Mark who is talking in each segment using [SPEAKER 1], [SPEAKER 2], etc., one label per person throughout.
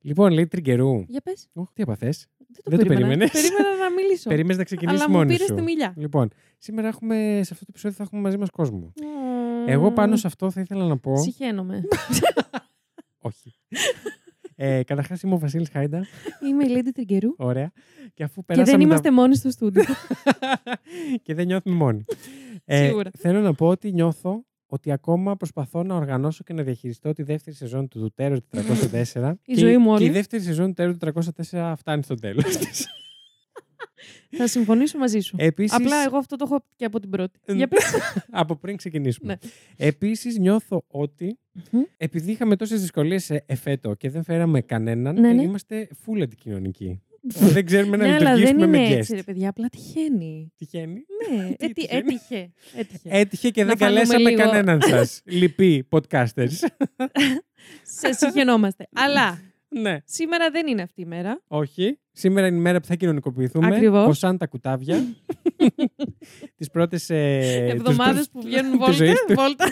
[SPEAKER 1] Λοιπόν, λέει τριγκερού.
[SPEAKER 2] Για πες.
[SPEAKER 1] Οχ, τι έπαθες.
[SPEAKER 2] Δεν το
[SPEAKER 1] Δεν το
[SPEAKER 2] περίμενα.
[SPEAKER 1] περίμενες.
[SPEAKER 2] Περίμενα να μιλήσω.
[SPEAKER 1] Περίμενες να ξεκινήσεις
[SPEAKER 2] Αλλά μου
[SPEAKER 1] μόνη
[SPEAKER 2] πήρες
[SPEAKER 1] σου.
[SPEAKER 2] τη μιλιά.
[SPEAKER 1] Λοιπόν, σήμερα έχουμε, σε αυτό το επεισόδιο θα έχουμε μαζί μας κόσμο. Εγώ πάνω σε αυτό θα ήθελα να πω.
[SPEAKER 2] Συχαίνομαι.
[SPEAKER 1] Όχι. ε, Καταρχάς είμαι ο Βασίλης Χάιντα.
[SPEAKER 2] Είμαι η Lady Τριγκερού.
[SPEAKER 1] Ωραία. Και αφού
[SPEAKER 2] Και δεν
[SPEAKER 1] περάσαμε. τα-
[SPEAKER 2] είμαστε μόνοι στο στούντιο.
[SPEAKER 1] και δεν νιώθουμε μόνοι. Ε,
[SPEAKER 2] Σίγουρα.
[SPEAKER 1] Θέλω να πω ότι νιώθω ότι ακόμα προσπαθώ να οργανώσω και να διαχειριστώ τη δεύτερη σεζόν του, του Τέρου 404.
[SPEAKER 2] Η
[SPEAKER 1] και,
[SPEAKER 2] ζωή μου
[SPEAKER 1] Και η
[SPEAKER 2] όλη.
[SPEAKER 1] δεύτερη σεζόν του Τέρου 404 φτάνει στο τέλος της.
[SPEAKER 2] Θα συμφωνήσω μαζί σου.
[SPEAKER 1] Επίσης,
[SPEAKER 2] Απλά εγώ αυτό το έχω και από την πρώτη.
[SPEAKER 1] Ε,
[SPEAKER 2] Για πες.
[SPEAKER 1] από πριν ξεκινήσουμε.
[SPEAKER 2] Ναι.
[SPEAKER 1] Επίσης νιώθω ότι
[SPEAKER 2] Μμμ.
[SPEAKER 1] επειδή είχαμε τόσες δυσκολίες σε εφέτο και δεν φέραμε κανέναν,
[SPEAKER 2] Ναι,
[SPEAKER 1] ε,
[SPEAKER 2] ναι.
[SPEAKER 1] είμαστε full αντικοινωνικοί. δεν ξέρουμε να
[SPEAKER 2] Ναι, αλλά δεν
[SPEAKER 1] λειτουργήσουμε με
[SPEAKER 2] είναι
[SPEAKER 1] guest.
[SPEAKER 2] έτσι, ρε παιδιά. Απλά τυχαίνει.
[SPEAKER 1] Τυχαίνει.
[SPEAKER 2] Ναι,
[SPEAKER 1] Τι
[SPEAKER 2] ε, τι-
[SPEAKER 1] τυχαίνει. Ε,
[SPEAKER 2] έτυχε. Έτυχε.
[SPEAKER 1] Έτυχε και
[SPEAKER 2] Ναι. Να
[SPEAKER 1] δεν
[SPEAKER 2] φανούμε
[SPEAKER 1] καλέσαμε
[SPEAKER 2] λίγο.
[SPEAKER 1] κανέναν σας. Λυπή podcasters.
[SPEAKER 2] Σε συγχαινόμαστε. Αλλά
[SPEAKER 1] ναι,
[SPEAKER 2] σήμερα δεν είναι αυτή η μέρα.
[SPEAKER 1] όχι. Σήμερα είναι η μέρα που θα κοινωνικοποιηθούμε.
[SPEAKER 2] Ακριβώς.
[SPEAKER 1] Ως αν τα κουτάβια. Τις πρώτες... Ε, τους
[SPEAKER 2] Εβδομάδε
[SPEAKER 1] πρώτους-
[SPEAKER 2] που βγαίνουν
[SPEAKER 1] της
[SPEAKER 2] βόλτα.
[SPEAKER 1] ζωής του.
[SPEAKER 2] βόλτα.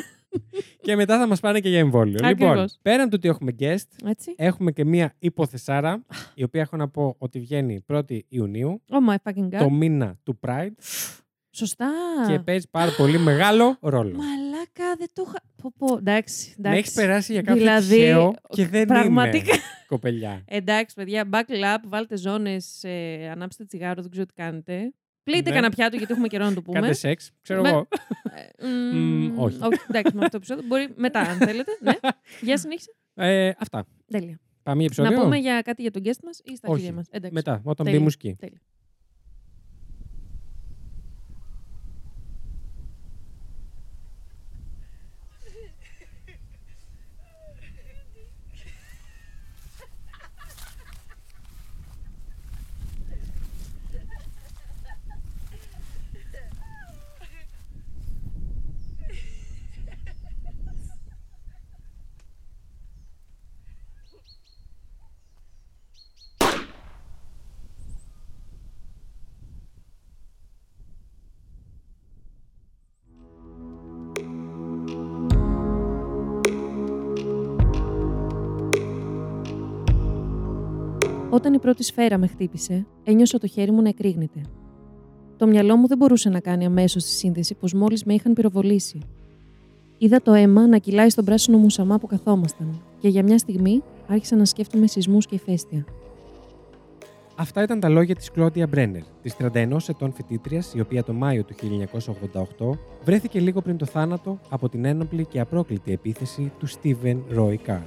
[SPEAKER 1] Και μετά θα μας πάνε και για εμβόλιο. Λοιπόν,
[SPEAKER 2] Ακριβώς.
[SPEAKER 1] πέραν του ότι έχουμε guest,
[SPEAKER 2] Έτσι.
[SPEAKER 1] Έχουμε και μία υποθεσάρα, η οποία έχω να πω ότι βγαίνει 1η Ιουνίου,
[SPEAKER 2] Oh my fucking god.
[SPEAKER 1] το μήνα του Pride
[SPEAKER 2] Σωστά.
[SPEAKER 1] και παίζει πάρα πολύ μεγάλο ρόλο.
[SPEAKER 2] Μαλάκα, δεν το είχα. Πω, πω. Εντάξει,
[SPEAKER 1] Να έχεις
[SPEAKER 2] εντάξει.
[SPEAKER 1] περάσει για κάποιο
[SPEAKER 2] Δηλαδή,
[SPEAKER 1] τυχαίο και δεν
[SPEAKER 2] πραγματικά.
[SPEAKER 1] είμαι κοπελιά.
[SPEAKER 2] Εντάξει, παιδιά, buckle up, βάλτε ζώνες, ανάψτε τσιγάρο, δεν ξέρω τι κάνετε. Πλύτε
[SPEAKER 1] Ναι.
[SPEAKER 2] κανένα πιάτο, γιατί έχουμε καιρό να το πούμε.
[SPEAKER 1] Κάντε σεξ, ξέρω
[SPEAKER 2] Με-
[SPEAKER 1] εγώ.
[SPEAKER 2] Ε, μ,
[SPEAKER 1] Μμ, όχι.
[SPEAKER 2] Εντάξει, με αυτό το επεισόδιο. Μπορεί μετά, αν θέλετε. ναι. Για συνέχισε.
[SPEAKER 1] Ε, αυτά.
[SPEAKER 2] Τέλεια.
[SPEAKER 1] Πάμε για επεισόδιο.
[SPEAKER 2] Να πούμε για κάτι για τον guest μας ή στα
[SPEAKER 1] Όχι.
[SPEAKER 2] χέρια μας. Εντάξει.
[SPEAKER 1] Μετά, όταν μπει
[SPEAKER 2] Τέλεια.
[SPEAKER 1] μουσική.
[SPEAKER 2] Τέλεια. Όταν η πρώτη σφαίρα με χτύπησε, ένιωσα το χέρι μου να εκρήγνεται. Το μυαλό μου δεν μπορούσε να κάνει αμέσως τη σύνδεση πως μόλις με είχαν πυροβολήσει. Είδα το αίμα να κυλάει στον πράσινο μουσαμά που καθόμασταν και για μια στιγμή άρχισα να σκέφτομαι σεισμούς και ηφαίστεια.
[SPEAKER 1] Αυτά ήταν τα λόγια της Κλόντια Μπρένερ, τη 31 ετών φοιτήτριας, η οποία το Μάιο του 1988 βρέθηκε λίγο πριν το θάνατο από την ένοπλη και απρόκλητη επίθεση του Στίβεν Ρόι Καρ.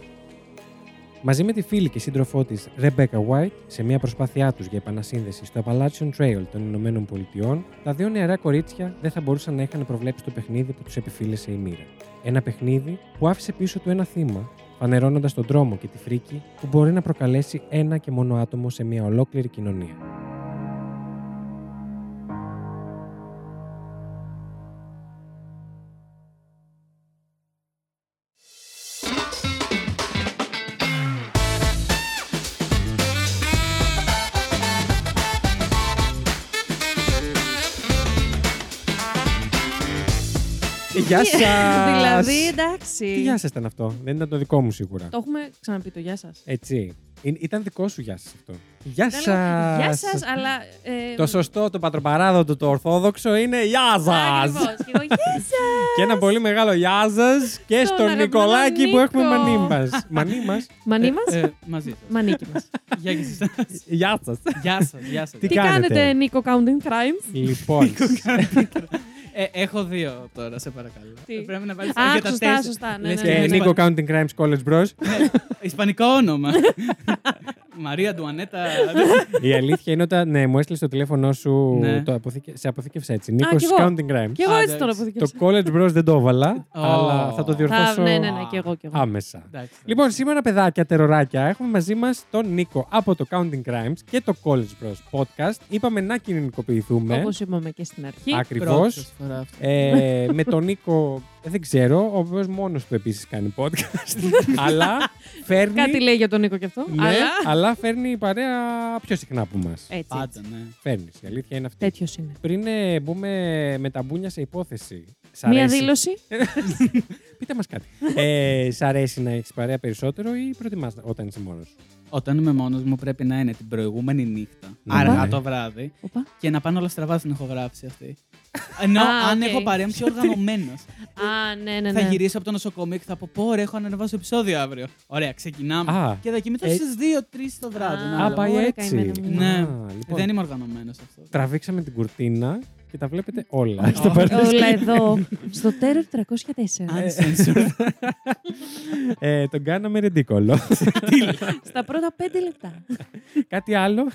[SPEAKER 1] Μαζί με τη φίλη και σύντροφό της Ρεμπέκα White, σε μια προσπάθειά τους για επανασύνδεση στο Appalachian Trail των Ηνωμένων Πολιτειών, τα δύο νεαρά κορίτσια δεν θα μπορούσαν να είχαν προβλέψει το παιχνίδι που τους επιφύλεσε η μοίρα. Ένα παιχνίδι που άφησε πίσω του ένα θύμα φανερώνοντας τον τρόμο και τη φρίκη που μπορεί να προκαλέσει ένα και μόνο άτομο σε μια ολόκληρη κοινωνία. Γεια σας!
[SPEAKER 2] δηλαδή, εντάξει.
[SPEAKER 1] Τι γεια σας ήταν αυτό. Δεν ήταν το δικό μου σίγουρα.
[SPEAKER 2] Το έχουμε ξαναπεί το γεια σας.
[SPEAKER 1] Έτσι. Ε, Ήταν δικό σου γεια σας αυτό. Γεια σας.
[SPEAKER 2] Γεια σας, αλλά. Ε,
[SPEAKER 1] Το σωστό, το πατροπαράδοτο, το ορθόδοξο είναι γεια σας.
[SPEAKER 2] ακριβώς. Και εγώ, γεια σας.
[SPEAKER 1] Και ένα πολύ μεγάλο γεια σας και
[SPEAKER 2] Στον
[SPEAKER 1] στον
[SPEAKER 2] αγαπημένο
[SPEAKER 1] Νικολάκη που έχουμε
[SPEAKER 2] Νίκο.
[SPEAKER 1] μανί μας. Μανί μας.
[SPEAKER 2] Μανί μας,
[SPEAKER 3] Ε, ε, μαζί σα.
[SPEAKER 2] μανίκι μα.
[SPEAKER 3] Γεια και σας.
[SPEAKER 1] Γεια σας.
[SPEAKER 3] Γεια σας. Γεια σας.
[SPEAKER 1] Τι
[SPEAKER 2] Τι
[SPEAKER 1] κάνετε?
[SPEAKER 2] κάνετε, Νίκο Counting Crimes.
[SPEAKER 1] Λοιπόν,
[SPEAKER 3] Ε, έχω δύο τώρα, σε παρακαλώ.
[SPEAKER 2] Τι?
[SPEAKER 3] Ε, Πρέπει να βάλεις
[SPEAKER 2] Α,
[SPEAKER 3] για τα
[SPEAKER 2] σωστά,
[SPEAKER 3] τέσσερα.
[SPEAKER 2] σωστά. Ναι,
[SPEAKER 3] Λες
[SPEAKER 2] ναι, ναι.
[SPEAKER 1] και Νίκο Counting Crimes College Bros.
[SPEAKER 3] Ναι, Ισπανικό όνομα. Μαρία Ντουανέτα.
[SPEAKER 1] Η αλήθεια είναι όταν ναι, μου έστειλε το τηλέφωνό σου,
[SPEAKER 3] Ναι.
[SPEAKER 1] το αποθήκε- σε αποθήκευσα έτσι. Νίκος
[SPEAKER 2] κι εγώ.
[SPEAKER 1] Counting Crimes.
[SPEAKER 2] Και εγώ
[SPEAKER 3] Α,
[SPEAKER 2] έτσι τον
[SPEAKER 3] εντάξει.
[SPEAKER 1] Το
[SPEAKER 2] αποθηκεύσα.
[SPEAKER 1] College Bros δεν το έβαλα,
[SPEAKER 3] Ω.
[SPEAKER 1] αλλά θα το διορθώσω
[SPEAKER 2] ναι, ναι, ναι, και εγώ, και εγώ.
[SPEAKER 1] άμεσα.
[SPEAKER 3] Εντάξει.
[SPEAKER 1] Λοιπόν, σήμερα παιδάκια, τεροράκια, έχουμε μαζί μας τον Νίκο από το Counting Crimes και το College Bros podcast. Είπαμε να κοινωνικοποιηθούμε.
[SPEAKER 2] Όπως είπαμε και στην αρχή.
[SPEAKER 3] Πρώτη
[SPEAKER 1] Ακριβώς.
[SPEAKER 3] σας φορά αυτό.
[SPEAKER 1] Ε, με τον Νίκο, ε, δεν ξέρω, ο οποίος μόνος του επίσης κάνει podcast, αλλά φέρνει...
[SPEAKER 2] Κάτι λέει για τον Νίκο και αυτό.
[SPEAKER 1] ναι,
[SPEAKER 2] αλλά.
[SPEAKER 1] αλλά φέρνει η παρέα πιο συχνά από μας.
[SPEAKER 2] Έτσι.
[SPEAKER 3] Πάντα, ναι.
[SPEAKER 1] Φέρνεις, η αλήθεια είναι αυτή.
[SPEAKER 2] Τέτοιος είναι.
[SPEAKER 1] Πριν ε, μπούμε με τα μπούνια σε υπόθεση, σ'
[SPEAKER 2] Μία
[SPEAKER 1] αρέσει-
[SPEAKER 2] δήλωση.
[SPEAKER 1] Πείτε μας κάτι. ε, σ' αρέσει να έχεις παρέα περισσότερο ή προτιμάς όταν είσαι μόνος σου.
[SPEAKER 3] Όταν είμαι μόνος μου, πρέπει να είναι την προηγούμενη νύχτα,
[SPEAKER 1] Ναι.
[SPEAKER 3] αργά
[SPEAKER 1] Ναι.
[SPEAKER 3] το βράδυ,
[SPEAKER 2] Οπα.
[SPEAKER 3] και να πάνε όλα στραβά στην ηχογράφηση αυτή. Ενώ
[SPEAKER 2] Α,
[SPEAKER 3] αν
[SPEAKER 2] οκ.
[SPEAKER 3] έχω παρέα, είμαι πιο οργανωμένος.
[SPEAKER 2] Α, ναι, ναι, ναι.
[SPEAKER 3] θα γυρίσω από το νοσοκομείο και θα πω: Πω, ρε, έχω ανεβάσει επεισόδιο αύριο. Ωραία, ξεκινάμε.
[SPEAKER 1] Α.
[SPEAKER 3] και θα κοιμηθώ
[SPEAKER 1] Ε,
[SPEAKER 3] στις 2-3 το βράδυ.
[SPEAKER 2] Α,
[SPEAKER 3] να
[SPEAKER 1] Α,
[SPEAKER 3] λέω.
[SPEAKER 1] πάει
[SPEAKER 2] ωραία,
[SPEAKER 1] έτσι.
[SPEAKER 2] καημένο μου.
[SPEAKER 3] Ναι.
[SPEAKER 1] Α, λοιπόν,
[SPEAKER 3] Δεν είμαι οργανωμένος αυτό.
[SPEAKER 1] Τραβήξαμε την κουρτίνα και τα βλέπετε όλα. στο
[SPEAKER 3] Όλα.
[SPEAKER 1] παράθυρο.
[SPEAKER 2] Όλα εδώ. Στο Terror 304.
[SPEAKER 3] Uncensored.
[SPEAKER 1] ε, τον κάναμε ρεντίκολο.
[SPEAKER 2] Στα πρώτα πέντε λεπτά.
[SPEAKER 1] κάτι άλλο.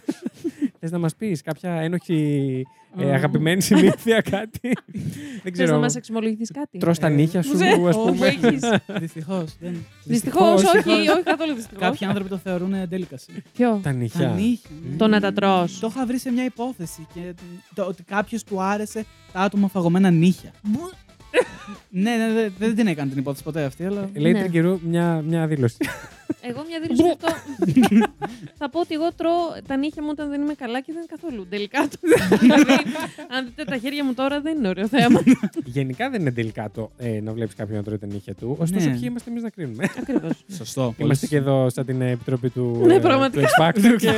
[SPEAKER 1] Θες να μας πεις κάποια ένοχη ε,
[SPEAKER 3] Α.
[SPEAKER 1] αγαπημένη συνήθεια, κάτι. Δεν
[SPEAKER 2] Θες να
[SPEAKER 1] ξέρω.
[SPEAKER 2] μας εξομολογηθείς κάτι.
[SPEAKER 1] Τρώ τα
[SPEAKER 3] Ε,
[SPEAKER 1] νύχια σου, α πούμε.
[SPEAKER 3] Δυστυχώ.
[SPEAKER 2] Δυστυχώ, όχι,
[SPEAKER 3] δυστυχώς.
[SPEAKER 2] όχι καθόλου δυστυχώς.
[SPEAKER 3] Κάποιοι άνθρωποι το θεωρούν εντέλικαση.
[SPEAKER 2] Ποιο.
[SPEAKER 1] Τα
[SPEAKER 3] Τα
[SPEAKER 1] νύχια.
[SPEAKER 3] νύχια. ναι.
[SPEAKER 2] Το να τα τρως.
[SPEAKER 3] Το είχα βρει σε μια υπόθεση και το ότι κάποιος του άρεσε τα άτομα φαγωμένα νύχια. ναι, ναι, δε- δεν την έκανε την υπόθεση ποτέ αυτή, αλλά.
[SPEAKER 1] Λέει
[SPEAKER 2] Ναι.
[SPEAKER 1] ναι. καιρού μια, μια δήλωση.
[SPEAKER 2] Εγώ μια δήλωση γι' αυτό. θα πω ότι εγώ τρώω τα νύχια μου όταν δεν είμαι καλά και δεν είναι καθόλου τελικά. το- δηλαδή, αν δείτε τα χέρια μου τώρα δεν είναι ωραίο θέμα.
[SPEAKER 1] Γενικά δεν είναι τελικά το ε, να βλέπεις κάποιον να τρώει τα νύχια του. Ωστόσο,
[SPEAKER 3] Ναι.
[SPEAKER 1] ποιοι είμαστε εμείς να κρίνουμε.
[SPEAKER 2] Ακριβώς.
[SPEAKER 3] Σωστό.
[SPEAKER 1] ε, είμαστε και εδώ σαν την ε, επιτροπή του,
[SPEAKER 2] Ναι,
[SPEAKER 1] ε, του
[SPEAKER 2] πραγματικά.
[SPEAKER 1] X Factor. και...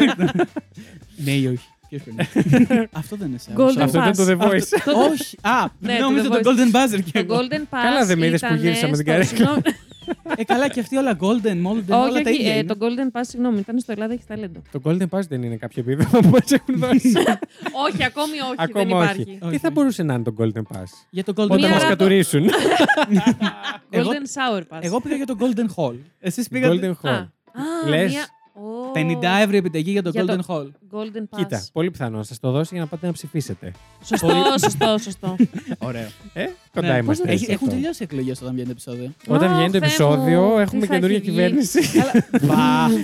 [SPEAKER 3] Ναι ή όχι. Ποιος είναι. Αυτό δεν είναι σε
[SPEAKER 2] Golden
[SPEAKER 3] άκουσα.
[SPEAKER 1] Αυτό ήταν το The
[SPEAKER 3] Αυτό-
[SPEAKER 1] Voice.
[SPEAKER 3] Όχι. Α,
[SPEAKER 2] Ναι, το
[SPEAKER 3] νόμιζα το
[SPEAKER 2] The
[SPEAKER 3] Golden Buzzer και
[SPEAKER 2] Το
[SPEAKER 3] εγώ.
[SPEAKER 2] Golden Pass.
[SPEAKER 1] Καλά δεν με είδες που
[SPEAKER 2] ήτανε
[SPEAKER 1] γύρισα με την
[SPEAKER 2] στο-
[SPEAKER 1] καρέκλα.
[SPEAKER 2] συγγνώμη.
[SPEAKER 3] Ε, καλά και αυτή όλα Golden, Molden,
[SPEAKER 2] Όχι,
[SPEAKER 3] όλα τα
[SPEAKER 2] όχι.
[SPEAKER 3] ίδια.
[SPEAKER 2] ε,
[SPEAKER 3] είναι.
[SPEAKER 2] Το Golden Pass, συγγνώμη, ήταν στο Ελλάδα έχει ταλέντο.
[SPEAKER 1] το Golden Pass δεν είναι κάποιο επίδομα που μας έχουν δώσει.
[SPEAKER 2] όχι, ακόμη όχι.
[SPEAKER 1] Ακόμα
[SPEAKER 2] δεν
[SPEAKER 1] όχι.
[SPEAKER 2] υπάρχει.
[SPEAKER 1] Τι
[SPEAKER 3] Όχι. ναι.
[SPEAKER 1] θα μπορούσε να είναι το Golden Pass.
[SPEAKER 3] Για το
[SPEAKER 2] Μία
[SPEAKER 1] Όταν
[SPEAKER 3] Golden
[SPEAKER 1] μα
[SPEAKER 2] ώρα το-
[SPEAKER 1] κατουρίσουν.
[SPEAKER 3] Εγώ-
[SPEAKER 2] Golden Sour Pass.
[SPEAKER 3] Εγώ πήγα για το Golden Hall. Εσείς πήγατε.
[SPEAKER 1] Golden
[SPEAKER 2] Α,
[SPEAKER 1] Hall.
[SPEAKER 2] α,
[SPEAKER 1] Λες,
[SPEAKER 2] μία- Ω,
[SPEAKER 3] 50 ευρώ επιταγή για το
[SPEAKER 2] Για το-
[SPEAKER 3] Golden Hall.
[SPEAKER 2] Golden Pass.
[SPEAKER 1] Κοίτα, πολύ πιθανό να σας το δώσει για να πάτε να ψηφίσετε.
[SPEAKER 2] Σωστό, σωστό, σωστό.
[SPEAKER 3] Ωραίο.
[SPEAKER 1] Ε,
[SPEAKER 3] Ναι,
[SPEAKER 1] κοντά
[SPEAKER 3] πώς
[SPEAKER 1] είμαστε.
[SPEAKER 3] Έχει-
[SPEAKER 1] σε
[SPEAKER 3] Έχουν
[SPEAKER 1] αυτό.
[SPEAKER 3] τελειώσει οι εκλογές όταν βγαίνει το επεισόδιο.
[SPEAKER 1] Όταν
[SPEAKER 2] Ω,
[SPEAKER 1] βγαίνει το
[SPEAKER 2] Θεέ μου,
[SPEAKER 1] επεισόδιο,
[SPEAKER 2] τι
[SPEAKER 1] έχουμε
[SPEAKER 2] θα
[SPEAKER 1] καινούργια
[SPEAKER 2] έχει βγει.
[SPEAKER 1] κυβέρνηση.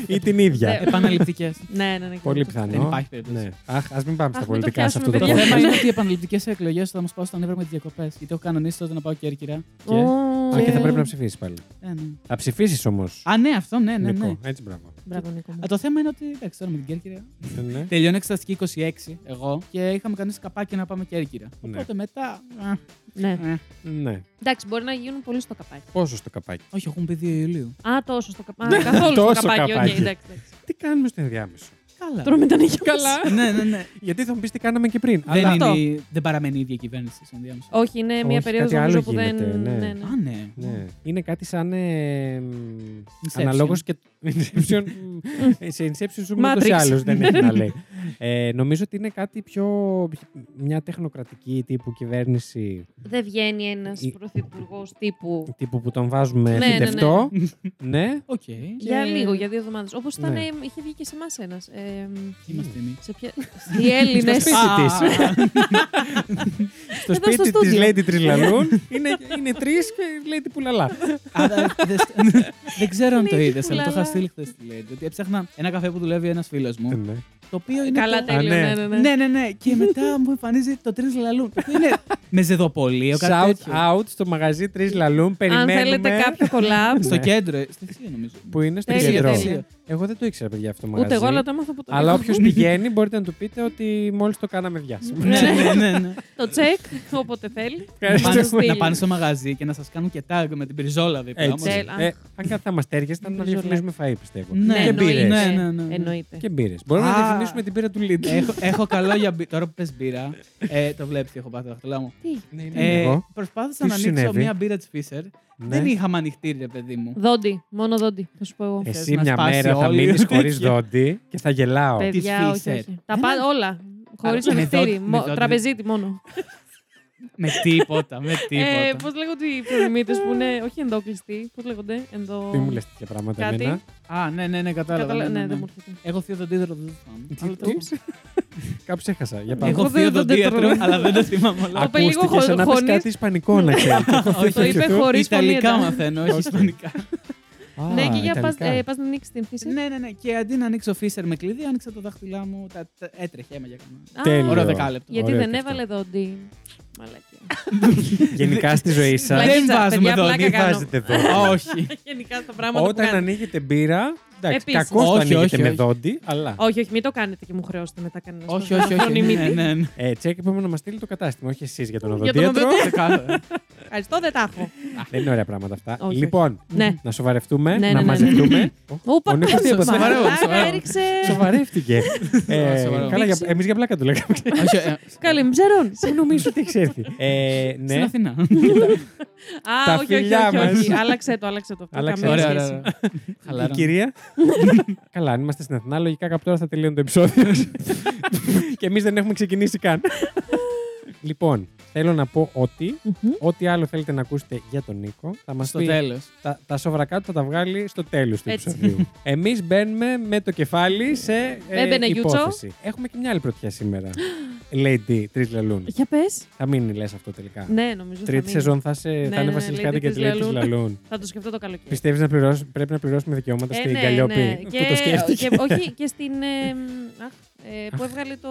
[SPEAKER 1] Ή την ίδια.
[SPEAKER 2] Ναι.
[SPEAKER 3] Επαναληπτικές.
[SPEAKER 2] Ναι, ναι, ναι.
[SPEAKER 1] Πολύ
[SPEAKER 2] καλά.
[SPEAKER 1] πιθανό.
[SPEAKER 3] Δεν υπάρχει περίπτωση.
[SPEAKER 1] Ναι. Αχ, ας μην πάμε στα
[SPEAKER 2] Αχ, μην το
[SPEAKER 1] πολιτικά σε αυτό το
[SPEAKER 2] πιάσουμε,
[SPEAKER 3] Το
[SPEAKER 2] παιδιά.
[SPEAKER 1] πράγμα.
[SPEAKER 3] θέμα είναι ότι οι επαναληπτικές εκλογές θα μας πάω στον έβρα με τις διακοπές. Γιατί έχω κανονίσει τότε να πάω Κέρκυρα.
[SPEAKER 1] Και-
[SPEAKER 2] Ω,
[SPEAKER 1] Α, και θα
[SPEAKER 2] ε,
[SPEAKER 1] πρέπει να ψηφίσεις πάλι.
[SPEAKER 3] Ε, ναι.
[SPEAKER 1] Θα ψηφίσεις όμως.
[SPEAKER 3] Α, ναι, αυτό, ναι, ναι. ναι.
[SPEAKER 1] Έτσι, μπράβο.
[SPEAKER 2] Μπράβο, Νίκο μου.
[SPEAKER 3] Α, το θέμα είναι ότι εντάξει, τώρα με την Κέρκυρα.
[SPEAKER 1] Ναι.
[SPEAKER 3] Τελειώνει εξεταστική 26 εγώ και είχαμε κανεί καπάκι να πάμε Κέρκυρα.
[SPEAKER 1] Ναι.
[SPEAKER 3] Οπότε μετά. α,
[SPEAKER 2] Ναι.
[SPEAKER 3] ε.
[SPEAKER 1] Ναι.
[SPEAKER 2] Εντάξει, μπορεί να γίνουν πολύ στο καπάκι.
[SPEAKER 1] Πόσο στο καπάκι.
[SPEAKER 3] Όχι, έχουν πει 2 Ιουλίου.
[SPEAKER 2] Α, τόσο στο καπάκι. Καθόλου στο
[SPEAKER 1] Τόσο
[SPEAKER 2] καπάκι. Οκ,
[SPEAKER 1] καπάκι.
[SPEAKER 2] εντάξει. εντάξει.
[SPEAKER 1] Τι κάνουμε στο ενδιάμεσο.
[SPEAKER 3] Καλά.
[SPEAKER 2] Τρώμε τα νύχια μας.
[SPEAKER 3] ναι, ναι, ναι.
[SPEAKER 1] Γιατί θα μου πεις τι κάναμε και πριν.
[SPEAKER 3] δεν,
[SPEAKER 1] Αλλά
[SPEAKER 2] αυτό.
[SPEAKER 3] είναι, η- δεν παραμένει η ίδια κυβέρνηση στον διάμεσο.
[SPEAKER 2] Όχι, είναι μια
[SPEAKER 1] Όχι,
[SPEAKER 2] περίοδο
[SPEAKER 1] κάτι άλλο
[SPEAKER 2] νομίζω που δεν.
[SPEAKER 1] γίνεται, ναι.
[SPEAKER 2] ναι, ναι.
[SPEAKER 3] Α, ναι.
[SPEAKER 1] Ναι. Είναι κάτι σαν. Ε, μ,
[SPEAKER 3] Inception.
[SPEAKER 1] αναλόγως και. Inception, μ, ε, σε Inception σου
[SPEAKER 2] Matrix.
[SPEAKER 1] ούτω ή άλλω δεν έχει να λέει. Ε, νομίζω ότι είναι κάτι πιο. μια τεχνοκρατική τύπου κυβέρνηση.
[SPEAKER 2] Δεν βγαίνει ένας
[SPEAKER 1] Η-
[SPEAKER 2] πρωθυπουργός τύπου
[SPEAKER 1] Τύπου που τον βάζουμε
[SPEAKER 2] Ναι, ναι, ναι.
[SPEAKER 1] φυτευτό. ναι.
[SPEAKER 3] Οκ.
[SPEAKER 2] για
[SPEAKER 1] και-
[SPEAKER 2] λίγο, για δύο εβδομάδες. Όπως ήταν,
[SPEAKER 1] Ναι.
[SPEAKER 2] ε, είχε βγει και σε εμάς ένας.
[SPEAKER 3] Είμαστε εμείς.
[SPEAKER 2] Σε ποια... Οι Έλληνες.
[SPEAKER 1] σπίτι. της. Στο
[SPEAKER 2] Εδώ στο
[SPEAKER 1] σπίτι της
[SPEAKER 2] στούντιο.
[SPEAKER 1] Lady Τριλαλούν είναι, είναι τρεις και Lady Πουλαλά.
[SPEAKER 3] Δεν ξέρω αν το
[SPEAKER 2] Ναι,
[SPEAKER 3] είδε,
[SPEAKER 2] τι
[SPEAKER 3] αλλά το είχα
[SPEAKER 2] κουλαλά.
[SPEAKER 3] στείλει χθε στη Lady. Ότι έψαχνα ένα καφέ που δουλεύει ένας φίλος μου.
[SPEAKER 1] ναι.
[SPEAKER 3] Το οποίο είναι.
[SPEAKER 2] Καλά,
[SPEAKER 3] το-
[SPEAKER 1] τέλεια.
[SPEAKER 2] τέλειο.
[SPEAKER 1] Α, ναι.
[SPEAKER 2] Ναι, ναι, ναι.
[SPEAKER 3] Ναι, ναι, ναι. Και μετά μου εμφανίζει το τρεις λαλούν. Το οποίο είναι με ζεδοπολείο, κάτι
[SPEAKER 1] Shout
[SPEAKER 3] τέτοιο.
[SPEAKER 1] out στο μαγαζί Τρεις Λαλούν.
[SPEAKER 2] Αν
[SPEAKER 1] Περιμένουμε.
[SPEAKER 2] θέλετε κάποιο collab.
[SPEAKER 3] Στο
[SPEAKER 1] Ναι.
[SPEAKER 3] κέντρο, ε, στη θεία νομίζω.
[SPEAKER 1] Που είναι στο
[SPEAKER 2] Τέλεια,
[SPEAKER 1] κέντρο.
[SPEAKER 3] τέλεια.
[SPEAKER 1] Εγώ δεν το ήξερα, παιδιά, αυτό το μαγαζί.
[SPEAKER 2] Ούτε εγώ, αλλά το έμαθα από το.
[SPEAKER 1] Αλλά όποιο πηγαίνει, μπορείτε να του πείτε ότι μόλις το κάναμε διάσημο.
[SPEAKER 3] ναι, ναι, ναι. ναι.
[SPEAKER 2] Το τσεκ, όποτε θέλει.
[SPEAKER 3] Να πάνε-
[SPEAKER 1] Ευχαριστούμε.
[SPEAKER 2] στείλει.
[SPEAKER 3] να πάνε στο μαγαζί και να σας κάνουν και tag με την πριζόλα δίπλα.
[SPEAKER 1] Έτσι.
[SPEAKER 2] Τέλ,
[SPEAKER 1] Ε, αν κάτι θα μας τέριαζε, ήταν να
[SPEAKER 2] Μπριζολέ.
[SPEAKER 1] διαφημίζουμε φαΐ, πιστεύω.
[SPEAKER 3] Ναι,
[SPEAKER 1] και μπύρες.
[SPEAKER 3] Ναι, ναι, ναι, ναι.
[SPEAKER 2] Εννοείται.
[SPEAKER 1] Και μπύρες. Μπορούμε να
[SPEAKER 3] Α.
[SPEAKER 1] διαφημίσουμε την πύρα του Λίτλ.
[SPEAKER 3] Έχω, έχω καλό για μπύρα. Τώρα που πες μπύρα, ε, το βλέπεις τι έχω πάθει τα δαχτυλά μου.
[SPEAKER 2] Τι,
[SPEAKER 1] Ναι, ναι,
[SPEAKER 3] Ε,
[SPEAKER 1] εγώ.
[SPEAKER 3] προσπάθησα
[SPEAKER 1] Τι
[SPEAKER 3] να
[SPEAKER 1] σου
[SPEAKER 3] ανοίξω
[SPEAKER 1] συνέβη?
[SPEAKER 3] μια μπύρα της Fisher.
[SPEAKER 1] Ναι.
[SPEAKER 3] Δεν είχαμε ανοιχτήρι, ρε παιδί μου.
[SPEAKER 2] Δόντι, μόνο δόντι, θα σου πω εγώ.
[SPEAKER 3] θες
[SPEAKER 1] Εσύ
[SPEAKER 3] να
[SPEAKER 1] μια
[SPEAKER 3] σπάσει
[SPEAKER 1] μέρα θα
[SPEAKER 3] όλη η
[SPEAKER 1] μείνει χωρί
[SPEAKER 3] τέτοια.
[SPEAKER 1] δόντι και θα γελάω.
[SPEAKER 3] Παι-
[SPEAKER 2] Παιδιά, όχι,
[SPEAKER 3] Fisher.
[SPEAKER 2] όχι. Τα πάντα όλα. Χωρίς
[SPEAKER 3] με
[SPEAKER 2] ανοιχτήρι.
[SPEAKER 3] ναι. Ε, δόντι- με
[SPEAKER 2] μο-
[SPEAKER 3] δόντι-
[SPEAKER 2] Τραπεζίτη μόνο.
[SPEAKER 3] με τίποτα, με
[SPEAKER 2] Ε,
[SPEAKER 3] τίποτα.
[SPEAKER 2] Πώς λέγονται οι προνομίτες που είναι. Όχι ενδόκλειστοι. Πώς λέγονται. Ενδο...
[SPEAKER 1] Τι μου λες τέτοια πράγματα
[SPEAKER 2] Κάτι.
[SPEAKER 1] εμένα.
[SPEAKER 3] Α, ναι, ναι, ναι, κατάλαβα.
[SPEAKER 2] Κατάλα...
[SPEAKER 3] ναι, ναι,
[SPEAKER 2] Ναι, δεν
[SPEAKER 3] ναι.
[SPEAKER 2] μου έρχεται.
[SPEAKER 3] Έχω θείο δοντίδρο, δεν το θυμάμαι.
[SPEAKER 1] Τι-
[SPEAKER 3] Αλλά το
[SPEAKER 1] τι?
[SPEAKER 3] θυμάμαι.
[SPEAKER 1] Κάπου σε έχασα. Για πάμε.
[SPEAKER 2] Εγώ
[SPEAKER 3] Έχω
[SPEAKER 2] δεν-
[SPEAKER 3] θείο
[SPEAKER 2] δεν το
[SPEAKER 3] δοντίδρο,
[SPEAKER 2] τρώω.
[SPEAKER 3] αλλά δεν το θυμάμαι όλα.
[SPEAKER 2] Το είπε λίγο
[SPEAKER 1] Ακούστηκες σαν να πες
[SPEAKER 2] χωνής.
[SPEAKER 1] κάτι ισπανικό να ξέρεις.
[SPEAKER 2] Το είπε χωρί
[SPEAKER 3] Ιταλικά μαθαίνω, όχι ισπανικά.
[SPEAKER 2] Ναι, και για πας, ε, πας να ανοίξεις την φύση.
[SPEAKER 3] Ναι, ναι, ναι. Και αντί να ανοίξω Fisher με κλειδί, άνοιξα τα δάχτυλά μου. τα- τα- Έτρεχε, αίμα για κανένα.
[SPEAKER 2] Α,
[SPEAKER 1] Τέλειο.
[SPEAKER 3] Ωραίο δεκάλεπτο.
[SPEAKER 2] Γιατί
[SPEAKER 1] Ωραίο
[SPEAKER 2] δεν
[SPEAKER 1] και αυτό.
[SPEAKER 2] έβαλε δόντι. Μαλακία.
[SPEAKER 1] Γενικά στη ζωή σα.
[SPEAKER 2] Πλάκα
[SPEAKER 3] Δεν
[SPEAKER 2] Παιδιά,
[SPEAKER 3] βάζουμε
[SPEAKER 2] πλάκα
[SPEAKER 3] δόντι.
[SPEAKER 1] Μην
[SPEAKER 2] κάνω.
[SPEAKER 1] βάζετε δόντι.
[SPEAKER 3] Α, Όχι.
[SPEAKER 2] Γενικά τα πράγματα που
[SPEAKER 1] Όταν
[SPEAKER 2] κάνει.
[SPEAKER 1] ανοίγετε μπύρα, Εντάξει,
[SPEAKER 2] Επίσης.
[SPEAKER 1] κακό το
[SPEAKER 3] Όχι,
[SPEAKER 1] ανοίγεται
[SPEAKER 3] όχι,
[SPEAKER 1] με
[SPEAKER 3] όχι.
[SPEAKER 1] δόντι, αλλά.
[SPEAKER 2] Όχι, όχι, μην το κάνετε και μου χρεώσετε μετά κανένα.
[SPEAKER 3] Όχι, όχι, όχι. Ναι, ναι, ναι.
[SPEAKER 1] Ε, τσέκ είπαμε να μας στείλει το κατάστημα, όχι εσείς για τον
[SPEAKER 2] Για τον
[SPEAKER 1] οδοντίατρο.
[SPEAKER 2] οδοντίατρο.
[SPEAKER 3] Ξεκάθαρα.
[SPEAKER 2] Ευχαριστώ, δεν τα έχω.
[SPEAKER 1] Δεν είναι ωραία πράγματα αυτά.
[SPEAKER 2] Όχι,
[SPEAKER 1] λοιπόν,
[SPEAKER 2] Ναι.
[SPEAKER 1] να σοβαρευτούμε,
[SPEAKER 2] Ναι, ναι,
[SPEAKER 1] να
[SPEAKER 2] ναι.
[SPEAKER 1] μαζευτούμε. Ο-
[SPEAKER 2] Ούπα,
[SPEAKER 1] ο Νίκος
[SPEAKER 3] σοβαρό,
[SPEAKER 1] τίποτα.
[SPEAKER 3] σοβαρό.
[SPEAKER 2] μαλάκα, έριξε.
[SPEAKER 1] Σοβαρεύτηκε. Ε,
[SPEAKER 3] Σοβαρό.
[SPEAKER 1] Καλά, για-
[SPEAKER 2] Δείξε.
[SPEAKER 1] εμείς για πλάκα το λέγαμε.
[SPEAKER 3] Όχι, ε,
[SPEAKER 2] Καλή, μη ψερών.
[SPEAKER 1] Δεν νομίζω ότι έχει έρθει. Ε,
[SPEAKER 3] Στην
[SPEAKER 1] Ναι,
[SPEAKER 3] Αθήνα.
[SPEAKER 2] Α,
[SPEAKER 1] Τα
[SPEAKER 2] όχι, όχι,
[SPEAKER 1] φιλιά
[SPEAKER 2] όχι, όχι.
[SPEAKER 1] μας.
[SPEAKER 2] Άλλαξε το, άλλαξε το. Αυτό
[SPEAKER 1] Άλλαξε.
[SPEAKER 2] καμία
[SPEAKER 3] Ωραία,
[SPEAKER 2] σχέση.
[SPEAKER 3] ωραία. ωραία.
[SPEAKER 1] η
[SPEAKER 3] Χαλάρα.
[SPEAKER 1] κυρία. Καλά, αν είμαστε στην Αθηνά, λογικά κάπου τώρα θα τελειώνει το επεισόδιο. Και εμείς δεν έχουμε ξεκινήσει καν. Λοιπόν, θέλω να πω ότι
[SPEAKER 2] Μμμ.
[SPEAKER 1] ό,τι άλλο θέλετε να ακούσετε για τον Νίκο, θα μας
[SPEAKER 3] Στο
[SPEAKER 1] πει
[SPEAKER 3] τέλος.
[SPEAKER 1] τα, τα σοβρακά του θα τα βγάλει στο τέλος του
[SPEAKER 2] Έτσι.
[SPEAKER 1] επεισοδίου. Εμείς μπαίνουμε με το κεφάλι σε ε,
[SPEAKER 2] Έμπαινε Γιούτσο.
[SPEAKER 1] υπόθεση. Έχουμε και μια άλλη πρωτιά σήμερα. Lady, τρεις λαλούν.
[SPEAKER 2] Για πες.
[SPEAKER 1] θα μείνει λες αυτό τελικά.
[SPEAKER 2] Ναι, νομίζω. θα
[SPEAKER 1] Τρίτη
[SPEAKER 2] μείνει.
[SPEAKER 1] σεζόν θα, σε, θα
[SPEAKER 2] Ναι,
[SPEAKER 1] είναι
[SPEAKER 2] ναι,
[SPEAKER 1] Βασιλιάτη
[SPEAKER 2] Lady
[SPEAKER 1] και
[SPEAKER 2] της
[SPEAKER 1] τη Lady της
[SPEAKER 2] Λαλούν.
[SPEAKER 1] Λαλούν.
[SPEAKER 2] Θα το σκεφτώ το καλοκαίρι.
[SPEAKER 1] Πιστεύεις να πληρώσ- πρέπει να πληρώσουμε δικαιώματα
[SPEAKER 2] Ε,
[SPEAKER 1] στην
[SPEAKER 2] ναι,
[SPEAKER 1] Καλλιόπη
[SPEAKER 2] ναι.
[SPEAKER 1] που
[SPEAKER 2] Και-
[SPEAKER 1] το σκέφτηκε.
[SPEAKER 2] Και, όχι, και στην. ε, μ, αχ, ε, που έβγαλε το.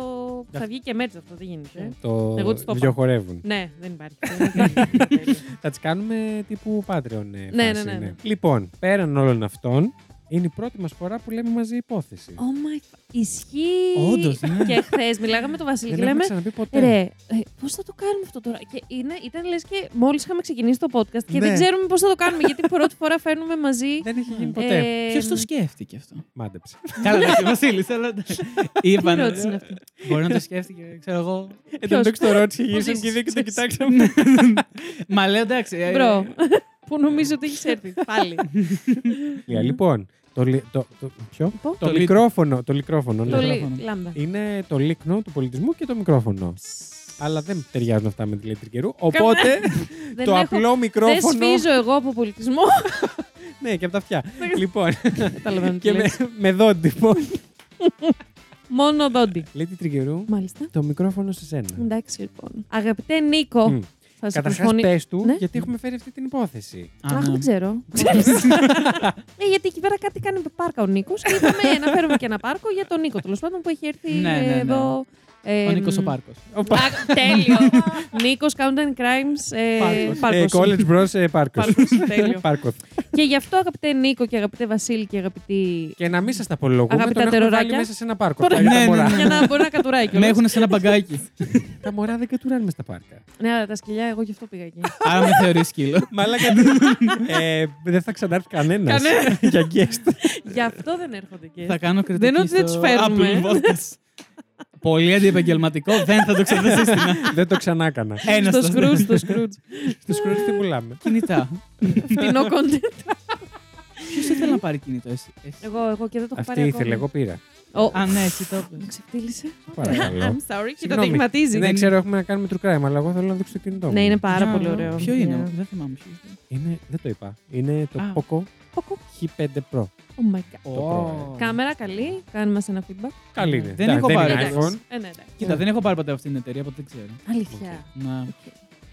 [SPEAKER 2] που θα βγει και μέτρη αυτό, δεν γίνεται. ε.
[SPEAKER 1] Το
[SPEAKER 2] Εγώ της το είπα.
[SPEAKER 1] δυο χορεύουν.
[SPEAKER 2] Ναι, δεν υπάρχει. Δεν υπάρχει.
[SPEAKER 1] Θα τις κάνουμε τύπου Patreon. ε,
[SPEAKER 2] Ναι,
[SPEAKER 1] φάση,
[SPEAKER 2] ναι, ναι, ναι.
[SPEAKER 1] Λοιπόν, πέραν όλων αυτών, είναι η πρώτη μας φορά που λέμε μαζί υπόθεση.
[SPEAKER 2] Oh my f- Ισχύει.
[SPEAKER 3] Όντως, ναι.
[SPEAKER 2] Και χθες μιλάγαμε με τον Βασίλη
[SPEAKER 1] Δεν
[SPEAKER 2] και
[SPEAKER 1] έχουμε
[SPEAKER 2] λέμε.
[SPEAKER 1] ξαναπεί ποτέ.
[SPEAKER 2] Ρε, ε, πώς θα το κάνουμε αυτό τώρα. Και είναι, ήταν λες και μόλις είχαμε ξεκινήσει το podcast
[SPEAKER 1] Ναι.
[SPEAKER 2] και δεν ξέρουμε πώς θα το κάνουμε. γιατί πρώτη φορά φέρνουμε μαζί.
[SPEAKER 1] Δεν έχει γίνει ποτέ.
[SPEAKER 2] ε,
[SPEAKER 3] Ποιος το σκέφτηκε αυτό.
[SPEAKER 1] Μάντεψε.
[SPEAKER 3] Καλά, εντάξει, Βασίλη, αλλά. εντάξει. Είπαν.
[SPEAKER 2] Τι ερώτηση είναι αυτή.
[SPEAKER 3] Μπορεί να το σκέφτηκε, ξέρω εγώ.
[SPEAKER 1] Εν τω μεταξύ το ρώτησε η
[SPEAKER 2] Ποιος?
[SPEAKER 1] Γύρισαν και δεν και το
[SPEAKER 2] Ποιος?
[SPEAKER 1] κοιτάξαμε.
[SPEAKER 3] Μα λέω εντάξει. ε,
[SPEAKER 2] Μπρο. που νομίζω ότι έχεις έρθει. Πάλι.
[SPEAKER 1] Λία, Λοιπόν, το, λι- το, το, ποιο?
[SPEAKER 2] Πω.
[SPEAKER 1] το
[SPEAKER 3] Το λι-
[SPEAKER 1] μικρόφωνο. Το μικρόφωνο, ναι.
[SPEAKER 2] Λοιπόν. το
[SPEAKER 3] μικρόφωνο.
[SPEAKER 2] λι- λάμπα.
[SPEAKER 1] Είναι το λίκνο του πολιτισμού και το μικρόφωνο. Αλλά δεν ταιριάζουν αυτά με τη λέξη καιρού. Οπότε
[SPEAKER 2] Δεν
[SPEAKER 1] το
[SPEAKER 2] έχω-
[SPEAKER 1] απλό
[SPEAKER 2] Δεν
[SPEAKER 1] μικρόφωνο.
[SPEAKER 2] σφίζω εγώ από πολιτισμό.
[SPEAKER 1] Ναι, και από τα αυτιά. λοιπόν,
[SPEAKER 2] Καταλαβαίνω τι
[SPEAKER 1] και με,
[SPEAKER 2] λες.
[SPEAKER 1] με δόντι. λοιπόν.
[SPEAKER 2] Μόνο δόντι.
[SPEAKER 1] Λέει τη τριγερού,
[SPEAKER 2] Μάλιστα.
[SPEAKER 1] το μικρόφωνο σε σένα.
[SPEAKER 2] Εντάξει λοιπόν. Αγαπητέ Νίκο,
[SPEAKER 1] Μμ.
[SPEAKER 2] θα σε
[SPEAKER 1] Καταρχάς,
[SPEAKER 2] προσφωνήσω.
[SPEAKER 1] πες του,
[SPEAKER 2] Ναι.
[SPEAKER 1] γιατί έχουμε φέρει αυτή την υπόθεση.
[SPEAKER 3] Α,
[SPEAKER 2] Αχ,
[SPEAKER 3] ναι.
[SPEAKER 2] δεν ξέρω. Ε, γιατί εκεί πέρα κάτι κάνει με πάρκα ο Νίκος και είπαμε να φέρουμε και ένα πάρκο για τον Νίκο τέλος πάντων που έχει έρθει
[SPEAKER 3] Ναι, ναι, ναι.
[SPEAKER 2] εδώ. ε,
[SPEAKER 3] Ο Νίκος ο
[SPEAKER 2] μ,
[SPEAKER 3] Πάρκο.
[SPEAKER 1] Ε,
[SPEAKER 2] Α, τέλειο. Νίκος Countdown Crimes. Ε,
[SPEAKER 3] Πάρκος.
[SPEAKER 1] Ε,
[SPEAKER 2] πάρκος.
[SPEAKER 1] college Bros. Ε, Πάρκος.
[SPEAKER 2] Πάρκος, τέλειο.
[SPEAKER 1] Πάρκος.
[SPEAKER 2] Και γι' αυτό αγαπητέ Νίκο και αγαπητέ Βασίλη και αγαπητοί.
[SPEAKER 1] Και να μην σας τα απολογούμε,
[SPEAKER 2] Αγαπητά
[SPEAKER 1] τον έχουμε βάλει
[SPEAKER 2] τεροράκια.
[SPEAKER 1] μέσα σε ένα πάρκο.
[SPEAKER 2] Τώρα-
[SPEAKER 1] Αυτά για τα
[SPEAKER 3] Ναι, ναι,
[SPEAKER 1] μωρά.
[SPEAKER 3] ναι.
[SPEAKER 2] Για να μπορεί να κατουράει
[SPEAKER 3] Με
[SPEAKER 2] κιόλα.
[SPEAKER 3] έχουν σε ένα μπαγκάκι.
[SPEAKER 1] Τα μωρά δεν κατουράνε μες στα πάρκα.
[SPEAKER 2] Ναι, αλλά τα σκυλιά, εγώ γι' αυτό πήγα εκεί.
[SPEAKER 3] Άρα με θεωρεί σκύλο.
[SPEAKER 1] Μαλάκα. ε, δεν θα ξανάρθει κανένας.
[SPEAKER 2] Κανένας.
[SPEAKER 1] για guest.
[SPEAKER 2] γι' αυτό δεν έρχονται και.
[SPEAKER 3] Θα κάνω κριτική.
[SPEAKER 2] Δεν είναι ότι δεν
[SPEAKER 3] στο
[SPEAKER 2] τους φέρνουμε.
[SPEAKER 3] Apple Podcast. Πολύ αντιεπαγγελματικό, δεν θα το ξαναδεί.
[SPEAKER 1] δεν το ξανά έκανα.
[SPEAKER 3] Ένας
[SPEAKER 2] στο σκρούτ, στο σκρούτ.
[SPEAKER 1] Στου κρούτ τι πουλάμε.
[SPEAKER 3] Κινητά. Ναι.
[SPEAKER 2] Φτηνό content.
[SPEAKER 3] Ποιος ήθελε να πάρει κινητό, εσύ. εσύ.
[SPEAKER 2] Εγώ, εγώ και δεν το έχω πάρει.
[SPEAKER 1] Αυτή ήθελε,
[SPEAKER 2] ακόμα.
[SPEAKER 1] εγώ πήρα.
[SPEAKER 2] Ο-
[SPEAKER 3] Α, ναι, εσύ το έπαιρες.
[SPEAKER 2] Με ξεφτύλισε. I'm
[SPEAKER 1] Παρακαλώ.
[SPEAKER 2] sorry. Και το
[SPEAKER 1] Συγγνώμη.
[SPEAKER 2] δειγματίζει.
[SPEAKER 1] Δεν ξέρω, έχουμε να κάνουμε true crime, αλλά εγώ θέλω να δείξω το κινητό μου.
[SPEAKER 2] Ναι, είναι πάρα
[SPEAKER 3] Α,
[SPEAKER 2] πολύ ωραίο.
[SPEAKER 3] Ποιο είναι, δεν θυμάμαι ποιο είναι.
[SPEAKER 1] Είναι- δεν το είπα. Είναι το
[SPEAKER 3] Α.
[SPEAKER 1] Poco
[SPEAKER 2] Ποκο.
[SPEAKER 1] H5 Pro.
[SPEAKER 2] Oh my god.
[SPEAKER 1] πρώην.
[SPEAKER 3] Ω.
[SPEAKER 2] Κάμερα καλή, κάνε μας ένα feedback.
[SPEAKER 1] Καλή είναι.
[SPEAKER 3] Δεν
[SPEAKER 1] Εντάξει,
[SPEAKER 3] έχω
[SPEAKER 1] είναι
[SPEAKER 3] πάρει.
[SPEAKER 1] iPhone.
[SPEAKER 2] Ε, ναι, εντάξει.
[SPEAKER 3] λοιπόν. Κοίτα, δεν έχω πάρει ποτέ αυτή την εταιρεία, οπότε δεν ξέρω.
[SPEAKER 2] Αλήθεια.
[SPEAKER 3] Να.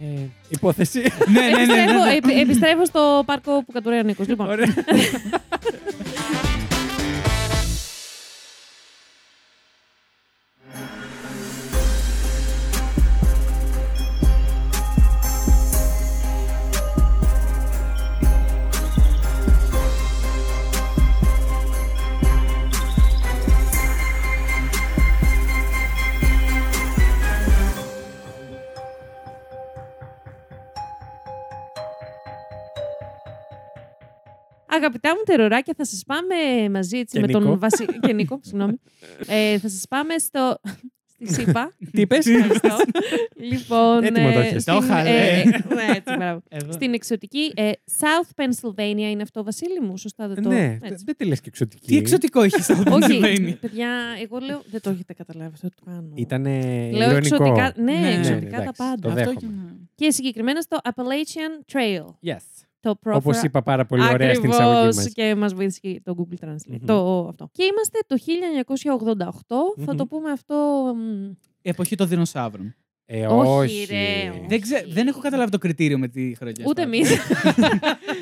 [SPEAKER 1] Ε, υπόθεση.
[SPEAKER 3] Ναι, ναι, ναι, ναι.
[SPEAKER 2] Επιστρέφω, επι- επιστρέφω στο πάρκο που κατουράει ο Νίκος. Λοιπόν,
[SPEAKER 1] Ωραία.
[SPEAKER 2] αγαπητά μου τεροράκια, θα σας πάμε μαζί έτσι,
[SPEAKER 1] Και
[SPEAKER 2] με τον
[SPEAKER 1] Νίκο.
[SPEAKER 2] Βασίλη και Νίκο, συγγνώμη. Ε, θα σας πάμε στο... Στη ΣΥΠΑ.
[SPEAKER 1] Τι είπες.
[SPEAKER 2] Ευχαριστώ. λοιπόν,
[SPEAKER 1] Έτοιμο το
[SPEAKER 2] ε,
[SPEAKER 1] έχεις.
[SPEAKER 2] στην-
[SPEAKER 3] Το είχα,
[SPEAKER 2] ε,
[SPEAKER 3] λέει.
[SPEAKER 2] ναι, έτσι, μπράβο.
[SPEAKER 3] Εδώ.
[SPEAKER 2] Στην εξωτική ε, South Pennsylvania είναι αυτό, Βασίλη μου, σωστά δεν το...
[SPEAKER 1] Ναι,
[SPEAKER 2] έτσι.
[SPEAKER 1] δεν τη λες και εξωτική.
[SPEAKER 3] Τι εξωτικό έχει αυτό που
[SPEAKER 2] Όχι,
[SPEAKER 3] συμβαίνει.
[SPEAKER 2] παιδιά, εγώ λέω. Δεν το έχετε καταλάβει αυτό το κάνω.
[SPEAKER 1] Ήταν
[SPEAKER 2] Λέω
[SPEAKER 1] ηρωνικό.
[SPEAKER 2] εξωτικά. Ναι,
[SPEAKER 3] Ναι, ναι,
[SPEAKER 2] εξωτικά τα
[SPEAKER 1] εντάξει,
[SPEAKER 2] πάντα.
[SPEAKER 1] το
[SPEAKER 3] Αυτό
[SPEAKER 1] δέχομαι.
[SPEAKER 3] και-
[SPEAKER 2] Και συγκεκριμένα στο Appalachian Trail.
[SPEAKER 1] Yes.
[SPEAKER 2] Το proper...
[SPEAKER 1] Όπως είπα πάρα πολύ ωραία στην εισαγωγή
[SPEAKER 2] Ακριβώς,
[SPEAKER 1] μας.
[SPEAKER 2] και μας βοήθησε και το Google Translate.
[SPEAKER 1] Μμμ.
[SPEAKER 2] το, αυτό. Και είμαστε το 1988, θα
[SPEAKER 1] Μμμ.
[SPEAKER 2] το πούμε αυτό μ,
[SPEAKER 3] Εποχή των δεινοσαύρων.
[SPEAKER 1] Ε,
[SPEAKER 2] Όχι,
[SPEAKER 1] όχι.
[SPEAKER 2] ρε, όχι.
[SPEAKER 3] Δεν, ξέ- δεν έχω καταλάβει το κριτήριο με τη χρονιά.
[SPEAKER 2] Ούτε εμεί.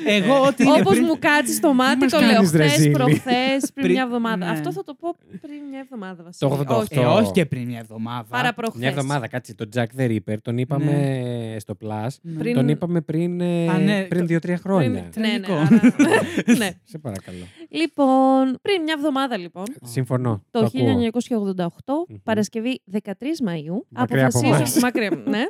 [SPEAKER 3] Εγώ ό,τι είναι
[SPEAKER 2] Όπως
[SPEAKER 3] πριν-
[SPEAKER 2] μου κάτσεις στο μάτι,
[SPEAKER 1] μας
[SPEAKER 2] το λέω
[SPEAKER 1] κάνεις, ρε,
[SPEAKER 2] χθε,
[SPEAKER 1] Ζήλη.
[SPEAKER 2] προχθές, πριν
[SPEAKER 3] Πριν-
[SPEAKER 2] μια εβδομάδα.
[SPEAKER 3] ναι.
[SPEAKER 2] Αυτό θα το πω πριν μια εβδομάδα
[SPEAKER 1] Το
[SPEAKER 2] βασικά.
[SPEAKER 1] 88.
[SPEAKER 3] Ε, όχι και πριν μια εβδομάδα.
[SPEAKER 2] Παραπροχθέ.
[SPEAKER 1] Μια εβδομάδα, κάτσε. Τον Jack the Ripper τον είπαμε στο Plus.
[SPEAKER 3] Ναι.
[SPEAKER 2] Πριν-
[SPEAKER 1] Τον είπαμε πριν, ε,
[SPEAKER 3] Α, ναι,
[SPEAKER 1] πριν
[SPEAKER 3] το-
[SPEAKER 1] δύο-τρία χρόνια.
[SPEAKER 2] Πριν... Ναι, ναι,
[SPEAKER 3] Τραγικό.
[SPEAKER 2] άρα- ναι.
[SPEAKER 1] Σε παρακαλώ.
[SPEAKER 2] Λοιπόν, πριν μια εβδομάδα λοιπόν,
[SPEAKER 1] Συμφωνώ. Το,
[SPEAKER 2] το
[SPEAKER 1] ακούω.
[SPEAKER 2] 1988,
[SPEAKER 1] Μμμ.
[SPEAKER 2] Παρασκευή 13 Μαΐου,
[SPEAKER 1] Μακριά από
[SPEAKER 2] αποφασίζω... Μακριά, ναι.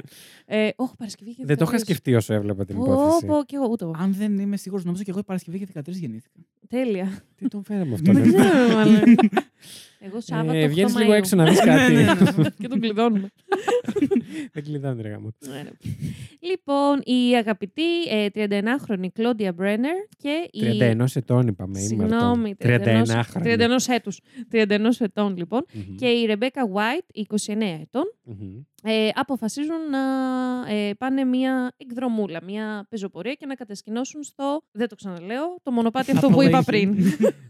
[SPEAKER 2] Ε, όχι, Παρασκευή και
[SPEAKER 1] Δεν το είχα
[SPEAKER 2] 13.
[SPEAKER 1] σκεφτεί όσο έβλεπα την
[SPEAKER 2] Πω,
[SPEAKER 1] υπόθεση.
[SPEAKER 2] πω, κι εγώ ούτε εγώ.
[SPEAKER 3] Αν δεν είμαι σίγουρος, νομίζω και εγώ η Παρασκευή και 13 γεννήθηκα.
[SPEAKER 2] Τέλεια.
[SPEAKER 1] Τι τον φέραμε αυτό.
[SPEAKER 3] Ναι,
[SPEAKER 2] Δεν
[SPEAKER 1] ναι.
[SPEAKER 2] ξέρω, μάλλον. Εγώ Σάββατο 8
[SPEAKER 1] Ε, βγαίνεις λίγο
[SPEAKER 2] Μαΐου.
[SPEAKER 1] έξω να δεις
[SPEAKER 3] Ναι, ναι,
[SPEAKER 1] κάτι.
[SPEAKER 3] ναι.
[SPEAKER 2] και τον κλειδώνουμε.
[SPEAKER 1] Δεν κλειδάνε, ρε γάμο.
[SPEAKER 2] Ναι, ρε. λοιπόν, η αγαπητή ε, 31χρονη Κλόντια Μπρένερ και η...
[SPEAKER 1] 31 ετών είπαμε. ή Μαρτών.
[SPEAKER 2] Συγγνώμη,
[SPEAKER 1] 31
[SPEAKER 2] 31
[SPEAKER 1] χρόνια.
[SPEAKER 2] 31 έτους. 31 ετών, λοιπόν. Και η Ρεμπέκα Βάιτ, 29 ετών, ε, αποφασίζουν να ε, πάνε μια εκδρομούλα, μια πεζοπορία και να κατασκηνώσουν στο, δεν το ξαναλέω, το μονοπάτι αυτό που είπα πριν.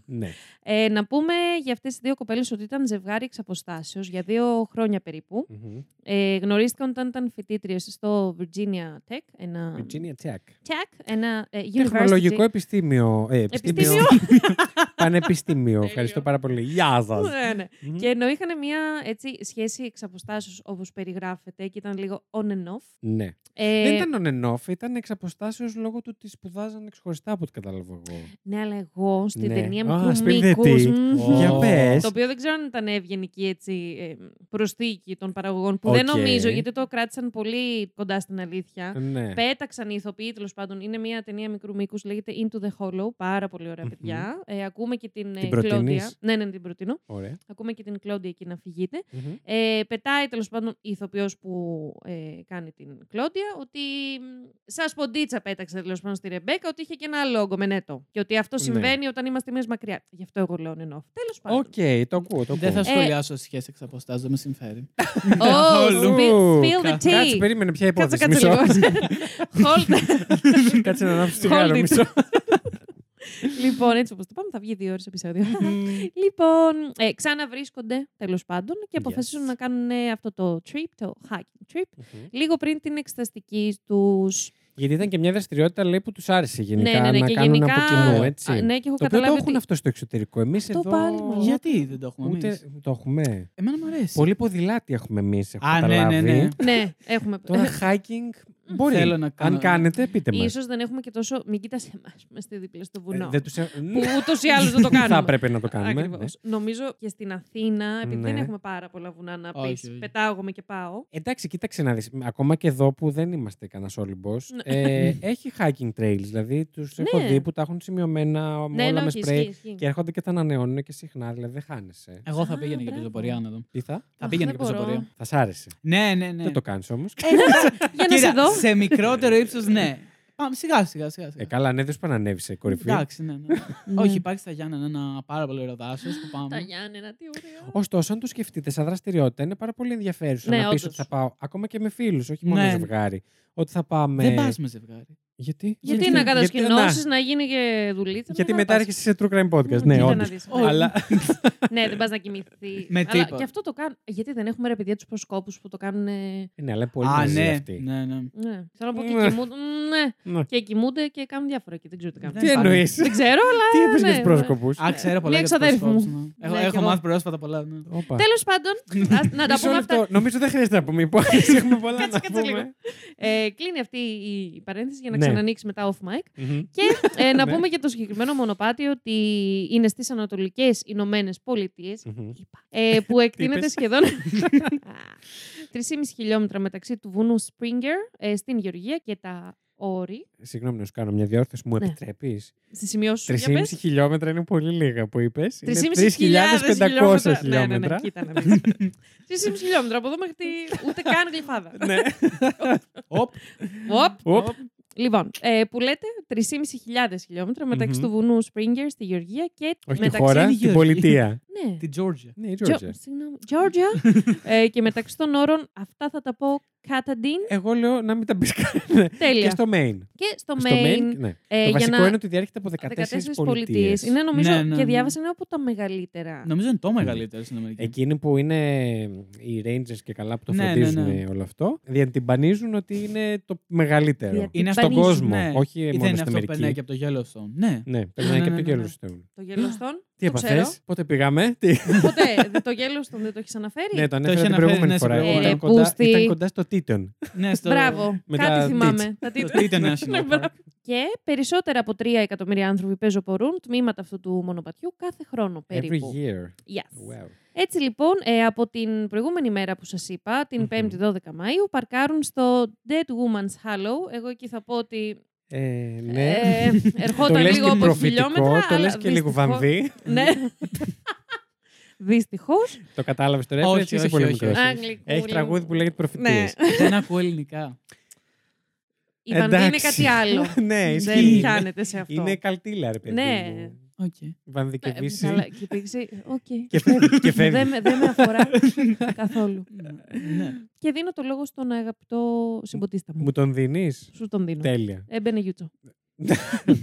[SPEAKER 1] Ναι.
[SPEAKER 2] Ε, να πούμε για αυτές τις δύο κοπέλες ότι ήταν ζευγάρι εξ αποστάσεως για δύο χρόνια περίπου.
[SPEAKER 1] Μμμ.
[SPEAKER 2] Ε, γνωρίστηκαν όταν ήταν φοιτήτριες στο Virginia Tech, ένα,
[SPEAKER 1] Virginia Tech.
[SPEAKER 2] Tech, ένα ε, university.
[SPEAKER 1] Τεχνολογικό επιστήμιο. ε, επιστήμιο.
[SPEAKER 2] Επιστήμιο.
[SPEAKER 1] Πανεπιστήμιο.
[SPEAKER 2] Τέλειο.
[SPEAKER 1] Ευχαριστώ πάρα πολύ. Γεια σας.
[SPEAKER 2] Ναι, ναι. Και ενώ είχαν μια έτσι, σχέση εξ αποστάσεως όπως περιγράφεται και ήταν λίγο on and off.
[SPEAKER 1] Ναι.
[SPEAKER 2] Ε,
[SPEAKER 1] Δεν ήταν on and off, ήταν εξ αποστάσεως λόγω του ότι σπουδάζαν ξεχωριστά από ό,τι κατάλαβα εγώ.
[SPEAKER 2] Ναι, αλλά εγώ στην
[SPEAKER 1] Ναι.
[SPEAKER 2] ταινία
[SPEAKER 1] Α,
[SPEAKER 2] μικρού
[SPEAKER 1] σπίρδετη.
[SPEAKER 2] μήκους,
[SPEAKER 1] Ω.
[SPEAKER 2] μμμ,
[SPEAKER 1] Για πες.
[SPEAKER 2] Το οποίο δεν ξέρω αν ήταν ευγενική έτσι, ε, προσθήκη των παραγωγών, που δεν
[SPEAKER 1] Οκ.
[SPEAKER 2] νομίζω γιατί το κράτησαν πολύ κοντά στην αλήθεια.
[SPEAKER 1] Ναι.
[SPEAKER 2] Πέταξαν οι ηθοποιοί, τέλος πάντων. Είναι μια ταινία μικρού μήκους, λέγεται Into the Hollow. Πάρα πολύ ωραία,
[SPEAKER 1] Μμμ.
[SPEAKER 2] παιδιά. Ε, ακούμε και την,
[SPEAKER 1] Την
[SPEAKER 2] ε, Κλόντια.
[SPEAKER 1] προτείνεις?
[SPEAKER 2] Ναι, ναι, την προτείνω.
[SPEAKER 1] Ωραία.
[SPEAKER 2] Ακούμε και την Κλόντια εκεί να φυγείτε.
[SPEAKER 1] Μμμ.
[SPEAKER 2] Ε, πετάει τέλος πάντων η ηθοποιός που ε, κάνει την Κλόντια ότι μ, σαν σποντίτσα πέταξε τέλος πάντων στη Ρεμπέκα ότι είχε και ένα λόγο με νέτο. Και ότι αυτό
[SPEAKER 1] Ναι.
[SPEAKER 2] συμβαίνει όταν είμαστε εμεί μακριά. Γι' αυτό εγώ λέω νενό. Τέλος πάντων.
[SPEAKER 1] Οκ, το ακούω, το
[SPEAKER 2] Ε,
[SPEAKER 3] Δεν
[SPEAKER 1] ακούω.
[SPEAKER 3] θα σχολιάσω σχέση εξ αποστάσεω, δεν με συμφέρει.
[SPEAKER 2] Oh,
[SPEAKER 1] Καθόλου.
[SPEAKER 2] spill- spill the tea.
[SPEAKER 1] Κάτσε, περίμενε, ποια
[SPEAKER 2] Ε, Κάτσε,
[SPEAKER 1] υπόθεση.
[SPEAKER 2] κάτσε
[SPEAKER 1] Μισό.
[SPEAKER 2] λίγο. Hold.
[SPEAKER 1] Κάτσε να ανάψει τη
[SPEAKER 2] Hold
[SPEAKER 1] γάλα,
[SPEAKER 2] it.
[SPEAKER 1] μισό.
[SPEAKER 2] λοιπόν, έτσι όπως το πάμε, θα βγει δύο ώρες επεισόδιο. λοιπόν, ε, ξαναβρίσκονται τέλος πάντων και
[SPEAKER 1] Yes.
[SPEAKER 2] αποφασίζουν να κάνουν ε, αυτό το trip, το hiking trip, λίγο πριν την εξεταστική τους.
[SPEAKER 1] Γιατί ήταν και μια δραστηριότητα λέει, που τους άρεσε γενικά
[SPEAKER 2] ναι, ναι,
[SPEAKER 1] να
[SPEAKER 2] και
[SPEAKER 1] κάνουν
[SPEAKER 2] γενικά.
[SPEAKER 1] από κοινού. Έτσι.
[SPEAKER 2] α, ναι, και έχω
[SPEAKER 1] το οποίο το
[SPEAKER 2] καταλάβει.
[SPEAKER 1] έχουν
[SPEAKER 2] ότι-
[SPEAKER 1] αυτό στο εξωτερικό. Εμείς
[SPEAKER 2] Αυτό
[SPEAKER 1] εδώ.
[SPEAKER 2] πάλι, μωρέ.
[SPEAKER 3] Γιατί δεν το έχουμε
[SPEAKER 1] Ούτε
[SPEAKER 3] εμείς.
[SPEAKER 1] το έχουμε.
[SPEAKER 3] Εμένα μου αρέσει.
[SPEAKER 1] Πολύ ποδηλάτη έχουμε εμείς.
[SPEAKER 3] Α, ναι, ναι, ναι.
[SPEAKER 2] Ναι, έχουμε.
[SPEAKER 1] Τώρα hiking μπορεί.
[SPEAKER 3] Θέλω να κάνω-
[SPEAKER 1] Αν κάνετε, πείτε μας.
[SPEAKER 2] Ίσως δεν έχουμε και τόσο. Μην κοιτάς εμάς. Είμαστε δίπλα στο βουνό.
[SPEAKER 1] δεν τους... ε,
[SPEAKER 2] Που
[SPEAKER 1] ναι,
[SPEAKER 2] ούτως ή άλλως δεν το κάνουμε.
[SPEAKER 1] Θα πρέπει να το κάνουμε. ναι.
[SPEAKER 2] Ακριβώς. Νομίζω και στην Αθήνα, επειδή
[SPEAKER 1] Ναι.
[SPEAKER 2] δεν έχουμε πάρα πολλά βουνά να
[SPEAKER 3] Όχι,
[SPEAKER 2] πεις,
[SPEAKER 3] όχι.
[SPEAKER 2] πετάγομαι και πάω.
[SPEAKER 1] Εντάξει, κοίταξε να δεις. Ακόμα και εδώ που δεν είμαστε κανένας όλυμπο, ε, έχει hiking trails. Δηλαδή τους έχω
[SPEAKER 2] Ναι.
[SPEAKER 1] δει που τα έχουν σημειωμένα
[SPEAKER 2] Ναι,
[SPEAKER 1] όλα
[SPEAKER 2] ναι,
[SPEAKER 1] με
[SPEAKER 2] όχι,
[SPEAKER 1] σπρέι.
[SPEAKER 2] ισχύει, ισχύει.
[SPEAKER 1] Και έρχονται και τα ανανεώνουν και συχνά, δηλαδή δεν χάνεσαι.
[SPEAKER 3] Εγώ θα
[SPEAKER 2] Α,
[SPEAKER 3] πήγαινα για
[SPEAKER 2] μπράβο.
[SPEAKER 3] πεζοπορία να δω.
[SPEAKER 1] Τι θα,
[SPEAKER 3] Θα
[SPEAKER 2] Αχ,
[SPEAKER 3] πήγαινα
[SPEAKER 2] δεν
[SPEAKER 3] για
[SPEAKER 2] μπορώ.
[SPEAKER 3] πεζοπορία.
[SPEAKER 1] θα σ' άρεσε.
[SPEAKER 3] Ναι, ναι, ναι.
[SPEAKER 1] Δεν το κάνεις όμως.
[SPEAKER 2] Ε. Για να σε
[SPEAKER 3] Κοίτα,
[SPEAKER 2] δω.
[SPEAKER 3] σε μικρότερο ύψος, ναι. Πάμε σιγά, σιγά, σιγά.
[SPEAKER 1] Ε,
[SPEAKER 3] σιγά.
[SPEAKER 1] καλά, ναι, δεν σου πανανέβει σε κορυφή.
[SPEAKER 3] Εντάξει, ναι, ναι.
[SPEAKER 2] Ναι.
[SPEAKER 3] Όχι, υπάρχει στα Γιάννενα ένα πάρα πολύ ωραίο δάσος που
[SPEAKER 2] Τα
[SPEAKER 3] πάμε.
[SPEAKER 2] Γιάννενα, τι ωραία.
[SPEAKER 1] Ωστόσο, αν το σκεφτείτε σαν δραστηριότητα, είναι πάρα πολύ ενδιαφέρουσα
[SPEAKER 2] Ναι,
[SPEAKER 1] να πεις
[SPEAKER 2] όντως.
[SPEAKER 1] ότι θα πάω ακόμα και με φίλους, όχι μόνο
[SPEAKER 3] Ναι.
[SPEAKER 1] ζευγάρι. Ότι θα πάμε.
[SPEAKER 3] Δεν πας με ζευγάρι.
[SPEAKER 1] Γιατί,
[SPEAKER 2] Γιατί να κατασκηνώσεις,
[SPEAKER 1] να-
[SPEAKER 2] να γίνει και δουλίτσα.
[SPEAKER 1] Γιατί
[SPEAKER 2] να
[SPEAKER 1] μετά
[SPEAKER 2] πας.
[SPEAKER 1] έρχεσαι σε true crime
[SPEAKER 2] Μμμ,
[SPEAKER 1] podcast. Ναι,
[SPEAKER 2] κοίτα να
[SPEAKER 1] όντως.
[SPEAKER 2] δεις.
[SPEAKER 3] Όχι.
[SPEAKER 1] Αλλά
[SPEAKER 2] Ναι, δεν πας να κοιμηθεί.
[SPEAKER 3] Με
[SPEAKER 2] Αλλά
[SPEAKER 3] τίποτα.
[SPEAKER 2] και αυτό το κάνουν. Γιατί δεν έχουμε ρε παιδιά τους προσκόπους που το κάνουν. ε,
[SPEAKER 1] ναι, αλλά είναι πολύ
[SPEAKER 3] Α,
[SPEAKER 1] μαζί
[SPEAKER 3] ναι.
[SPEAKER 1] αυτή.
[SPEAKER 3] ναι, ναι.
[SPEAKER 2] Ναι. Θέλω να πω
[SPEAKER 1] Ναι.
[SPEAKER 2] και κοιμούνται. μ, Ναι.
[SPEAKER 1] Ναι.
[SPEAKER 2] Και κοιμούνται και κάνουν διάφορα εκεί. Δεν ξέρω τι κάνουν.
[SPEAKER 1] Τι
[SPEAKER 3] Δεν πάνε.
[SPEAKER 1] εννοείς.
[SPEAKER 2] Δεν ξέρω, αλλά.
[SPEAKER 1] Τι είπες για
[SPEAKER 2] Ε, ναι,
[SPEAKER 1] τους
[SPEAKER 2] ναι.
[SPEAKER 1] πρόσκοπου.
[SPEAKER 3] Α, ξέρω πολλά.
[SPEAKER 2] Μια
[SPEAKER 3] για τους
[SPEAKER 2] εξαδέρφη μου.
[SPEAKER 3] προσώπους, ναι. Εγώ
[SPEAKER 2] Ναι, κι
[SPEAKER 3] έχω
[SPEAKER 2] εγώ.
[SPEAKER 3] μάθει πρόσφατα πολλά. ναι.
[SPEAKER 2] Τέλος πάντων, ας- να τα πούμε αυτά.
[SPEAKER 1] Νομίζω δεν χρειάζεται να πούμε υπόθεση. Έχουμε πολλά
[SPEAKER 2] Κάτσε,
[SPEAKER 1] να
[SPEAKER 2] κάτσε λίγο.
[SPEAKER 1] πούμε.
[SPEAKER 2] Ε, κλείνει αυτή η η παρένθεση για να
[SPEAKER 1] Ναι.
[SPEAKER 2] ξανανοίξει μετά off mic.
[SPEAKER 1] Μμμ.
[SPEAKER 2] Και ε, να
[SPEAKER 1] Ναι.
[SPEAKER 2] πούμε για το συγκεκριμένο μονοπάτι ότι είναι στις Ανατολικές Ηνωμένες Πολιτείες.
[SPEAKER 1] Μμμ.
[SPEAKER 2] είπα, ε, που εκτείνεται
[SPEAKER 1] είπες?
[SPEAKER 2] σχεδόν 3,5 χιλιόμετρα μεταξύ του βουνού Springer ε, στην Γεωργία και τα όρη.
[SPEAKER 1] Συγγνώμη να σου κάνω μια διόρθωση. Μου
[SPEAKER 2] Ναι.
[SPEAKER 1] επιτρέπεις.
[SPEAKER 2] Στη σημειώσει σου, για
[SPEAKER 1] 3,5
[SPEAKER 2] πες.
[SPEAKER 1] χιλιόμετρα είναι πολύ λίγα που είπες.
[SPEAKER 2] 3.500
[SPEAKER 1] 3.500
[SPEAKER 2] Ναι, ναι, ναι,
[SPEAKER 1] χιλιόμετρα.
[SPEAKER 2] κοίτα να δεις. 3,5 χιλιόμετρα από εδώ μέχρι τη... ούτε καν γλυφάδα.
[SPEAKER 1] Ναι.
[SPEAKER 3] Οπ.
[SPEAKER 2] Οπ.
[SPEAKER 1] Οπ.
[SPEAKER 2] Λοιπόν, ε, που λέτε 3.500 χιλιόμετρα μεταξύ
[SPEAKER 1] Μμμ.
[SPEAKER 2] του βουνού Springer στη Γεωργία και
[SPEAKER 1] Όχι τη
[SPEAKER 2] μεταξύ...
[SPEAKER 1] χώρα,
[SPEAKER 3] είναι η
[SPEAKER 1] την
[SPEAKER 3] Γεωργία.
[SPEAKER 1] πολιτεία.
[SPEAKER 2] Ναι.
[SPEAKER 3] Την Τζόρτζια.
[SPEAKER 1] Ναι, η
[SPEAKER 2] Τζο-
[SPEAKER 1] Georgia.
[SPEAKER 2] Συγγνώμη. Georgia. ε, και μεταξύ των όρων, αυτά θα τα πω Καταντίν.
[SPEAKER 1] Εγώ λέω να μην τα πεις καν.
[SPEAKER 2] Τέλεια.
[SPEAKER 1] Και στο main.
[SPEAKER 2] Και στο
[SPEAKER 1] Στο
[SPEAKER 2] main.
[SPEAKER 1] ναι.
[SPEAKER 2] ε,
[SPEAKER 1] το
[SPEAKER 2] για
[SPEAKER 1] βασικό
[SPEAKER 2] να-
[SPEAKER 1] είναι ότι διέρχεται από 14,
[SPEAKER 2] 14
[SPEAKER 1] πολιτείες.
[SPEAKER 2] πολιτείες. Είναι νομίζω
[SPEAKER 3] Ναι, ναι,
[SPEAKER 2] και
[SPEAKER 3] ναι.
[SPEAKER 2] διάβασα είναι από τα μεγαλύτερα.
[SPEAKER 3] Νομίζω είναι
[SPEAKER 1] Ναι.
[SPEAKER 3] το μεγαλύτερο στην Αμερική.
[SPEAKER 1] Εκείνοι που είναι οι Rangers και καλά που το
[SPEAKER 3] Ναι, ναι,
[SPEAKER 1] φροντίζουν
[SPEAKER 3] ναι.
[SPEAKER 1] όλο αυτό, διατυμπανίζουν ότι είναι το μεγαλύτερο.
[SPEAKER 2] Διατυμπανίζουν.
[SPEAKER 3] Είναι
[SPEAKER 1] Στον
[SPEAKER 3] αυτό-
[SPEAKER 1] κόσμο,
[SPEAKER 3] ναι.
[SPEAKER 1] όχι
[SPEAKER 3] Ή
[SPEAKER 1] μόνο
[SPEAKER 3] δεν είναι
[SPEAKER 1] στην
[SPEAKER 3] αυτό που
[SPEAKER 1] Αμερική.
[SPEAKER 3] περνάει και από το Yellowstone. Ναι.
[SPEAKER 1] Ναι, περνάει
[SPEAKER 3] ναι,
[SPEAKER 1] και
[SPEAKER 3] ναι,
[SPEAKER 1] από το
[SPEAKER 3] ναι, ναι.
[SPEAKER 1] Yellowstone.
[SPEAKER 2] Το Yellowstone.
[SPEAKER 1] Τι
[SPEAKER 2] το ξέρω.
[SPEAKER 1] έπαθε, πότε πήγαμε, τι.
[SPEAKER 2] Ποτέ. δε- Το Yellowstone δεν το έχεις αναφέρει.
[SPEAKER 1] ναι, το ανέφερα
[SPEAKER 3] είχε
[SPEAKER 1] την
[SPEAKER 3] αναφέρει,
[SPEAKER 1] προηγούμενη
[SPEAKER 3] ναι, σε
[SPEAKER 1] φορά.
[SPEAKER 2] προηγούμενη.
[SPEAKER 1] ήταν,
[SPEAKER 2] Ε,
[SPEAKER 1] κοντά,
[SPEAKER 2] πούστη.
[SPEAKER 1] ήταν κοντά στο Τίτον.
[SPEAKER 3] ναι στο...
[SPEAKER 2] Μπράβο.
[SPEAKER 1] με τα
[SPEAKER 2] Κάτι
[SPEAKER 1] tits.
[SPEAKER 2] θυμάμαι. Τα
[SPEAKER 3] Το
[SPEAKER 2] tits.
[SPEAKER 3] Titan
[SPEAKER 2] Ναι,
[SPEAKER 3] National Park.
[SPEAKER 2] μπράβο. Και περισσότερα από 3 εκατομμύρια άνθρωποι πεζοπορούν τμήματα αυτού του μονοπατιού κάθε χρόνο περίπου.
[SPEAKER 1] Every year.
[SPEAKER 2] Yes.
[SPEAKER 1] Wow.
[SPEAKER 2] Έτσι λοιπόν, ε, από την προηγούμενη μέρα που σας είπα, την
[SPEAKER 1] Μμμ.
[SPEAKER 2] 5η 12 Μαΐου, παρκάρουν στο Dead Woman's Hollow. Εγώ εκεί θα πω ότι
[SPEAKER 1] Ε, ναι.
[SPEAKER 2] ε,
[SPEAKER 1] το
[SPEAKER 2] ερχόταν
[SPEAKER 1] λες
[SPEAKER 2] λίγο
[SPEAKER 1] και
[SPEAKER 2] από χιλιόμετρα.
[SPEAKER 1] προφητικό, το
[SPEAKER 2] αλλά
[SPEAKER 1] λες και λίγο
[SPEAKER 2] δυστυχώς-
[SPEAKER 1] βαμβί.
[SPEAKER 2] Ναι. Δυστυχώς.
[SPEAKER 1] Το κατάλαβες τώρα,
[SPEAKER 3] Όχι,
[SPEAKER 1] έφερες, είσαι
[SPEAKER 3] όχι,
[SPEAKER 1] πολύ
[SPEAKER 3] όχι,
[SPEAKER 1] μικρός.
[SPEAKER 3] όχι.
[SPEAKER 2] Αγγλικούλη
[SPEAKER 1] Έχει
[SPEAKER 2] μου.
[SPEAKER 1] τραγούδι που λέγεται
[SPEAKER 2] Ναι.
[SPEAKER 1] προφητείες.
[SPEAKER 3] Δεν ακούω ελληνικά.
[SPEAKER 2] Η βαμβί είναι κάτι άλλο.
[SPEAKER 1] ναι,
[SPEAKER 2] Δεν
[SPEAKER 1] ισχύει.
[SPEAKER 2] πιάνεται σε αυτό.
[SPEAKER 1] Είναι καλτήλα, ρε παιδί
[SPEAKER 2] Ναι.
[SPEAKER 1] μου.
[SPEAKER 3] Οκ.
[SPEAKER 2] Ε,
[SPEAKER 1] Βανδικεβίση.
[SPEAKER 2] Καλά, και υπήρξε. Οκ.
[SPEAKER 1] Και φεύγει. Και
[SPEAKER 2] Δεν
[SPEAKER 1] φεύγει.
[SPEAKER 2] με- δεν με αφορά καθόλου.
[SPEAKER 3] Ναι.
[SPEAKER 2] Και δίνω το λόγο στον αγαπητό συμποτίστα μου.
[SPEAKER 1] Μου Ναι. τον δίνεις.
[SPEAKER 2] Σου τον δίνω.
[SPEAKER 1] Τέλεια.
[SPEAKER 2] Έμπαινε γιούτσο.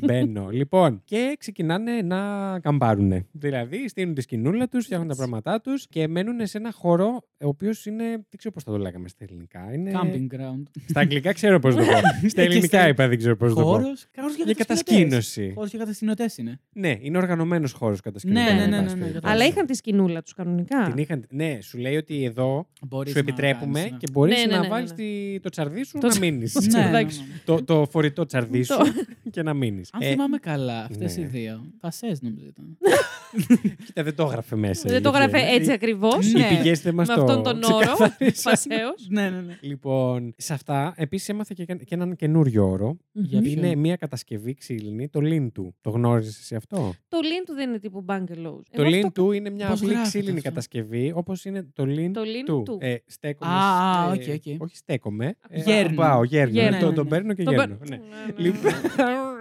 [SPEAKER 1] Μπαίνω. Λοιπόν, και ξεκινάνε να καμπάρουνε. Δηλαδή, στείλουν τη σκηνούλα τους, φτιάχνουν τα
[SPEAKER 2] Έτσι.
[SPEAKER 1] πράγματά τους και μένουν σε ένα χώρο ο οποίος είναι. Δεν ξέρω πώς θα το λέγαμε στα ελληνικά. Είναι...
[SPEAKER 3] Camping ground.
[SPEAKER 1] Στα αγγλικά ξέρω πώς το πω. στα ελληνικά
[SPEAKER 3] στα-
[SPEAKER 1] είπα, δεν ξέρω πώς το πω.
[SPEAKER 3] Χώρος
[SPEAKER 1] Για κατασκήνωση.
[SPEAKER 3] Χώρος για κατασκηνωτές είναι.
[SPEAKER 1] Ναι, είναι οργανωμένος χώρος κατασκήνωση.
[SPEAKER 3] Ναι,
[SPEAKER 2] ναι, ναι,
[SPEAKER 3] ναι, ναι,
[SPEAKER 2] Αλλά είχαν τη σκηνούλα τους κανονικά.
[SPEAKER 1] Την είχαν... Ναι, σου λέει ότι εδώ
[SPEAKER 3] Μπορείς
[SPEAKER 1] σου
[SPEAKER 3] να
[SPEAKER 1] επιτρέπουμε
[SPEAKER 3] κάνεις, ναι.
[SPEAKER 1] και μπορείς
[SPEAKER 2] Ναι, ναι,
[SPEAKER 1] να
[SPEAKER 2] ναι, ναι,
[SPEAKER 1] βάλεις
[SPEAKER 2] ναι.
[SPEAKER 1] το τσαρδί σου
[SPEAKER 2] Το
[SPEAKER 1] να
[SPEAKER 2] τσα-
[SPEAKER 1] μείνει.
[SPEAKER 2] το
[SPEAKER 3] Ναι, ναι, ναι,
[SPEAKER 2] Εντάξει.
[SPEAKER 3] ναι.
[SPEAKER 1] το, το φορητό τσαρδί σου
[SPEAKER 2] Το-
[SPEAKER 1] και να Ε, μείνεις.
[SPEAKER 3] Αν θυμάμαι καλά, αυτές
[SPEAKER 1] ναι.
[SPEAKER 3] οι δύο. Πασές νομίζω ήταν.
[SPEAKER 1] κοίτα, δεν το έγραφε μέσα.
[SPEAKER 2] Δεν το γράφε
[SPEAKER 1] αλήθεια.
[SPEAKER 2] έτσι ακριβώς.
[SPEAKER 1] Οι
[SPEAKER 3] Ναι.
[SPEAKER 1] πηγές δεν μας
[SPEAKER 2] Με
[SPEAKER 1] το
[SPEAKER 2] αυτόν τον όρο.
[SPEAKER 1] ξεκαθάρισαν.
[SPEAKER 2] Φασαίο.
[SPEAKER 3] ναι, ναι, ναι.
[SPEAKER 1] Λοιπόν, σε αυτά επίσης έμαθα και, και έναν καινούριο όρο.
[SPEAKER 3] Για
[SPEAKER 1] που
[SPEAKER 3] Ποιο?
[SPEAKER 1] Είναι μια κατασκευή ξύλινη, το Lintu. Το γνώριζες εσύ αυτό.
[SPEAKER 2] Το lean του δεν είναι τύπου bungalows.
[SPEAKER 3] Ε,
[SPEAKER 1] το
[SPEAKER 2] Εγώ αυτό-
[SPEAKER 1] Lintu είναι μια
[SPEAKER 3] Πώς
[SPEAKER 1] απλή
[SPEAKER 3] γράφεται
[SPEAKER 1] ξύλινη
[SPEAKER 3] αυτό?
[SPEAKER 1] κατασκευή, όπως είναι το Lintu.
[SPEAKER 2] Το lean του.
[SPEAKER 1] Ε, στέκομαι.
[SPEAKER 3] Α,
[SPEAKER 1] ε,
[SPEAKER 3] α, οκ, οκ.
[SPEAKER 1] Όχι, στέκομαι. ε,
[SPEAKER 3] Γέρνω.
[SPEAKER 1] πάω, γέρνω.
[SPEAKER 2] Γέρνω,
[SPEAKER 1] ε, το-
[SPEAKER 3] ναι,
[SPEAKER 1] Τον
[SPEAKER 3] ναι.
[SPEAKER 1] παίρνω και
[SPEAKER 2] Το
[SPEAKER 1] γέρνω.
[SPEAKER 2] μπα-
[SPEAKER 1] ναι.
[SPEAKER 2] Ναι, ναι.
[SPEAKER 1] Λοιπόν,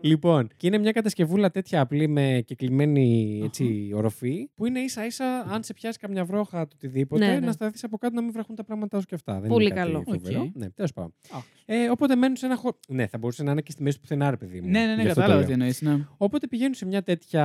[SPEAKER 1] λοιπόν, και είναι μια κατασκευούλα τέτοια απλή με κεκλειμένη έτσι, οροφή, που είναι ίσα ίσα, αν σε πιάσει καμιά βρόχα του οτιδήποτε,
[SPEAKER 2] Ναι, ναι.
[SPEAKER 1] να σταθείς από κάτω να μην βραχούν τα πράγματά σου και αυτά. Δεν
[SPEAKER 2] Πολύ
[SPEAKER 1] είναι κάτι
[SPEAKER 2] καλό.
[SPEAKER 1] φοβερό.
[SPEAKER 3] Οκ.
[SPEAKER 1] Ναι, τέλος πάντων.
[SPEAKER 3] Α.
[SPEAKER 1] Ε, οπότε μένουν σε ένα χώρο. Ναι, θα μπορούσε να είναι και στη μέση του πουθενά, ρε παιδί μου.
[SPEAKER 3] Ναι, ναι,
[SPEAKER 1] Γι'
[SPEAKER 3] ναι,
[SPEAKER 1] αυτό το
[SPEAKER 3] κατάλαβα
[SPEAKER 1] λέω.
[SPEAKER 3] τι εννοείς. Ναι.
[SPEAKER 1] Οπότε πηγαίνουν σε μια τέτοια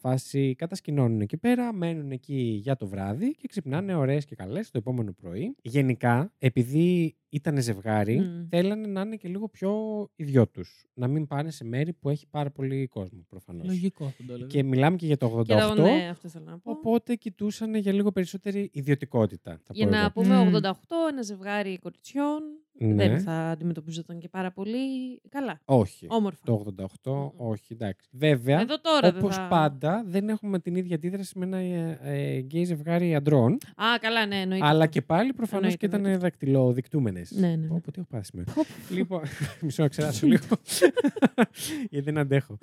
[SPEAKER 1] φάση, κατασκηνώνουν εκεί πέρα, μένουν εκεί για το βράδυ και ξυπνάνε ωραίες και καλές το επόμενο πρωί. Γενικά, επειδή ήταν ζευγάρι,
[SPEAKER 2] Μμμ.
[SPEAKER 1] θέλανε να είναι και λίγο πιο οι δυο τους. Να μην πάνε σε μέρη που έχει πάρα πολύ κόσμο προφανώς.
[SPEAKER 3] Λογικό αυτό το λέω.
[SPEAKER 1] Ναι. Και μιλάμε και για το 88.
[SPEAKER 2] Και εδώ, ναι, αυτό θέλω να πω.
[SPEAKER 1] Οπότε κοιτούσαν για λίγο περισσότερη ιδιωτικότητα. Θα
[SPEAKER 2] Για
[SPEAKER 1] πω
[SPEAKER 2] να
[SPEAKER 1] εγώ.
[SPEAKER 2] πούμε
[SPEAKER 3] Μμμ.
[SPEAKER 2] 88, ένα ζευγάρι κοριτσιών.
[SPEAKER 1] Ναι.
[SPEAKER 2] Δεν θα αντιμετωπιζόταν και πάρα πολύ καλά.
[SPEAKER 1] Όχι.
[SPEAKER 2] Όμορφα.
[SPEAKER 1] Το 88,
[SPEAKER 2] Μμμ.
[SPEAKER 1] όχι, εντάξει. Βέβαια,
[SPEAKER 2] Εδώ τώρα δεν
[SPEAKER 1] Όπως
[SPEAKER 2] θα-
[SPEAKER 1] πάντα, δεν έχουμε την ίδια αντίδραση με ένα ε, ε, γκέι ζευγάρι αντρών.
[SPEAKER 2] Α, καλά, ναι, εννοείται.
[SPEAKER 1] αλλά
[SPEAKER 2] αυτό.
[SPEAKER 1] και πάλι προφανώς
[SPEAKER 2] Εννοείται,
[SPEAKER 1] και ήταν
[SPEAKER 2] εννοείται.
[SPEAKER 1] δακτυλοδεικτούμενες.
[SPEAKER 2] Ναι, ναι.
[SPEAKER 1] Πω, πω, τι έχω πάθει σήμερα. λοιπόν, μισό να ξεράσω λίγο. Γιατί δεν αντέχω.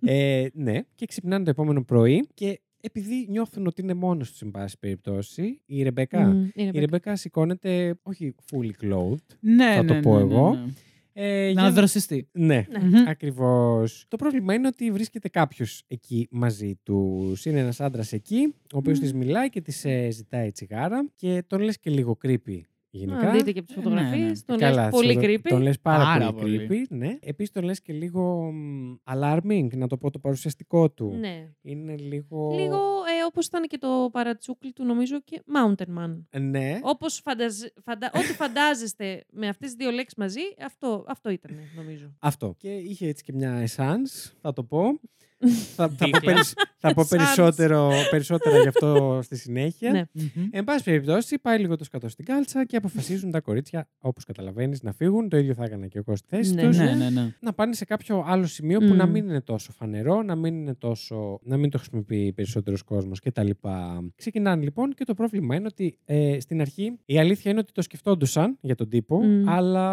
[SPEAKER 1] ε, ναι, και ξυπνάνε το επόμενο πρωί και επειδή νιώθουν ότι είναι μόνος τους, εν πάση περιπτώσει, η Ρεμπέκα.
[SPEAKER 2] Μμμ, είναι
[SPEAKER 1] Η Ρεμπέκα σηκώνεται, όχι fully clothed.
[SPEAKER 3] Ναι,
[SPEAKER 1] θα το
[SPEAKER 3] ναι,
[SPEAKER 1] πω
[SPEAKER 3] ναι, ναι,
[SPEAKER 1] εγώ.
[SPEAKER 3] ναι.
[SPEAKER 1] Ε, για-
[SPEAKER 3] Να δροσιστεί.
[SPEAKER 1] Ναι.
[SPEAKER 2] Ναι.
[SPEAKER 3] Μμμ.
[SPEAKER 1] Ακριβώς. Το πρόβλημα είναι ότι βρίσκεται κάποιος εκεί μαζί τους. Είναι ένας άντρας εκεί, ο οποίος
[SPEAKER 2] Μμμ.
[SPEAKER 1] της μιλάει και της ζητάει τσιγάρα και τον λες και λίγο creepy γενικά.
[SPEAKER 2] Να δείτε και από τι
[SPEAKER 3] Ε, ναι,
[SPEAKER 2] φωτογραφίε.
[SPEAKER 3] ναι.
[SPEAKER 2] Τον
[SPEAKER 1] Καλά,
[SPEAKER 2] λες πολύ
[SPEAKER 1] τον-
[SPEAKER 2] creepy.
[SPEAKER 1] Τον λες πάρα,
[SPEAKER 3] Πάρα
[SPEAKER 1] πολύ,
[SPEAKER 3] πολύ.
[SPEAKER 1] creepy. Ναι. Επίσης τον λες και λίγο μ, alarming, να το πω το παρουσιαστικό του.
[SPEAKER 2] Ναι.
[SPEAKER 1] Είναι λίγο.
[SPEAKER 2] Λίγο ε, όπως ήταν και το παρατσούκλι του, νομίζω και Mountain Man.
[SPEAKER 1] Ναι.
[SPEAKER 2] Όπως φαντα... ό,τι φαντάζεστε με αυτές τις δύο λέξεις μαζί, αυτό, αυτό ήταν, νομίζω.
[SPEAKER 1] Αυτό. Και είχε έτσι και μια essence, θα το πω. θα, θα, πω,
[SPEAKER 3] Δίχλα.
[SPEAKER 1] περισ- θα πω
[SPEAKER 2] Essence.
[SPEAKER 1] περισσότερο, περισσότερα γι' αυτό στη συνέχεια.
[SPEAKER 2] Ναι.
[SPEAKER 3] Μμμ.
[SPEAKER 1] Εν πάση περιπτώσει, πάει λίγο το σκατό στην κάλτσα και αποφασίζουν τα κορίτσια, όπως καταλαβαίνεις, να φύγουν. Το ίδιο θα έκανα και εγώ στη θέση
[SPEAKER 2] Ναι,
[SPEAKER 1] τους.
[SPEAKER 3] Ναι, ναι, ναι.
[SPEAKER 1] Να πάνε σε κάποιο άλλο σημείο που να
[SPEAKER 2] Μμμ.
[SPEAKER 1] μην είναι τόσο φανερό, να μην, είναι τόσο... να μην το χρησιμοποιεί περισσότερος κόσμος κτλ. Ξεκινάνε λοιπόν και το πρόβλημα είναι ότι ε, στην αρχή η αλήθεια είναι ότι το σκεφτόντουσαν για τον τύπο,
[SPEAKER 2] Μμ.
[SPEAKER 1] αλλά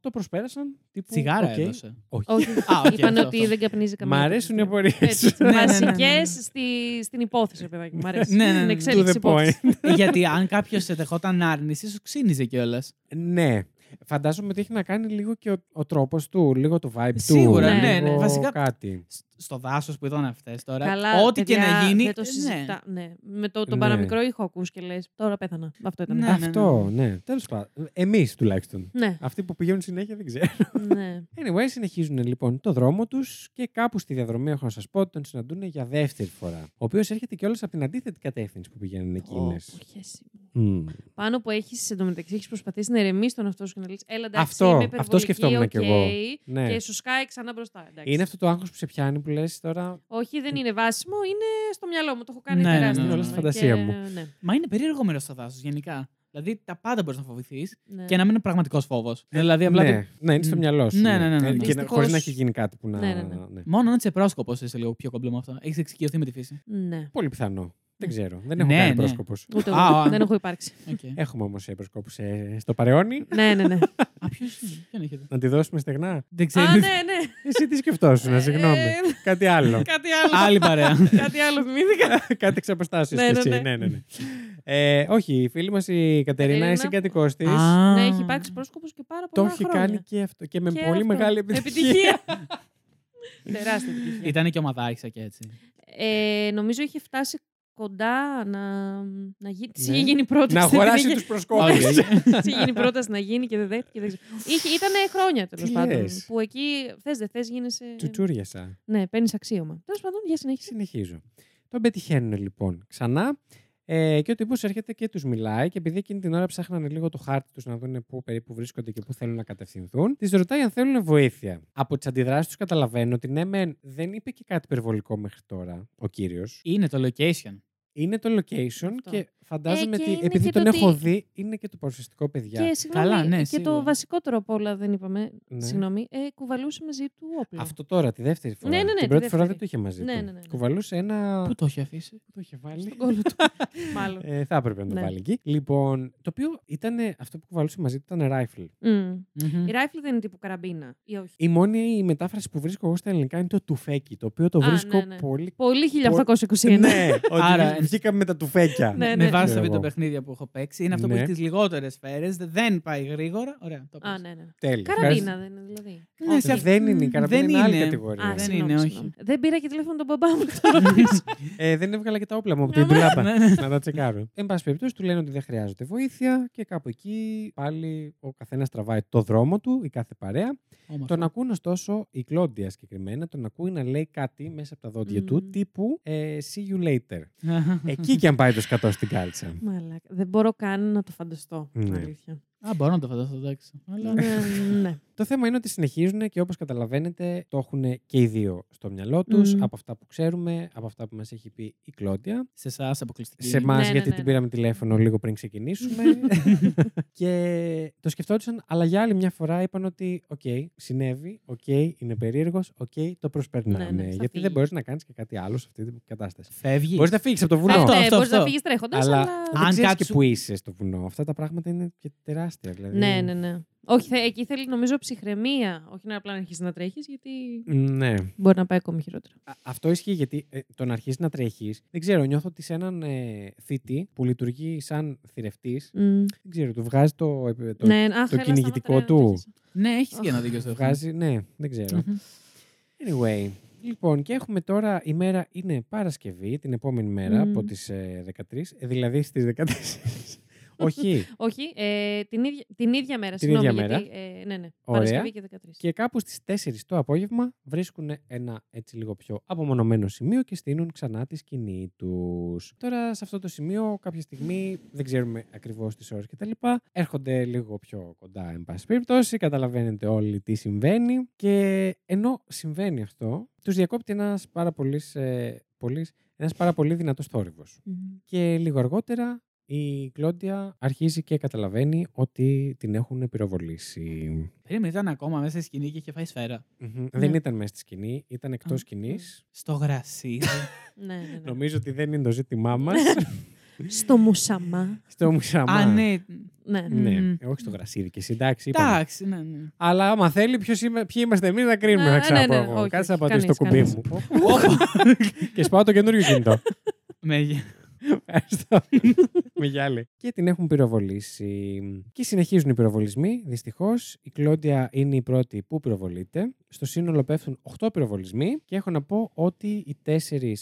[SPEAKER 1] το προσπέρασαν. Τύπου,
[SPEAKER 3] Τσιγάρα
[SPEAKER 1] «Οκ».
[SPEAKER 3] έδωσε.
[SPEAKER 1] Όχι.
[SPEAKER 2] Όχι.
[SPEAKER 3] Α, οκ,
[SPEAKER 2] Είπαν
[SPEAKER 3] αυτό,
[SPEAKER 2] ότι
[SPEAKER 3] αυτό.
[SPEAKER 2] δεν καπνίζει
[SPEAKER 1] Μ'
[SPEAKER 2] καμία.
[SPEAKER 1] αρέσουν οι
[SPEAKER 2] τέτοια.
[SPEAKER 1] απορίες.
[SPEAKER 2] Έτσι,
[SPEAKER 3] Ναι, ναι, ναι, ναι, ναι.
[SPEAKER 2] Βασικές στη- στην υπόθεση, ρε παιδάκι μου. Μ' αρέσει.
[SPEAKER 3] Ναι, ναι,
[SPEAKER 2] Στην
[SPEAKER 3] ναι.
[SPEAKER 2] εξέλιξη
[SPEAKER 1] To the
[SPEAKER 2] υπόθεσης.
[SPEAKER 3] Ε, Γιατί αν κάποιος σε δεχόταν άρνηση, σου ξύνιζε κιόλας.
[SPEAKER 1] Ναι. Φαντάζομαι ότι έχει να κάνει λίγο και ο, ο τρόπος του, λίγο το vibe του.
[SPEAKER 3] Σίγουρα,
[SPEAKER 2] ναι,
[SPEAKER 1] λίγο
[SPEAKER 3] ναι. Βασικά,
[SPEAKER 1] Κάτι.
[SPEAKER 3] στο δάσο που ήταν αυτές τώρα.
[SPEAKER 2] Καλά,
[SPEAKER 3] ό,τι
[SPEAKER 2] παιδιά,
[SPEAKER 3] και να γίνει.
[SPEAKER 2] Δεν το
[SPEAKER 3] ε,
[SPEAKER 2] συζητά. Ναι. Με το, τον
[SPEAKER 1] Ναι.
[SPEAKER 2] παραμικρό ήχο ακούς και λες. Τώρα πέθανα. Αυτό ήταν.
[SPEAKER 3] Ναι.
[SPEAKER 1] Αυτό, ναι. Τέλος πάντων. Εμείς τουλάχιστον.
[SPEAKER 2] Ναι,
[SPEAKER 1] Αυτοί που πηγαίνουν συνέχεια δεν ξέρω.
[SPEAKER 2] ναι.
[SPEAKER 1] Anyway, συνεχίζουν λοιπόν το δρόμο τους και κάπου στη διαδρομή, έχω να σας πω, τον συναντούν για δεύτερη φορά. Ο οποίος έρχεται κιόλας από την αντίθετη κατεύθυνση που πηγαίνουν εκείνες.
[SPEAKER 2] Ω, χέση μου.
[SPEAKER 1] Mm.
[SPEAKER 2] Πάνω που έχεις εντωμεταξύ έχεις προσπαθήσει να ερεμήσει τον εαυτό σου και να λες: Έλα, εντάξει,
[SPEAKER 1] Αυτό,
[SPEAKER 2] είμαι
[SPEAKER 1] αυτό
[SPEAKER 2] υπερβολική,
[SPEAKER 1] σκεφτόμουν κι εγώ.
[SPEAKER 2] οκ»,
[SPEAKER 1] Ναι.
[SPEAKER 2] Και σου σκάει ξανά μπροστά. εντάξει.
[SPEAKER 1] Είναι αυτό το άγχος που σε πιάνει που λες τώρα.
[SPEAKER 2] Όχι, δεν είναι βάσιμο, είναι στο μυαλό μου. Το έχω κάνει
[SPEAKER 3] Ναι, ναι,
[SPEAKER 2] τεράστιο.
[SPEAKER 3] ναι, ναι, ναι.
[SPEAKER 1] Όλα στη φαντασία
[SPEAKER 2] Και-
[SPEAKER 1] μου.
[SPEAKER 2] ναι,
[SPEAKER 3] Μα είναι περίεργο μέρος στο δάσος γενικά. Δηλαδή τα πάντα μπορείς να φοβηθείς
[SPEAKER 2] ναι.
[SPEAKER 3] και να μην είναι πραγματικός φόβος. Δηλαδή απλά.
[SPEAKER 1] ναι,
[SPEAKER 3] το-
[SPEAKER 1] ναι, είναι στο
[SPEAKER 3] Μμ.
[SPEAKER 1] μυαλό σου.
[SPEAKER 3] Ναι, ναι, ναι, ναι, ναι.
[SPEAKER 1] Και
[SPEAKER 2] Δυστυχώς-
[SPEAKER 1] χωρίς να έχει γίνει κάτι που να.
[SPEAKER 2] Ναι, ναι, ναι.
[SPEAKER 3] Μόνο αν είσαι πρόσκοπος είσαι λίγο πιο κομπλέ με αυτό. Έχεις εξοικειωθεί με τη φύση.
[SPEAKER 2] Ναι.
[SPEAKER 1] Πολύ πιθανό. Δεν ξέρω. Δεν
[SPEAKER 3] Ναι,
[SPEAKER 1] έχω κάνει
[SPEAKER 3] ναι.
[SPEAKER 1] πρόσκοπο.
[SPEAKER 2] Ούτε
[SPEAKER 3] Α,
[SPEAKER 2] εγώ.
[SPEAKER 3] α. ναι.
[SPEAKER 2] Δεν έχω υπάρξει.
[SPEAKER 3] Okay.
[SPEAKER 1] Έχουμε όμως πρόσκοπο ε, στο παρεώνι.
[SPEAKER 2] ναι, ναι, ναι.
[SPEAKER 3] Α, ποιος είναι, ποιον έχετε.
[SPEAKER 1] Να τη δώσουμε στεγνά.
[SPEAKER 3] Δεν ξέρω.
[SPEAKER 2] Α, ναι, ναι.
[SPEAKER 1] Εσύ τι σκεφτόσουν, συγγνώμη.
[SPEAKER 2] Ε,
[SPEAKER 1] Κάτι άλλο.
[SPEAKER 2] Κάτι άλλο.
[SPEAKER 3] Άλλη παρέα.
[SPEAKER 2] Κάτι άλλο θυμήθηκα.
[SPEAKER 1] Κάτι εξ αποστάσεως
[SPEAKER 2] Ναι,
[SPEAKER 1] κι
[SPEAKER 2] ναι,
[SPEAKER 1] εσύ.
[SPEAKER 2] ναι.
[SPEAKER 1] ναι, ναι, ναι. Ε, όχι, η φίλη μας η Κατερίνα,
[SPEAKER 2] Κατερίνα.
[SPEAKER 1] η συγκατοικό τη,
[SPEAKER 3] Α,
[SPEAKER 2] Ναι, έχει υπάρξει πρόσκοπο και πάρα
[SPEAKER 1] το
[SPEAKER 2] πολλά
[SPEAKER 1] έχει
[SPEAKER 2] χρόνια.
[SPEAKER 1] κάνει και αυτό. Και με
[SPEAKER 2] Και
[SPEAKER 1] πολύ
[SPEAKER 2] αυτό.
[SPEAKER 1] μεγάλη επιτυχία.
[SPEAKER 2] Τεράστια επιτυχία.
[SPEAKER 3] Ήταν και ομαδάξα και έτσι.
[SPEAKER 2] Ε, νομίζω είχε φτάσει κοντά να, να γίνει. της
[SPEAKER 1] Ναι.
[SPEAKER 2] είχε γίνει πρόταση.
[SPEAKER 1] Να
[SPEAKER 2] την
[SPEAKER 1] αγοράσει
[SPEAKER 2] είχε-
[SPEAKER 1] του προσκόπου.
[SPEAKER 2] της είχε γίνει πρόταση να γίνει και δεν δέχτηκε. Δεν ξέρω. Είχε, ήταν χρόνια τέλος
[SPEAKER 1] Τι
[SPEAKER 2] πάντων.
[SPEAKER 1] λες.
[SPEAKER 2] Που εκεί θες, δεν θες, γίνεσαι.
[SPEAKER 1] Τσουτσούριασα.
[SPEAKER 2] Ναι, παίρνεις αξίωμα. Τέλος πάντων, για συνέχιση.
[SPEAKER 1] Συνεχίζω. Τον πετυχαίνουν λοιπόν ξανά. Ε, και ο τύπος έρχεται και τους μιλάει. Και επειδή εκείνη την ώρα ψάχνανε λίγο το χάρτη τους να δουν πού περίπου βρίσκονται και πού θέλουν να κατευθυνθούν, τη ρωτάει αν θέλουν βοήθεια. Από τις αντιδράσεις τους καταλαβαίνω ότι ναι, μεν δεν είπε και κάτι υπερβολικό μέχρι τώρα ο κύριος.
[SPEAKER 3] Είναι το location.
[SPEAKER 1] Είναι το location
[SPEAKER 2] Αυτό.
[SPEAKER 1] και φαντάζομαι
[SPEAKER 2] Ε, και
[SPEAKER 1] ότι
[SPEAKER 2] είναι
[SPEAKER 1] επειδή
[SPEAKER 2] και
[SPEAKER 1] τον
[SPEAKER 2] το
[SPEAKER 1] έχω
[SPEAKER 2] ότι-
[SPEAKER 1] δει, είναι και το παρουσιαστικό παιδιά.
[SPEAKER 2] Και, συγγνώμη,
[SPEAKER 3] Καλά, ναι,
[SPEAKER 2] και το
[SPEAKER 3] σίγουρα.
[SPEAKER 2] βασικότερο απ' όλα δεν είπαμε.
[SPEAKER 1] Ναι.
[SPEAKER 2] Συγγνώμη, ε, κουβαλούσε μαζί του όπλα.
[SPEAKER 1] Αυτό τώρα, τη δεύτερη φορά.
[SPEAKER 2] Ναι, ναι, ναι,
[SPEAKER 1] την
[SPEAKER 2] τη
[SPEAKER 1] πρώτη φορά
[SPEAKER 2] δεύτερη.
[SPEAKER 1] δεν το είχε μαζί
[SPEAKER 2] Ναι,
[SPEAKER 1] του.
[SPEAKER 2] ναι, ναι, ναι.
[SPEAKER 1] Κουβαλούσε ένα.
[SPEAKER 3] Πού το έχει αφήσει.
[SPEAKER 1] το είχε βάλει.
[SPEAKER 2] Γκολ του. Μάλλον.
[SPEAKER 1] Ε, θα έπρεπε να το
[SPEAKER 2] Ναι.
[SPEAKER 1] βάλει εκεί. Λοιπόν, το οποίο ήταν αυτό που κουβαλούσε μαζί του ήταν rifle.
[SPEAKER 2] Μμμ.
[SPEAKER 3] Μμμ.
[SPEAKER 2] Η rifle δεν είναι τύπου καραμπίνα ή όχι.
[SPEAKER 1] Η μόνη η μετάφραση που βρίσκω εγώ στα ελληνικά είναι το τουφέκι, το οποίο το
[SPEAKER 2] Α,
[SPEAKER 1] βρίσκω
[SPEAKER 2] ναι, ναι.
[SPEAKER 1] πολύ.
[SPEAKER 2] Πολύ 1821.
[SPEAKER 1] ναι, ότι
[SPEAKER 3] Άρα-
[SPEAKER 1] βγήκαμε με τα τουφέκια.
[SPEAKER 2] Ναι, ναι.
[SPEAKER 3] Με βάση τα
[SPEAKER 1] Ξέρω εγώ.
[SPEAKER 3] βιντεοπαιχνίδια που έχω παίξει, είναι αυτό που
[SPEAKER 1] Ναι.
[SPEAKER 3] έχει τις λιγότερες σφαίρες, δεν πάει γρήγορα. Ωραία, το
[SPEAKER 2] Α,
[SPEAKER 3] πες.
[SPEAKER 2] ναι, ναι.
[SPEAKER 1] Τέλεια.
[SPEAKER 2] Καραμπίνα δεν είναι, δηλαδή.
[SPEAKER 3] Ναι, σε
[SPEAKER 1] Ευχαριστώ.
[SPEAKER 3] αυτή-
[SPEAKER 1] Δεν είναι η καραμπίνα,
[SPEAKER 3] Δεν
[SPEAKER 1] είναι άλλη
[SPEAKER 3] είναι.
[SPEAKER 1] κατηγορία.
[SPEAKER 2] Α,
[SPEAKER 3] Δεν
[SPEAKER 2] συγγνώμη,
[SPEAKER 3] είναι, όχι.
[SPEAKER 2] συγγνώμη. Δεν πήρα και τηλέφωνο τον μπαμπά μου.
[SPEAKER 1] Ε, δεν έβγαλα και τα όπλα μου από την
[SPEAKER 2] Ναι,
[SPEAKER 1] τουλάπα.
[SPEAKER 3] Ναι, ναι.
[SPEAKER 1] να τα τσεκάρω. Εν πάση περιπτώσει, του λένε ότι δεν χρειάζεται βοήθεια και κάπου εκεί πάλι ο καθένας τραβάει το δρόμο του, η κάθε παρέα.
[SPEAKER 3] Όμορφο.
[SPEAKER 1] Τον ακούν ωστόσο η Κλόντια συγκεκριμένα, τον ακούει να λέει κάτι μέσα από τα δόντια
[SPEAKER 2] Μμμ.
[SPEAKER 1] του τύπου ε, See you later. εκεί και αν πάει το σκατό στην κάλτσα.
[SPEAKER 2] Μαλάκα. Δεν μπορώ καν να το φανταστώ.
[SPEAKER 1] Ναι.
[SPEAKER 2] Αλήθεια.
[SPEAKER 3] Α, μπορώ να το φανταστώ, εντάξει. Αλλά...
[SPEAKER 2] ναι, ναι.
[SPEAKER 1] Το θέμα είναι ότι συνεχίζουν και όπως καταλαβαίνετε το έχουν και οι δύο στο μυαλό τους
[SPEAKER 2] Μμμ.
[SPEAKER 1] από αυτά που ξέρουμε, από αυτά που μας έχει πει η Κλόντια.
[SPEAKER 3] Σε εσάς αποκλειστική.
[SPEAKER 1] σε εμάς,
[SPEAKER 2] Ναι, ναι,
[SPEAKER 1] γιατί
[SPEAKER 2] ναι,
[SPEAKER 1] την
[SPEAKER 2] ναι.
[SPEAKER 1] πήραμε τηλέφωνο λίγο πριν ξεκινήσουμε. και το σκεφτόντουσαν, αλλά για άλλη μια φορά είπαν ότι, οκ, συνέβη, οκ, είναι περίεργος, οκ, το προσπερνάμε.
[SPEAKER 2] Ναι, ναι, θα
[SPEAKER 1] γιατί
[SPEAKER 2] φύγει.
[SPEAKER 1] δεν μπορείς να κάνεις και κάτι άλλο σε αυτή την κατάσταση.
[SPEAKER 3] Φεύγεις.
[SPEAKER 1] Μπορείς να φύγεις από το βουνό.
[SPEAKER 3] Αυτό,
[SPEAKER 2] ναι, μπορείς να
[SPEAKER 3] αυτό.
[SPEAKER 2] φύγεις τρέχοντας,
[SPEAKER 1] Αλλά,
[SPEAKER 2] αλλά.
[SPEAKER 1] δεν
[SPEAKER 3] Αν
[SPEAKER 1] ξέρεις και
[SPEAKER 3] κάτσου-
[SPEAKER 1] που είσαι στο βουνό. Αυτά τα πράγματα είναι και τεράστια. Δηλαδή...
[SPEAKER 2] Ναι, ναι, ναι. Όχι, θε- εκεί θέλει νομίζω ψυχραιμία. Όχι να απλά να αρχίσεις να τρέχεις, γιατί
[SPEAKER 1] Ναι.
[SPEAKER 2] μπορεί να πάει ακόμη χειρότερα.
[SPEAKER 1] Α- Αυτό ισχύει γιατί ε, το να αρχίσεις να τρέχεις, δεν ξέρω, νιώθω ότι σε έναν ε, θήτη που λειτουργεί σαν θηρευτής,
[SPEAKER 2] Μμ.
[SPEAKER 1] δεν ξέρω, του βγάζει το, ε, το,
[SPEAKER 2] ναι, αχ,
[SPEAKER 1] το
[SPEAKER 2] έλα,
[SPEAKER 1] κυνηγητικό
[SPEAKER 2] σταμάτα,
[SPEAKER 1] του.
[SPEAKER 2] ρε, να τρέχεις.
[SPEAKER 3] Ναι, έχει και ένα
[SPEAKER 2] Αχ,
[SPEAKER 3] δίκιο σε αυτό.
[SPEAKER 1] Βγάζει, ναι, δεν ξέρω.
[SPEAKER 3] Μμμ.
[SPEAKER 1] Anyway, λοιπόν, και έχουμε τώρα η μέρα είναι Παρασκευή, την επόμενη μέρα
[SPEAKER 2] Μμμ.
[SPEAKER 1] από τις ε, 13, ε, δηλαδή στις 14. Όχι,
[SPEAKER 2] Όχι, ε, την, ίδια, την ίδια μέρα.
[SPEAKER 1] Την
[SPEAKER 2] συγγνώμη,
[SPEAKER 1] ίδια
[SPEAKER 2] Γιατί, ε, ναι, ναι.
[SPEAKER 1] Ωραία.
[SPEAKER 2] Παρασκευή και 13.
[SPEAKER 1] και κάπου στις 4 το απόγευμα βρίσκουν ένα έτσι λίγο πιο απομονωμένο σημείο και στείνουν ξανά τη σκηνή τους. Τώρα σε αυτό το σημείο κάποια στιγμή, δεν ξέρουμε ακριβώς τις ώρες κτλ. Έρχονται λίγο πιο κοντά εν πάση περιπτώσει, καταλαβαίνετε όλοι τι συμβαίνει και ενώ συμβαίνει αυτό, τους διακόπτει ένας πάρα πολύ, ε, πολύς- ένας πάρα πολύ δυνατός θόρυβος.
[SPEAKER 2] Μμ.
[SPEAKER 1] Και λίγο αργότερα η Κλόντια αρχίζει και καταλαβαίνει ότι την έχουν πυροβολήσει.
[SPEAKER 3] Περίμενε, ήταν ακόμα μέσα στη σκηνή και είχε φάει σφαίρα.
[SPEAKER 2] Ναι.
[SPEAKER 1] Δεν ήταν μέσα στη σκηνή, ήταν εκτός
[SPEAKER 3] Α,
[SPEAKER 1] σκηνής.
[SPEAKER 3] Στο γρασί.
[SPEAKER 2] Ναι, ναι, ναι.
[SPEAKER 1] Νομίζω ότι δεν είναι το ζήτημά μας.
[SPEAKER 2] Στο Μουσαμά.
[SPEAKER 1] στο μουσαμά.
[SPEAKER 3] Α, ναι.
[SPEAKER 2] Ναι.
[SPEAKER 1] Ναι,
[SPEAKER 3] Μμμ.
[SPEAKER 1] όχι στο γρασίδι και συντάξει. είπαμε.
[SPEAKER 3] Εντάξει, ναι, ναι.
[SPEAKER 1] Αλλά άμα θέλει, ποιος είμαι- ποιοι είμαστε εμείς να κρίνουμε,
[SPEAKER 2] Ναι,
[SPEAKER 1] να
[SPEAKER 2] ναι,
[SPEAKER 1] ξαναπώ
[SPEAKER 2] ναι,
[SPEAKER 1] εγώ.
[SPEAKER 2] όχι,
[SPEAKER 1] Κάτσε να
[SPEAKER 2] όχι,
[SPEAKER 1] πατήσω το κουμπί
[SPEAKER 2] κανείς,
[SPEAKER 1] μου. και σπάω το καινούριο κινητό.
[SPEAKER 3] Μέγε.
[SPEAKER 1] Ευχαριστώ. με γυάλι. Και την έχουν πυροβολήσει. Και συνεχίζουν οι πυροβολισμοί. Δυστυχώς, η Κλόντια είναι η πρώτη που πυροβολείται. Στο σύνολο πέφτουν 8 πυροβολισμοί. Και έχω να πω ότι οι 4,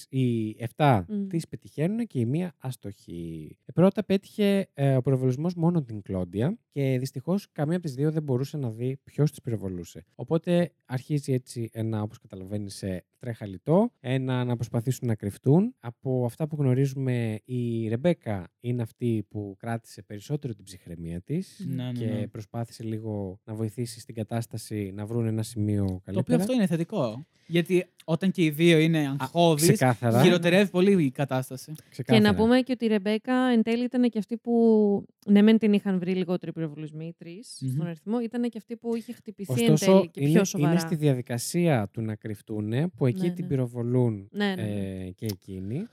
[SPEAKER 1] οι 7
[SPEAKER 2] Μμμ.
[SPEAKER 1] τις πετυχαίνουν και η μία αστοχή. Πρώτα πέτυχε ε, ο πυροβολισμός μόνο την Κλόντια. Και δυστυχώς καμία από τις δύο δεν μπορούσε να δει ποιος τις πυροβολούσε. Οπότε αρχίζει έτσι ένα, όπως καταλαβαίνει, σε τρέχαλιτό. Ένα να προσπαθήσουν να κρυφτούν. Από αυτά που γνωρίζουμε, η Ρεμπέκα είναι αυτή που κράτησε περισσότερο την ψυχραιμία της
[SPEAKER 3] Ναι, ναι,
[SPEAKER 1] και
[SPEAKER 3] ναι.
[SPEAKER 1] προσπάθησε λίγο να βοηθήσει στην κατάσταση να βρουν ένα σημείο καλύτερα.
[SPEAKER 3] Το οποίο αυτό είναι θετικό. Γιατί όταν και οι δύο είναι αγχώδεις,
[SPEAKER 1] ξεκάθαρα,
[SPEAKER 3] γυροτερεύει πολύ η κατάσταση.
[SPEAKER 2] Και
[SPEAKER 1] ξεκάθαρα.
[SPEAKER 2] να πούμε και ότι η Ρεμπέκα εν τέλει ήταν και αυτή που. Ναι, μεν την είχαν βρει λιγότεροι πυροβολισμοί, τρεις
[SPEAKER 3] Μμμ.
[SPEAKER 2] στον αριθμό, ήταν και αυτή που είχε χτυπηθεί εν
[SPEAKER 1] Ωστόσο,
[SPEAKER 2] τέλει και
[SPEAKER 1] είναι,
[SPEAKER 2] πιο
[SPEAKER 1] είναι
[SPEAKER 2] σοβαρά.
[SPEAKER 1] στη διαδικασία του να κρυφτούν που εκεί
[SPEAKER 2] Ναι,
[SPEAKER 1] την
[SPEAKER 2] ναι.
[SPEAKER 1] πυροβολούν
[SPEAKER 2] Ναι, ναι. ναι.
[SPEAKER 1] ε, και εκείνη.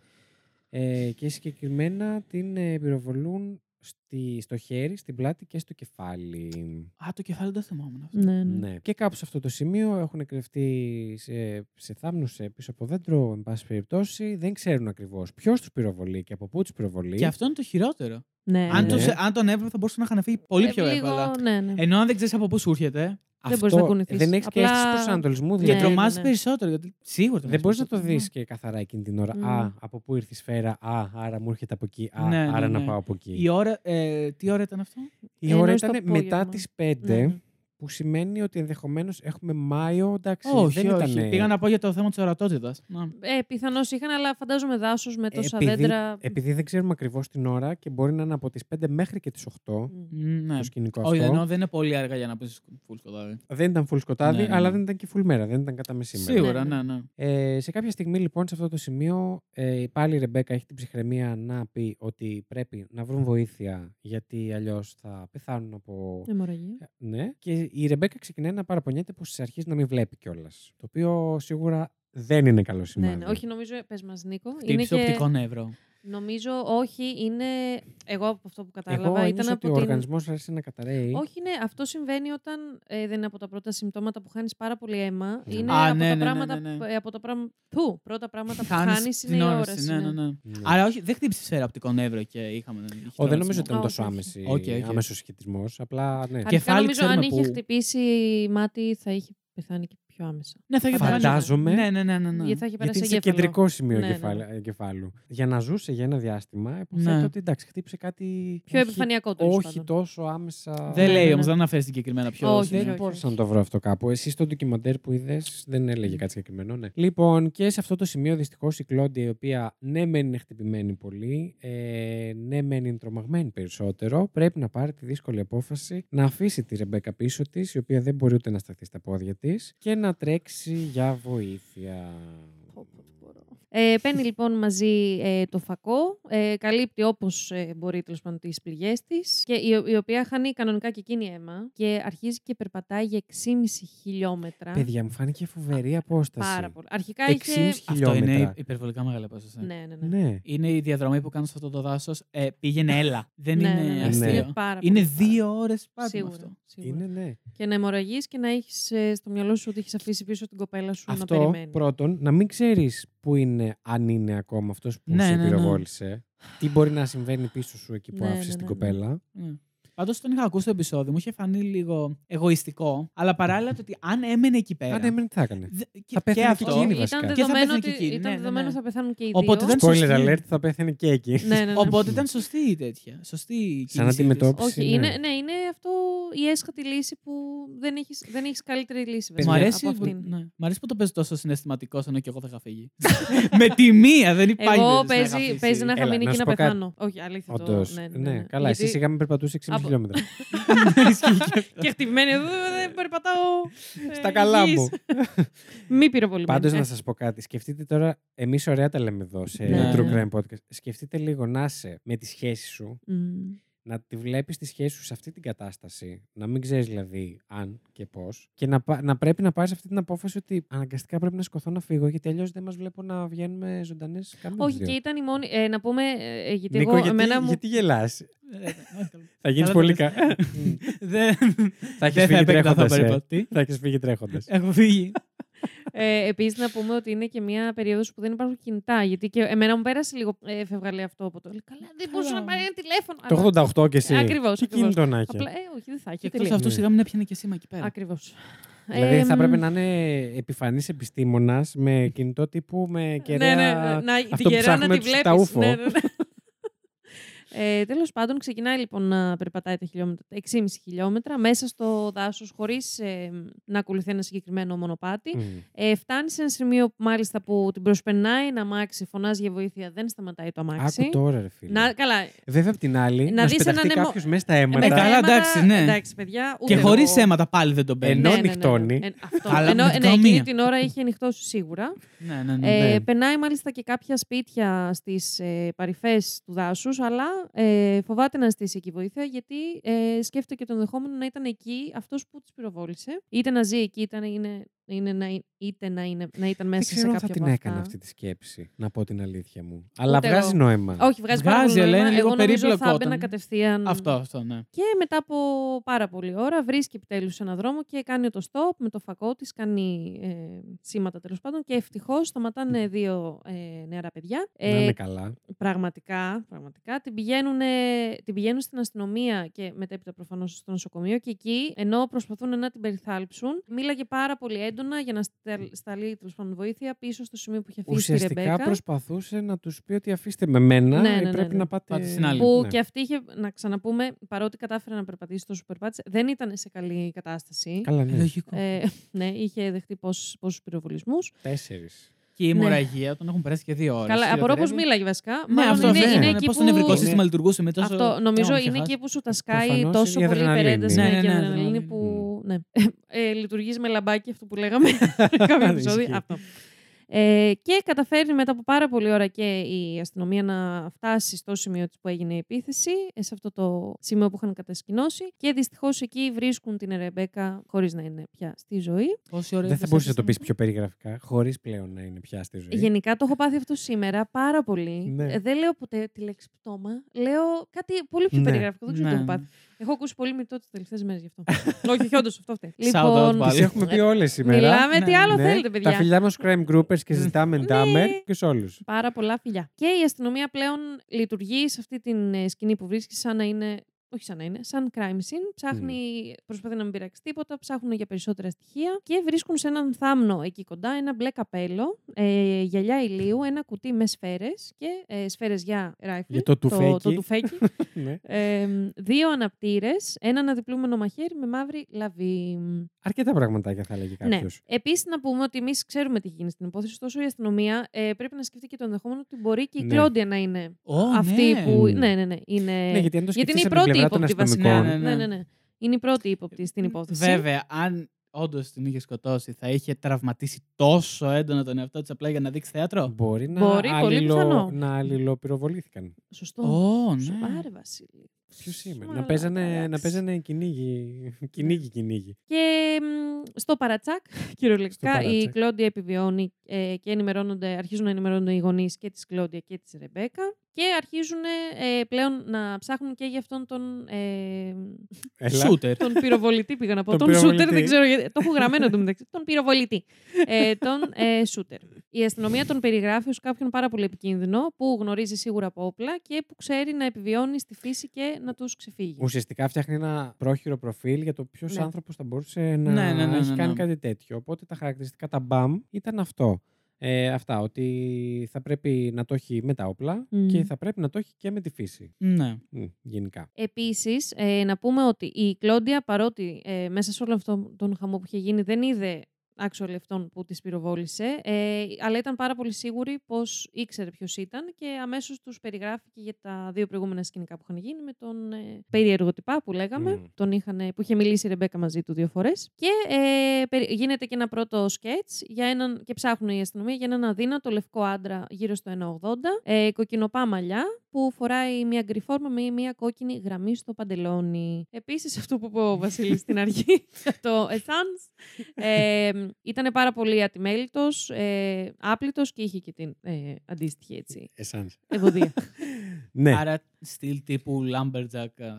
[SPEAKER 1] Ε, και συγκεκριμένα την ε, πυροβολούν στη, στο χέρι, στην πλάτη και στο κεφάλι.
[SPEAKER 3] Α, το κεφάλι δεν θυμόμουν αυτό.
[SPEAKER 2] ναι, ναι.
[SPEAKER 1] Ναι. Και κάπου σε αυτό το σημείο έχουν κρυφτεί σε, σε θάμνους, σε πίσω από δέντρο, εν πάση περιπτώσει. Δεν ξέρουν ακριβώς ποιος τους πυροβολεί και από πού τους πυροβολεί.
[SPEAKER 3] Και αυτό είναι το χειρότερο.
[SPEAKER 2] ναι.
[SPEAKER 3] Αν,
[SPEAKER 2] ναι.
[SPEAKER 3] τους,
[SPEAKER 1] Ναι.
[SPEAKER 3] αν τον έβρω, θα μπορούσαν να είχαν φύγει πολύ
[SPEAKER 2] Ε,
[SPEAKER 3] πιο
[SPEAKER 2] λίγο,
[SPEAKER 3] εύκολα.
[SPEAKER 2] Ναι, ναι.
[SPEAKER 3] Ενώ αν δεν ξέρεις από πού σου έρχεται.
[SPEAKER 2] δεν
[SPEAKER 1] Αυτό
[SPEAKER 2] μπορείς να κουνηθείς.
[SPEAKER 1] Δεν έχεις και
[SPEAKER 2] Απλά-
[SPEAKER 1] αίσθηση προσανατολισμού.
[SPEAKER 2] Ναι,
[SPEAKER 3] Και
[SPEAKER 1] Δηλαδή.
[SPEAKER 3] τρομάζει
[SPEAKER 2] ναι.
[SPEAKER 3] περισσότερο. Γιατί σίγουρα
[SPEAKER 1] Δεν μπορείς να το
[SPEAKER 3] περισσότερο.
[SPEAKER 1] δεις και καθαρά εκείνη την ώρα.
[SPEAKER 2] Μμμ.
[SPEAKER 1] Α, από πού ήρθε η σφαίρα. Α, άρα μου έρχεται από εκεί. Α,
[SPEAKER 3] Ναι, ναι,
[SPEAKER 1] άρα να
[SPEAKER 3] ναι.
[SPEAKER 1] πάω από εκεί.
[SPEAKER 3] Η ώρα, ε, τι ώρα ήταν αυτό?
[SPEAKER 1] Η ώρα
[SPEAKER 2] Εννοείς το
[SPEAKER 1] ήταν μετά
[SPEAKER 2] απόγευμα.
[SPEAKER 1] τις
[SPEAKER 2] Ναι,
[SPEAKER 1] 5,
[SPEAKER 2] ναι.
[SPEAKER 1] που σημαίνει ότι ενδεχομένως έχουμε Μάιο. Εντάξει,
[SPEAKER 3] όχι,
[SPEAKER 1] δεν
[SPEAKER 3] όχι.
[SPEAKER 1] ήταν.
[SPEAKER 3] Πήγα να πω για το θέμα της ορατότητας.
[SPEAKER 2] Ε, Πιθανώς είχαν, αλλά φαντάζομαι δάσος με τόσα
[SPEAKER 1] επειδή, ε,
[SPEAKER 2] δέντρα.
[SPEAKER 1] επειδή δεν ξέρουμε ακριβώς την ώρα και μπορεί να είναι από τις 5 μέχρι και τις 8
[SPEAKER 2] Μμ.
[SPEAKER 3] Ναι.
[SPEAKER 1] το σκηνικό
[SPEAKER 3] Όχι,
[SPEAKER 1] αυτό.
[SPEAKER 3] ενώ δεν είναι πολύ αργά για να πεις full σκοτάδι.
[SPEAKER 1] Δεν ήταν full σκοτάδι,
[SPEAKER 3] Ναι, ναι,
[SPEAKER 1] αλλά
[SPEAKER 3] ναι.
[SPEAKER 1] δεν ήταν και full μέρα. Δεν ήταν κατά μεσημέρι.
[SPEAKER 3] Σίγουρα,
[SPEAKER 2] Ναι,
[SPEAKER 3] ναι, ναι.
[SPEAKER 1] Ε, σε κάποια στιγμή λοιπόν σε αυτό το σημείο ε, πάλι η Ρεμπέκα έχει την ψυχραιμία να πει ότι πρέπει να βρουν βοήθεια γιατί αλλιώς θα πεθάνουν από...
[SPEAKER 2] Αιμορραγία.
[SPEAKER 1] Ναι. Και η Ρεμπέκα ξεκινάει να παραπονιέται που στις αρχές να μην βλέπει κιόλας. Το οποίο σίγουρα δεν είναι καλό
[SPEAKER 2] Ναι,
[SPEAKER 1] σημάδι.
[SPEAKER 2] ναι. Όχι, νομίζω. Πες μας, Νίκο. Είναι
[SPEAKER 3] Χτύπησε
[SPEAKER 2] και...
[SPEAKER 3] οπτικό νεύρο.
[SPEAKER 2] Νομίζω, όχι, είναι. Εγώ από αυτό που
[SPEAKER 1] Εγώ
[SPEAKER 2] κατάλαβα ήταν
[SPEAKER 1] ένιωσα ότι
[SPEAKER 2] από
[SPEAKER 1] ο
[SPEAKER 2] την.
[SPEAKER 1] οργανισμός άρχισε να καταραίει.
[SPEAKER 2] Όχι, ναι, αυτό συμβαίνει όταν ε, δεν είναι από τα πρώτα συμπτώματα που χάνεις πάρα πολύ αίμα.
[SPEAKER 1] Ναι.
[SPEAKER 2] Είναι
[SPEAKER 3] Α,
[SPEAKER 2] από,
[SPEAKER 3] ναι,
[SPEAKER 2] τα
[SPEAKER 3] ναι,
[SPEAKER 2] πράγματα,
[SPEAKER 3] ναι, ναι, ναι.
[SPEAKER 2] που- ε, από τα πράγμα- Πού, πρώτα πράγματα που
[SPEAKER 3] Χάνεις
[SPEAKER 2] χάνεις
[SPEAKER 3] την
[SPEAKER 2] είναι η
[SPEAKER 3] όραση,
[SPEAKER 2] όραση.
[SPEAKER 3] Ναι, ναι, ναι.
[SPEAKER 1] Ναι.
[SPEAKER 3] Άρα όχι, δεν χτύπησε σφαίρα οπτικό νεύρο και είχαμε. είχε
[SPEAKER 1] Ω, δεν
[SPEAKER 3] τραυματισμό.
[SPEAKER 1] νομίζω ότι ήταν
[SPEAKER 2] Α,
[SPEAKER 1] τόσο
[SPEAKER 2] όχι,
[SPEAKER 1] άμεση,
[SPEAKER 3] Οκ, οκ.
[SPEAKER 1] άμεσος σχετισμός. Απλά ναι.
[SPEAKER 2] Αρχικά
[SPEAKER 3] Κεφάλι
[SPEAKER 2] νομίζω αν
[SPEAKER 3] ξέρουμε
[SPEAKER 2] είχε
[SPEAKER 3] που-
[SPEAKER 2] χτυπήσει μάτι θα είχε πεθάνει και πιο άμεσα.
[SPEAKER 3] Ναι, θα είχε περάσει.
[SPEAKER 1] Φαντάζομαι.
[SPEAKER 3] Ναι, ναι, ναι, ναι. ναι.
[SPEAKER 2] Γιατί θα είχε
[SPEAKER 1] Γιατί
[SPEAKER 2] περάσει
[SPEAKER 1] είναι σε
[SPEAKER 2] εγκέφαλο.
[SPEAKER 1] κεντρικό σημείο
[SPEAKER 2] Ναι, ναι.
[SPEAKER 1] κεφάλα- κεφάλου. Για να ζούσε για ένα διάστημα, υποθέτω
[SPEAKER 3] Ναι.
[SPEAKER 1] ότι εντάξει, χτύπησε κάτι.
[SPEAKER 2] Πιο
[SPEAKER 1] όχι-
[SPEAKER 2] επιφανειακό τέλος
[SPEAKER 1] Όχι τόσο άμεσα.
[SPEAKER 3] Δεν
[SPEAKER 2] Ναι,
[SPEAKER 3] λέει
[SPEAKER 2] ναι,
[SPEAKER 3] όμως,
[SPEAKER 2] ναι.
[SPEAKER 3] δεν αναφέρει συγκεκριμένα ποιος.
[SPEAKER 2] Όχι, ναι,
[SPEAKER 1] Δεν
[SPEAKER 2] όχι,
[SPEAKER 1] μπορούσα
[SPEAKER 2] όχι.
[SPEAKER 1] να το βρω αυτό κάπου. Εσύ στο ντοκιμαντέρ που είδες δεν έλεγε κάτι συγκεκριμένο, ναι. Λοιπόν, και σε αυτό το σημείο δυστυχώς η Κλόντια, η οποία ναι, μεν είναι χτυπημένη πολύ, ε, ναι, μεν είναι τρομαγμένη περισσότερο, πρέπει να πάρει τη δύσκολη απόφαση να αφήσει τη Ρεμπέκα πίσω της, η οποία δεν μπορεί ούτε να σταθεί στα πόδια της, και να τρέξει για βοήθεια.
[SPEAKER 2] Ε, παίρνει λοιπόν μαζί ε, το φακό, ε, καλύπτει όπως μπορεί τέλος πάντων τις πληγέ της, και η, η οποία χάνει κανονικά και εκείνη αίμα και αρχίζει και περπατάει για 6,5 χιλιόμετρα.
[SPEAKER 1] Παιδιά, μου φάνηκε φοβερή απόσταση.
[SPEAKER 2] Πάρα πολύ. Αρχικά
[SPEAKER 1] 6,5
[SPEAKER 2] είχε.
[SPEAKER 3] Αυτό
[SPEAKER 1] χιλιόμετρα.
[SPEAKER 3] είναι υπερβολικά μεγάλη απόσταση.
[SPEAKER 2] Ναι, ναι, ναι.
[SPEAKER 1] Ναι.
[SPEAKER 3] Είναι η διαδρομή που κάνω σε αυτό το δάσος. Ε, πήγαινε έλα. Δεν
[SPEAKER 2] Ναι, ναι,
[SPEAKER 3] είναι
[SPEAKER 2] ναι.
[SPEAKER 1] Είναι
[SPEAKER 3] αστείο.
[SPEAKER 2] πάρα
[SPEAKER 3] Είναι
[SPEAKER 2] πολύ, πάρα
[SPEAKER 3] δύο ώρες
[SPEAKER 2] πολύ.
[SPEAKER 3] πάνω
[SPEAKER 2] Σίγουρα.
[SPEAKER 3] αυτό.
[SPEAKER 2] σίγουρα.
[SPEAKER 1] Είναι, ναι.
[SPEAKER 2] Και να αιμορραγείς και να έχεις στο μυαλό σου ότι έχεις αφήσει πίσω την κοπέλα σου
[SPEAKER 1] Αυτό
[SPEAKER 2] να περιμένει.
[SPEAKER 1] πρώτον, να μην ξέρεις που είναι, αν είναι ακόμα αυτός που
[SPEAKER 3] Ναι,
[SPEAKER 1] σε
[SPEAKER 3] ναι, ναι.
[SPEAKER 1] πυροβόλησε. Τι μπορεί να συμβαίνει πίσω σου εκεί που
[SPEAKER 2] Ναι,
[SPEAKER 1] άφησες
[SPEAKER 2] ναι,
[SPEAKER 1] την
[SPEAKER 2] ναι, ναι.
[SPEAKER 1] κοπέλα.
[SPEAKER 3] Πάντως, όταν είχα ακούσει το επεισόδιο, μου είχε φανεί λίγο εγωιστικό, αλλά παράλληλα το ότι αν έμενε εκεί
[SPEAKER 2] Ε,
[SPEAKER 3] πέρα.
[SPEAKER 1] Αν έμενε, τι θα έκανε.
[SPEAKER 3] Δε- και-
[SPEAKER 1] Θα
[SPEAKER 3] και,
[SPEAKER 1] πέθανε και
[SPEAKER 3] αυτό.
[SPEAKER 1] εκείνη.
[SPEAKER 2] Ήταν
[SPEAKER 1] βασικά. Και
[SPEAKER 3] θα
[SPEAKER 2] δεδομένο
[SPEAKER 3] πέθανε και
[SPEAKER 2] ότι
[SPEAKER 3] εκείνη,
[SPEAKER 2] ήταν
[SPEAKER 3] ναι, ναι,
[SPEAKER 2] δεδομένο
[SPEAKER 3] ναι.
[SPEAKER 2] θα πεθάνουν και οι δύο.
[SPEAKER 3] Οπότε δεν
[SPEAKER 1] Spoiler
[SPEAKER 3] σωστή.
[SPEAKER 1] alert, θα πέθανε και εκεί.
[SPEAKER 2] Ναι, ναι, ναι.
[SPEAKER 3] Οπότε ήταν σωστή η τέτοια. Σωστή η κίνησή της.
[SPEAKER 1] αντιμετώπιση.
[SPEAKER 2] Όχι,
[SPEAKER 1] Ναι.
[SPEAKER 2] είναι, ναι, είναι αυτό η έσχατη λύση που δεν έχεις, δεν έχεις καλύτερη λύση
[SPEAKER 3] Μου
[SPEAKER 2] βασικά,
[SPEAKER 3] αρέσει,
[SPEAKER 2] από
[SPEAKER 3] που,
[SPEAKER 2] αυτήν.
[SPEAKER 3] ναι. Μ' αρέσει που το παίζει τόσο συναισθηματικό ενώ και εγώ θα είχα φύγει. Με τη μία δεν υπάρχει.
[SPEAKER 2] Εγώ
[SPEAKER 3] περίπτωση να είχα
[SPEAKER 2] παίζει,
[SPEAKER 3] αφήσει.
[SPEAKER 2] παίζει να είχα
[SPEAKER 1] Έλα,
[SPEAKER 2] μείνει
[SPEAKER 1] να
[SPEAKER 2] και
[SPEAKER 1] σου
[SPEAKER 2] να
[SPEAKER 1] πω κάτι.
[SPEAKER 2] πεθάνω. Όχι, αλήθεια. το-
[SPEAKER 1] Όντως. Ναι, καλά.
[SPEAKER 2] Γιατί-
[SPEAKER 1] Εσύ σιγά με περπατούσε 6,5
[SPEAKER 2] Από-
[SPEAKER 1] χιλιόμετρα.
[SPEAKER 2] Και χτυπημένη εδώ, δεν περπατάω. ε,
[SPEAKER 1] Στα καλά
[SPEAKER 2] υγιής.
[SPEAKER 1] μου.
[SPEAKER 2] Μη πυροβολημένη.
[SPEAKER 1] Πάντω
[SPEAKER 2] Ε,
[SPEAKER 1] να σας πω κάτι. Σκεφτείτε τώρα, εμείς ωραία τα λέμε εδώ σε
[SPEAKER 2] Ναι,
[SPEAKER 1] True
[SPEAKER 3] ναι.
[SPEAKER 1] Crime Podcast. Σκεφτείτε λίγο να είσαι με τη σχέση σου,
[SPEAKER 2] μμ.
[SPEAKER 1] να τη βλέπεις τη σχέση σου σε αυτή την κατάσταση, να μην ξέρεις δηλαδή αν και πώς, και να, πα- να πρέπει να πάρεις αυτή την απόφαση ότι αναγκαστικά πρέπει να σκοτώ να φύγω, γιατί αλλιώς δεν μας βλέπω να βγαίνουμε ζωντανές καμία.
[SPEAKER 2] Όχι, και ήταν η μόνη. ε, να πούμε. ε, ε, γιατί
[SPEAKER 1] Νίκο,
[SPEAKER 2] εγώ.
[SPEAKER 1] γιατί,
[SPEAKER 2] εμένα μου-
[SPEAKER 1] γιατί γελάς?
[SPEAKER 3] Ε, ναι, όχι, καλά.
[SPEAKER 1] Θα γίνεις
[SPEAKER 3] Καλά
[SPEAKER 1] πολύ
[SPEAKER 3] το
[SPEAKER 1] κα...
[SPEAKER 3] λες. Δεν
[SPEAKER 1] θα έχεις
[SPEAKER 3] δεν θα
[SPEAKER 1] φύγει ε.
[SPEAKER 3] έπρεπε να ναι. θα
[SPEAKER 1] τρέχοντα.
[SPEAKER 3] περπατεί.
[SPEAKER 1] Θα έχεις φύγει τρέχοντας.
[SPEAKER 3] Έχω φύγει.
[SPEAKER 2] Ε, Επίσης, να πούμε ότι είναι και μια περίοδος που δεν υπάρχουν κινητά. Γιατί και εμένα μου πέρασε λίγο ε, φευγαλέ αυτό από το. λέει, Καλά, δεν μπορούσε να πάρει ένα τηλέφωνο. Αλλά-
[SPEAKER 1] Το 88 και εσύ.
[SPEAKER 2] Ακριβώς,
[SPEAKER 1] Τι
[SPEAKER 2] ακριβώς.
[SPEAKER 1] κινητό να έχει.
[SPEAKER 2] Απλά, ε, όχι, δεν θα
[SPEAKER 3] Και
[SPEAKER 2] έχει.
[SPEAKER 3] εκτό αυτού
[SPEAKER 1] Ναι.
[SPEAKER 3] σιγά μην έπιανε και σήμα εκεί πέρα.
[SPEAKER 2] Ακριβώς.
[SPEAKER 1] Δηλαδή θα
[SPEAKER 2] ναι,
[SPEAKER 1] πρέπει να είναι επιφανής επιστήμονας με κινητό τύπου
[SPEAKER 2] Ναι,
[SPEAKER 1] με κεραία.
[SPEAKER 2] να,
[SPEAKER 1] Αυτό που
[SPEAKER 2] την κεραία να
[SPEAKER 1] ψάχνουμε
[SPEAKER 2] τη
[SPEAKER 1] τους- τα
[SPEAKER 2] βλέπεις.
[SPEAKER 1] ούφο.
[SPEAKER 2] Ναι, ναι, ναι. ε, Τέλος πάντων, ξεκινάει λοιπόν να περπατάει τα χιλιόμετρα, τα 6,5 χιλιόμετρα μέσα στο δάσος, χωρίς να ακολουθεί ένα συγκεκριμένο μονοπάτι.
[SPEAKER 1] Μμ.
[SPEAKER 2] Ε, φτάνει σε ένα σημείο μάλιστα που την προσπερνάει ένα αμάξι, φωνάζει για βοήθεια, δεν σταματάει το αμάξι.
[SPEAKER 1] Άκου τώρα, ρε φίλε.
[SPEAKER 2] Να, καλά.
[SPEAKER 1] Βέβαια απ' την άλλη,
[SPEAKER 2] Να
[SPEAKER 1] να, να
[SPEAKER 2] δεις
[SPEAKER 1] σπεταχτεί
[SPEAKER 2] έναν εμο- Ε,
[SPEAKER 1] κάποιο μέσα στα
[SPEAKER 2] με
[SPEAKER 3] Μετά-
[SPEAKER 2] τα
[SPEAKER 1] αίματα.
[SPEAKER 3] Ε, Καλά,
[SPEAKER 2] αίματα,
[SPEAKER 3] εντάξει, ναι.
[SPEAKER 2] εντάξει, παιδιά,
[SPEAKER 3] Και
[SPEAKER 2] ούτε
[SPEAKER 3] χωρίς
[SPEAKER 2] εγώ.
[SPEAKER 3] αίματα πάλι δεν τον παίρνει.
[SPEAKER 1] Ενώ
[SPEAKER 2] Ναι, ναι, ναι, ναι.
[SPEAKER 1] νυχτώνει.
[SPEAKER 2] Ε, αυτό.
[SPEAKER 3] Αλλά
[SPEAKER 2] Ενώ,
[SPEAKER 3] με
[SPEAKER 2] ναι,
[SPEAKER 3] την καμία.
[SPEAKER 2] εκείνη την ώρα είχε ανοιχτώσει σίγουρα.
[SPEAKER 3] Ναι, ναι, ναι.
[SPEAKER 2] Ε,
[SPEAKER 1] Ναι.
[SPEAKER 2] Περνάει μάλιστα και κάποια σπίτια στις ε, παρυφές του δάσους, αλλά ε, φοβάται να στήσει εκεί βοήθεια γιατί ε, σκέφτεται και τον ενδεχόμενο να ήταν εκεί αυτός που τη πυροβόλησε. Είτε να ζει εκεί, είτε να είναι, είναι, να, είναι- είτε να, είναι, να ήταν
[SPEAKER 1] Δεν
[SPEAKER 2] μέσα σε
[SPEAKER 1] ξέρω αν
[SPEAKER 2] κάποια
[SPEAKER 1] θα την
[SPEAKER 2] από
[SPEAKER 1] έκανα
[SPEAKER 2] αυτά.
[SPEAKER 1] αυτή τη σκέψη, να πω την αλήθεια μου. Αλλά
[SPEAKER 2] Ούτε
[SPEAKER 1] βγάζει
[SPEAKER 2] εγώ.
[SPEAKER 1] νόημα.
[SPEAKER 2] Όχι, βγάζει, πάρα
[SPEAKER 3] Βγάζει,
[SPEAKER 2] πολύ
[SPEAKER 3] αλλά
[SPEAKER 2] νόημα.
[SPEAKER 3] είναι λίγο
[SPEAKER 2] Εγώ νομίζω
[SPEAKER 3] περίπλοκο
[SPEAKER 2] θα έμπαινα
[SPEAKER 3] όταν-
[SPEAKER 2] κατευθείαν.
[SPEAKER 3] Αυτό, αυτό, ναι.
[SPEAKER 2] Και μετά από πάρα πολλή ώρα βρίσκει επιτέλους έναν δρόμο και κάνει το stop με το φακό της, κάνει ε, σήματα τέλος πάντων. Και ευτυχώς σταματάνε δύο ε, νεαρά παιδιά.
[SPEAKER 1] Να είναι καλά.
[SPEAKER 2] Πραγματικά, πραγματικά. Την πηγαίνουν, την πηγαίνουν στην αστυνομία και μετέπειτα προφανώς στο νοσοκομείο. Και εκεί, ενώ προσπαθούν να την περιθάλψουν, μίλαγε πάρα πολύ έντονα για να στελ- σταλεί τέλος πάντων βοήθεια πίσω στο σημείο που είχε αφήσει η
[SPEAKER 1] Ουσιαστικά
[SPEAKER 2] Ρεμπέκα.
[SPEAKER 1] προσπαθούσε να τους πει ότι αφήστε με μένα.
[SPEAKER 2] Ναι, ναι,
[SPEAKER 1] ε,
[SPEAKER 2] ναι,
[SPEAKER 1] πρέπει
[SPEAKER 2] ναι.
[SPEAKER 1] να πάτε.
[SPEAKER 3] Πάτε στην άλλη.
[SPEAKER 2] Που
[SPEAKER 1] Ναι.
[SPEAKER 2] και αυτή είχε, να ξαναπούμε, παρότι κατάφερε να περπατήσει τόσο που περπάτησε, δεν ήταν σε καλή κατάσταση.
[SPEAKER 1] Καλά, ναι.
[SPEAKER 3] Λογικό.
[SPEAKER 2] Ε, ναι, είχε δεχτεί πόσους, πόσους πυροβολισμούς.
[SPEAKER 1] Τέσσερις.
[SPEAKER 3] και η ημορραγία τον έχουν περάσει και δύο
[SPEAKER 2] Ναι.
[SPEAKER 3] ώρες.
[SPEAKER 2] Καλά, απορώ πως μίλαγε βασικά.
[SPEAKER 3] Ναι,
[SPEAKER 2] Μάλλον
[SPEAKER 1] αυτό
[SPEAKER 2] είναι,
[SPEAKER 1] δεν
[SPEAKER 2] είναι
[SPEAKER 1] είναι.
[SPEAKER 2] εκεί
[SPEAKER 3] Πώς το
[SPEAKER 2] που- Ναι,
[SPEAKER 3] νευρικό
[SPEAKER 1] Είναι-
[SPEAKER 3] σύστημα λειτουργούσε με τόσο.
[SPEAKER 2] Αυτό νομίζω
[SPEAKER 3] Έχω
[SPEAKER 2] είναι
[SPEAKER 3] ξεχάσει.
[SPEAKER 2] εκεί που σου τα σκάει
[SPEAKER 1] Προφανώς
[SPEAKER 2] τόσο
[SPEAKER 1] είναι η
[SPEAKER 2] πολύ η
[SPEAKER 1] αδρεναλίνη.
[SPEAKER 2] περένταση
[SPEAKER 3] Ναι,
[SPEAKER 2] ναι,
[SPEAKER 3] ναι,
[SPEAKER 2] και η
[SPEAKER 3] ναι, Mm.
[SPEAKER 2] αδρεναλίνη
[SPEAKER 3] αδρεναλίνη.
[SPEAKER 2] που. Ναι. Ε, λειτουργείς με λαμπάκι αυτό που λέγαμε. Κάποιο
[SPEAKER 1] Ισχύει.
[SPEAKER 2] επεισόδιο. αυτό. Ε, και καταφέρνει μετά από πάρα πολλή ώρα και η αστυνομία να φτάσει στο σημείο της που έγινε η επίθεση, ε, σε αυτό το σημείο που είχαν κατασκηνώσει. Και δυστυχώς εκεί βρίσκουν την Ρεμπέκα χωρίς να είναι πια στη ζωή.
[SPEAKER 3] Πόση ώρα
[SPEAKER 1] Δεν θα
[SPEAKER 3] έπεσε
[SPEAKER 1] μπορούσε να
[SPEAKER 3] αυτή
[SPEAKER 1] το
[SPEAKER 3] η
[SPEAKER 1] πεις πιο περιγραφικά, χωρίς πλέον να είναι πια στη ζωή.
[SPEAKER 2] Γενικά το έχω πάθει αυτό σήμερα πάρα πολύ.
[SPEAKER 1] Ε. Ναι.
[SPEAKER 2] Ε, Δεν λέω ποτέ τη λέξη πτώμα. Λέω κάτι πολύ πιο
[SPEAKER 1] Ναι.
[SPEAKER 2] περιγραφικό. Δεν ξέρω τι
[SPEAKER 3] Ναι.
[SPEAKER 2] έχω πάθει. Έχω ακούσει πολύ μυρτό τις τελευταίες μέρες γι' αυτό. όχι, όχι, όντως αυτό φταίει.
[SPEAKER 3] out,
[SPEAKER 2] λοιπόν,
[SPEAKER 3] πάλι.
[SPEAKER 1] Τις έχουμε πει όλες σήμερα.
[SPEAKER 2] μιλάμε
[SPEAKER 3] Ναι,
[SPEAKER 2] τι άλλο
[SPEAKER 1] Ναι.
[SPEAKER 2] θέλετε,
[SPEAKER 1] Τα
[SPEAKER 2] παιδιά. Ναι.
[SPEAKER 1] φιλιά μας crime groupers και ζητάμε ντάμερ και σε όλους.
[SPEAKER 2] Πάρα πολλά φιλιά. Και η αστυνομία πλέον λειτουργεί σε αυτή την ε, σκηνή που βρίσκεις σαν να είναι. Όχι σαν να είναι, σαν crime scene. Ψάχνει, προσπαθεί να μην πειράξει τίποτα, ψάχνουν για περισσότερα στοιχεία και βρίσκουν σε έναν θάμνο εκεί κοντά ένα μπλε καπέλο, ε, γυαλιά ηλίου, ένα κουτί με σφαίρες και ε, σφαίρες για ράιφλ.
[SPEAKER 1] Για το τουφέκι.
[SPEAKER 2] Το, τουφέκι.
[SPEAKER 1] Ναι.
[SPEAKER 2] ε, δύο αναπτήρε, ένα αναδιπλούμενο μαχαίρι με μαύρη λαβή.
[SPEAKER 1] Αρκετά πραγματάκια θα έλεγε κάποιο.
[SPEAKER 2] Ναι. Επίσης, να πούμε ότι εμείς ξέρουμε τι έχει γίνει στην υπόθεση. Ωστόσο, η αστυνομία ε, πρέπει να σκεφτεί και το ενδεχόμενο ότι μπορεί και η
[SPEAKER 1] Ναι.
[SPEAKER 2] Κλόντια να είναι
[SPEAKER 3] Ω,
[SPEAKER 2] αυτή
[SPEAKER 3] ναι.
[SPEAKER 2] που.
[SPEAKER 1] Mm.
[SPEAKER 2] Ναι, ναι, ναι. Είναι...
[SPEAKER 1] Ναι, γιατί αν το
[SPEAKER 2] γιατί είναι
[SPEAKER 1] σκεφτείς
[SPEAKER 2] η
[SPEAKER 1] από την
[SPEAKER 2] πρώτη
[SPEAKER 1] πλευρά των
[SPEAKER 2] ύποπτη βασικά.
[SPEAKER 1] αστυνομικών.
[SPEAKER 3] Ναι, ναι, ναι.
[SPEAKER 2] Είναι η πρώτη ύποπτη στην υπόθεση.
[SPEAKER 3] Βέβαια, αν όντως την είχε σκοτώσει, θα είχε τραυματίσει τόσο έντονα τον εαυτό της απλά για να δείξει θέατρο.
[SPEAKER 1] Μπορεί να,
[SPEAKER 2] Μπορεί, πολύ
[SPEAKER 1] αλληλο...
[SPEAKER 2] πιθανό.
[SPEAKER 1] να αλληλοπυροβολήθηκαν.
[SPEAKER 2] Σωστό.
[SPEAKER 3] Ω,
[SPEAKER 2] Σο-
[SPEAKER 3] ναι.
[SPEAKER 2] Άρε, Βασίλη.
[SPEAKER 1] Ποιος είμαι. Να
[SPEAKER 2] Μαλάκα,
[SPEAKER 1] παίζανε, να
[SPEAKER 2] εντάξει.
[SPEAKER 1] παίζανε κυνήγι. κυνήγι, κυνήγι.
[SPEAKER 2] Και μ, στο παρατσάκ, κυριολεκτικά,
[SPEAKER 1] Στο
[SPEAKER 2] η
[SPEAKER 1] παρατσάκ.
[SPEAKER 2] Κλόντια επιβιώνει ε, και ενημερώνονται, αρχίζουν να ενημερώνονται οι γονείς και της Κλόντια και της Ρεμπέκα. Και αρχίζουν ε, πλέον να ψάχνουν και για αυτόν τον. Ε,
[SPEAKER 1] Έλα.
[SPEAKER 3] Σούτερ.
[SPEAKER 2] τον πυροβολητή πήγα να πω.
[SPEAKER 1] Τον
[SPEAKER 2] τον σούτερ,
[SPEAKER 1] πυροβολητή.
[SPEAKER 2] δεν ξέρω γιατί. Το έχω γραμμένο το μεταξύ. Τον πυροβολητή. ε, τον ε, σούτερ. Η αστυνομία τον περιγράφει ως κάποιον πάρα πολύ επικίνδυνο που γνωρίζει σίγουρα από όπλα και που ξέρει να επιβιώνει στη φύση και να τους ξεφύγει.
[SPEAKER 1] Ουσιαστικά φτιάχνει ένα πρόχειρο προφίλ για το ποιος
[SPEAKER 2] Ναι.
[SPEAKER 1] άνθρωπος θα μπορούσε να
[SPEAKER 3] Ναι, ναι, ναι,
[SPEAKER 1] έχει
[SPEAKER 3] ναι,
[SPEAKER 1] κάνει
[SPEAKER 3] ναι.
[SPEAKER 1] κάτι τέτοιο. Οπότε τα χαρακτηριστικά, τα μπαμ, ήταν αυτό. Ε, αυτά, ότι θα πρέπει να το έχει με τα όπλα
[SPEAKER 2] Μμμ.
[SPEAKER 1] και θα πρέπει να το έχει και με τη φύση.
[SPEAKER 3] Ναι.
[SPEAKER 1] Μμ, γενικά.
[SPEAKER 2] Επίσης, ε, να πούμε ότι η Κλόντια, παρότι ε, μέσα σε όλο αυτό τον χαμό που είχε γίνει, δεν είδε άξιο αυτόν που της πυροβόλησε, ε, αλλά ήταν πάρα πολύ σίγουρη πως ήξερε ποιος ήταν και αμέσως τους περιγράφηκε για τα δύο προηγούμενα σκηνικά που είχαν γίνει με τον ε, περίεργο τυπά που λέγαμε,
[SPEAKER 1] Μμμ.
[SPEAKER 2] τον είχαν, που είχε μιλήσει η Ρεμπέκα μαζί του δύο φορές και ε, περι- γίνεται και ένα πρώτο σκέτς για έναν, και ψάχνουν η αστυνομία για έναν αδύνατο λευκό άντρα γύρω στο 1,80, ε, κοκκινοπά μαλλιά, που φοράει μια γκριφόρμα με μια κόκκινη γραμμή στο παντελόνι. Επίσης αυτό που είπε ο Βασίλης στην αρχή, το Essence, ε, ήταν πάρα πολύ ατιμέλητος, ε, άπλητος και είχε και την ε, αντίστοιχη έτσι,
[SPEAKER 1] Εσάν.
[SPEAKER 2] ευωδία.
[SPEAKER 1] ναι.
[SPEAKER 3] Άρα στυλ τύπου Lumberjack. α,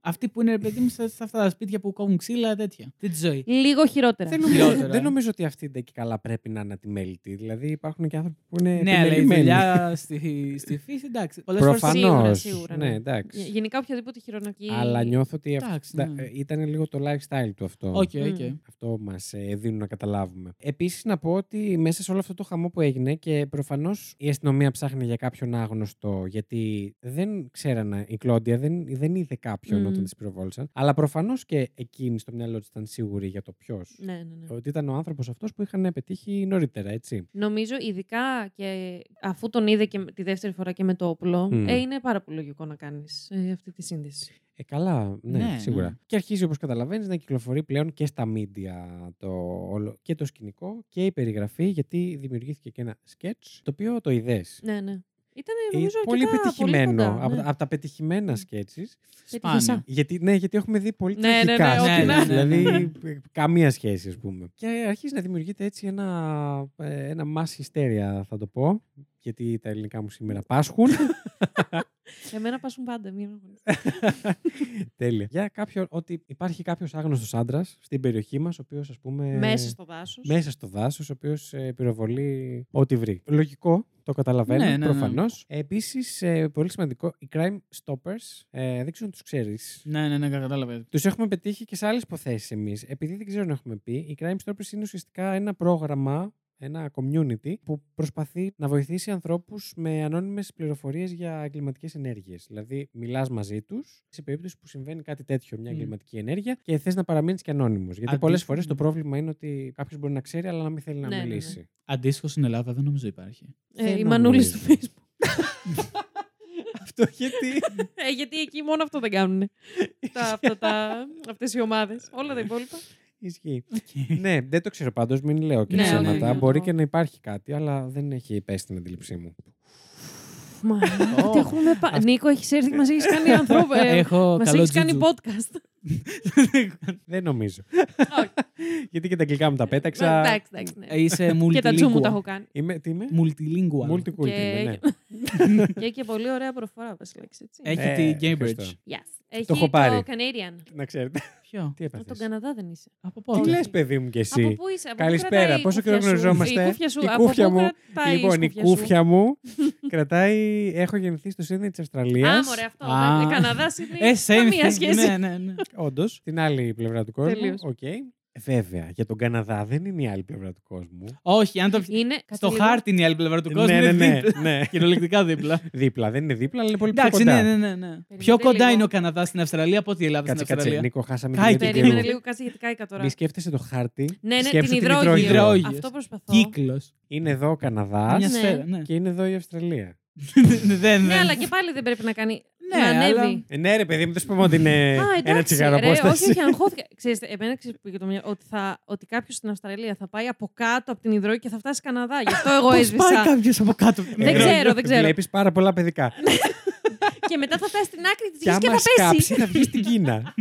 [SPEAKER 3] Αυτοί που είναι, ρε παιδί μου, σε, σε αυτά τα σπίτια που κόβουν ξύλα, τέτοια. Τι τη ζωή.
[SPEAKER 2] Λίγο χειρότερα.
[SPEAKER 1] Δεν νομίζω,
[SPEAKER 3] Χειρότερα.
[SPEAKER 1] δεν νομίζω ότι αυτή είναι και καλά πρέπει να είναι ατιμέλητη. Δηλαδή υπάρχουν και άνθρωποι που
[SPEAKER 2] Ε,
[SPEAKER 1] είναι
[SPEAKER 3] Ναι, αλλά η
[SPEAKER 1] επιμελημένοι.
[SPEAKER 3] δουλειά στη, στη φύση, εντάξει. Πολλές φορές-
[SPEAKER 2] Προφαν-
[SPEAKER 1] Προφανώς.
[SPEAKER 2] Σίγουρα, σίγουρα, ναι.
[SPEAKER 1] Ναι, εντάξει.
[SPEAKER 2] Γε- Γενικά οποιαδήποτε χειρονακή.
[SPEAKER 1] Αλλά νιώθω ότι
[SPEAKER 3] Εντάξει,
[SPEAKER 1] αυτα-
[SPEAKER 3] ναι.
[SPEAKER 1] ε, ήταν λίγο το lifestyle του αυτό.
[SPEAKER 3] Οκ,
[SPEAKER 2] Μμμ.
[SPEAKER 3] οκ.
[SPEAKER 1] Αυτό μας δίνουν να καταλάβουμε. Επίσης, να πω ότι μέσα σε όλο αυτό το χαμό που έγινε και προφανώς η αστυνομία ψάχνει για κάποιον άγνωστο, γιατί δεν ξέρανε η Κλόντια, δεν, δεν είδε κάποιον
[SPEAKER 2] Μμμ.
[SPEAKER 1] όταν της πυροβόλησαν. Αλλά προφανώς και εκείνη στο μυαλό της ήταν σίγουρη για το ποιος.
[SPEAKER 2] Ναι, ναι, ναι.
[SPEAKER 1] Ότι ήταν ο άνθρωπος αυτός που είχαν πετύχει νωρίτερα, έτσι.
[SPEAKER 2] Νομίζω ειδικά και αφού τον είδε και τη δεύτερη φορά και με το όπλο,
[SPEAKER 1] Μμ.
[SPEAKER 2] ε, είναι πάρα πολύ λογικό να κάνεις αυτή τη σύνδεση.
[SPEAKER 1] Ε, καλά, ναι,
[SPEAKER 3] Ναι,
[SPEAKER 1] σίγουρα.
[SPEAKER 3] ναι.
[SPEAKER 1] Και αρχίζει, όπως καταλαβαίνεις, να κυκλοφορεί πλέον και στα μίντια το όλο, και το σκηνικό και η περιγραφή, γιατί δημιουργήθηκε και ένα σκέτς το οποίο το ιδέες.
[SPEAKER 2] Ναι, ναι. Ήταν
[SPEAKER 1] Ε,
[SPEAKER 2] νομίζω αρκετά
[SPEAKER 1] πολύ πετυχημένο.
[SPEAKER 2] κοντά,
[SPEAKER 1] από,
[SPEAKER 2] ναι.
[SPEAKER 1] τα- από τα πετυχημένα σκέψει.
[SPEAKER 3] Σπάνιο.
[SPEAKER 2] Πετυχησά.
[SPEAKER 1] Γιατί, ναι, γιατί έχουμε δει πολύ
[SPEAKER 2] Ναι, ναι, ναι,
[SPEAKER 1] τραγικά
[SPEAKER 2] ό,τι
[SPEAKER 1] σκέτς,
[SPEAKER 3] να είναι.
[SPEAKER 1] Δηλαδή, ε, καμία σχέση, ας πούμε. Και αρχίζει να δημιουργείται έτσι ένα, ε, ένα mass hysteria, θα το πω. Γιατί τα ελληνικά μου σήμερα πάσχουν.
[SPEAKER 2] Εμένα πάσουν πάντα. Μην...
[SPEAKER 1] Τέλεια. Για κάποιον, ότι υπάρχει κάποιος άγνωστος άντρας στην περιοχή μας, ο οποίος, ας πούμε.
[SPEAKER 2] Μέσα στο δάσος.
[SPEAKER 1] Ε, μέσα στο δάσος, ο οποίος πυροβολεί ό,τι βρει. Λογικό, το καταλαβαίνω
[SPEAKER 3] Ναι, ναι, ναι.
[SPEAKER 1] προφανώς. Επίσης, ε, πολύ σημαντικό, οι crime stoppers, ε, δεν ξέρω αν τους ξέρεις.
[SPEAKER 3] Ναι, ναι, ναι, κατάλαβα.
[SPEAKER 1] Τους έχουμε πετύχει και σε άλλες υποθέσεις εμείς. Επειδή δεν ξέρω αν έχουμε πει, οι crime stoppers είναι ουσιαστικά ένα πρόγραμμα ένα community που προσπαθεί να βοηθήσει ανθρώπους με ανώνυμες πληροφορίες για εγκληματικές ενέργειες. Δηλαδή, μιλάς μαζί τους σε περίπτωση που συμβαίνει κάτι τέτοιο, μια
[SPEAKER 3] Μμμ.
[SPEAKER 1] εγκληματική ενέργεια και θες να παραμείνεις και ανώνυμος. Γιατί
[SPEAKER 3] Αντί-
[SPEAKER 1] πολλές φορές το
[SPEAKER 3] ναι.
[SPEAKER 1] πρόβλημα είναι ότι κάποιος μπορεί να ξέρει αλλά να μην θέλει να
[SPEAKER 2] Ναι, ναι, ναι.
[SPEAKER 1] μιλήσει.
[SPEAKER 3] Αντίστοιχο στην Ελλάδα δεν νομίζω υπάρχει.
[SPEAKER 2] Ε, η
[SPEAKER 1] Δεν
[SPEAKER 2] Μανούλη
[SPEAKER 1] νομίζω.
[SPEAKER 2] στο Facebook.
[SPEAKER 1] Αυτό γιατί...
[SPEAKER 2] Ε, γιατί εκεί μόνο αυτό δεν κάνουν. τα, αυτά, τα, αυτές οι ομάδες. Όλα τα υπόλοιπα.
[SPEAKER 1] Ισχύει.
[SPEAKER 3] Okay.
[SPEAKER 1] ναι, δεν το ξέρω πάντως, μην λέω και
[SPEAKER 2] Ναι,
[SPEAKER 1] ψέματα.
[SPEAKER 2] όχι, όχι, όχι.
[SPEAKER 1] Μπορεί και να υπάρχει κάτι, αλλά δεν έχει πέσει την αντίληψή μου.
[SPEAKER 2] Μα,
[SPEAKER 3] Ω,
[SPEAKER 2] τι έχουμε πα- Νίκο, έχεις έρθει και μας έχεις κάνει ανθρώπου. ε,
[SPEAKER 3] Έχω
[SPEAKER 2] Μας
[SPEAKER 3] καλό
[SPEAKER 2] έχεις κάνει
[SPEAKER 3] τζουτζου.
[SPEAKER 2] podcast.
[SPEAKER 1] Δεν νομίζω.
[SPEAKER 2] Όχι.
[SPEAKER 1] Γιατί και τα αγγλικά μου τα
[SPEAKER 2] Ε,
[SPEAKER 1] πέταξα.
[SPEAKER 2] Εντάξει, εντάξει. ναι.
[SPEAKER 3] Ε, Είσαι
[SPEAKER 2] Και τα τσου μου τα
[SPEAKER 3] multilingual.
[SPEAKER 2] έχω κάνει.
[SPEAKER 1] είμαι, τι είμαι?
[SPEAKER 3] Multilingual.
[SPEAKER 1] Multicultural,
[SPEAKER 2] Και-
[SPEAKER 1] ναι.
[SPEAKER 2] Και έχει και πολύ ωραία προφορά, πες λέξη, έτσι.
[SPEAKER 3] Έχει
[SPEAKER 1] Ε,
[SPEAKER 3] τη
[SPEAKER 1] ευχαριστώ.
[SPEAKER 3] Cambridge.
[SPEAKER 2] Yes. Έχει
[SPEAKER 1] έχω πάρει.
[SPEAKER 2] το Canadian.
[SPEAKER 1] Να ξέρετε.
[SPEAKER 3] Ποιο?
[SPEAKER 1] Τι
[SPEAKER 2] Από τον
[SPEAKER 1] έπαθες.
[SPEAKER 2] Καναδά δεν είσαι.
[SPEAKER 3] Από
[SPEAKER 1] Τι
[SPEAKER 2] Όχι.
[SPEAKER 3] πότε.
[SPEAKER 1] λες παιδί μου κι
[SPEAKER 2] Από
[SPEAKER 1] εσύ.
[SPEAKER 2] πού είσαι, από πού
[SPEAKER 1] Καλησπέρα,
[SPEAKER 2] κρατάει η
[SPEAKER 1] πόσο καιρό
[SPEAKER 2] κούφια σου?
[SPEAKER 1] γνωριζόμαστε.
[SPEAKER 2] Η κούφια σου,
[SPEAKER 1] Η
[SPEAKER 2] από
[SPEAKER 1] κούφια
[SPEAKER 2] πού
[SPEAKER 1] μου.
[SPEAKER 2] κρατάει
[SPEAKER 1] Λοιπόν, η
[SPEAKER 2] σου?
[SPEAKER 1] κούφια μου κρατάει. Έχω γεννηθεί στο Σίδνεϊ της Αυστραλίας.
[SPEAKER 2] Α, μωρέ, αυτό.
[SPEAKER 3] Α.
[SPEAKER 2] δεν- Καναδά είναι.
[SPEAKER 3] Ε, same
[SPEAKER 2] Καμία
[SPEAKER 3] thing.
[SPEAKER 2] σχέση.
[SPEAKER 3] Ναι, ναι, ναι.
[SPEAKER 1] Όντως, την άλλη πλευρά του κόσμου.
[SPEAKER 2] Τελείως.
[SPEAKER 1] Οκ. Ε, Βέβαια, για τον Καναδά δεν είναι η άλλη πλευρά του κόσμου.
[SPEAKER 3] Όχι, αν το
[SPEAKER 2] Είναι
[SPEAKER 3] Στο
[SPEAKER 2] κάτι λίγο-
[SPEAKER 3] χάρτη είναι η άλλη πλευρά του κόσμου.
[SPEAKER 1] ναι,
[SPEAKER 3] είναι
[SPEAKER 1] ναι,
[SPEAKER 3] δίπλα.
[SPEAKER 1] ναι, ναι.
[SPEAKER 3] Κυριολεκτικά δίπλα.
[SPEAKER 1] Δίπλα, δεν είναι δίπλα, αλλά είναι πολύ πιο
[SPEAKER 3] Εντάξει,
[SPEAKER 1] κοντά.
[SPEAKER 3] ναι, ναι, ναι. ναι. Πιο κοντά
[SPEAKER 2] λίγο.
[SPEAKER 3] είναι ο Καναδάς στην Αυστραλία από ότι η Ελλάδα στην
[SPEAKER 1] Κάτσε, κάτσε.
[SPEAKER 3] Αυστραλία. ναι,
[SPEAKER 1] Νίκο, χάσαμε
[SPEAKER 3] Κάει,
[SPEAKER 1] την
[SPEAKER 2] Περίμενε
[SPEAKER 1] έτοιμη
[SPEAKER 2] λίγο, κάτσε γιατί κάηκα τώρα.
[SPEAKER 1] Μη σκέφτεσαι το χάρτη.
[SPEAKER 2] Ναι, ναι, την
[SPEAKER 1] σκέψου
[SPEAKER 2] υδρόγειο.
[SPEAKER 3] Υδρόγειο.
[SPEAKER 2] Αυτό προσπαθώ.
[SPEAKER 3] Κύκλος.
[SPEAKER 1] Είναι εδώ ο Καναδάς
[SPEAKER 3] Μια
[SPEAKER 2] Ναι.
[SPEAKER 3] σφαίρα. Ναι,
[SPEAKER 1] και είναι εδώ η Αυστραλία.
[SPEAKER 3] Δεν-
[SPEAKER 2] Ναι,
[SPEAKER 3] δεν-
[SPEAKER 2] αλλά και πάλι δεν πρέπει να κάνει.
[SPEAKER 3] Ναι,
[SPEAKER 2] να ανέβει.
[SPEAKER 3] αλλά-
[SPEAKER 1] Ε, ναι, ρε παιδί μου, δεν σου πούμε ότι είναι
[SPEAKER 2] Α,
[SPEAKER 1] Ε, ένα
[SPEAKER 2] εντάξει.
[SPEAKER 1] τσιγάρο
[SPEAKER 2] ρε,
[SPEAKER 1] απόσταση.
[SPEAKER 2] όχι, όχι, αγχώθηκα. Ξέρετε, εμένα ξέρεις που πήγε το μυαλό. Ότι, θα, ότι κάποιος στην Αυστραλία θα πάει από κάτω από την υδρόγειο και θα φτάσει Καναδά. Γι' αυτό εγώ
[SPEAKER 3] Πώς πάει
[SPEAKER 2] έσβησα.
[SPEAKER 3] κάποιος από κάτω. Ε, από την
[SPEAKER 2] Δεν
[SPEAKER 3] υδρόγειο.
[SPEAKER 2] ξέρω, δεν ξέρω.
[SPEAKER 1] Βλέπεις Ε, πάρα πολλά παιδικά.
[SPEAKER 2] και μετά θα φτάσει στην άκρη της
[SPEAKER 1] και
[SPEAKER 2] γης και
[SPEAKER 1] άμα
[SPEAKER 2] θα πέσει.
[SPEAKER 1] σκάψει, θα βγει στην Κίνα.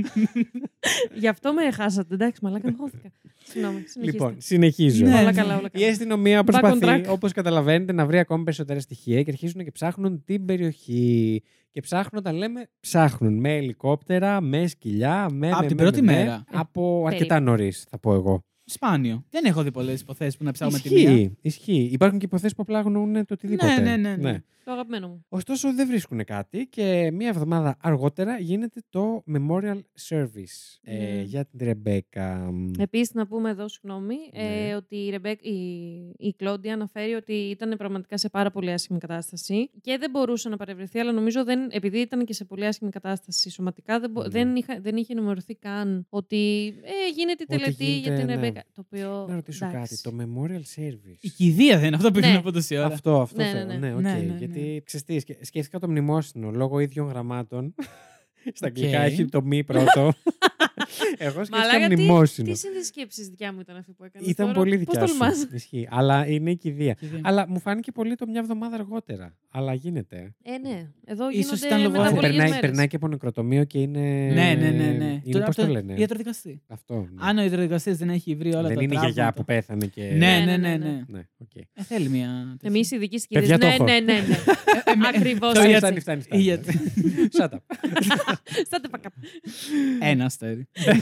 [SPEAKER 2] Γι' αυτό με χάσατε. Εντάξει, μαλάκα, αγχώθηκα. Συγγνώμη, συνεχίστε.
[SPEAKER 1] λοιπόν, ε, συνεχίζω.
[SPEAKER 3] Ναι.
[SPEAKER 2] Όλα καλά, όλα
[SPEAKER 1] Η
[SPEAKER 2] καλά.
[SPEAKER 1] αστυνομία
[SPEAKER 2] Back on
[SPEAKER 1] προσπαθεί,
[SPEAKER 2] track.
[SPEAKER 1] όπως καταλαβαίνετε, να βρει ακόμη περισσότερα στοιχεία και αρχίζουν και ψάχνουν την περιοχή. Και ψάχνουν, όταν λέμε, ψάχνουν με ελικόπτερα, με σκυλιά, με.
[SPEAKER 3] Απ'
[SPEAKER 1] με,
[SPEAKER 3] την
[SPEAKER 1] με,
[SPEAKER 3] πρώτη
[SPEAKER 1] με, με.
[SPEAKER 3] μέρα.
[SPEAKER 2] Ε,
[SPEAKER 1] Από αρκετά νωρίς, θα πω εγώ.
[SPEAKER 3] Σπάνιο. Δεν έχω δει πολλές υποθέσεις που να ψάχνουμε τη μία.
[SPEAKER 1] Ισχύει, ισχύει. Υπάρχουν και υποθέσεις που απλά αγνοούν το οτιδήποτε.
[SPEAKER 3] Ναι, ναι, ναι, ναι.
[SPEAKER 2] Το αγαπημένο μου.
[SPEAKER 1] Ωστόσο, δεν βρίσκουν κάτι και μία εβδομάδα αργότερα γίνεται το Memorial Service ε,
[SPEAKER 2] Ναι.
[SPEAKER 1] για την Ρεμπέκα.
[SPEAKER 2] Επίσης, να πούμε εδώ, συγγνώμη,
[SPEAKER 1] Ναι.
[SPEAKER 2] ε, ότι η, Ρεμπέκ, η, η Κλόντια αναφέρει ότι ήταν πραγματικά σε πάρα πολύ άσχημη κατάσταση και δεν μπορούσε να παρευρεθεί, αλλά νομίζω δεν, επειδή ήταν και σε πολύ άσχημη κατάσταση σωματικά, δεν, μπο-
[SPEAKER 1] Ναι.
[SPEAKER 2] δεν, είχα, δεν είχε ενημερωθεί καν ότι ε, γίνεται η
[SPEAKER 1] Ότι
[SPEAKER 2] τελετή για
[SPEAKER 1] γίνεται,
[SPEAKER 2] την
[SPEAKER 1] ναι.
[SPEAKER 2] Ρεμπέκα. Το οποίο.
[SPEAKER 1] Να ρωτήσω κάτι.
[SPEAKER 2] εντάξει.
[SPEAKER 1] Το Memorial Service.
[SPEAKER 3] Η κηδεία δεν είναι αυτό που
[SPEAKER 2] Ναι.
[SPEAKER 3] πήγαινε από τόση ώρα.
[SPEAKER 1] Αυτό, αυτό.
[SPEAKER 2] Ναι,
[SPEAKER 1] θέλω.
[SPEAKER 2] ναι,
[SPEAKER 1] Ναι,
[SPEAKER 2] ναι.
[SPEAKER 1] οκ.
[SPEAKER 3] Ναι, ναι, ναι.
[SPEAKER 1] Γιατί ξέρεις τι, σκε- σκέφτηκα το μνημόσυνο λόγω ίδιων γραμμάτων. Στα
[SPEAKER 3] Οκ.
[SPEAKER 1] αγγλικά έχει το μη πρώτο. Εγώ σκέφτηκα
[SPEAKER 2] Μαλάκα, τι-
[SPEAKER 1] μνημόσυνο.
[SPEAKER 2] Τι συνδισκέψεις δικιά μου ήταν αυτή που έκανες.
[SPEAKER 1] Ήταν πολύ δικιά
[SPEAKER 2] Πώ
[SPEAKER 1] σου.
[SPEAKER 2] τολμάς.
[SPEAKER 1] Ισχύει. Αλλά είναι η κηδεία.
[SPEAKER 3] Κηδεία.
[SPEAKER 2] Ναι.
[SPEAKER 1] Αλλά μου φάνηκε πολύ το μια εβδομάδα αργότερα. Αλλά γίνεται.
[SPEAKER 2] Ε, ναι. Εδώ
[SPEAKER 3] Ίσως
[SPEAKER 2] γίνονται
[SPEAKER 3] ήταν λόγω-
[SPEAKER 1] Αφού
[SPEAKER 3] από
[SPEAKER 2] μεταβολικές
[SPEAKER 1] περνάει,
[SPEAKER 2] μέρες.
[SPEAKER 1] περνάει και από νεκροτομείο και είναι.
[SPEAKER 3] Ναι, ναι, ναι. ναι.
[SPEAKER 1] Ε, Είναι
[SPEAKER 3] Τώρα
[SPEAKER 1] πώς το
[SPEAKER 3] αυτό-
[SPEAKER 1] λένε.
[SPEAKER 3] Ιατροδικαστή.
[SPEAKER 1] Αυτό. ναι.
[SPEAKER 3] Αν ο ιατροδικαστής δεν έχει βρει όλα τα
[SPEAKER 1] Δεν είναι η
[SPEAKER 3] τραύματα.
[SPEAKER 1] γιαγιά που πέθανε και.
[SPEAKER 3] Ναι,
[SPEAKER 2] Ναι, ναι,
[SPEAKER 3] ναι, ναι.
[SPEAKER 2] ναι.
[SPEAKER 3] ναι.
[SPEAKER 1] ναι. οκ.
[SPEAKER 3] Ε, θέλει μια. Ε,
[SPEAKER 2] Εμείς οι ειδικοί
[SPEAKER 1] Παιδιά,
[SPEAKER 2] συγκεκριμένοι.
[SPEAKER 1] το έχω.
[SPEAKER 2] Ναι, ναι, ναι. ναι. Ακριβώς.
[SPEAKER 3] Το
[SPEAKER 1] Φτάνει,
[SPEAKER 3] έτσι.
[SPEAKER 1] φτάνει, φτάνει. φτάνει.
[SPEAKER 3] Γιατί-
[SPEAKER 1] Shut up.
[SPEAKER 2] Στάτε πακά.
[SPEAKER 3] Ένα αστέρι.
[SPEAKER 1] Αν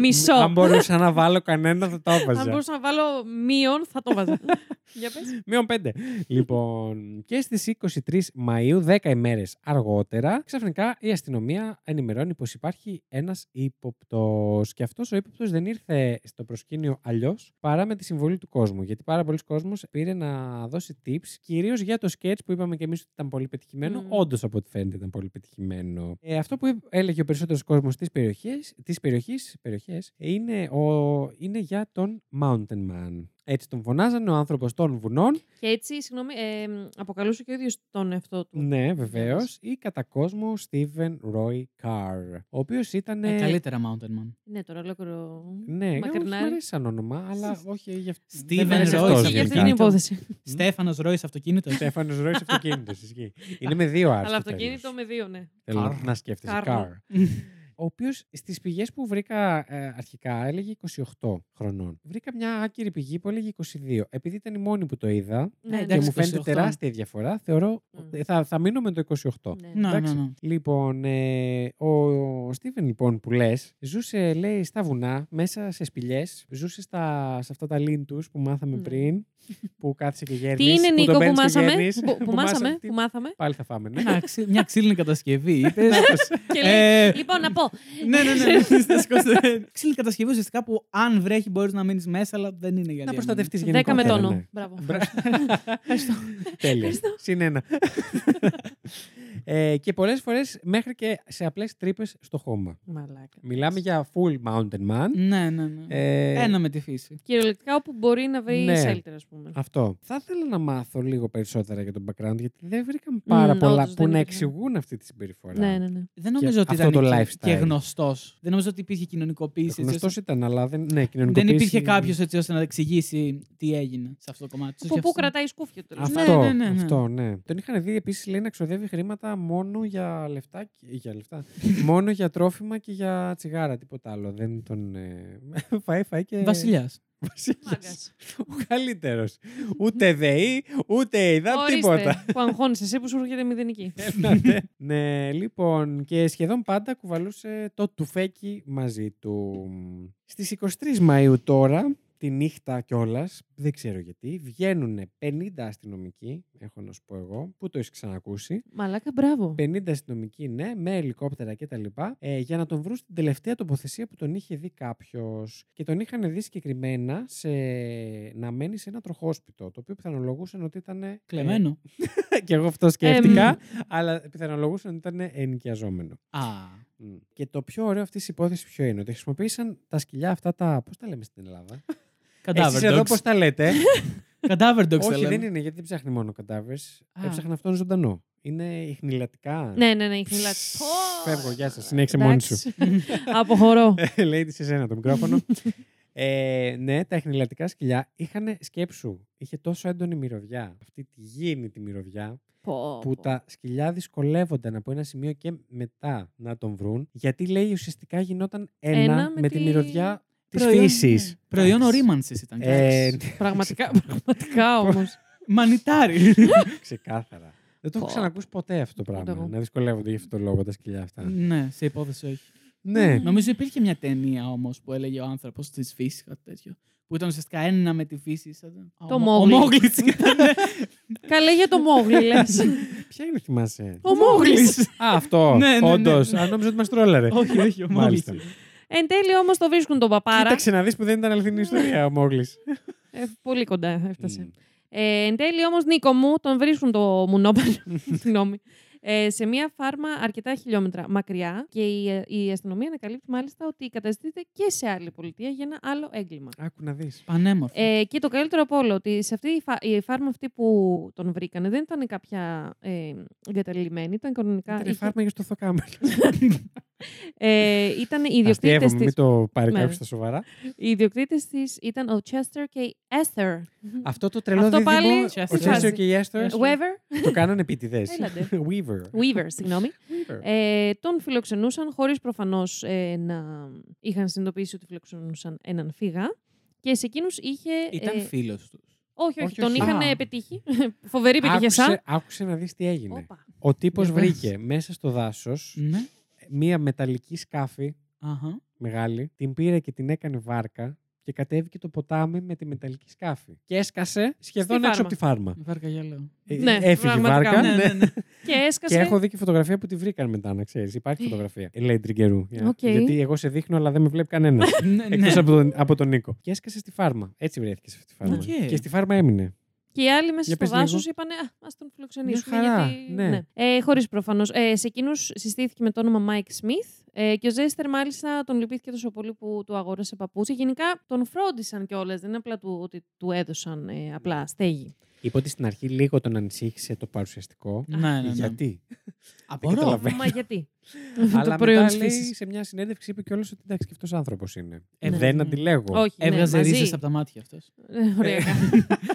[SPEAKER 2] Μισό.
[SPEAKER 1] μπορούσα να βάλω κανένα, θα το
[SPEAKER 2] Αν
[SPEAKER 1] έβαζα.
[SPEAKER 2] μπορούσα να βάλω μείον, θα το βάζα. Για πες.
[SPEAKER 1] Μείον πέντε. λοιπόν, και στις 23 Μαου, 10 ημέρες αργότερα, ξαφνικά η αστυνομία ενημερώνει πως υπάρχει ένας ύποπτος. Και αυτός ο ύποπτος δεν ήρθε στο προσκήνιο αλλιώς παρά με τη συμβολή του κόσμου. Γιατί πάρα πολλοί κόσμοι πήρε να δώσει tips, κυρίως για το σκέτ που είπαμε και εμείς ότι ήταν πολύ πετυχημένο.
[SPEAKER 2] Μμμ.
[SPEAKER 1] Όντως, από ό,τι φαίνεται, ήταν πολύ πετυχημένο. Ε, αυτό που είπ- έλεγε ο περισσότερος κόσμος της περιοχής της περιοχής, περιοχές, ε, είναι, ο, είναι για τον Mountain Man. Έτσι τον φωνάζανε ο άνθρωπος των βουνών.
[SPEAKER 2] Και έτσι, συγγνώμη, ε, αποκαλούσε και ο ίδιος τον εαυτό του.
[SPEAKER 1] Ναι, βεβαίως. Ή κατά κόσμο Στίβεν Ρόι Καρ. Ο οποίος ήταν.
[SPEAKER 3] Ε, καλύτερα Mountain Man.
[SPEAKER 2] Ναι, τώρα ολόκληρο.
[SPEAKER 1] Ναι, εγώ μου
[SPEAKER 2] μακρινάρι.
[SPEAKER 1] αρέσει σαν όνομα, αλλά όχι για αυτό.
[SPEAKER 3] Steven
[SPEAKER 1] Δεν μ' αρέσει
[SPEAKER 3] Roy,
[SPEAKER 1] αυτός
[SPEAKER 2] Όχι, για αυτή
[SPEAKER 1] ναι, γενικά.
[SPEAKER 2] την υπόθεση.
[SPEAKER 3] Στέφανος Ρόις αυτοκίνητος.
[SPEAKER 1] Στέφανος Ρόις αυτοκίνητος. ισχύει. Είναι με δύο άρθρα.
[SPEAKER 2] Αλλά αυτοκίνητο με ναι. δύο, ναι.
[SPEAKER 1] Θέλω
[SPEAKER 3] Καρ.
[SPEAKER 1] να σκέφτεσαι.
[SPEAKER 2] Καρλο.
[SPEAKER 1] Καρ. Ο οποίος στις πηγές που βρήκα ε, αρχικά έλεγε 28 χρονών. Βρήκα μια άκυρη πηγή που έλεγε 22. Επειδή ήταν η μόνη που το είδα
[SPEAKER 2] Ναι,
[SPEAKER 1] και
[SPEAKER 3] εντάξει,
[SPEAKER 1] μου φαίνεται
[SPEAKER 3] 28.
[SPEAKER 1] τεράστια διαφορά, θεωρώ.
[SPEAKER 2] Μμ.
[SPEAKER 1] Θα, θα μείνω με το 28.
[SPEAKER 2] Ναι.
[SPEAKER 3] Να, ναι,
[SPEAKER 1] Εντάξει.
[SPEAKER 3] ναι.
[SPEAKER 1] Λοιπόν, ε, ο Στίβεν λοιπόν που λες, ζούσε λέει στα βουνά, μέσα σε σπηλιές, ζούσε στα, σε αυτά τα lean τους που μάθαμε
[SPEAKER 2] Ναι.
[SPEAKER 1] πριν, που κάθισε και γέρνεις.
[SPEAKER 2] Τι είναι,
[SPEAKER 1] τον
[SPEAKER 2] Νίκο, που
[SPEAKER 1] παίρνεις και
[SPEAKER 2] μάσαμε.
[SPEAKER 1] γέρνεις,
[SPEAKER 2] που- Που μάσαμε.
[SPEAKER 1] τι-
[SPEAKER 2] Που μάθαμε.
[SPEAKER 1] Πάλι θα φάμε, ναι.
[SPEAKER 3] Ένα ξύ- Μια ξύλινη κατασκευή. είπες.
[SPEAKER 2] Και λέει,
[SPEAKER 3] Ε,
[SPEAKER 2] Λοιπόν, να πω.
[SPEAKER 3] Ναι, ναι, ναι. στα σκοτεινά. Ξύλινη κατασκευή ουσιαστικά που αν βρέχει μπορείς να μείνεις μέσα, αλλά δεν είναι για
[SPEAKER 1] Να
[SPEAKER 3] διαμονή.
[SPEAKER 1] προστατευτείς
[SPEAKER 2] 10 με
[SPEAKER 1] γενικότερα. ναι.
[SPEAKER 2] τόνο. Μπράβο. Ευχαριστώ.
[SPEAKER 1] Τέλεια.
[SPEAKER 2] Ευχαριστώ.
[SPEAKER 1] Συν ένα. ε, και πολλές φορές μέχρι και σε απλές τρύπες στο χώμα.
[SPEAKER 2] Μαλάκα.
[SPEAKER 1] Μιλάμε για full mountain man.
[SPEAKER 3] Ναι, ναι, ναι.
[SPEAKER 1] Ε,
[SPEAKER 3] Ένα με τη φύση.
[SPEAKER 2] Κυριολεκτικά όπου μπορεί να βρει
[SPEAKER 1] Ναι.
[SPEAKER 2] shelter, ας πούμε.
[SPEAKER 1] Αυτό. Θα ήθελα να μάθω λίγο περισσότερα για τον background, γιατί δεν βρήκαν πάρα
[SPEAKER 2] Μμμ,
[SPEAKER 1] πολλά
[SPEAKER 2] όντως,
[SPEAKER 1] που
[SPEAKER 2] δεν
[SPEAKER 1] να
[SPEAKER 2] υπήρχε.
[SPEAKER 1] εξηγούν αυτή τη συμπεριφορά.
[SPEAKER 2] Ναι, ναι, ναι.
[SPEAKER 3] Δεν νομίζω ότι
[SPEAKER 1] αυτό
[SPEAKER 3] ήταν
[SPEAKER 1] το
[SPEAKER 3] και-
[SPEAKER 1] lifestyle.
[SPEAKER 3] και γνωστός. Δεν νομίζω ότι υπήρχε κοινωνικοποίηση. έτσι
[SPEAKER 1] Γνωστός
[SPEAKER 3] ώστε-
[SPEAKER 1] ήταν, αλλά δεν, ναι, κοινωνικοποίηση...
[SPEAKER 3] Δεν υπήρχε κάποιος έτσι ώστε να εξηγήσει τι έγινε σε αυτό το κομμάτι. Ίσως
[SPEAKER 2] Από
[SPEAKER 3] γι'
[SPEAKER 2] πού
[SPEAKER 3] αυτό.
[SPEAKER 2] κρατάει σκούφιο τέλο
[SPEAKER 3] Αυτά.
[SPEAKER 1] Αυτό,
[SPEAKER 3] Ναι, ναι, ναι, ναι.
[SPEAKER 1] αυτό, ναι. Τον είχαν δει επίσης λέει να ξοδεύει χρήματα μόνο για λεφτά. και- Για λεφτά. μόνο για τρόφιμα και για τσιγάρα, τίποτα άλλο. Δεν τον. ε, φάει, φάει και.
[SPEAKER 3] Βασιλιάς.
[SPEAKER 1] Βασιλιάς. Ο καλύτερος. Ούτε ΔΕΗ, ούτε ΕΙΔΑΠ, τίποτα.
[SPEAKER 2] Ορίστε, που αγχώνεις εσύ που σου έρχεται μηδενική.
[SPEAKER 1] Έπρατε. ναι, λοιπόν, και σχεδόν πάντα κουβαλούσε το τουφέκι μαζί του. Στις 23 Μαΐου τώρα, τη νύχτα κιόλας, δεν ξέρω γιατί, βγαίνουν 50 αστυνομικοί, έχω να σου πω εγώ, που το έχεις ξανακούσει.
[SPEAKER 2] Μαλάκα, μπράβο.
[SPEAKER 1] 50 αστυνομικοί, ναι, με ελικόπτερα κτλ. Ε, για να τον βρουν στην τελευταία τοποθεσία που τον είχε δει κάποιος. Και τον είχαν δει συγκεκριμένα σε... να μένει σε ένα τροχόσπιτο, το οποίο πιθανολογούσαν ότι ήταν. ε,
[SPEAKER 3] Κλεμμένο.
[SPEAKER 1] και εγώ αυτό σκέφτηκα, αλλά πιθανολογούσαν ότι ήταν ενοικιαζόμενο.
[SPEAKER 3] Α.
[SPEAKER 1] Και το πιο ωραίο αυτής της υπόθεσης ποιο είναι, ότι χρησιμοποίησαν τα σκυλιά αυτά τα. Πώς τα λέμε στην Ελλάδα. Εσείς
[SPEAKER 3] Καντάβερ
[SPEAKER 1] εδώ
[SPEAKER 3] dogs.
[SPEAKER 1] πώς τα λέτε.
[SPEAKER 3] Καντάβερ dogs. τα
[SPEAKER 1] Όχι,
[SPEAKER 3] λέμε.
[SPEAKER 1] δεν είναι, γιατί δεν ψάχνει μόνο καντάβερ.
[SPEAKER 3] Α.
[SPEAKER 1] Έψαχνα αυτόν ζωντανό. Είναι ιχνηλατικά.
[SPEAKER 2] Ναι, ναι, ναι, ηχνηλάτη.
[SPEAKER 1] Φεύγω, γεια σας. Συνέχισε μόνη σου.
[SPEAKER 2] Αποχωρώ.
[SPEAKER 1] Λέει της σε σένα το μικρόφωνο. Ε, ναι, τα ιχνηλατικά σκυλιά είχαν σκέψου. Είχε τόσο έντονη μυρωδιά. Αυτή τη γήινη τη μυρωδιά
[SPEAKER 2] Πω,
[SPEAKER 1] που
[SPEAKER 2] πω.
[SPEAKER 1] τα σκυλιά δυσκολεύονταν από ένα σημείο και μετά να τον βρουν, γιατί λέει ουσιαστικά γινόταν ένα,
[SPEAKER 2] Ένα
[SPEAKER 1] με,
[SPEAKER 2] με
[SPEAKER 1] τη
[SPEAKER 2] τη-
[SPEAKER 1] μυρωδιά της
[SPEAKER 3] Προϊόν,
[SPEAKER 1] φύσης.
[SPEAKER 3] ναι. Προϊόν ορίμανσης ήταν.
[SPEAKER 1] Ε,
[SPEAKER 3] κάτι.
[SPEAKER 2] Πραγματικά, πραγματικά όμως.
[SPEAKER 3] Μανιτάρι.
[SPEAKER 1] ναι, ξεκάθαρα. Δεν το έχω
[SPEAKER 2] Πω.
[SPEAKER 1] ξανακούσει ποτέ αυτό το
[SPEAKER 2] Ούτε
[SPEAKER 1] πράγμα.
[SPEAKER 2] εγώ.
[SPEAKER 1] Να δυσκολεύονται γι' αυτό το λόγο τα σκυλιά αυτά.
[SPEAKER 3] Ναι, σε υπόθεση όχι.
[SPEAKER 1] Ναι.
[SPEAKER 3] Νομίζω υπήρχε μια ταινία όμως που έλεγε ο άνθρωπος της φύσης, κάτι τέτοιο. Που ήταν ουσιαστικά ένα με τη φύση. Σαν...
[SPEAKER 2] Το
[SPEAKER 3] Ο-
[SPEAKER 2] Μόγλι.
[SPEAKER 3] Ο Μόγλι ήταν. ναι.
[SPEAKER 2] Καλέ για το Μόγλι, λες.
[SPEAKER 1] Ποια είναι, θυμάσαι.
[SPEAKER 2] Ο Μόγλι.
[SPEAKER 1] Α, αυτό.
[SPEAKER 3] Ναι, ναι, ναι.
[SPEAKER 1] Όντως. Αν νόμιζα ότι μας τρόλαρε.
[SPEAKER 3] όχι, όχι, ο Μόγλι.
[SPEAKER 1] Μάλιστα.
[SPEAKER 2] Εν τέλει όμως το βρίσκουν τον παπάρα.
[SPEAKER 1] Κοίταξε να δεις που δεν ήταν αληθινή ιστορία ο Μόγλης.
[SPEAKER 2] Ε, πολύ κοντά έφτασε. Ε, εν τέλει όμως, Νίκο μου, τον βρίσκουν το μουνόπανο. Συγγνώμη. Ε, σε μία φάρμα αρκετά χιλιόμετρα μακριά και η, η αστυνομία ανακαλύπτει μάλιστα ότι καταστείται και σε άλλη πολιτεία για ένα άλλο έγκλημα.
[SPEAKER 1] Άκου να δεις.
[SPEAKER 3] Πανέμορφο.
[SPEAKER 2] Ε, και το καλύτερο απ' όλο, ότι σε αυτή η, φα... η φάρμα αυτή που τον βρήκανε δεν ήταν κάποια ε, εγκαταλειμμένη, ήταν κανονικά.
[SPEAKER 1] Ήταν
[SPEAKER 2] είχε-
[SPEAKER 1] φάρμα για στο θοκάμελο.
[SPEAKER 2] Ε, ήταν οι ιδιοκτήτε
[SPEAKER 1] Αστείευομαι,
[SPEAKER 2] τη.
[SPEAKER 1] μην το πάρει
[SPEAKER 2] Ναι.
[SPEAKER 1] κάποιο στα σοβαρά.
[SPEAKER 2] Οι ιδιοκτήτες της ήταν ο Chester και η Esther.
[SPEAKER 1] Αυτό το τρελό
[SPEAKER 2] Αυτό
[SPEAKER 1] δίδυμο,
[SPEAKER 2] πάλι
[SPEAKER 1] ο
[SPEAKER 3] Chester.
[SPEAKER 1] Chester και η Esther,
[SPEAKER 2] Ε, Weaver.
[SPEAKER 1] το κάνανε επίτηδες.
[SPEAKER 2] Έλατε. Ε,
[SPEAKER 1] Weaver.
[SPEAKER 2] Weaver, συγγνώμη.
[SPEAKER 1] Weaver.
[SPEAKER 2] Ε, τον φιλοξενούσαν χωρίς προφανώς να είχαν συνειδητοποιήσει ότι φιλοξενούσαν έναν φύγα. Και σε εκείνους είχε.
[SPEAKER 3] Ήταν
[SPEAKER 2] ε,
[SPEAKER 3] φίλος τους.
[SPEAKER 2] όχι, όχι,
[SPEAKER 1] όχι,
[SPEAKER 2] τον
[SPEAKER 1] όχι.
[SPEAKER 2] είχαν
[SPEAKER 3] Α.
[SPEAKER 2] ε, πετύχει. Φοβερή επιτυχία σαν.
[SPEAKER 1] Άκουσε, άκουσε να δεις τι έγινε.
[SPEAKER 2] Όπα.
[SPEAKER 1] Ο τύπος
[SPEAKER 3] Για
[SPEAKER 1] βρήκε μέσα στο δάσος
[SPEAKER 3] Ναι.
[SPEAKER 1] μία μεταλλική σκάφη
[SPEAKER 3] Αχα.
[SPEAKER 1] μεγάλη, την πήρε και την έκανε βάρκα και κατέβηκε το ποτάμι με τη μεταλλική σκάφη. Και έσκασε σχεδόν
[SPEAKER 2] φάρμα.
[SPEAKER 1] έξω από τη φάρμα.
[SPEAKER 3] Βάρκα γυαλό.
[SPEAKER 1] Ε,
[SPEAKER 2] Ναι,
[SPEAKER 1] Έφυγε η
[SPEAKER 2] πραγματικά,
[SPEAKER 1] βάρκα.
[SPEAKER 2] ναι,
[SPEAKER 3] ναι, ναι.
[SPEAKER 2] Και έσκασε. Ε.
[SPEAKER 1] Και έχω δει και φωτογραφία που τη βρήκαν μετά, να ξέρεις. Υπάρχει φωτογραφία. Ελέη Τριγκερού. για-
[SPEAKER 2] Οκ.
[SPEAKER 1] Γιατί εγώ σε δείχνω, αλλά δεν με βλέπει κανένας.
[SPEAKER 3] ναι, ναι.
[SPEAKER 1] Εκτός από, τον- από τον Νίκο. Και έσκασε στη φάρμα. Έτσι βρέθηκε σε αυτή τη φάρμα.
[SPEAKER 3] Οκ.
[SPEAKER 1] Και στη φάρμα έμεινε.
[SPEAKER 2] Και οι άλλοι μέσα
[SPEAKER 1] Για
[SPEAKER 2] στο
[SPEAKER 1] πες λίγο.
[SPEAKER 2] δάσο είπαν Α ας τον φιλοξενήσουμε.
[SPEAKER 1] Μια χαρά,
[SPEAKER 2] Γιατί...
[SPEAKER 1] ναι.
[SPEAKER 2] Ε, Χωρίς προφανώς. Ε, σε εκείνους συστήθηκε με το όνομα Mike Smith. Ε, και ο Ζέστερ μάλιστα τον λυπήθηκε τόσο πολύ που του αγόρασε παπούτσια. Γενικά τον φρόντισαν κιόλας. Δεν είναι απλά του, ότι του έδωσαν ε, απλά στέγη.
[SPEAKER 1] Είπε ότι στην αρχή λίγο τον ανησύχησε το παρουσιαστικό.
[SPEAKER 3] Ναι, ναι, ναι.
[SPEAKER 1] Γιατί.
[SPEAKER 3] Απορώ.
[SPEAKER 1] καταλαβαίνω.
[SPEAKER 2] Μα γιατί.
[SPEAKER 1] αλλά
[SPEAKER 2] προϊόν
[SPEAKER 1] μετά
[SPEAKER 2] της
[SPEAKER 1] λέει,
[SPEAKER 2] φύσης.
[SPEAKER 1] σε μια συνέντευξη είπε κιόλας ότι εντάξει και αυτός άνθρωπος είναι. Ε,
[SPEAKER 2] Ναι,
[SPEAKER 1] δεν
[SPEAKER 2] ναι.
[SPEAKER 1] αντιλέγω.
[SPEAKER 2] Όχι,
[SPEAKER 3] Έβγαζε
[SPEAKER 2] ναι, μαζί.
[SPEAKER 3] ρίζες από τα μάτια αυτός.
[SPEAKER 2] Ε, Ωραία.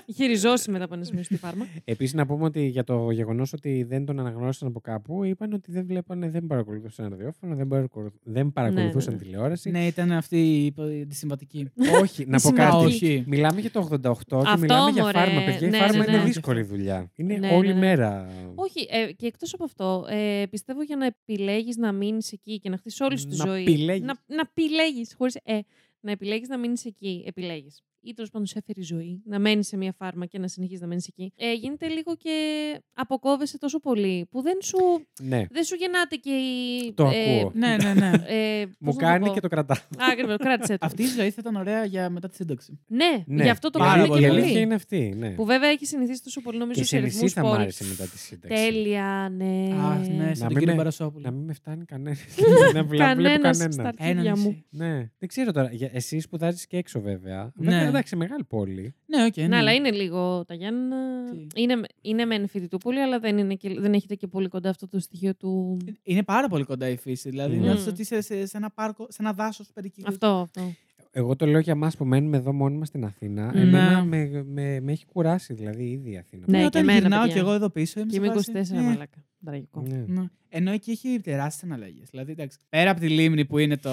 [SPEAKER 2] Είχε ριζώσει μετά από ένα σημείο στη φάρμα.
[SPEAKER 1] Επίσης, να πούμε ότι για το γεγονός ότι δεν τον αναγνώρισαν από κάπου, είπαν ότι δεν βλέπανε, δεν παρακολουθούσαν ραδιόφωνο, δεν, παρακολου- δεν παρακολουθούσαν
[SPEAKER 2] ναι, ναι.
[SPEAKER 1] τηλεόραση.
[SPEAKER 3] Ναι, ήταν αυτή η- η αντισυμβατική.
[SPEAKER 1] Όχι, να πω
[SPEAKER 2] Σημαντική.
[SPEAKER 3] Α,
[SPEAKER 1] κάτι.
[SPEAKER 3] όχι.
[SPEAKER 1] Μιλάμε για το 88 και
[SPEAKER 2] Αυτό,
[SPEAKER 1] μιλάμε για
[SPEAKER 2] μωρέ.
[SPEAKER 1] φάρμα, παιδιά.
[SPEAKER 2] Ναι,
[SPEAKER 1] η φάρμα
[SPEAKER 3] ναι,
[SPEAKER 1] είναι
[SPEAKER 3] ναι.
[SPEAKER 1] δύσκολη δουλειά. Είναι
[SPEAKER 2] Ναι,
[SPEAKER 1] όλη
[SPEAKER 2] ναι, ναι.
[SPEAKER 1] μέρα.
[SPEAKER 2] Όχι, ε, και εκτός από αυτό, ε, πιστεύω για να επιλέγει να μείνεις εκεί και να χτίσεις όλη σου τη
[SPEAKER 1] Να
[SPEAKER 2] ζωή.
[SPEAKER 1] επιλέγεις.
[SPEAKER 2] Να, να επιλέγεις. Χωρίς, ε, να επιλέγεις να μείνεις εκεί. Επιλέγεις. Ή τέλος πάντων σε έφερε η ζωή, να μένεις σε μια φάρμα και να συνεχίζεις να μένεις εκεί. Ε, γίνεται λίγο και αποκόβεσαι τόσο πολύ που δεν σου,
[SPEAKER 1] Ναι,
[SPEAKER 2] δεν σου γεννάται και η.
[SPEAKER 1] Το ακούω.
[SPEAKER 3] Ναι, ναι, ναι.
[SPEAKER 2] Ε, πώς να
[SPEAKER 1] μου κάνει
[SPEAKER 2] πω.
[SPEAKER 1] και το κρατάω.
[SPEAKER 2] Άγριβο, κράτησε το.
[SPEAKER 3] Αυτή η ζωή θα ήταν ωραία για μετά τη σύνταξη.
[SPEAKER 2] Ναι,
[SPEAKER 1] Ναι,
[SPEAKER 2] γι' αυτό το
[SPEAKER 1] η
[SPEAKER 3] πάρα
[SPEAKER 2] κάνουν
[SPEAKER 1] αλήθεια-
[SPEAKER 2] και
[SPEAKER 1] Η
[SPEAKER 3] πολύ.
[SPEAKER 1] αλήθεια
[SPEAKER 2] πολύ.
[SPEAKER 1] είναι αυτή. Ναι.
[SPEAKER 2] Που βέβαια έχει συνηθίσει τόσο πολύ νομίζω
[SPEAKER 1] Και
[SPEAKER 2] σε
[SPEAKER 1] σε
[SPEAKER 2] ρυθμούς
[SPEAKER 1] νησί θα μ'
[SPEAKER 2] πόλης.
[SPEAKER 1] άρεσε μετά τη σύνταξη.
[SPEAKER 2] Τέλεια, ναι.
[SPEAKER 3] Αχ, ναι,
[SPEAKER 1] μην
[SPEAKER 3] στον κύριο
[SPEAKER 1] με-
[SPEAKER 3] Παρασόπουλο.
[SPEAKER 1] Να μην με φτάνει κανένας. να βλα- βλέπω
[SPEAKER 2] Κανένας στα
[SPEAKER 1] κανένα.
[SPEAKER 2] αρχίδια
[SPEAKER 3] Ένα
[SPEAKER 2] μου.
[SPEAKER 3] νησί.
[SPEAKER 1] Ναι. Δεν ξέρω τώρα. Για... Εσύ σπουδάζει και έξω, βέβαια.
[SPEAKER 3] Ναι.
[SPEAKER 1] Βέβαια, εντάξει, μεγάλη πόλη.
[SPEAKER 3] Ναι, οκ.
[SPEAKER 2] Ναι, αλλά είναι λίγο τα Γιάννενα.
[SPEAKER 3] Τι?
[SPEAKER 2] Είναι, είναι μεν φοιτητούπολη, αλλά δεν, είναι και, δεν έχετε και πολύ κοντά αυτό το στοιχείο του.
[SPEAKER 3] Είναι πάρα πολύ κοντά η φύση. Δηλαδή,
[SPEAKER 1] Mm.
[SPEAKER 3] νιώθεις ότι είσαι σε, σε ένα πάρκο, σε ένα δάσος περικύλου.
[SPEAKER 2] Αυτό, αυτό.
[SPEAKER 1] Εγώ το λέω για εμά που μένουμε εδώ μόνοι μας στην Αθήνα.
[SPEAKER 2] Ναι.
[SPEAKER 1] Εμένα με, με, με έχει κουράσει δηλαδή ήδη η Αθήνα.
[SPEAKER 2] Ναι,
[SPEAKER 3] Ναι,
[SPEAKER 2] και
[SPEAKER 3] όταν
[SPEAKER 2] εμένα,
[SPEAKER 3] γυρνάω
[SPEAKER 2] παιδιά.
[SPEAKER 3] κι εγώ εδώ πίσω. είμαι
[SPEAKER 2] Και
[SPEAKER 3] σε
[SPEAKER 2] είμαι 24
[SPEAKER 3] φάση, ε,
[SPEAKER 2] μαλάκα. Τραγικό.
[SPEAKER 1] Ναι.
[SPEAKER 3] ναι. Ενώ εκεί έχει τεράστιες αναλλαγές. Δηλαδή, εντάξει, πέρα από τη λίμνη που είναι το.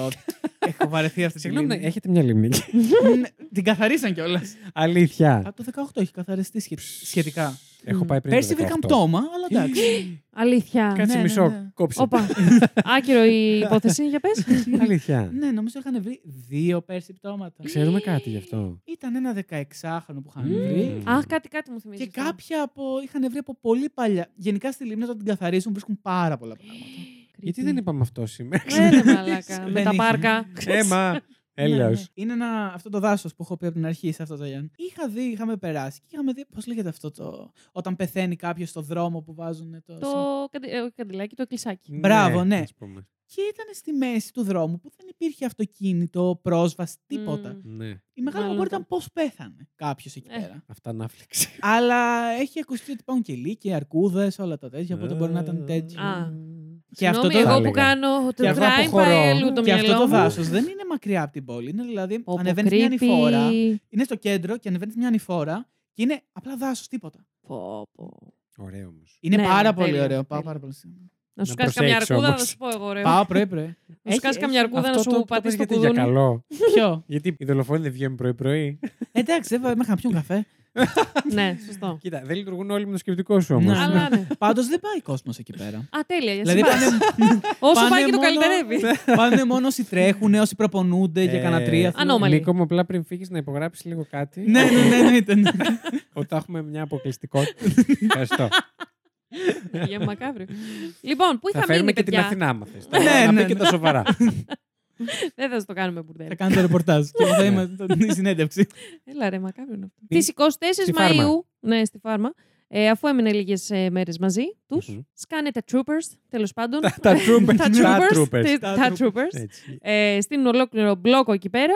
[SPEAKER 3] Έχω βαρεθεί αυτή τη
[SPEAKER 1] Συγγνώμη,
[SPEAKER 3] λίμνη.
[SPEAKER 1] ναι, έχετε μια λίμνη.
[SPEAKER 3] Ναι, Την καθαρίσαν κιόλας.
[SPEAKER 1] Αλήθεια.
[SPEAKER 3] Από το 18 έχει καθαριστεί σχε- σχετικά.
[SPEAKER 1] Έχω πάει πριν. το
[SPEAKER 3] Πέρσι βρήκαν
[SPEAKER 1] 18.
[SPEAKER 3] πτώμα, αλλά εντάξει.
[SPEAKER 2] Αλήθεια.
[SPEAKER 1] Κάτσε
[SPEAKER 3] Ναι, ναι,
[SPEAKER 1] μισό,
[SPEAKER 3] ναι.
[SPEAKER 1] κόψε.
[SPEAKER 2] Όπα. Άκυρο η υπόθεση, για πες.
[SPEAKER 1] Αλήθεια.
[SPEAKER 3] ναι, νομίζω είχαν βρει δύο πέρσι πτώματα.
[SPEAKER 1] Ξέρουμε κάτι γι' αυτό.
[SPEAKER 3] Ήταν ένα 16χρονο που είχαν
[SPEAKER 2] Μμμ.
[SPEAKER 3] βρει.
[SPEAKER 2] Αχ, κάτι, κάτι μου θυμίζεις.
[SPEAKER 3] Και
[SPEAKER 2] αυτό.
[SPEAKER 3] κάποια από... είχαν βρει από πολύ παλιά. Γενικά στη λίμνη όταν την καθαρίζουν βρίσκουν πάρα πολλά πράγματα.
[SPEAKER 1] Γιατί δεν είπαμε αυτό σήμερα.
[SPEAKER 2] Ναι, ρε μαλάκα.
[SPEAKER 3] Δεν Ε,
[SPEAKER 2] με τα
[SPEAKER 3] είχε.
[SPEAKER 2] πάρκα.
[SPEAKER 1] Έμα. Έλεω.
[SPEAKER 3] Ναι, ναι. Είναι ένα, αυτό το δάσος που έχω πει από την αρχή σε αυτό το Γιάννη. Είχα δει, είχαμε περάσει και είχαμε δει. Πώς λέγεται αυτό το. Όταν πεθαίνει κάποιος στο δρόμο που βάζουν το.
[SPEAKER 2] Το καντι- ε, όχι καντιλάκι, το κλεισάκι.
[SPEAKER 3] Μπράβο, ναι.
[SPEAKER 1] ας πούμε.
[SPEAKER 3] Και ήταν στη μέση του δρόμου που δεν υπήρχε αυτοκίνητο, πρόσβαση, τίποτα.
[SPEAKER 2] Μμμ.
[SPEAKER 1] Ναι.
[SPEAKER 3] Η μεγάλη
[SPEAKER 2] Μάλλον
[SPEAKER 3] μου
[SPEAKER 2] το-
[SPEAKER 3] ήταν πώς πέθανε κάποιος εκεί
[SPEAKER 2] Ε.
[SPEAKER 3] πέρα.
[SPEAKER 1] Αυτά να φλεξε.
[SPEAKER 3] Αλλά έχει ακουστεί ότι υπάρχουν και λύκοι, αρκούδες, όλα τα τέτοια. Οπότε μπορεί να ήταν τέτοιο.
[SPEAKER 2] Ε. Α.
[SPEAKER 3] Και αυτό
[SPEAKER 2] Συγγνώμη,
[SPEAKER 3] το-
[SPEAKER 2] εγώ
[SPEAKER 1] θα
[SPEAKER 2] που
[SPEAKER 1] έλεγα.
[SPEAKER 2] κάνω το
[SPEAKER 1] Και αυτό
[SPEAKER 2] crime
[SPEAKER 1] αποχωρώ.
[SPEAKER 2] παρέλου το
[SPEAKER 3] και αυτό
[SPEAKER 2] μυαλό μου.
[SPEAKER 3] το δάσος δεν είναι μακριά από την πόλη. Είναι δηλαδή
[SPEAKER 2] Πω, πω,
[SPEAKER 3] ανεβαίνεις μια
[SPEAKER 2] creepy.
[SPEAKER 3] ανηφόρα. Είναι στο κέντρο και ανεβαίνεις μια ανηφόρα και είναι απλά δάσος, τίποτα.
[SPEAKER 2] Πω, πω.
[SPEAKER 1] Ωραίο όμως.
[SPEAKER 3] Είναι
[SPEAKER 2] Ναι,
[SPEAKER 3] πάρα
[SPEAKER 2] ναι,
[SPEAKER 3] πολύ
[SPEAKER 2] τέλειο,
[SPEAKER 3] ωραίο. Πάω
[SPEAKER 2] τέλειο.
[SPEAKER 3] πάρα πολύ σύντομα.
[SPEAKER 2] Να σου
[SPEAKER 1] Να
[SPEAKER 2] κάσει καμιά
[SPEAKER 1] προσέξεις
[SPEAKER 2] αρκούδα, να
[SPEAKER 1] όμως.
[SPEAKER 2] σου πω εγώ ρε.
[SPEAKER 3] Πάω πρωί πρωί.
[SPEAKER 2] Να σου κάσει καμιά αρκούδα, να σου πατήσει το
[SPEAKER 1] γιατί για
[SPEAKER 2] κουδούνι.
[SPEAKER 1] καλό.
[SPEAKER 3] Ποιο.
[SPEAKER 1] Γιατί οι δολοφόνοι δεν βγαίνουν πρωί-πρωί.
[SPEAKER 3] Εντάξει, δεν μέχρι να πιούν καφέ.
[SPEAKER 2] Ναι, σωστό.
[SPEAKER 1] Κοίτα, δεν λειτουργούν όλοι με το σκεπτικό σου όμως.
[SPEAKER 3] Ναι.
[SPEAKER 2] Αλλά ναι.
[SPEAKER 3] Πάντως δεν πάει κόσμος εκεί πέρα.
[SPEAKER 2] Α, τέλεια. Για
[SPEAKER 3] δηλαδή
[SPEAKER 2] σε πάει.
[SPEAKER 3] πάνε,
[SPEAKER 2] Όσο
[SPEAKER 3] πάνε
[SPEAKER 2] πάει και το
[SPEAKER 3] μόνο-
[SPEAKER 2] καλυτερεύει.
[SPEAKER 3] πάνε μόνο όσοι τρέχουν, όσοι προπονούνται
[SPEAKER 1] Ε.
[SPEAKER 3] για κανένα τρία.
[SPEAKER 2] ανώ- Ανώμαλοι.
[SPEAKER 1] Νίκο μου, απλά πριν φύγεις να υπογράψεις λίγο κάτι.
[SPEAKER 3] Ναι, ναι, ναι, εννοείται, ναι.
[SPEAKER 1] Ότι θα έχουμε μια αποκλειστικότητα. Ευχαριστώ.
[SPEAKER 2] Για μακάβριο. Λοιπόν, πού
[SPEAKER 1] Ναι. θα
[SPEAKER 2] είχα
[SPEAKER 1] φέρουμε
[SPEAKER 2] μείνει,
[SPEAKER 1] και την
[SPEAKER 2] παιδιά.
[SPEAKER 1] Αθηνά, άμα θες.
[SPEAKER 3] Ναι,
[SPEAKER 1] Να
[SPEAKER 3] ναι,
[SPEAKER 1] πει και τα σοβαρά.
[SPEAKER 2] Δεν θα σας το κάνουμε
[SPEAKER 3] Θα
[SPEAKER 2] μπουρδέλ.
[SPEAKER 3] Ε, κάνω το ρεπορτάζ και εγώ θα είμαι στην συνέντευξη.
[SPEAKER 2] Έλα ρε, μακάβριο είναι αυτό.
[SPEAKER 1] Τι-
[SPEAKER 2] Τις 24
[SPEAKER 1] στη φάρμα.
[SPEAKER 2] Μαΐου, ναι, στη φάρμα, ε, αφού έμεινε λίγες ε, μέρες μαζί τους,
[SPEAKER 1] Μμμ.
[SPEAKER 2] σκάνε τα troopers, τέλος πάντων.
[SPEAKER 1] Τα- Τα troopers.
[SPEAKER 2] Τα troopers.
[SPEAKER 1] troopers.
[SPEAKER 2] τε- Τα troopers.
[SPEAKER 1] Έτσι.
[SPEAKER 2] ε, στείλουν ολόκληρο μπλόκο εκεί πέρα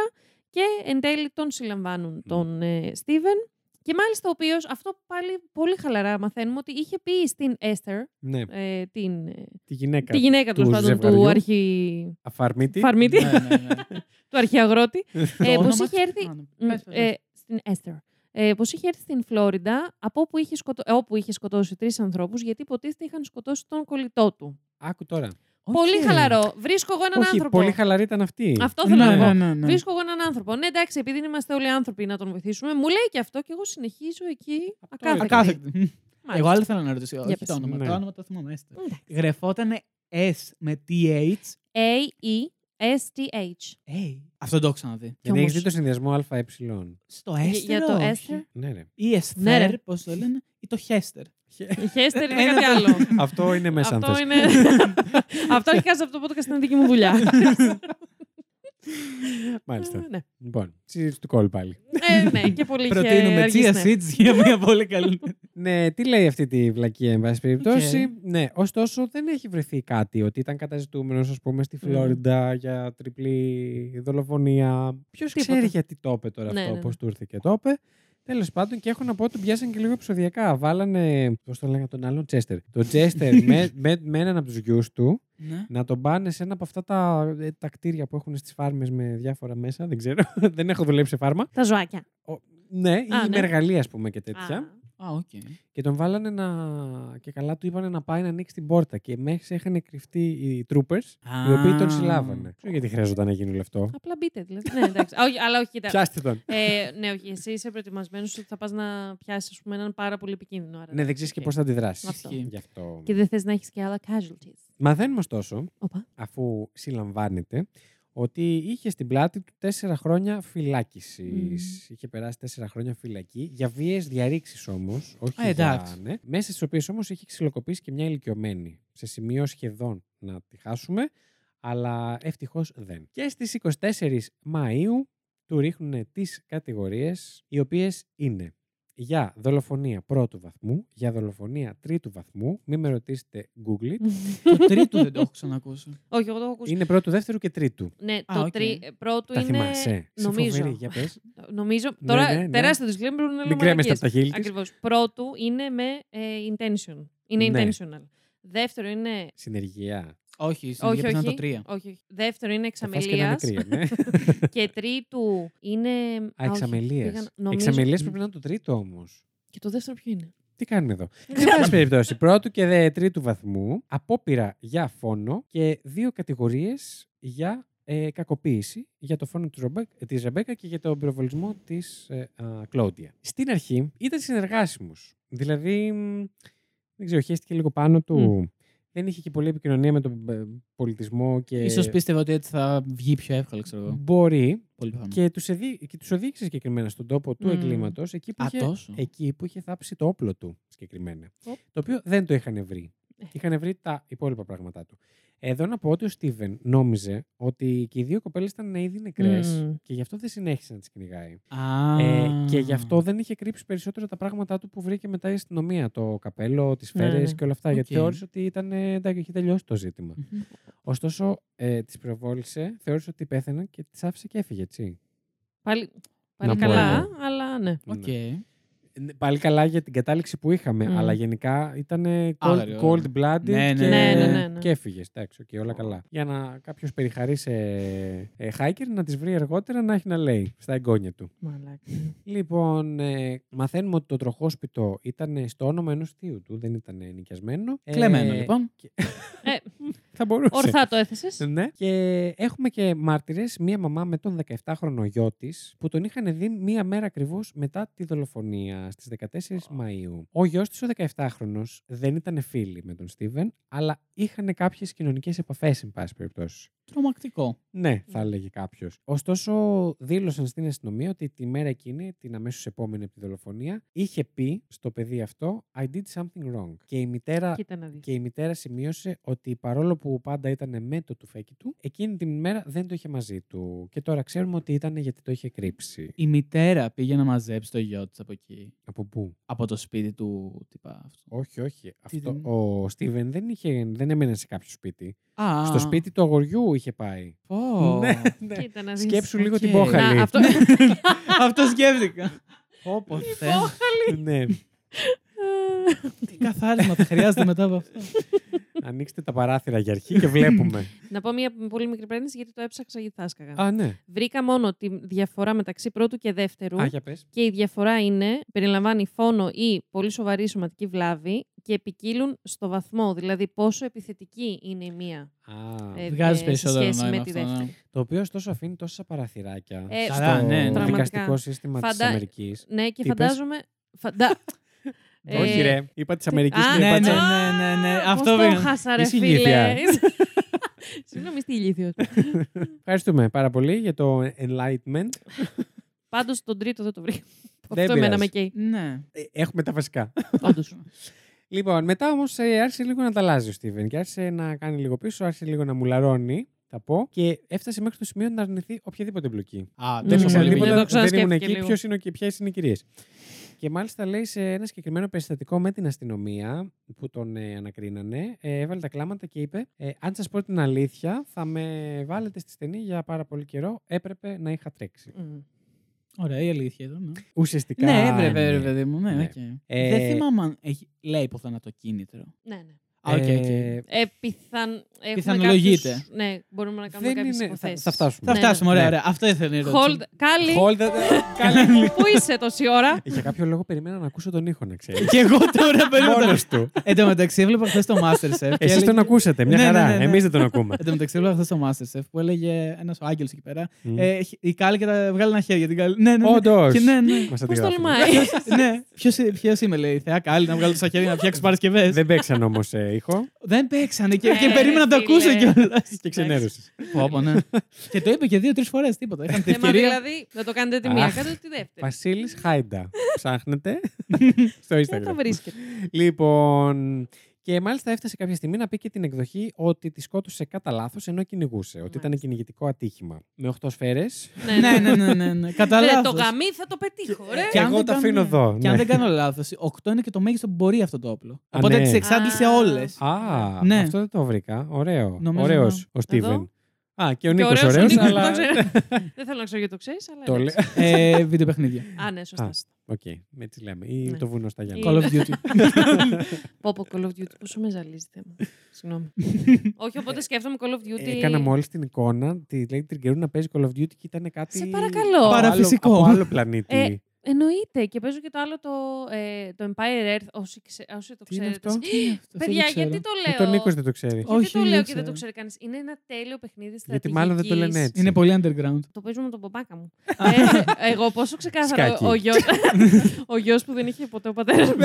[SPEAKER 2] και εν τέλει τον συλλαμβάνουν τον ε, Στίβεν Και μάλιστα ο οποίος, αυτό πάλι πολύ χαλαρά μαθαίνουμε, ότι είχε πει στην Έστερ,
[SPEAKER 1] Ναι,
[SPEAKER 2] ε, την, ε,
[SPEAKER 1] τη γυναίκα.
[SPEAKER 2] τη γυναίκα
[SPEAKER 1] του
[SPEAKER 2] του, πάντων, του,
[SPEAKER 1] ζευγαριού.
[SPEAKER 2] αρχι...
[SPEAKER 1] Αφαρμίτη.
[SPEAKER 2] φαρμίτη,
[SPEAKER 3] ναι, ναι, ναι.
[SPEAKER 2] του αρχαιαγρότη,
[SPEAKER 3] Το
[SPEAKER 2] ε, πως
[SPEAKER 3] όνομα
[SPEAKER 2] είχε
[SPEAKER 3] της-
[SPEAKER 2] έρθει
[SPEAKER 3] Α, ναι.
[SPEAKER 2] Μ,
[SPEAKER 3] Πες, πες,
[SPEAKER 2] ε, στην Έστερ. Ε, πως είχε έρθει στην Φλόριντα, από όπου είχε, σκοτω... ε, όπου είχε σκοτώσει τρεις ανθρώπους, γιατί υποτίθεται είχαν σκοτώσει τον κολλητό του.
[SPEAKER 1] Άκου τώρα.
[SPEAKER 2] Πολύ
[SPEAKER 1] Οκ.
[SPEAKER 2] χαλαρό. βρίσκω εγώ έναν
[SPEAKER 1] Όχι,
[SPEAKER 2] άνθρωπο.
[SPEAKER 1] πολύ χαλαρή ήταν αυτή.
[SPEAKER 2] Αυτό
[SPEAKER 3] πες.
[SPEAKER 2] θέλω
[SPEAKER 3] Ναι,
[SPEAKER 2] να πω.
[SPEAKER 3] ναι, ναι, ναι.
[SPEAKER 2] Βρίσκω εγώ έναν άνθρωπο. Ναι, εντάξει, επειδή είμαστε όλοι άνθρωποι να τον βοηθήσουμε, μου λέει και αυτό και εγώ συνεχίζω εκεί. Ακάθεκτη.
[SPEAKER 3] Ακάθεκτη.
[SPEAKER 2] Μάλιστα.
[SPEAKER 3] Εγώ άλλο θέλω να ρωτήσω. Όχι
[SPEAKER 2] πες.
[SPEAKER 3] το όνομα.
[SPEAKER 1] Ναι.
[SPEAKER 3] Το όνομα το θυμάμαι. Έστερ.
[SPEAKER 2] Εντάξει.
[SPEAKER 3] Γρεφότανε S με TH.
[SPEAKER 2] A-E-S-T-H.
[SPEAKER 3] Hey. Αυτό το έχω ξαναδεί.
[SPEAKER 1] Δεν
[SPEAKER 2] όμως.
[SPEAKER 1] έχεις δει το συνδυασμό ΑΕ.
[SPEAKER 2] Ε.
[SPEAKER 3] Στο
[SPEAKER 2] Για-
[SPEAKER 3] Έστερ.
[SPEAKER 2] Για το
[SPEAKER 3] όχι.
[SPEAKER 2] Έστερ.
[SPEAKER 1] Ναι, ναι.
[SPEAKER 3] Ή
[SPEAKER 2] Ναι, ρε.
[SPEAKER 3] Εσθέρ, πώς το λένε, ή το Χέστερ.
[SPEAKER 2] Η Χέστερ είναι κάτι άλλο.
[SPEAKER 1] Αυτό είναι μέσα, αν
[SPEAKER 2] Αυτό
[SPEAKER 1] θες.
[SPEAKER 2] είναι. Αυτό αρχικά σε αυτό το podcast είναι δική μου δουλειά.
[SPEAKER 1] Μάλιστα.
[SPEAKER 2] Ναι.
[SPEAKER 1] Λοιπόν, cheers του κόλ πάλι.
[SPEAKER 2] Ε, ναι, και πολύ
[SPEAKER 3] Προτείνουμε
[SPEAKER 2] αργήσει,
[SPEAKER 3] Chia
[SPEAKER 2] ναι.
[SPEAKER 3] Seeds για μια πολύ καλή.
[SPEAKER 1] Ναι, τι λέει αυτή τη βλακία, εν πάση περιπτώσει. Ναι, ωστόσο δεν έχει βρεθεί κάτι ότι ήταν καταζητούμενος, ας πούμε, στη Φλόριντα για τριπλή δολοφονία. Ποιος
[SPEAKER 2] Τίποτα.
[SPEAKER 1] ξέρει γιατί το είπε τώρα
[SPEAKER 2] Ναι,
[SPEAKER 1] αυτό,
[SPEAKER 2] ναι, ναι.
[SPEAKER 1] πώς του ήρθε και το είπε. Τέλος πάντων, και έχω να πω ότι τον πιάσαν και λίγο επεισοδιακά. Βάλανε. Πώς το λέγανε τον άλλον, Τσέστερ. Το Τσέστερ με, με, με έναν από τους γιους του
[SPEAKER 3] Ναι.
[SPEAKER 1] να τον πάνε σε ένα από αυτά τα, ε, τα κτίρια που έχουν στις φάρμες με διάφορα μέσα. Δεν ξέρω. δεν έχω δουλέψει σε φάρμα.
[SPEAKER 2] Τα ζωάκια.
[SPEAKER 1] Ναι, ή
[SPEAKER 2] Α,
[SPEAKER 1] με
[SPEAKER 2] ναι.
[SPEAKER 1] εργαλεία, ας πούμε, και τέτοια.
[SPEAKER 2] Α,
[SPEAKER 3] Α, οκ.
[SPEAKER 1] Και τον βάλανε να. και καλά του είπανε να πάει να ανοίξει την πόρτα. Και μέχρι είχαν κρυφτεί οι troopers, οι οποίοι τον συλλάβανε. Ξέρω γιατί χρειαζόταν να γίνει όλο αυτό.
[SPEAKER 2] Απλά μπείτε δηλαδή. Ναι, εντάξει. Α, όχι, αλλά όχι, κοίτα.
[SPEAKER 1] Πιάστε τον.
[SPEAKER 2] Ε, ναι, όχι, εσύ είσαι προετοιμασμένος ότι θα πας να πιάσεις έναν πάρα πολύ επικίνδυνο. άρα
[SPEAKER 1] Ναι, δεν ξέρεις και
[SPEAKER 2] οκ.
[SPEAKER 1] πώς θα αντιδράσεις.
[SPEAKER 2] Αυτό.
[SPEAKER 3] Ισχύει.
[SPEAKER 1] Γι' αυτό.
[SPEAKER 2] Και δεν θες να έχεις και άλλα casualties.
[SPEAKER 1] Μαθαίνουμε ωστόσο,
[SPEAKER 2] Οπα.
[SPEAKER 1] αφού συλλαμβάνεται, ότι είχε στην πλάτη του τέσσερα χρόνια φυλάκισης.
[SPEAKER 2] Μμμ.
[SPEAKER 1] Είχε περάσει τέσσερα χρόνια φυλακή για βίαιες διαρρήξεις όμως. Όχι
[SPEAKER 3] Α, εντάξει.
[SPEAKER 1] για, ναι. Μέσα στις οποίες όμως είχε ξυλοκοπήσει και μια ηλικιωμένη. Σε σημείο σχεδόν να τη χάσουμε, αλλά ευτυχώς δεν. Και στις 24 Μαου του ρίχνουν τις κατηγορίες, οι οποίες είναι για δολοφονία πρώτου βαθμού, για δολοφονία τρίτου βαθμού. Μην με ρωτήσετε, Google. it.
[SPEAKER 3] Το τρίτο δεν το έχω ξανακούσει.
[SPEAKER 2] όχι, εγώ το έχω ακούσει.
[SPEAKER 1] Είναι πρώτου, δεύτερου και τρίτου.
[SPEAKER 2] Ναι, το
[SPEAKER 3] Α, οκ.
[SPEAKER 2] τρι... ε, πρώτο
[SPEAKER 1] Τα
[SPEAKER 2] είναι.
[SPEAKER 1] θυμάσαι. Σε
[SPEAKER 2] Νομίζω.
[SPEAKER 1] φοβερή, για πες.
[SPEAKER 2] Νομίζω.
[SPEAKER 1] Ναι,
[SPEAKER 2] Τώρα
[SPEAKER 1] ναι, ναι.
[SPEAKER 2] τεράστιο disclaimer πρέπει να
[SPEAKER 1] Μην κρέμεστε από τα χείλη της.
[SPEAKER 2] Ακριβώς. Πρώτου είναι με ε, intention. Είναι
[SPEAKER 1] Ναι.
[SPEAKER 2] intentional. Δεύτερο είναι.
[SPEAKER 1] Συνεργεία.
[SPEAKER 3] Όχι, στην
[SPEAKER 2] Όχι,
[SPEAKER 3] ίδια
[SPEAKER 2] όχι,
[SPEAKER 3] ήταν το τρία.
[SPEAKER 2] όχι, όχι. Δεύτερο είναι
[SPEAKER 1] Θα φας και να είναι κρύα,
[SPEAKER 2] εξαμελία.
[SPEAKER 1] ναι.
[SPEAKER 2] Και τρίτου είναι.
[SPEAKER 1] Α,
[SPEAKER 2] όχι,
[SPEAKER 1] εξαμελίες.
[SPEAKER 2] πήγα- νομίζω-
[SPEAKER 1] Εξαμελίες πρέπει να είναι το τρίτο όμως.
[SPEAKER 2] Και το δεύτερο ποιο είναι.
[SPEAKER 1] Τι κάνουμε εδώ. Εν πάση περιπτώσει, πρώτου και δε τρίτου βαθμού, απόπειρα για φόνο και δύο κατηγορίες για ε, κακοποίηση για το φόνο της, Ρομπέ, της Ρεμπέκα και για τον πυροβολισμό της ε, α, Κλόντια. Στην αρχή ήταν συνεργάσιμος. Δηλαδή, μ, δεν ξέρω, χέστηκε λίγο πάνω του. Δεν είχε και πολλή επικοινωνία με τον ε, πολιτισμό και...
[SPEAKER 3] Ίσως πίστευα ότι έτσι θα βγει πιο εύκολα, ξέρω εγώ.
[SPEAKER 1] Μπορεί,
[SPEAKER 3] Πολύ πιθανό.
[SPEAKER 1] Και τους εδι... και τους οδήγησε συγκεκριμένα στον τόπο του
[SPEAKER 2] Μμμ.
[SPEAKER 1] εγκλήματος, εκεί, που
[SPEAKER 3] Α,
[SPEAKER 1] είχε- ε,
[SPEAKER 3] τόσο.
[SPEAKER 1] εκεί που είχε θάψει το όπλο του συγκεκριμένα.
[SPEAKER 2] Mm. Οπ.
[SPEAKER 1] Το οποίο δεν το είχαν βρει.
[SPEAKER 2] Ε.
[SPEAKER 1] Είχαν βρει τα υπόλοιπα πράγματά του. Εδώ να πω ότι ο Στίβεν νόμιζε ότι και οι δύο κοπέλες ήταν ήδη νεκρές
[SPEAKER 2] Μμμ.
[SPEAKER 1] και γι' αυτό δεν συνέχισε να τις κυνηγάει.
[SPEAKER 3] Α,
[SPEAKER 1] Ε, και γι' αυτό δεν είχε κρύψει περισσότερο τα πράγματά του που βρήκε μετά η αστυνομία. Το καπέλο, τις
[SPEAKER 2] Ναι,
[SPEAKER 1] σφαίρε
[SPEAKER 2] ναι.
[SPEAKER 1] και όλα αυτά. Γιατί
[SPEAKER 3] Οκ.
[SPEAKER 1] θεώρησε ότι ήταν. ε, εντάξει, είχε τελειώσει το ζήτημα.
[SPEAKER 3] Μμμ.
[SPEAKER 1] Ωστόσο, ε, τις προβόλησε, θεώρησε ότι πέθανε και τις άφησε και έφυγε, έτσι.
[SPEAKER 2] Πάλι, πάλι
[SPEAKER 1] Να πω
[SPEAKER 2] καλά,
[SPEAKER 1] εγώ.
[SPEAKER 2] αλλά ναι.
[SPEAKER 1] Ναι.
[SPEAKER 3] Οκ.
[SPEAKER 1] Ναι, Πάλι καλά για την κατάληξη που είχαμε,
[SPEAKER 2] Μμμ.
[SPEAKER 1] αλλά γενικά ήταν cold,
[SPEAKER 3] Άγριο.
[SPEAKER 1] cold blooded
[SPEAKER 3] Ναι, ναι,
[SPEAKER 1] και,
[SPEAKER 2] ναι, ναι, ναι, ναι.
[SPEAKER 1] και έφυγες. Εντάξει, οκ, όλα καλά. Για να κάποιος περιχαρεί σε ε, hiker να τις βρει αργότερα να έχει να λέει στα εγγόνια του.
[SPEAKER 2] Μαλάκα.
[SPEAKER 1] Λοιπόν, ε, μαθαίνουμε ότι το τροχόσπιτο ήταν στο όνομα ενός θείου του, δεν ήταν νοικιασμένο. Ε,
[SPEAKER 3] Κλεμμένο, λοιπόν.
[SPEAKER 2] Ε,
[SPEAKER 1] Θα μπορούσε.
[SPEAKER 2] Ορθά το έθεσες.
[SPEAKER 1] Ναι. Και έχουμε και μάρτυρες, μία μαμά με τον 17χρονο γιο της, που τον είχαν δει μία μέρα ακριβώς μετά τη δολοφονία στις 14 Μαου. Ο γιος της, ο 17χρονο, δεν ήταν φίλοι με τον Στίβεν, αλλά είχαν κάποιες κοινωνικές επαφές, εν πάση περιπτώσει.
[SPEAKER 3] Τρομακτικό.
[SPEAKER 1] Ναι, θα έλεγε κάποιος. Ωστόσο, δήλωσαν στην αστυνομία ότι τη μέρα εκείνη, την αμέσως επόμενη από τη δολοφονία, είχε πει στο παιδί αυτό I did something wrong. Και η μητέρα
[SPEAKER 2] Κοίτα να δεις.
[SPEAKER 1] και η μητέρα σημείωσε ότι παρόλο που πάντα ήταν με το τουφέκι του, εκείνη την μέρα δεν το είχε μαζί του. Και τώρα ξέρουμε ότι ήταν γιατί το είχε κρύψει.
[SPEAKER 3] Η μητέρα πήγε να μαζέψει το γιο της από εκεί.
[SPEAKER 1] Από πού?
[SPEAKER 3] Από το σπίτι του τύπα αυτού.
[SPEAKER 1] Όχι, όχι. Αυτό,
[SPEAKER 3] δεν-
[SPEAKER 1] ο Στίβεν δεν, είχε, δεν έμενε σε κάποιο σπίτι.
[SPEAKER 3] Α,
[SPEAKER 1] Στο σπίτι του αγοριού είχε πάει.
[SPEAKER 3] Πω.
[SPEAKER 1] Ναι, ναι.
[SPEAKER 2] Κοίτα να δεις.
[SPEAKER 1] Σκέψου λίγο
[SPEAKER 3] Οκ.
[SPEAKER 1] την πόχαλη.
[SPEAKER 2] Να, αυτό...
[SPEAKER 3] Αυτό σκέφτηκα. Λοιπόν, Όπω θε.
[SPEAKER 1] ναι.
[SPEAKER 3] Τι καθάρισμα θα χρειάζεται μετά από αυτό.
[SPEAKER 1] Ανοίξτε τα παράθυρα για αρχή και βλέπουμε.
[SPEAKER 2] Να πω μια πολύ μικρή παρένθεση γιατί το έψαξα γιατί θάσκαγα.
[SPEAKER 1] Α, ναι.
[SPEAKER 2] Βρήκα μόνο τη διαφορά μεταξύ πρώτου και δεύτερου.
[SPEAKER 1] Α, για πες.
[SPEAKER 2] Και η διαφορά είναι, περιλαμβάνει φόνο ή πολύ σοβαρή σωματική βλάβη και επικύλουν στο βαθμό, δηλαδή πόσο επιθετική είναι η μία.
[SPEAKER 1] Α,
[SPEAKER 2] ε,
[SPEAKER 3] Βγάζει
[SPEAKER 2] σε
[SPEAKER 3] περισσότερο
[SPEAKER 2] σχέση με
[SPEAKER 3] νόημα
[SPEAKER 2] τη
[SPEAKER 3] αυτό.
[SPEAKER 2] δεύτερη.
[SPEAKER 3] ναι.
[SPEAKER 1] το οποίο ωστόσο αφήνει τόσα παραθυράκια
[SPEAKER 2] Ε,
[SPEAKER 3] Καλά,
[SPEAKER 1] στο
[SPEAKER 3] ναι, ναι.
[SPEAKER 1] δικαστικό
[SPEAKER 2] Πραγματικά.
[SPEAKER 1] σύστημα της
[SPEAKER 2] Φαντα-
[SPEAKER 1] Αμερικής.
[SPEAKER 2] Ναι, και
[SPEAKER 1] Τι είπες?
[SPEAKER 2] φαντάζομαι.Αντα... Ε,
[SPEAKER 1] Όχι ρε, είπα της Αμερικής
[SPEAKER 2] Α,
[SPEAKER 1] και
[SPEAKER 3] ναι,
[SPEAKER 1] είπα
[SPEAKER 3] ναι,
[SPEAKER 1] της-
[SPEAKER 3] ναι, ναι, ναι.
[SPEAKER 2] Πώς
[SPEAKER 3] Αυτό
[SPEAKER 2] το
[SPEAKER 3] πήγα.
[SPEAKER 2] χάσα, ρε
[SPEAKER 1] Είσαι
[SPEAKER 2] φίλε.
[SPEAKER 1] ηλίθια.
[SPEAKER 2] Συγγνώμη, είστε ηλίθιος.
[SPEAKER 1] Ευχαριστούμε πάρα πολύ για το enlightenment.
[SPEAKER 2] Πάντως τον τρίτο δεν το βρήκα.
[SPEAKER 1] Δεν
[SPEAKER 2] Αυτό
[SPEAKER 1] πειράζει.
[SPEAKER 2] εμένα με καίει.
[SPEAKER 3] Ναι.
[SPEAKER 1] Ε, Έχουμε τα βασικά.
[SPEAKER 2] Όντως.
[SPEAKER 1] Λοιπόν, μετά όμως άρχισε λίγο να ανταλλάζει ο Στίβεν και άρχισε να κάνει λίγο πίσω, άρχισε λίγο να μουλαρώνει, θα πω, και έφτασε μέχρι το σημείο να αρνηθεί οποιαδήποτε εμπλοκή.
[SPEAKER 3] Α,
[SPEAKER 2] Δεν
[SPEAKER 1] Δεν
[SPEAKER 2] μου
[SPEAKER 1] ήξερα
[SPEAKER 2] πολύ
[SPEAKER 1] τίποτα, δεν
[SPEAKER 2] πήγε. Δεν το
[SPEAKER 1] ήμουν
[SPEAKER 2] ξανασκέφτηκε
[SPEAKER 1] εκεί,
[SPEAKER 2] λίγο.
[SPEAKER 1] ποιος είναι, ο- και ποιες είναι οι κυρίες. Και μάλιστα λέει σε ένα συγκεκριμένο περιστατικό με την αστυνομία που τον ε, ανακρίνανε, ε, έβαλε τα κλάματα και είπε: ε, Αν σας πω την αλήθεια, θα με βάλετε στη στενή για πάρα πολύ καιρό. Έπρεπε να είχα τρέξει.
[SPEAKER 2] Μμ.
[SPEAKER 3] Ωραία, η αλήθεια ήταν. ναι.
[SPEAKER 1] Ουσιαστικά.
[SPEAKER 3] Ναι, έπρεπε,
[SPEAKER 1] ναι.
[SPEAKER 3] ρε παιδί μου. Ναι,
[SPEAKER 1] Ναι.
[SPEAKER 3] οκ.
[SPEAKER 1] Ε,
[SPEAKER 3] Δεν θυμάμαι αν έχει- λέει ποθανά το κίνητρο.
[SPEAKER 2] Ναι, ναι.
[SPEAKER 3] Α, οκ,
[SPEAKER 1] ε,
[SPEAKER 3] οκ.
[SPEAKER 2] Ε, πιθαν... έχουμε
[SPEAKER 3] Πιθανολογείται.
[SPEAKER 2] κάποιους- Ναι, μπορούμε να κάνουμε
[SPEAKER 1] δεν
[SPEAKER 2] κάποιες
[SPEAKER 1] είναι. Θα,
[SPEAKER 2] υποθέσεις.
[SPEAKER 1] θα φτάσουμε.
[SPEAKER 3] Θα
[SPEAKER 2] ναι,
[SPEAKER 3] φτάσουμε, ωραία,
[SPEAKER 1] ναι.
[SPEAKER 3] ωραία. Αυτό ήθελα να
[SPEAKER 2] Hold...
[SPEAKER 3] ρωτήσω.
[SPEAKER 2] Κάλλη,
[SPEAKER 1] Hold the- Καλή.
[SPEAKER 2] πού είσαι τόση ώρα.
[SPEAKER 1] Για κάποιο λόγο περίμενα να ακούσω τον ήχο, να ξέρεις.
[SPEAKER 3] Και εγώ τώρα περίμενα.
[SPEAKER 1] Μόνος του.
[SPEAKER 3] Εν τω μεταξύ, έβλεπα χθες το Masterchef. και
[SPEAKER 1] Εσείς τον
[SPEAKER 3] έλεγε-
[SPEAKER 1] ακούσατε, μια
[SPEAKER 3] Ναι, ναι,
[SPEAKER 1] χαρά.
[SPEAKER 3] ναι, ναι.
[SPEAKER 1] Εμείς δεν τον ακούμε.
[SPEAKER 3] Εν τω μεταξύ, έβλεπα χθες το Masterchef που έλεγε ένας ο Άγγελος εκεί πέρα.
[SPEAKER 1] Μμ.
[SPEAKER 3] ε, Η Κάλλη και τα βγάλει ένα χέρι για την Κάλλη. Ναι, ναι, ναι.
[SPEAKER 1] Όντως.
[SPEAKER 3] Και ναι, ναι.
[SPEAKER 1] Μας
[SPEAKER 2] Πώς
[SPEAKER 1] αντιγράφουν.
[SPEAKER 2] τολμάει.
[SPEAKER 3] ναι. Ποιος είμαι, λέει η Θεά Κάλλη, να βγάλω το χέρι να φτιάξει παρασκευές.
[SPEAKER 1] Δεν παίξαν όμως ε, ήχο
[SPEAKER 3] Δεν παίξανε και,
[SPEAKER 2] Ε,
[SPEAKER 3] και περίμενα να το
[SPEAKER 2] φίλε.
[SPEAKER 3] ακούσω κιόλας.
[SPEAKER 1] και ξενέρωσες.
[SPEAKER 3] ναι. και το είπε και δύο-τρει φορές τίποτα. Είχαν την
[SPEAKER 2] Θέμα
[SPEAKER 3] ευκαιρία.
[SPEAKER 2] δηλαδή, δεν το κάνετε τη μία,
[SPEAKER 1] Αχ.
[SPEAKER 2] κάντε τη δεύτερη.
[SPEAKER 1] Βασίλης Χάιντα. Ψάχνετε στο
[SPEAKER 2] Δεν το
[SPEAKER 1] Instagram.
[SPEAKER 2] Ε, βρίσκεται.
[SPEAKER 1] Λοιπόν, και μάλιστα έφτασε κάποια στιγμή να πει και την εκδοχή ότι τη σκότωσε κατά λάθος ενώ κυνηγούσε. Ότι ήταν
[SPEAKER 2] Μάλιστα.
[SPEAKER 1] κυνηγητικό ατύχημα. Με 8 σφαίρες.
[SPEAKER 2] Ναι,
[SPEAKER 3] ναι, ναι, ναι, ναι, ναι. Κατά
[SPEAKER 2] Ρε, το
[SPEAKER 3] λάθος.
[SPEAKER 2] γαμί θα το πετύχω, ρε.
[SPEAKER 1] Και
[SPEAKER 3] Ε, αν
[SPEAKER 1] εγώ
[SPEAKER 3] δεν
[SPEAKER 1] τα
[SPEAKER 3] κάνω-
[SPEAKER 1] αφήνω εδώ.
[SPEAKER 3] Και αν
[SPEAKER 1] ναι.
[SPEAKER 3] δεν κάνω λάθο, 8 είναι και το μέγιστο που μπορεί αυτό το όπλο. Οπότε
[SPEAKER 1] ναι.
[SPEAKER 3] τις εξάντλησε
[SPEAKER 2] Α.
[SPEAKER 3] όλες.
[SPEAKER 1] Α,
[SPEAKER 3] Ναι.
[SPEAKER 1] αυτό δεν το βρήκα. Ωραίο.
[SPEAKER 3] Νομίζω
[SPEAKER 1] Ωραίος
[SPEAKER 3] να-
[SPEAKER 1] ο Στίβεν.
[SPEAKER 2] Εδώ.
[SPEAKER 1] Α, και ο
[SPEAKER 2] Και
[SPEAKER 1] Νίκος
[SPEAKER 2] ωραίος ο
[SPEAKER 1] ωραίος.
[SPEAKER 2] Νίκος,
[SPEAKER 1] Αλλά...
[SPEAKER 2] το ξέρω. Δεν θέλω να ξέρω γιατί το ξέρεις, αλλά.
[SPEAKER 1] Το
[SPEAKER 2] εντάξει.
[SPEAKER 1] λέ...
[SPEAKER 3] ε, βίντεο παιχνίδια.
[SPEAKER 2] Α, ναι, σωστά.
[SPEAKER 1] Α. Οκ, έτσι λέμε. Ή
[SPEAKER 2] Ναι.
[SPEAKER 1] το βουνό στα Γιάννη.
[SPEAKER 2] Ή-
[SPEAKER 3] Call of Duty.
[SPEAKER 2] Πω πω Call of Duty, πόσο με ζαλίζει θέμα. Συγγνώμη. Όχι, οπότε σκέφτομαι Call of Duty.
[SPEAKER 1] Ε, Έκανα μόλι την εικόνα, τη λέει την καιρού να παίζει Call of Duty και ήταν κάτι.
[SPEAKER 2] Σε παρακαλώ.
[SPEAKER 1] από άλλο-
[SPEAKER 3] Παραφυσικό.
[SPEAKER 1] Από άλλο πλανήτη.
[SPEAKER 2] Ε, Εννοείται. Και παίζω και το άλλο το, ε, το Empire Earth. Όσοι, ξε- όσοι το
[SPEAKER 1] Τι είναι
[SPEAKER 2] ξέρετε.
[SPEAKER 1] αυτό?
[SPEAKER 3] Αυτό δεν
[SPEAKER 2] Παιδιά,
[SPEAKER 3] ξέρω.
[SPEAKER 2] γιατί το
[SPEAKER 1] Ούτε
[SPEAKER 2] λέω.
[SPEAKER 1] ο Νίκος δεν το ξέρει.
[SPEAKER 2] Γιατί
[SPEAKER 3] Όχι,
[SPEAKER 2] το λέω
[SPEAKER 3] δεν
[SPEAKER 2] και δεν το ξέρει
[SPEAKER 3] ξέρω.
[SPEAKER 2] κανείς. Είναι ένα τέλειο παιχνίδι
[SPEAKER 1] Γιατί
[SPEAKER 2] στρατηγικής.
[SPEAKER 1] μάλλον δεν το λένε έτσι.
[SPEAKER 3] Είναι πολύ underground.
[SPEAKER 2] Το παίζω με τον παπάκα μου. ε, εγώ πόσο ξεκάθαρα.
[SPEAKER 1] Σκάκι.
[SPEAKER 2] ο, γιος, ο γιος που δεν είχε ποτέ ο πατέρας μου.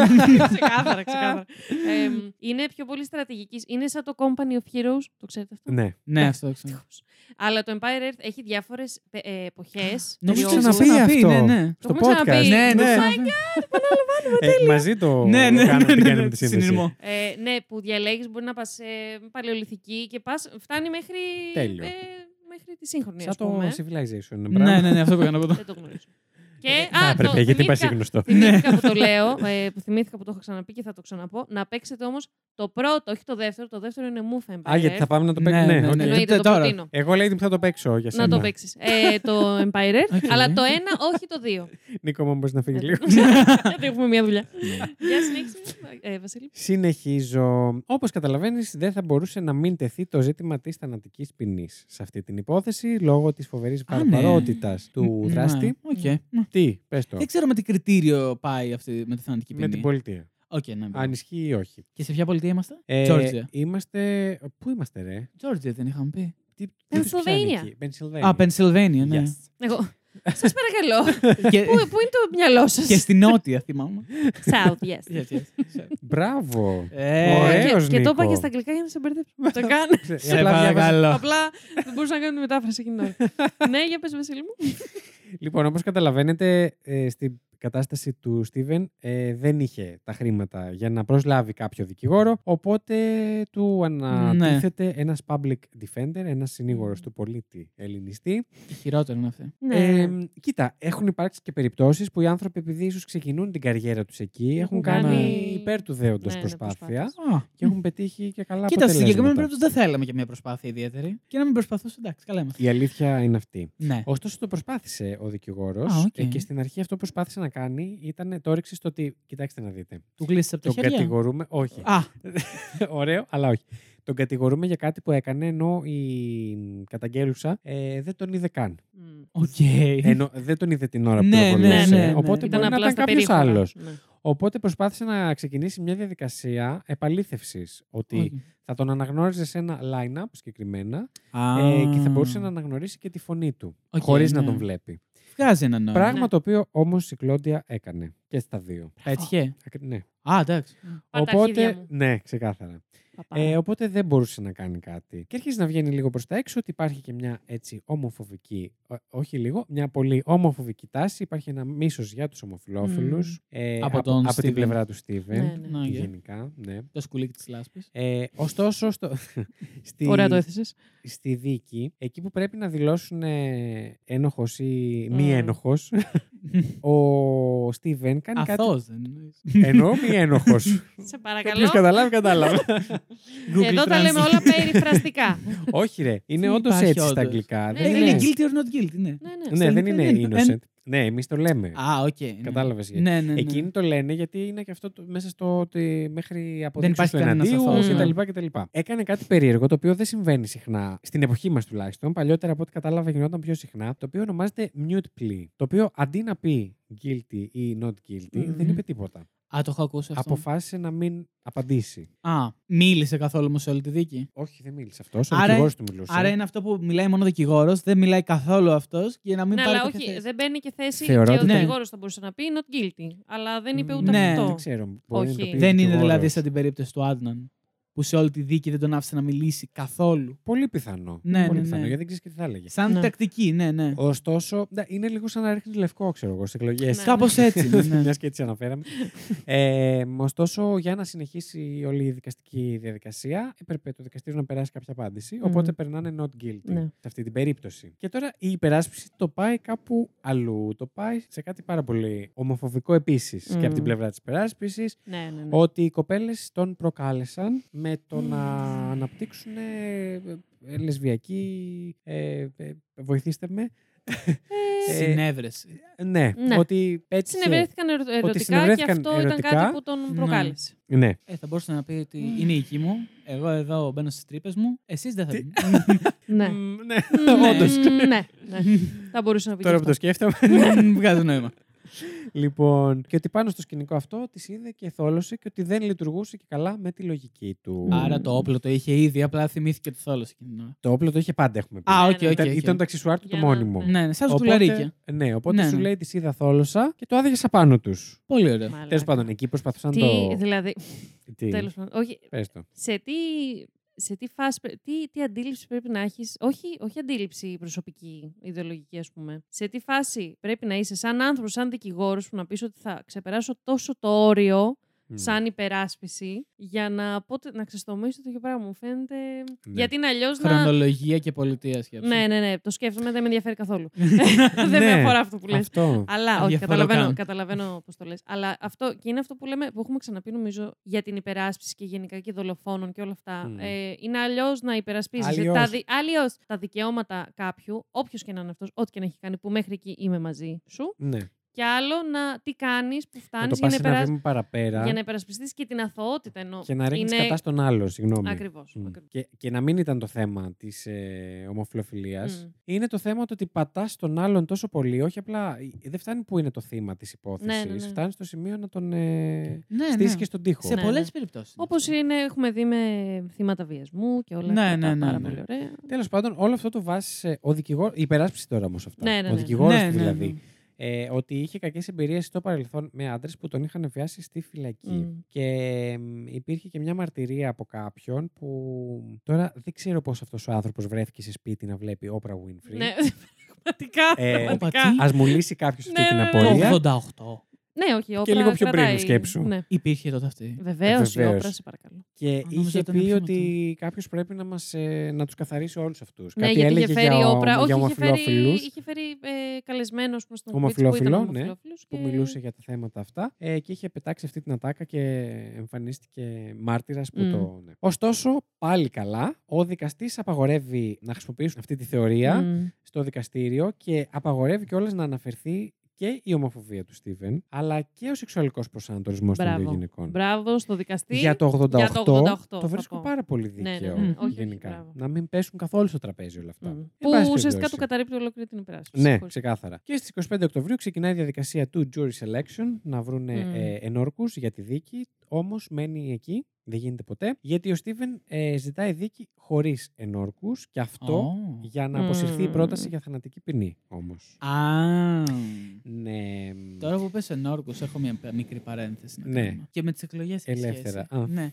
[SPEAKER 2] ξεκάθαρα, ξεκάθαρα. Ε, είναι πιο πολύ στρατηγικής. Είναι σαν το Company of Heroes. Το ξέρετε αυτό.
[SPEAKER 1] Ναι.
[SPEAKER 3] Ναι, αυτό το ξέρω.
[SPEAKER 2] Ευτυχώς. Αλλά το Empire Earth έχει διάφορες ε, εποχές.
[SPEAKER 1] Νομίζω
[SPEAKER 3] το
[SPEAKER 1] ξαναπεί
[SPEAKER 3] έχουμε
[SPEAKER 1] αυτό.
[SPEAKER 3] Ναι, ναι.
[SPEAKER 1] Στο
[SPEAKER 2] Το έχουμε
[SPEAKER 1] podcast.
[SPEAKER 2] ξαναπεί.
[SPEAKER 3] Ναι, ναι.
[SPEAKER 1] ναι. Ε, μαζί το
[SPEAKER 3] Ναι, ναι,
[SPEAKER 1] κάνουμε, την
[SPEAKER 3] ναι,
[SPEAKER 1] κάνουμε
[SPEAKER 3] ναι,
[SPEAKER 1] τη σύνδεση.
[SPEAKER 3] συνειρμό.
[SPEAKER 2] Ε, ναι, που διαλέγεις μπορεί να πας ε, παλαιοληθική και πας, φτάνει μέχρι.
[SPEAKER 1] Τέλειο.
[SPEAKER 2] Ε, μέχρι τη σύγχρονη,
[SPEAKER 1] Σαν
[SPEAKER 2] ας
[SPEAKER 1] το
[SPEAKER 2] πούμε. ε.
[SPEAKER 1] Civilization. είναι
[SPEAKER 3] Ναι,
[SPEAKER 1] πράγμα.
[SPEAKER 3] ναι, ναι, αυτό που έκανα εγώ το.
[SPEAKER 2] Δεν το γνωρίζω. Και,
[SPEAKER 1] Θα
[SPEAKER 2] α,
[SPEAKER 1] έπρεπε,
[SPEAKER 2] το
[SPEAKER 1] γιατί
[SPEAKER 2] θυμήθηκα-
[SPEAKER 1] πα γνωστό.
[SPEAKER 3] Ναι.
[SPEAKER 2] Θυμήθηκα που το λέω, ε, που θυμήθηκα που το έχω ξαναπεί και θα το ξαναπώ. Να παίξετε όμως το πρώτο, όχι το δεύτερο. Το δεύτερο είναι Move Empire.
[SPEAKER 1] Α, γιατί θα πάμε να το
[SPEAKER 3] Ναι,
[SPEAKER 1] παίξουμε.
[SPEAKER 3] ναι,
[SPEAKER 1] οκ.
[SPEAKER 3] ναι.
[SPEAKER 2] Εννοείται, το
[SPEAKER 3] Τώρα. ναι.
[SPEAKER 2] προτείνω.
[SPEAKER 1] Εγώ λέει ότι θα το παίξω για
[SPEAKER 2] Να
[SPEAKER 1] σένα.
[SPEAKER 2] το παίξεις. Ε, το Empire Earth,
[SPEAKER 3] Οκ.
[SPEAKER 2] αλλά το ένα, όχι το δύο.
[SPEAKER 1] Νίκο, μου μπορείς να φύγεις λίγο.
[SPEAKER 2] Γιατί έχουμε μία δουλειά.
[SPEAKER 3] Ναι.
[SPEAKER 2] Γεια συνέχιση, ε, Βασίλη.
[SPEAKER 1] Συνεχίζω. Όπως καταλαβαίνεις, δεν θα μπορούσε να μην τεθεί το ζήτημα της θανατικής ποινής σε αυτή την υπόθεση λόγω της φοβερής
[SPEAKER 3] Α, ναι.
[SPEAKER 1] βαρβαρότητας του
[SPEAKER 3] Ναι,
[SPEAKER 1] δράστη.
[SPEAKER 3] Οκ.
[SPEAKER 1] Τι, πες το.
[SPEAKER 3] Δεν ξέρω με τι κριτήριο πάει αυτή με τη θανατική ποινή.
[SPEAKER 1] Με την πολιτεία.
[SPEAKER 3] Οκ, ναι. μπράβο.
[SPEAKER 1] Αν ισχύει ή όχι.
[SPEAKER 3] Και σε ποια πολιτεία είμαστε?
[SPEAKER 1] Ε,
[SPEAKER 3] Τζόρτζια.
[SPEAKER 1] Είμαστε. Πού είμαστε, ρε.
[SPEAKER 3] Τζόρτζια δεν είχαμε πει.
[SPEAKER 1] Τι, τι
[SPEAKER 2] Pennsylvania.
[SPEAKER 1] Πενσιλβένια.
[SPEAKER 3] Α, Πενσιλβάνια, ναι.
[SPEAKER 1] Yes.
[SPEAKER 2] Εγώ. Σας παρακαλώ.
[SPEAKER 3] Και-
[SPEAKER 2] πού, πού είναι το μυαλό σας,
[SPEAKER 3] Και στη νότια, θυμάμαι.
[SPEAKER 2] South, yes.
[SPEAKER 3] Yes, yes.
[SPEAKER 1] Μπράβο.
[SPEAKER 3] Ε,
[SPEAKER 1] Ωραία.
[SPEAKER 2] και,
[SPEAKER 1] Ωραίος,
[SPEAKER 2] και το είπα
[SPEAKER 1] Νίκο.
[SPEAKER 2] και στα αγγλικά για να σε μπερδέψω. το κάνω.
[SPEAKER 1] Σε
[SPEAKER 3] Σε Ε, παρακαλώ.
[SPEAKER 2] Απλά δεν μπορούσα να κάνω τη μετάφραση εκείνη την ώρα. ναι, για πες Βασίλη μου.
[SPEAKER 1] Λοιπόν, όπως καταλαβαίνετε, ε, στην κατάσταση του Στίβεν ε, δεν είχε τα χρήματα για να προσλάβει κάποιο δικηγόρο, οπότε του ανατίθεται ένας public defender, ένας συνήγορος
[SPEAKER 2] Mm.
[SPEAKER 1] του πολίτη ελληνιστή.
[SPEAKER 3] Χειρότερο είναι αυτό.
[SPEAKER 2] Ναι.
[SPEAKER 1] Ε, κοίτα, έχουν υπάρξει και περιπτώσεις που οι άνθρωποι επειδή ίσως ξεκινούν την καριέρα τους εκεί, έχουν κάνει
[SPEAKER 2] κάνει-
[SPEAKER 1] υπέρ του δέοντος
[SPEAKER 2] Ναι, ναι,
[SPEAKER 1] προσπάθεια
[SPEAKER 2] προσπάθειες.
[SPEAKER 3] Α,
[SPEAKER 1] και έχουν πετύχει και καλά
[SPEAKER 3] Κοίτα, στη συγκεκριμένη
[SPEAKER 1] αποτελέσματα.
[SPEAKER 3] περίπτωση δεν θέλαμε και μια προσπάθεια ιδιαίτερη. Και να μην προσπαθούσε, εντάξει, καλά είμαστε.
[SPEAKER 1] Η αλήθεια είναι αυτή.
[SPEAKER 3] Ναι.
[SPEAKER 1] Ωστόσο, το προσπάθησε ο δικηγόρος.
[SPEAKER 3] Α, οκ.
[SPEAKER 1] Και στην αρχή αυτό που προσπάθησε να κάνει ήταν το όριξε στο ότι. Κοιτάξτε να δείτε.
[SPEAKER 4] Του γλίστησε από τα
[SPEAKER 1] Τον
[SPEAKER 4] χέρια.
[SPEAKER 1] κατηγορούμε. Όχι.
[SPEAKER 3] Α,
[SPEAKER 1] Ωραίο, αλλά όχι. Τον κατηγορούμε για κάτι που έκανε ενώ η καταγγέλουσα ε, δεν τον είδε καν.
[SPEAKER 4] Μμ.
[SPEAKER 3] οκ.
[SPEAKER 1] Ενώ δεν τον είδε την ώρα που
[SPEAKER 3] Ε. Ναι, ναι,
[SPEAKER 1] πυροβολούσε.
[SPEAKER 3] ναι, ναι.
[SPEAKER 1] Οπότε
[SPEAKER 3] Ήταν
[SPEAKER 1] μπορεί να ήταν
[SPEAKER 2] στα
[SPEAKER 1] κάποιος
[SPEAKER 2] περίχωρα.
[SPEAKER 1] άλλος.
[SPEAKER 2] Ναι.
[SPEAKER 1] Οπότε προσπάθησε να ξεκινήσει μια διαδικασία επαλήθευσης. Ότι
[SPEAKER 3] Όχι.
[SPEAKER 1] θα τον αναγνώριζε σε ένα line-up συγκεκριμένα ε,
[SPEAKER 3] Α.
[SPEAKER 1] και θα μπορούσε να αναγνωρίσει και τη φωνή του.
[SPEAKER 3] Οκ,
[SPEAKER 1] χωρίς να
[SPEAKER 3] ναι.
[SPEAKER 1] τον βλέπει.
[SPEAKER 3] Βγάζει ένα νόημα.
[SPEAKER 1] Πράγμα το οποίο όμως η Κλόντια έκανε και στα δύο.
[SPEAKER 3] Πέτυχε.
[SPEAKER 1] Ακρι- Ναι.
[SPEAKER 3] Α, εντάξει.
[SPEAKER 2] Πάρ' τα αρχίδια
[SPEAKER 1] Οπότε,
[SPEAKER 2] μου.
[SPEAKER 1] ναι, ξεκάθαρα.
[SPEAKER 2] Παπά.
[SPEAKER 1] Ε, οπότε δεν μπορούσε να κάνει κάτι. Και αρχίζει να βγαίνει λίγο προς τα έξω ότι υπάρχει και μια έτσι ομοφοβική, ό- όχι λίγο, μια πολύ ομοφοβική τάση. Υπάρχει ένα μίσος για τους ομοφυλόφιλους
[SPEAKER 2] Μμμ.
[SPEAKER 1] ε,
[SPEAKER 3] Από τον
[SPEAKER 1] από την
[SPEAKER 3] Steven.
[SPEAKER 1] πλευρά του Στίβεν.
[SPEAKER 2] Ναι, ναι.
[SPEAKER 3] Να, γεια.
[SPEAKER 1] Γενικά, ναι.
[SPEAKER 3] Το σκουλίκι της λάσπης.
[SPEAKER 1] Ε, ωστόσο, στο, στη,
[SPEAKER 2] Ωραία το έθεσες.
[SPEAKER 1] στη δίκη, εκεί που πρέπει να δηλώσουν ε, ένοχος ή μη
[SPEAKER 2] Μμ.
[SPEAKER 1] ένοχος, ο Στίβεν κάνει
[SPEAKER 3] Αθώος δεν είναι.
[SPEAKER 1] κάτι... Εννοώ μη ένοχος.
[SPEAKER 2] Σε
[SPEAKER 1] Ποιος
[SPEAKER 2] παρακαλώ.
[SPEAKER 1] καταλάβει, κατάλαβε.
[SPEAKER 3] Google
[SPEAKER 2] Εδώ τα λέμε
[SPEAKER 3] Translate.
[SPEAKER 2] όλα περιφραστικά.
[SPEAKER 1] Όχι ρε, είναι
[SPEAKER 3] Τι
[SPEAKER 1] όντως
[SPEAKER 3] υπάρχει
[SPEAKER 1] έτσι στα
[SPEAKER 3] όντως.
[SPEAKER 1] αγγλικά.
[SPEAKER 2] Ναι,
[SPEAKER 3] Ε,
[SPEAKER 1] δεν
[SPEAKER 3] Είναι
[SPEAKER 1] είναι,
[SPEAKER 3] guilty or not guilty, ναι.
[SPEAKER 2] Ναι, ναι.
[SPEAKER 1] ναι,
[SPEAKER 3] στα
[SPEAKER 1] δεν
[SPEAKER 3] ελληνικά
[SPEAKER 1] είναι
[SPEAKER 3] δεν είναι.
[SPEAKER 1] innocent. Ναι, εμείς το λέμε.
[SPEAKER 3] Α, οκ. ναι.
[SPEAKER 1] Κατάλαβες γιατί.
[SPEAKER 3] Ναι, ναι, ναι.
[SPEAKER 1] Εκείνοι το λένε γιατί είναι και αυτό το, μέσα στο ότι μέχρι από
[SPEAKER 3] υπάρχει κανένας
[SPEAKER 2] αθώος, ναι.
[SPEAKER 1] κτλ. κτλ. Έκανε κάτι περίεργο το οποίο δεν συμβαίνει συχνά στην εποχή μας τουλάχιστον. Παλιότερα από ό,τι κατάλαβα γινόταν πιο συχνά. Το οποίο ονομάζεται mute plea. Το οποίο αντί να πει guilty ή not guilty
[SPEAKER 2] Μμμ.
[SPEAKER 1] δεν είπε τίποτα.
[SPEAKER 3] Α, το έχω ακούσει αυτό.
[SPEAKER 1] Αποφάσισε να μην απαντήσει.
[SPEAKER 3] Α, μίλησε καθόλου όμως σε όλη τη δίκη.
[SPEAKER 1] Όχι, δεν μίλησε αυτός. Ο
[SPEAKER 3] Άρα-
[SPEAKER 1] δικηγόρος του μιλούσε.
[SPEAKER 3] Άρα είναι αυτό που μιλάει μόνο ο δικηγόρος, δεν μιλάει καθόλου αυτός και να μην
[SPEAKER 2] Ναι,
[SPEAKER 3] πάρει
[SPEAKER 2] αλλά
[SPEAKER 3] κάποια
[SPEAKER 2] όχι,
[SPEAKER 3] θέση.
[SPEAKER 2] δεν παίρνει και θέση
[SPEAKER 1] Θεωρώ
[SPEAKER 2] και ο
[SPEAKER 1] ότι-
[SPEAKER 3] Ναι.
[SPEAKER 2] δικηγόρος θα μπορούσε να πει not guilty. Αλλά δεν είπε ούτε
[SPEAKER 3] Ναι.
[SPEAKER 1] Δεν
[SPEAKER 2] αυτό.
[SPEAKER 1] ξέρω. μπορεί να το
[SPEAKER 2] Όχι.
[SPEAKER 1] πει ο
[SPEAKER 3] Δεν είναι δηλαδή
[SPEAKER 1] δικηγόρος.
[SPEAKER 3] σαν την περίπτωση του Άντναν που σε όλη τη δίκη δεν τον άφησε να μιλήσει καθόλου.
[SPEAKER 1] Πολύ πιθανό.
[SPEAKER 3] Ναι,
[SPEAKER 1] Πολύ
[SPEAKER 3] ναι,
[SPEAKER 1] πιθανό,
[SPEAKER 3] ναι.
[SPEAKER 1] γιατί δεν ξέρει και τι θα έλεγε.
[SPEAKER 3] Σαν
[SPEAKER 2] Ναι.
[SPEAKER 3] τακτική, ναι, ναι.
[SPEAKER 1] Ωστόσο, ντα- είναι λίγο σαν να ρίχνεις λευκό, ξέρω εγώ, στι εκλογές.
[SPEAKER 2] Ναι.
[SPEAKER 3] Κάπως έτσι. ναι, ναι.
[SPEAKER 1] Μιας και έτσι αναφέραμε. ε, ωστόσο, για να συνεχίσει όλη η δικαστική διαδικασία, έπρεπε το δικαστήριο να περάσει κάποια απάντηση. Οπότε
[SPEAKER 2] Μμμ.
[SPEAKER 1] περνάνε not guilty
[SPEAKER 2] Ναι.
[SPEAKER 1] σε αυτή την περίπτωση. Και τώρα η υπεράσπιση το πάει κάπου αλλού. Το πάει σε κάτι πάρα πολύ ομοφοβικό επίσης και από την
[SPEAKER 2] Μμ.
[SPEAKER 1] πλευρά της υπεράσπισης.
[SPEAKER 2] Ναι, ναι, ναι.
[SPEAKER 1] Ότι οι κοπέλες τον προκάλεσαν με το να
[SPEAKER 2] Μμμ.
[SPEAKER 1] αναπτύξουν ε, ε, ε, λεσβιακή. Ε, ε, βοηθήστε με.
[SPEAKER 2] Ε,
[SPEAKER 3] Ε, Συνέβρεση.
[SPEAKER 1] Ναι,
[SPEAKER 2] Ναι.
[SPEAKER 1] ότι πέτυχε.
[SPEAKER 2] Συνευρέθηκαν ερω- ερωτικά και
[SPEAKER 1] συνευρέθηκαν
[SPEAKER 2] αυτό
[SPEAKER 1] ερωτικά.
[SPEAKER 2] ήταν κάτι που τον
[SPEAKER 3] Ναι.
[SPEAKER 2] προκάλεσε.
[SPEAKER 1] Ναι.
[SPEAKER 3] Ε, θα μπορούσε να πει ότι είναι η οική μου, εγώ εδώ μπαίνω στις τρύπες μου, εσείς δεν θα.
[SPEAKER 1] Τι?
[SPEAKER 2] Ναι.
[SPEAKER 1] Μ, ναι.
[SPEAKER 2] Ναι.
[SPEAKER 1] Όντως.
[SPEAKER 2] Ναι, ναι. Θα μπορούσε να πει.
[SPEAKER 1] Τώρα
[SPEAKER 2] και
[SPEAKER 1] που το
[SPEAKER 2] αυτό.
[SPEAKER 1] σκέφτομαι.
[SPEAKER 3] Μμμ, Βγάζει νόημα.
[SPEAKER 1] λοιπόν, και ότι πάνω στο σκηνικό αυτό της είδε και θόλωσε και ότι δεν λειτουργούσε και καλά με τη λογική του.
[SPEAKER 3] Άρα το όπλο το είχε ήδη, απλά θυμήθηκε το θόλος εκείνη την ώρα.
[SPEAKER 1] Το όπλο το είχε πάντα, έχουμε πει.
[SPEAKER 3] Α, οκ,
[SPEAKER 2] ναι, ναι.
[SPEAKER 3] οκ.
[SPEAKER 1] ήταν,
[SPEAKER 3] οκ.
[SPEAKER 1] ήταν το αξισουάρ του το
[SPEAKER 2] Για να-
[SPEAKER 1] μόνιμο.
[SPEAKER 2] ναι.
[SPEAKER 3] Ναι, ναι, σαν σκουλαρίκια.
[SPEAKER 1] ναι, οπότε
[SPEAKER 3] Ναι,
[SPEAKER 1] σου
[SPEAKER 3] ναι.
[SPEAKER 1] λέει της είδα θόλωσα και το άδειασε απάνω τους.
[SPEAKER 3] Πολύ ωραίο.
[SPEAKER 2] Μαλάκα.
[SPEAKER 1] Τέλος πάντων, εκεί προσπαθούσαν
[SPEAKER 2] Τι,
[SPEAKER 1] το.
[SPEAKER 2] δηλαδή.
[SPEAKER 1] Τι.
[SPEAKER 2] Τέλος πάντων. Όχι,
[SPEAKER 1] Πες το.
[SPEAKER 2] σε τι, σε τι φάση, πρέ- τι, τι αντίληψη πρέπει να έχεις, όχι, όχι αντίληψη προσωπική, ιδεολογική ας πούμε, σε τι φάση πρέπει να είσαι σαν άνθρωπος, σαν δικηγόρος που να πεις ότι θα ξεπεράσω τόσο το όριο
[SPEAKER 1] Μμ.
[SPEAKER 2] σαν υπεράσπιση για να, πω, τε- να ξεστομίσω τέτοιο πράγμα μου φαίνεται. Γιατί είναι αλλιώς να...
[SPEAKER 3] Χρονολογία και πολιτεία σκέψη.
[SPEAKER 2] Ναι, ναι, ναι, το σκέφτομαι, δεν με ενδιαφέρει καθόλου.
[SPEAKER 1] Ναι.
[SPEAKER 2] δεν με αφορά αυτό που λες.
[SPEAKER 1] Αυτό.
[SPEAKER 2] Αλλά, όχι,
[SPEAKER 3] Αδιαφορώ
[SPEAKER 2] καταλαβαίνω,
[SPEAKER 3] καν.
[SPEAKER 2] καταλαβαίνω πώς το λες. Αλλά αυτό και είναι αυτό που λέμε, που έχουμε ξαναπεί νομίζω για την υπεράσπιση και γενικά και δολοφόνων και όλα αυτά.
[SPEAKER 1] Μμμ.
[SPEAKER 2] Ε, είναι αλλιώς να υπερασπίζεις
[SPEAKER 1] Αλλιώς.
[SPEAKER 2] τα, δι- αλλιώς τα δικαιώματα κάποιου, όποιος και να είναι αυτός, ό,τι και να έχει κάνει, που μέχρι εκεί είμαι μαζί σου.
[SPEAKER 1] Ναι.
[SPEAKER 2] Και άλλο να τι κάνεις που
[SPEAKER 1] Να
[SPEAKER 2] φτάνει
[SPEAKER 1] το
[SPEAKER 2] για,
[SPEAKER 1] πας
[SPEAKER 2] να
[SPEAKER 1] ένα
[SPEAKER 2] υπερασ...
[SPEAKER 1] βήμα παραπέρα
[SPEAKER 2] για να υπερασπιστείς και την αθωότητα ενώ.
[SPEAKER 1] και να ρίχνεις κατά στον άλλο. Συγγνώμη.
[SPEAKER 2] Ακριβώς.
[SPEAKER 1] Μμ. Και, και να μην ήταν το θέμα της ε, ομοφυλοφιλία.
[SPEAKER 2] Μμ.
[SPEAKER 1] Είναι το θέμα το ότι πατάς τον άλλον τόσο πολύ. Όχι απλά. ε, Δεν φτάνει που είναι το θύμα της υπόθεσης.
[SPEAKER 2] Ναι, ναι, ναι.
[SPEAKER 1] Φτάνει στο σημείο να τον ε,
[SPEAKER 3] ναι, ναι.
[SPEAKER 1] στήσει και στον τοίχο.
[SPEAKER 3] Σε
[SPEAKER 2] Ναι,
[SPEAKER 3] πολλές
[SPEAKER 2] ναι.
[SPEAKER 3] περιπτώσεις.
[SPEAKER 2] Όπως έχουμε δει με θύματα βιασμού και όλα
[SPEAKER 3] Ναι,
[SPEAKER 2] αυτά.
[SPEAKER 3] ναι,
[SPEAKER 2] τα
[SPEAKER 3] ναι,
[SPEAKER 2] πάρα
[SPEAKER 3] ναι.
[SPEAKER 2] πολύ ωραία.
[SPEAKER 1] Τέλος πάντων, όλο αυτό το βάσισε ο δικηγόρο. Η υπεράσπιση τώρα όμως αυτά.
[SPEAKER 2] Ναι, ναι, ναι.
[SPEAKER 1] Ο δικηγόρος
[SPEAKER 3] Ναι, ναι,
[SPEAKER 1] δηλαδή.
[SPEAKER 3] ναι.
[SPEAKER 1] Ε, ότι είχε κακές εμπειρίες στο παρελθόν με άντρες που τον είχαν βιάσει στη φυλακή.
[SPEAKER 2] Μμ.
[SPEAKER 1] Και εμ, υπήρχε και μια μαρτυρία από κάποιον που τώρα δεν ξέρω πώς αυτός ο άνθρωπος βρέθηκε σε σπίτι να βλέπει Όπρα Winfrey.
[SPEAKER 2] Ναι, πραγματικά.
[SPEAKER 1] Ε,
[SPEAKER 2] πραγματικά.
[SPEAKER 3] οπα, τι-
[SPEAKER 1] Ας μου λύσει κάποιος αυτή
[SPEAKER 2] Ναι,
[SPEAKER 1] την
[SPEAKER 2] ναι, ναι.
[SPEAKER 1] απορία.
[SPEAKER 3] Το 88.
[SPEAKER 2] Ναι, όχι, η όπρα
[SPEAKER 1] λίγο πιο πριν,
[SPEAKER 2] κρατάει.
[SPEAKER 1] σκέψου.
[SPEAKER 2] Ναι.
[SPEAKER 3] Υπήρχε τότε αυτή.
[SPEAKER 2] Βεβαίως, η
[SPEAKER 1] Βεβαίως.
[SPEAKER 2] όπρα, σε παρακαλώ.
[SPEAKER 1] Και
[SPEAKER 3] νόμιζα
[SPEAKER 1] είχε
[SPEAKER 3] ήταν
[SPEAKER 1] πει
[SPEAKER 3] θύμα
[SPEAKER 1] ότι κάποιος πρέπει να, μας, ε, να τους καθαρίσει όλους αυτούς.
[SPEAKER 2] Ναι,
[SPEAKER 1] Κάτι
[SPEAKER 2] γιατί
[SPEAKER 1] έλεγε
[SPEAKER 2] είχε φέρει η
[SPEAKER 1] για, ο-
[SPEAKER 2] όπρα.
[SPEAKER 1] για
[SPEAKER 2] Όχι, είχε φέρει,
[SPEAKER 1] ομοφυλόφιλου
[SPEAKER 2] είχε φέρει ε, καλεσμένο προ τον
[SPEAKER 1] Ομοφυλόφιλο,
[SPEAKER 2] που ήταν
[SPEAKER 1] ναι,
[SPEAKER 2] ομοφυλόφιλος
[SPEAKER 1] που
[SPEAKER 2] και-
[SPEAKER 1] μιλούσε για τα θέματα αυτά ε, και είχε πετάξει αυτή την ατάκα και εμφανίστηκε μάρτυρας που
[SPEAKER 2] Μμμ.
[SPEAKER 1] το. Ναι. Ωστόσο, πάλι καλά, ο δικαστής απαγορεύει να χρησιμοποιήσουν αυτή τη θεωρία
[SPEAKER 2] Μμμ.
[SPEAKER 1] στο δικαστήριο και απαγορεύει κιόλας να αναφερθεί και η ομοφοβία του Στίβεν, αλλά και ο σεξουαλικός προσανατολισμός των δύο
[SPEAKER 4] Μπράβο.
[SPEAKER 1] γυναικών.
[SPEAKER 4] Μπράβο στο δικαστή.
[SPEAKER 1] Για το 88,
[SPEAKER 4] για το 88
[SPEAKER 1] το
[SPEAKER 4] θα
[SPEAKER 1] βρίσκω
[SPEAKER 4] πω.
[SPEAKER 1] πάρα πολύ
[SPEAKER 4] Ναι, ναι,
[SPEAKER 1] δίκαιο
[SPEAKER 4] ναι.
[SPEAKER 2] Όχι, όχι,
[SPEAKER 1] γενικά.
[SPEAKER 4] μπράβο.
[SPEAKER 1] να μην πέσουν καθόλου στο τραπέζι όλα αυτά.
[SPEAKER 4] Μμμ.
[SPEAKER 1] Εν
[SPEAKER 4] Που
[SPEAKER 1] πάση
[SPEAKER 4] ουσιαστικά
[SPEAKER 1] περιπτώσει.
[SPEAKER 4] του καταρρύπτει ολόκληρη την υπεράσπιση.
[SPEAKER 1] Ναι,
[SPEAKER 4] Χωρίς-
[SPEAKER 1] ξεκάθαρα. Και στις 25 Οκτωβρίου ξεκινάει η διαδικασία του jury selection να βρουν
[SPEAKER 4] Μμμ.
[SPEAKER 1] ε, ενόρκους για τη δίκη. Όμως μένει εκεί, δεν γίνεται ποτέ, γιατί ο Στίβεν ε, ζητάει δίκη χωρίς ενόρκους και αυτό
[SPEAKER 3] Ω.
[SPEAKER 1] για να αποσυρθεί η
[SPEAKER 4] Μμμ.
[SPEAKER 1] πρόταση για θανατική ποινή όμως.
[SPEAKER 3] Α.
[SPEAKER 1] Ναι. μ,
[SPEAKER 3] Τώρα που πες ενόρκους, έχω μια μικρή παρένθεση να
[SPEAKER 1] Ναι.
[SPEAKER 3] κάνω. Και με τις εκλογές έχει
[SPEAKER 1] Ελεύθερα.
[SPEAKER 3] σχέση.
[SPEAKER 1] Α.
[SPEAKER 3] Ναι.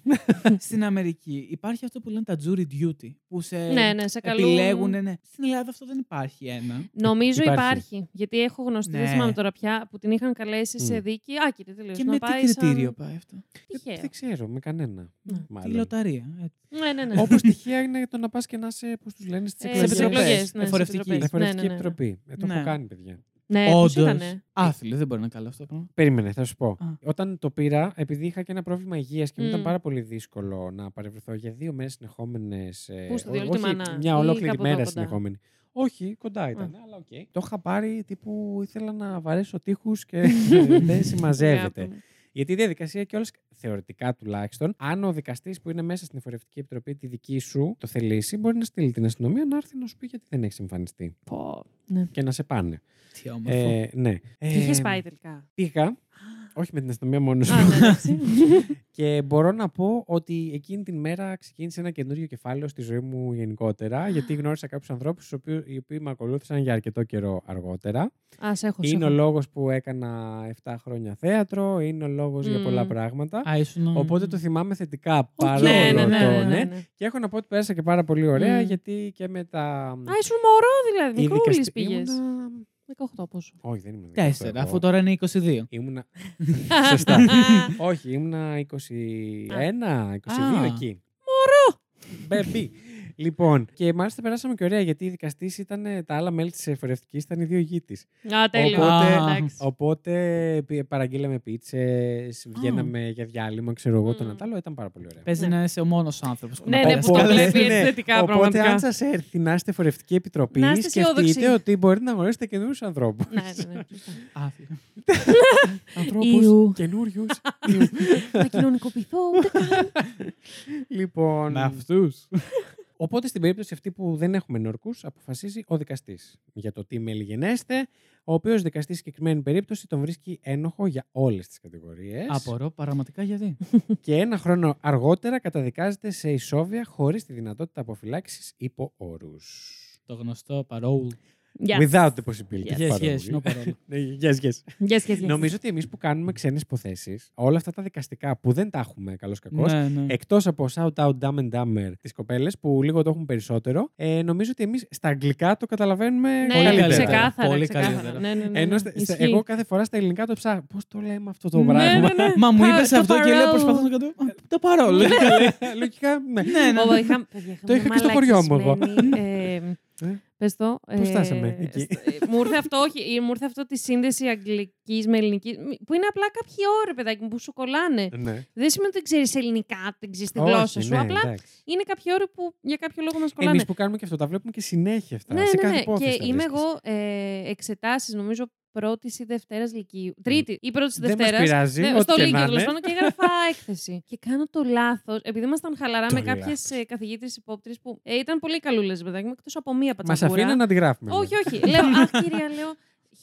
[SPEAKER 3] Στην Αμερική υπάρχει αυτό που λένε τα jury duty, που σε
[SPEAKER 2] Ναι, ναι, σε καλούν.
[SPEAKER 3] επιλέγουν. Ναι. Στην Ελλάδα αυτό δεν υπάρχει ένα.
[SPEAKER 2] Νομίζω
[SPEAKER 1] Υπάρχει.
[SPEAKER 2] υπάρχει. Γιατί έχω γνωστή,
[SPEAKER 3] Ναι.
[SPEAKER 2] δεν θυμάμαι τώρα πια, που την είχαν καλέσει
[SPEAKER 1] Μμ.
[SPEAKER 2] σε δίκη. Άκυρη τελείως.
[SPEAKER 3] Και
[SPEAKER 2] να
[SPEAKER 3] με τι
[SPEAKER 2] πάει
[SPEAKER 3] κριτήριο
[SPEAKER 2] σαν...
[SPEAKER 3] πάει αυτό.
[SPEAKER 1] Δεν,
[SPEAKER 2] Τυχαίο.
[SPEAKER 1] δεν ξέρω, με κανένα.
[SPEAKER 2] Ναι.
[SPEAKER 3] Τη
[SPEAKER 1] Μάλλον.
[SPEAKER 3] λοταρία. έτσι.
[SPEAKER 2] Ναι, ναι, ναι.
[SPEAKER 1] Όπως τυχαία είναι το να πας και να είσαι, πώς τους λένε, στις
[SPEAKER 2] Ε,
[SPEAKER 1] εκλογέ.
[SPEAKER 2] στις εκλογές, ναι,
[SPEAKER 3] Εφορευτική.
[SPEAKER 2] στις επιτροπές.
[SPEAKER 1] Εφορευτική
[SPEAKER 2] Ναι, ναι, ναι.
[SPEAKER 1] επιτροπή. Ε, το
[SPEAKER 3] Ναι.
[SPEAKER 1] έχω κάνει, παιδιά.
[SPEAKER 2] Ναι, πώς
[SPEAKER 3] Όντως.
[SPEAKER 2] ήτανε.
[SPEAKER 3] Άθλιο, δεν μπορεί να είναι καλό αυτό το πράγμα.
[SPEAKER 1] Περίμενε, θα σου πω.
[SPEAKER 3] Α.
[SPEAKER 1] Όταν το πήρα, επειδή είχα και ένα πρόβλημα υγείας και μου ήταν
[SPEAKER 2] Μμ.
[SPEAKER 1] πάρα πολύ δύσκολο να παρευρεθώ για δύο μέρες συνεχόμενες.
[SPEAKER 2] Πού, στη Διολίτη Μανά
[SPEAKER 1] μια
[SPEAKER 2] ή
[SPEAKER 1] ολόκληρη
[SPEAKER 2] κάπου εδώ
[SPEAKER 1] μέρα
[SPEAKER 2] κοντά?
[SPEAKER 1] συνεχόμενη. Όχι, κοντά ήταν, αλλά οκ. Το είχα πάρει τύπου ήθελα να βαρέσω τείχους και δεν συμμαζεύεται.
[SPEAKER 2] Ωραία.
[SPEAKER 1] Γιατί η διαδικασία κιόλα, θεωρητικά τουλάχιστον, αν ο δικαστής που είναι μέσα στην εφορευτική επιτροπή τη δική σου το θελήσει, μπορεί να στείλει την αστυνομία να έρθει να σου πει γιατί δεν έχει εμφανιστεί
[SPEAKER 2] Πω. Ναι.
[SPEAKER 1] και να σε πάνε.
[SPEAKER 3] Τι όμορφο.
[SPEAKER 1] Ε, ναι.
[SPEAKER 2] Και είχες
[SPEAKER 1] Ε,
[SPEAKER 2] πάει τελικά.
[SPEAKER 1] Πήγα. Όχι με την αστυνομία μόνος
[SPEAKER 2] Α, ναι, εντάξει.
[SPEAKER 1] Και μπορώ να πω ότι εκείνη την μέρα ξεκίνησε ένα καινούριο κεφάλαιο στη ζωή μου γενικότερα, γιατί γνώρισα κάποιους ανθρώπους οι οποίοι με ακολούθησαν για αρκετό καιρό αργότερα.
[SPEAKER 2] Α, σε έχω. σε
[SPEAKER 1] Είναι ο
[SPEAKER 2] έχω.
[SPEAKER 1] λόγος που έκανα 7 χρόνια θέατρο, είναι ο λόγος για πολλά
[SPEAKER 2] Μμμ.
[SPEAKER 1] πράγματα.
[SPEAKER 3] Α, ήσουν...
[SPEAKER 1] Οπότε το θυμάμαι θετικά παρόλο
[SPEAKER 2] Ναι, ναι, ναι,
[SPEAKER 1] το
[SPEAKER 2] ναι,
[SPEAKER 1] ναι.
[SPEAKER 2] ναι, ναι.
[SPEAKER 1] Και έχω να πω ότι πέρασα και πάρα πολύ ωραία,
[SPEAKER 2] Μμμ.
[SPEAKER 1] γιατί και με τα.
[SPEAKER 2] Α, ήσουν μωρό
[SPEAKER 1] η
[SPEAKER 2] δηλαδή. Μικρούλη
[SPEAKER 1] δικαστή-
[SPEAKER 2] πήγες.
[SPEAKER 1] ήμουνα-
[SPEAKER 2] 18 πόσο.
[SPEAKER 1] Όχι, δεν ήμουν. 18
[SPEAKER 3] Τέσσερα,
[SPEAKER 1] εγώ.
[SPEAKER 3] αφού τώρα είναι 22.
[SPEAKER 1] Ήμουνα. Σωστά. Όχι, ήμουνα 21, 22
[SPEAKER 3] Α.
[SPEAKER 1] εκεί. Μωρό! Μπέμπι. Λοιπόν, και μάλιστα περάσαμε και ωραία γιατί η δικαστής ήταν τα άλλα μέλη της εφορευτικής, ήταν οι δύο γη της.
[SPEAKER 2] Α, τέλειο.
[SPEAKER 1] Οπότε-
[SPEAKER 2] Εντάξει.
[SPEAKER 1] Οπότε πι- παραγγείλαμε πίτσες, βγαίναμε για διάλειμμα, ξέρω εγώ το
[SPEAKER 2] Μμμ.
[SPEAKER 1] να τα άλλο, ήταν πάρα πολύ ωραία.
[SPEAKER 3] Παίζει
[SPEAKER 2] Ναι.
[SPEAKER 3] να είσαι ο μόνος άνθρωπος που
[SPEAKER 4] Ναι,
[SPEAKER 3] να
[SPEAKER 4] ναι,
[SPEAKER 3] πέρασε
[SPEAKER 4] που το
[SPEAKER 3] καλά.
[SPEAKER 4] βλέπει έτσι
[SPEAKER 1] ναι.
[SPEAKER 4] θετικά
[SPEAKER 1] Οπότε,
[SPEAKER 4] πραγματικά.
[SPEAKER 1] αν σας έρθει να είστε φορευτική επιτροπή,
[SPEAKER 2] Να είστε
[SPEAKER 1] σκεφτείτε
[SPEAKER 2] αισιόδοξοι.
[SPEAKER 1] ότι μπορείτε να γνωρίσετε καινούριους ανθρώπους.
[SPEAKER 2] Ναι, ναι, ναι. σωστά.
[SPEAKER 3] Άθλιο.
[SPEAKER 1] Ανθρώπους
[SPEAKER 2] Ιου.
[SPEAKER 1] καινούριου.
[SPEAKER 2] Θα κοινωνικοποιηθώ. ούτε καν.
[SPEAKER 1] Λοιπόν.
[SPEAKER 3] Με αυτούς.
[SPEAKER 1] Οπότε στην περίπτωση αυτή που δεν έχουμε νορκούς, αποφασίζει ο δικαστής για το τι μέλη γενέστε, ο οποίος δικαστής στη συγκεκριμένη περίπτωση τον βρίσκει ένοχο για όλες τις κατηγορίες.
[SPEAKER 3] Απορώ πραγματικά γιατί.
[SPEAKER 1] Και ένα χρόνο αργότερα καταδικάζεται σε ισόβια χωρίς τη δυνατότητα αποφυλάξη υπό όρους.
[SPEAKER 3] Το γνωστό παρόλ.
[SPEAKER 2] Yes.
[SPEAKER 1] Without the possibility.
[SPEAKER 2] Yes.
[SPEAKER 1] of
[SPEAKER 3] Yes, yes,
[SPEAKER 1] parole.
[SPEAKER 3] no παρόλ.
[SPEAKER 1] Ναι, yes, yes.
[SPEAKER 2] Yes, yes, yes.
[SPEAKER 1] Νομίζω ότι εμείς που κάνουμε ξένες υποθέσεις, όλα αυτά τα δικαστικά που δεν τα έχουμε καλώς κακό,
[SPEAKER 3] Ναι, ναι.
[SPEAKER 1] Εκτός από Shout Out Dumb and Dumber, τις κοπέλες που λίγο το έχουν περισσότερο, ε, νομίζω ότι εμείς στα αγγλικά το καταλαβαίνουμε
[SPEAKER 2] Ναι,
[SPEAKER 1] καλύτερα.
[SPEAKER 2] ξεκάθαρα.
[SPEAKER 3] Πολύ
[SPEAKER 2] ξεκάθαρα.
[SPEAKER 3] καλύτερα.
[SPEAKER 2] Ναι, ναι, ναι, ναι.
[SPEAKER 1] Ενώ στα- στα-
[SPEAKER 2] Ισχύει.
[SPEAKER 1] εγώ κάθε φορά στα ελληνικά το ψάχνω. Πώς το λέμε αυτό το
[SPEAKER 2] Ναι,
[SPEAKER 1] πράγμα.
[SPEAKER 2] ναι, ναι.
[SPEAKER 3] Μα μου
[SPEAKER 2] Πα-
[SPEAKER 3] είπες
[SPEAKER 2] το Ναι.
[SPEAKER 3] αυτό και λέω
[SPEAKER 2] παρόλ.
[SPEAKER 3] προσπαθώ να κατώ. Το παρόλ.
[SPEAKER 1] Λογικά, ναι.
[SPEAKER 3] Ναι, ναι.
[SPEAKER 2] Ω, είχα- παιδιά, είχαμε
[SPEAKER 1] Το είχα
[SPEAKER 2] μια
[SPEAKER 1] και στο χωριό μου εγώ.
[SPEAKER 2] μαλακισμένη, ε,
[SPEAKER 1] Ε,
[SPEAKER 2] Πες το.
[SPEAKER 1] Πού φτάσαμε, εκεί.
[SPEAKER 2] σ- ε, Μου ήρθε αυτό, όχι, ε, μου ήρθε αυτό τη σύνδεση αγγλικής με ελληνικής. μη- Που είναι απλά κάποιοι όροι, παιδάκι μου, που σου κολλάνε.
[SPEAKER 1] ναι.
[SPEAKER 2] Δεν σημαίνει ότι δεν ξέρεις ελληνικά, δεν ξέρεις τη
[SPEAKER 1] Όχι,
[SPEAKER 2] γλώσσα σου.
[SPEAKER 1] ναι,
[SPEAKER 2] Απλά
[SPEAKER 1] εντάξει.
[SPEAKER 2] είναι κάποιοι όροι που για κάποιο λόγο μας κολλάνε.
[SPEAKER 1] Εμείς που κάνουμε και αυτό, τα βλέπουμε και συνέχεια αυτά.
[SPEAKER 2] Ναι,
[SPEAKER 1] σε
[SPEAKER 2] ναι,
[SPEAKER 1] κάθε
[SPEAKER 2] ναι.
[SPEAKER 1] υπόθεση
[SPEAKER 2] Και
[SPEAKER 1] τα
[SPEAKER 2] είμαι
[SPEAKER 1] βρίσκεις.
[SPEAKER 2] εγώ ε, εξετάσεις, νομίζω, πρώτης ή Δευτέρας Λυκείου. Τρίτη ή πρώτης
[SPEAKER 1] Δεν μας
[SPEAKER 2] Δευτέρας.
[SPEAKER 1] πειράζει.
[SPEAKER 2] Ναι,
[SPEAKER 1] ό,τι
[SPEAKER 2] στο
[SPEAKER 1] και να
[SPEAKER 2] Λίγιο
[SPEAKER 1] είναι.
[SPEAKER 2] τέλο πάντων και έγραφα έκθεση. και κάνω το λάθος, επειδή ήμασταν χαλαρά
[SPEAKER 1] Το
[SPEAKER 2] με κάποιες
[SPEAKER 1] λάθος.
[SPEAKER 2] καθηγήτρε υπόπτρε που ε, ήταν πολύ καλούλες μετά, εκτός από μία
[SPEAKER 1] Μας
[SPEAKER 2] πατσαβούρα.
[SPEAKER 1] αφήνει να τη γράφουμε.
[SPEAKER 2] Όχι, όχι. λέω, Αχ, κυρία, λέω.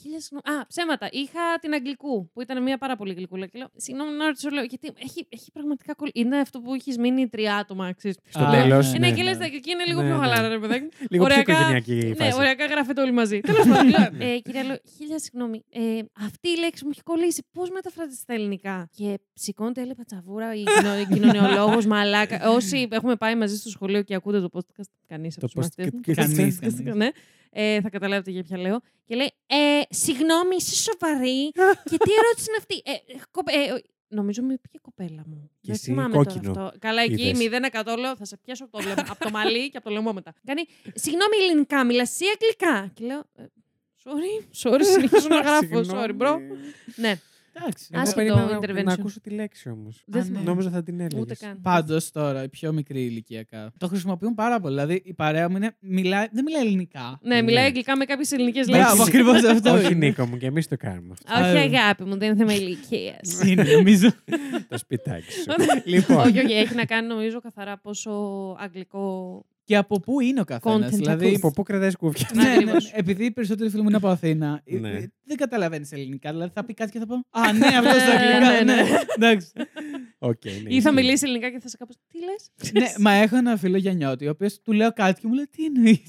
[SPEAKER 2] Χίλια συγγνώμη. Α, ψέματα. Είχα την Αγγλικού, που ήταν μια πάρα πολύ γλυκούλα. Και λέω, συγγνώμη, να ρωτήσω, λέω, γιατί έχει, έχει πραγματικά κολλ... Είναι αυτό που έχεις μείνει τρία άτομα, ξέρεις.
[SPEAKER 1] Στο
[SPEAKER 3] Α,
[SPEAKER 1] τέλος.
[SPEAKER 3] ναι,
[SPEAKER 2] Ε, ναι, και λες, τα Αγγλική είναι λίγο
[SPEAKER 1] Ναι,
[SPEAKER 2] πιο
[SPEAKER 1] ναι.
[SPEAKER 2] χαλάρα, ρε παιδάκι. μου.
[SPEAKER 1] λοιπόν. Λίγο πιο
[SPEAKER 2] Ωριακά-
[SPEAKER 1] οικογενειακή
[SPEAKER 2] Ναι,
[SPEAKER 1] φάση. Ναι.
[SPEAKER 2] ωριακά γράφεται όλοι μαζί. Τέλος πάντων. λέω, ε, κυρία, λέω, χίλια συγγνώμη. Ε, αυτή η λέξη μου έχει κολλήσει. Πώς μεταφράζεται στα ελληνικά. Και σηκώνεται, έλεγε πατσαβούρα, η κοινο- κοινωνιολόγος, μαλάκα. Όσοι έχουμε πάει μαζί στο σχολείο και ακούτε το podcast, κανείς από
[SPEAKER 1] Το
[SPEAKER 2] τους μαθητές.
[SPEAKER 1] podcast.
[SPEAKER 3] Κανείς,
[SPEAKER 2] Κανείς,
[SPEAKER 3] κανείς.
[SPEAKER 2] ναι. Ε, θα καταλάβετε για ποια λέω. Και λέει, ε, συγγνώμη, είσαι σοβαρή. και τι ερώτηση είναι αυτή. Ε, κοπ- ε, ο- νομίζω με πήγε κοπέλα μου.
[SPEAKER 1] Και
[SPEAKER 2] Δεν
[SPEAKER 1] εσύ
[SPEAKER 2] θυμάμαι τώρα
[SPEAKER 1] κόκκινο
[SPEAKER 2] αυτό. Καλά, εκεί
[SPEAKER 1] είδες.
[SPEAKER 2] 0% λέω, θα σε πιάσω από το, λαιμό- από το μαλλί και από το λαιμό μετά. Κάνει, συγγνώμη ελληνικά, μιλάς ή αγγλικά. Και λέω, «Ε, sorry, sorry, συνεχίζω να γράφω, sorry bro.
[SPEAKER 1] Συγγνώμη.
[SPEAKER 2] ναι.
[SPEAKER 3] Εντάξει.
[SPEAKER 1] Εγώ
[SPEAKER 2] Άσχετο
[SPEAKER 1] περίμενα να,
[SPEAKER 2] intervention.
[SPEAKER 1] να ακούσω τη λέξη όμως.
[SPEAKER 4] Δεν
[SPEAKER 3] Α, ναι.
[SPEAKER 4] θυμάμαι.
[SPEAKER 1] Νόμιζα θα την έλεγες.
[SPEAKER 4] Ούτε καν.
[SPEAKER 3] Πάντως τώρα, οι πιο μικροί ηλικιακά. Το χρησιμοποιούν πάρα πολύ. Δηλαδή η παρέα μου είναι, μιλάει, δεν μιλάει ελληνικά.
[SPEAKER 1] Ναι.
[SPEAKER 4] Ναι, μιλάει αγγλικά με κάποιες ελληνικές
[SPEAKER 3] Μπράβο,
[SPEAKER 4] λέξεις.
[SPEAKER 3] ακριβώς αυτό.
[SPEAKER 1] Όχι, ναι.
[SPEAKER 3] είναι.
[SPEAKER 1] Νίκο μου, και εμείς το κάνουμε αυτό.
[SPEAKER 2] Όχι,
[SPEAKER 3] Α,
[SPEAKER 2] αγάπη μου, δεν είναι θέμα ηλικίας.
[SPEAKER 1] ναι.
[SPEAKER 3] Είναι, νομίζω.
[SPEAKER 1] το σπιτάκι σου.
[SPEAKER 2] όχι,
[SPEAKER 1] λοιπόν,
[SPEAKER 2] όχι, έχει να κάνει νομίζω καθαρά πόσο αγγλικό.
[SPEAKER 3] Και από πού είναι ο καθένας.
[SPEAKER 2] Content
[SPEAKER 3] Δηλαδή,
[SPEAKER 1] από πού κρατάει κουβιά.
[SPEAKER 3] Ναι, ναι,
[SPEAKER 4] Ακριβώς.
[SPEAKER 3] ναι. επειδή οι περισσότεροι φίλοι μου είναι από Αθήνα, ε,
[SPEAKER 1] Ναι.
[SPEAKER 3] ε, δεν καταλαβαίνεις ελληνικά. Δηλαδή θα πει κάτι και θα πω. Α, ναι, αυτό
[SPEAKER 4] Ναι,
[SPEAKER 3] στα
[SPEAKER 4] ναι,
[SPEAKER 3] αγγλικά.
[SPEAKER 4] ναι.
[SPEAKER 3] Ναι, εντάξει.
[SPEAKER 1] Οκ, ναι,
[SPEAKER 4] Ή θα
[SPEAKER 1] ισχύει.
[SPEAKER 4] μιλήσει ελληνικά και θα σε κάπως. Τι λες.
[SPEAKER 3] Ναι, μα έχω ένα φίλο Γιαννιώτη, ο οποίος του λέω κάτι και μου λέει Τι εννοείς.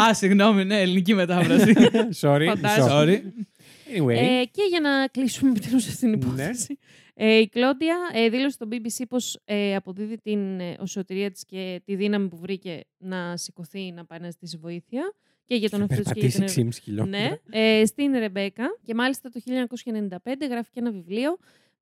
[SPEAKER 3] Α, συγγνώμη, ναι, ελληνική μετάφραση.
[SPEAKER 1] Sorry.
[SPEAKER 4] Φαντάζομαι.
[SPEAKER 1] sorry.
[SPEAKER 3] Sorry.
[SPEAKER 1] Anyway.
[SPEAKER 2] Ε, και για να κλείσουμε επιτέλου αυτή την
[SPEAKER 1] Ναι.
[SPEAKER 2] υπόθεση. Ε, η Κλόντια ε, δήλωσε στο BBC πως ε, αποδίδει την ε, οσιοτηρία της και τη δύναμη που βρήκε να σηκωθεί να πάει να ζητήσει βοήθεια. Και για τον εαυτό τη και για την
[SPEAKER 1] Περπατήσει
[SPEAKER 2] ερ-
[SPEAKER 1] 6,5 χιλιόμετρα.
[SPEAKER 2] Ναι, ε, στην Ρεμπέκα. Και μάλιστα το 1995 γράφει και ένα βιβλίο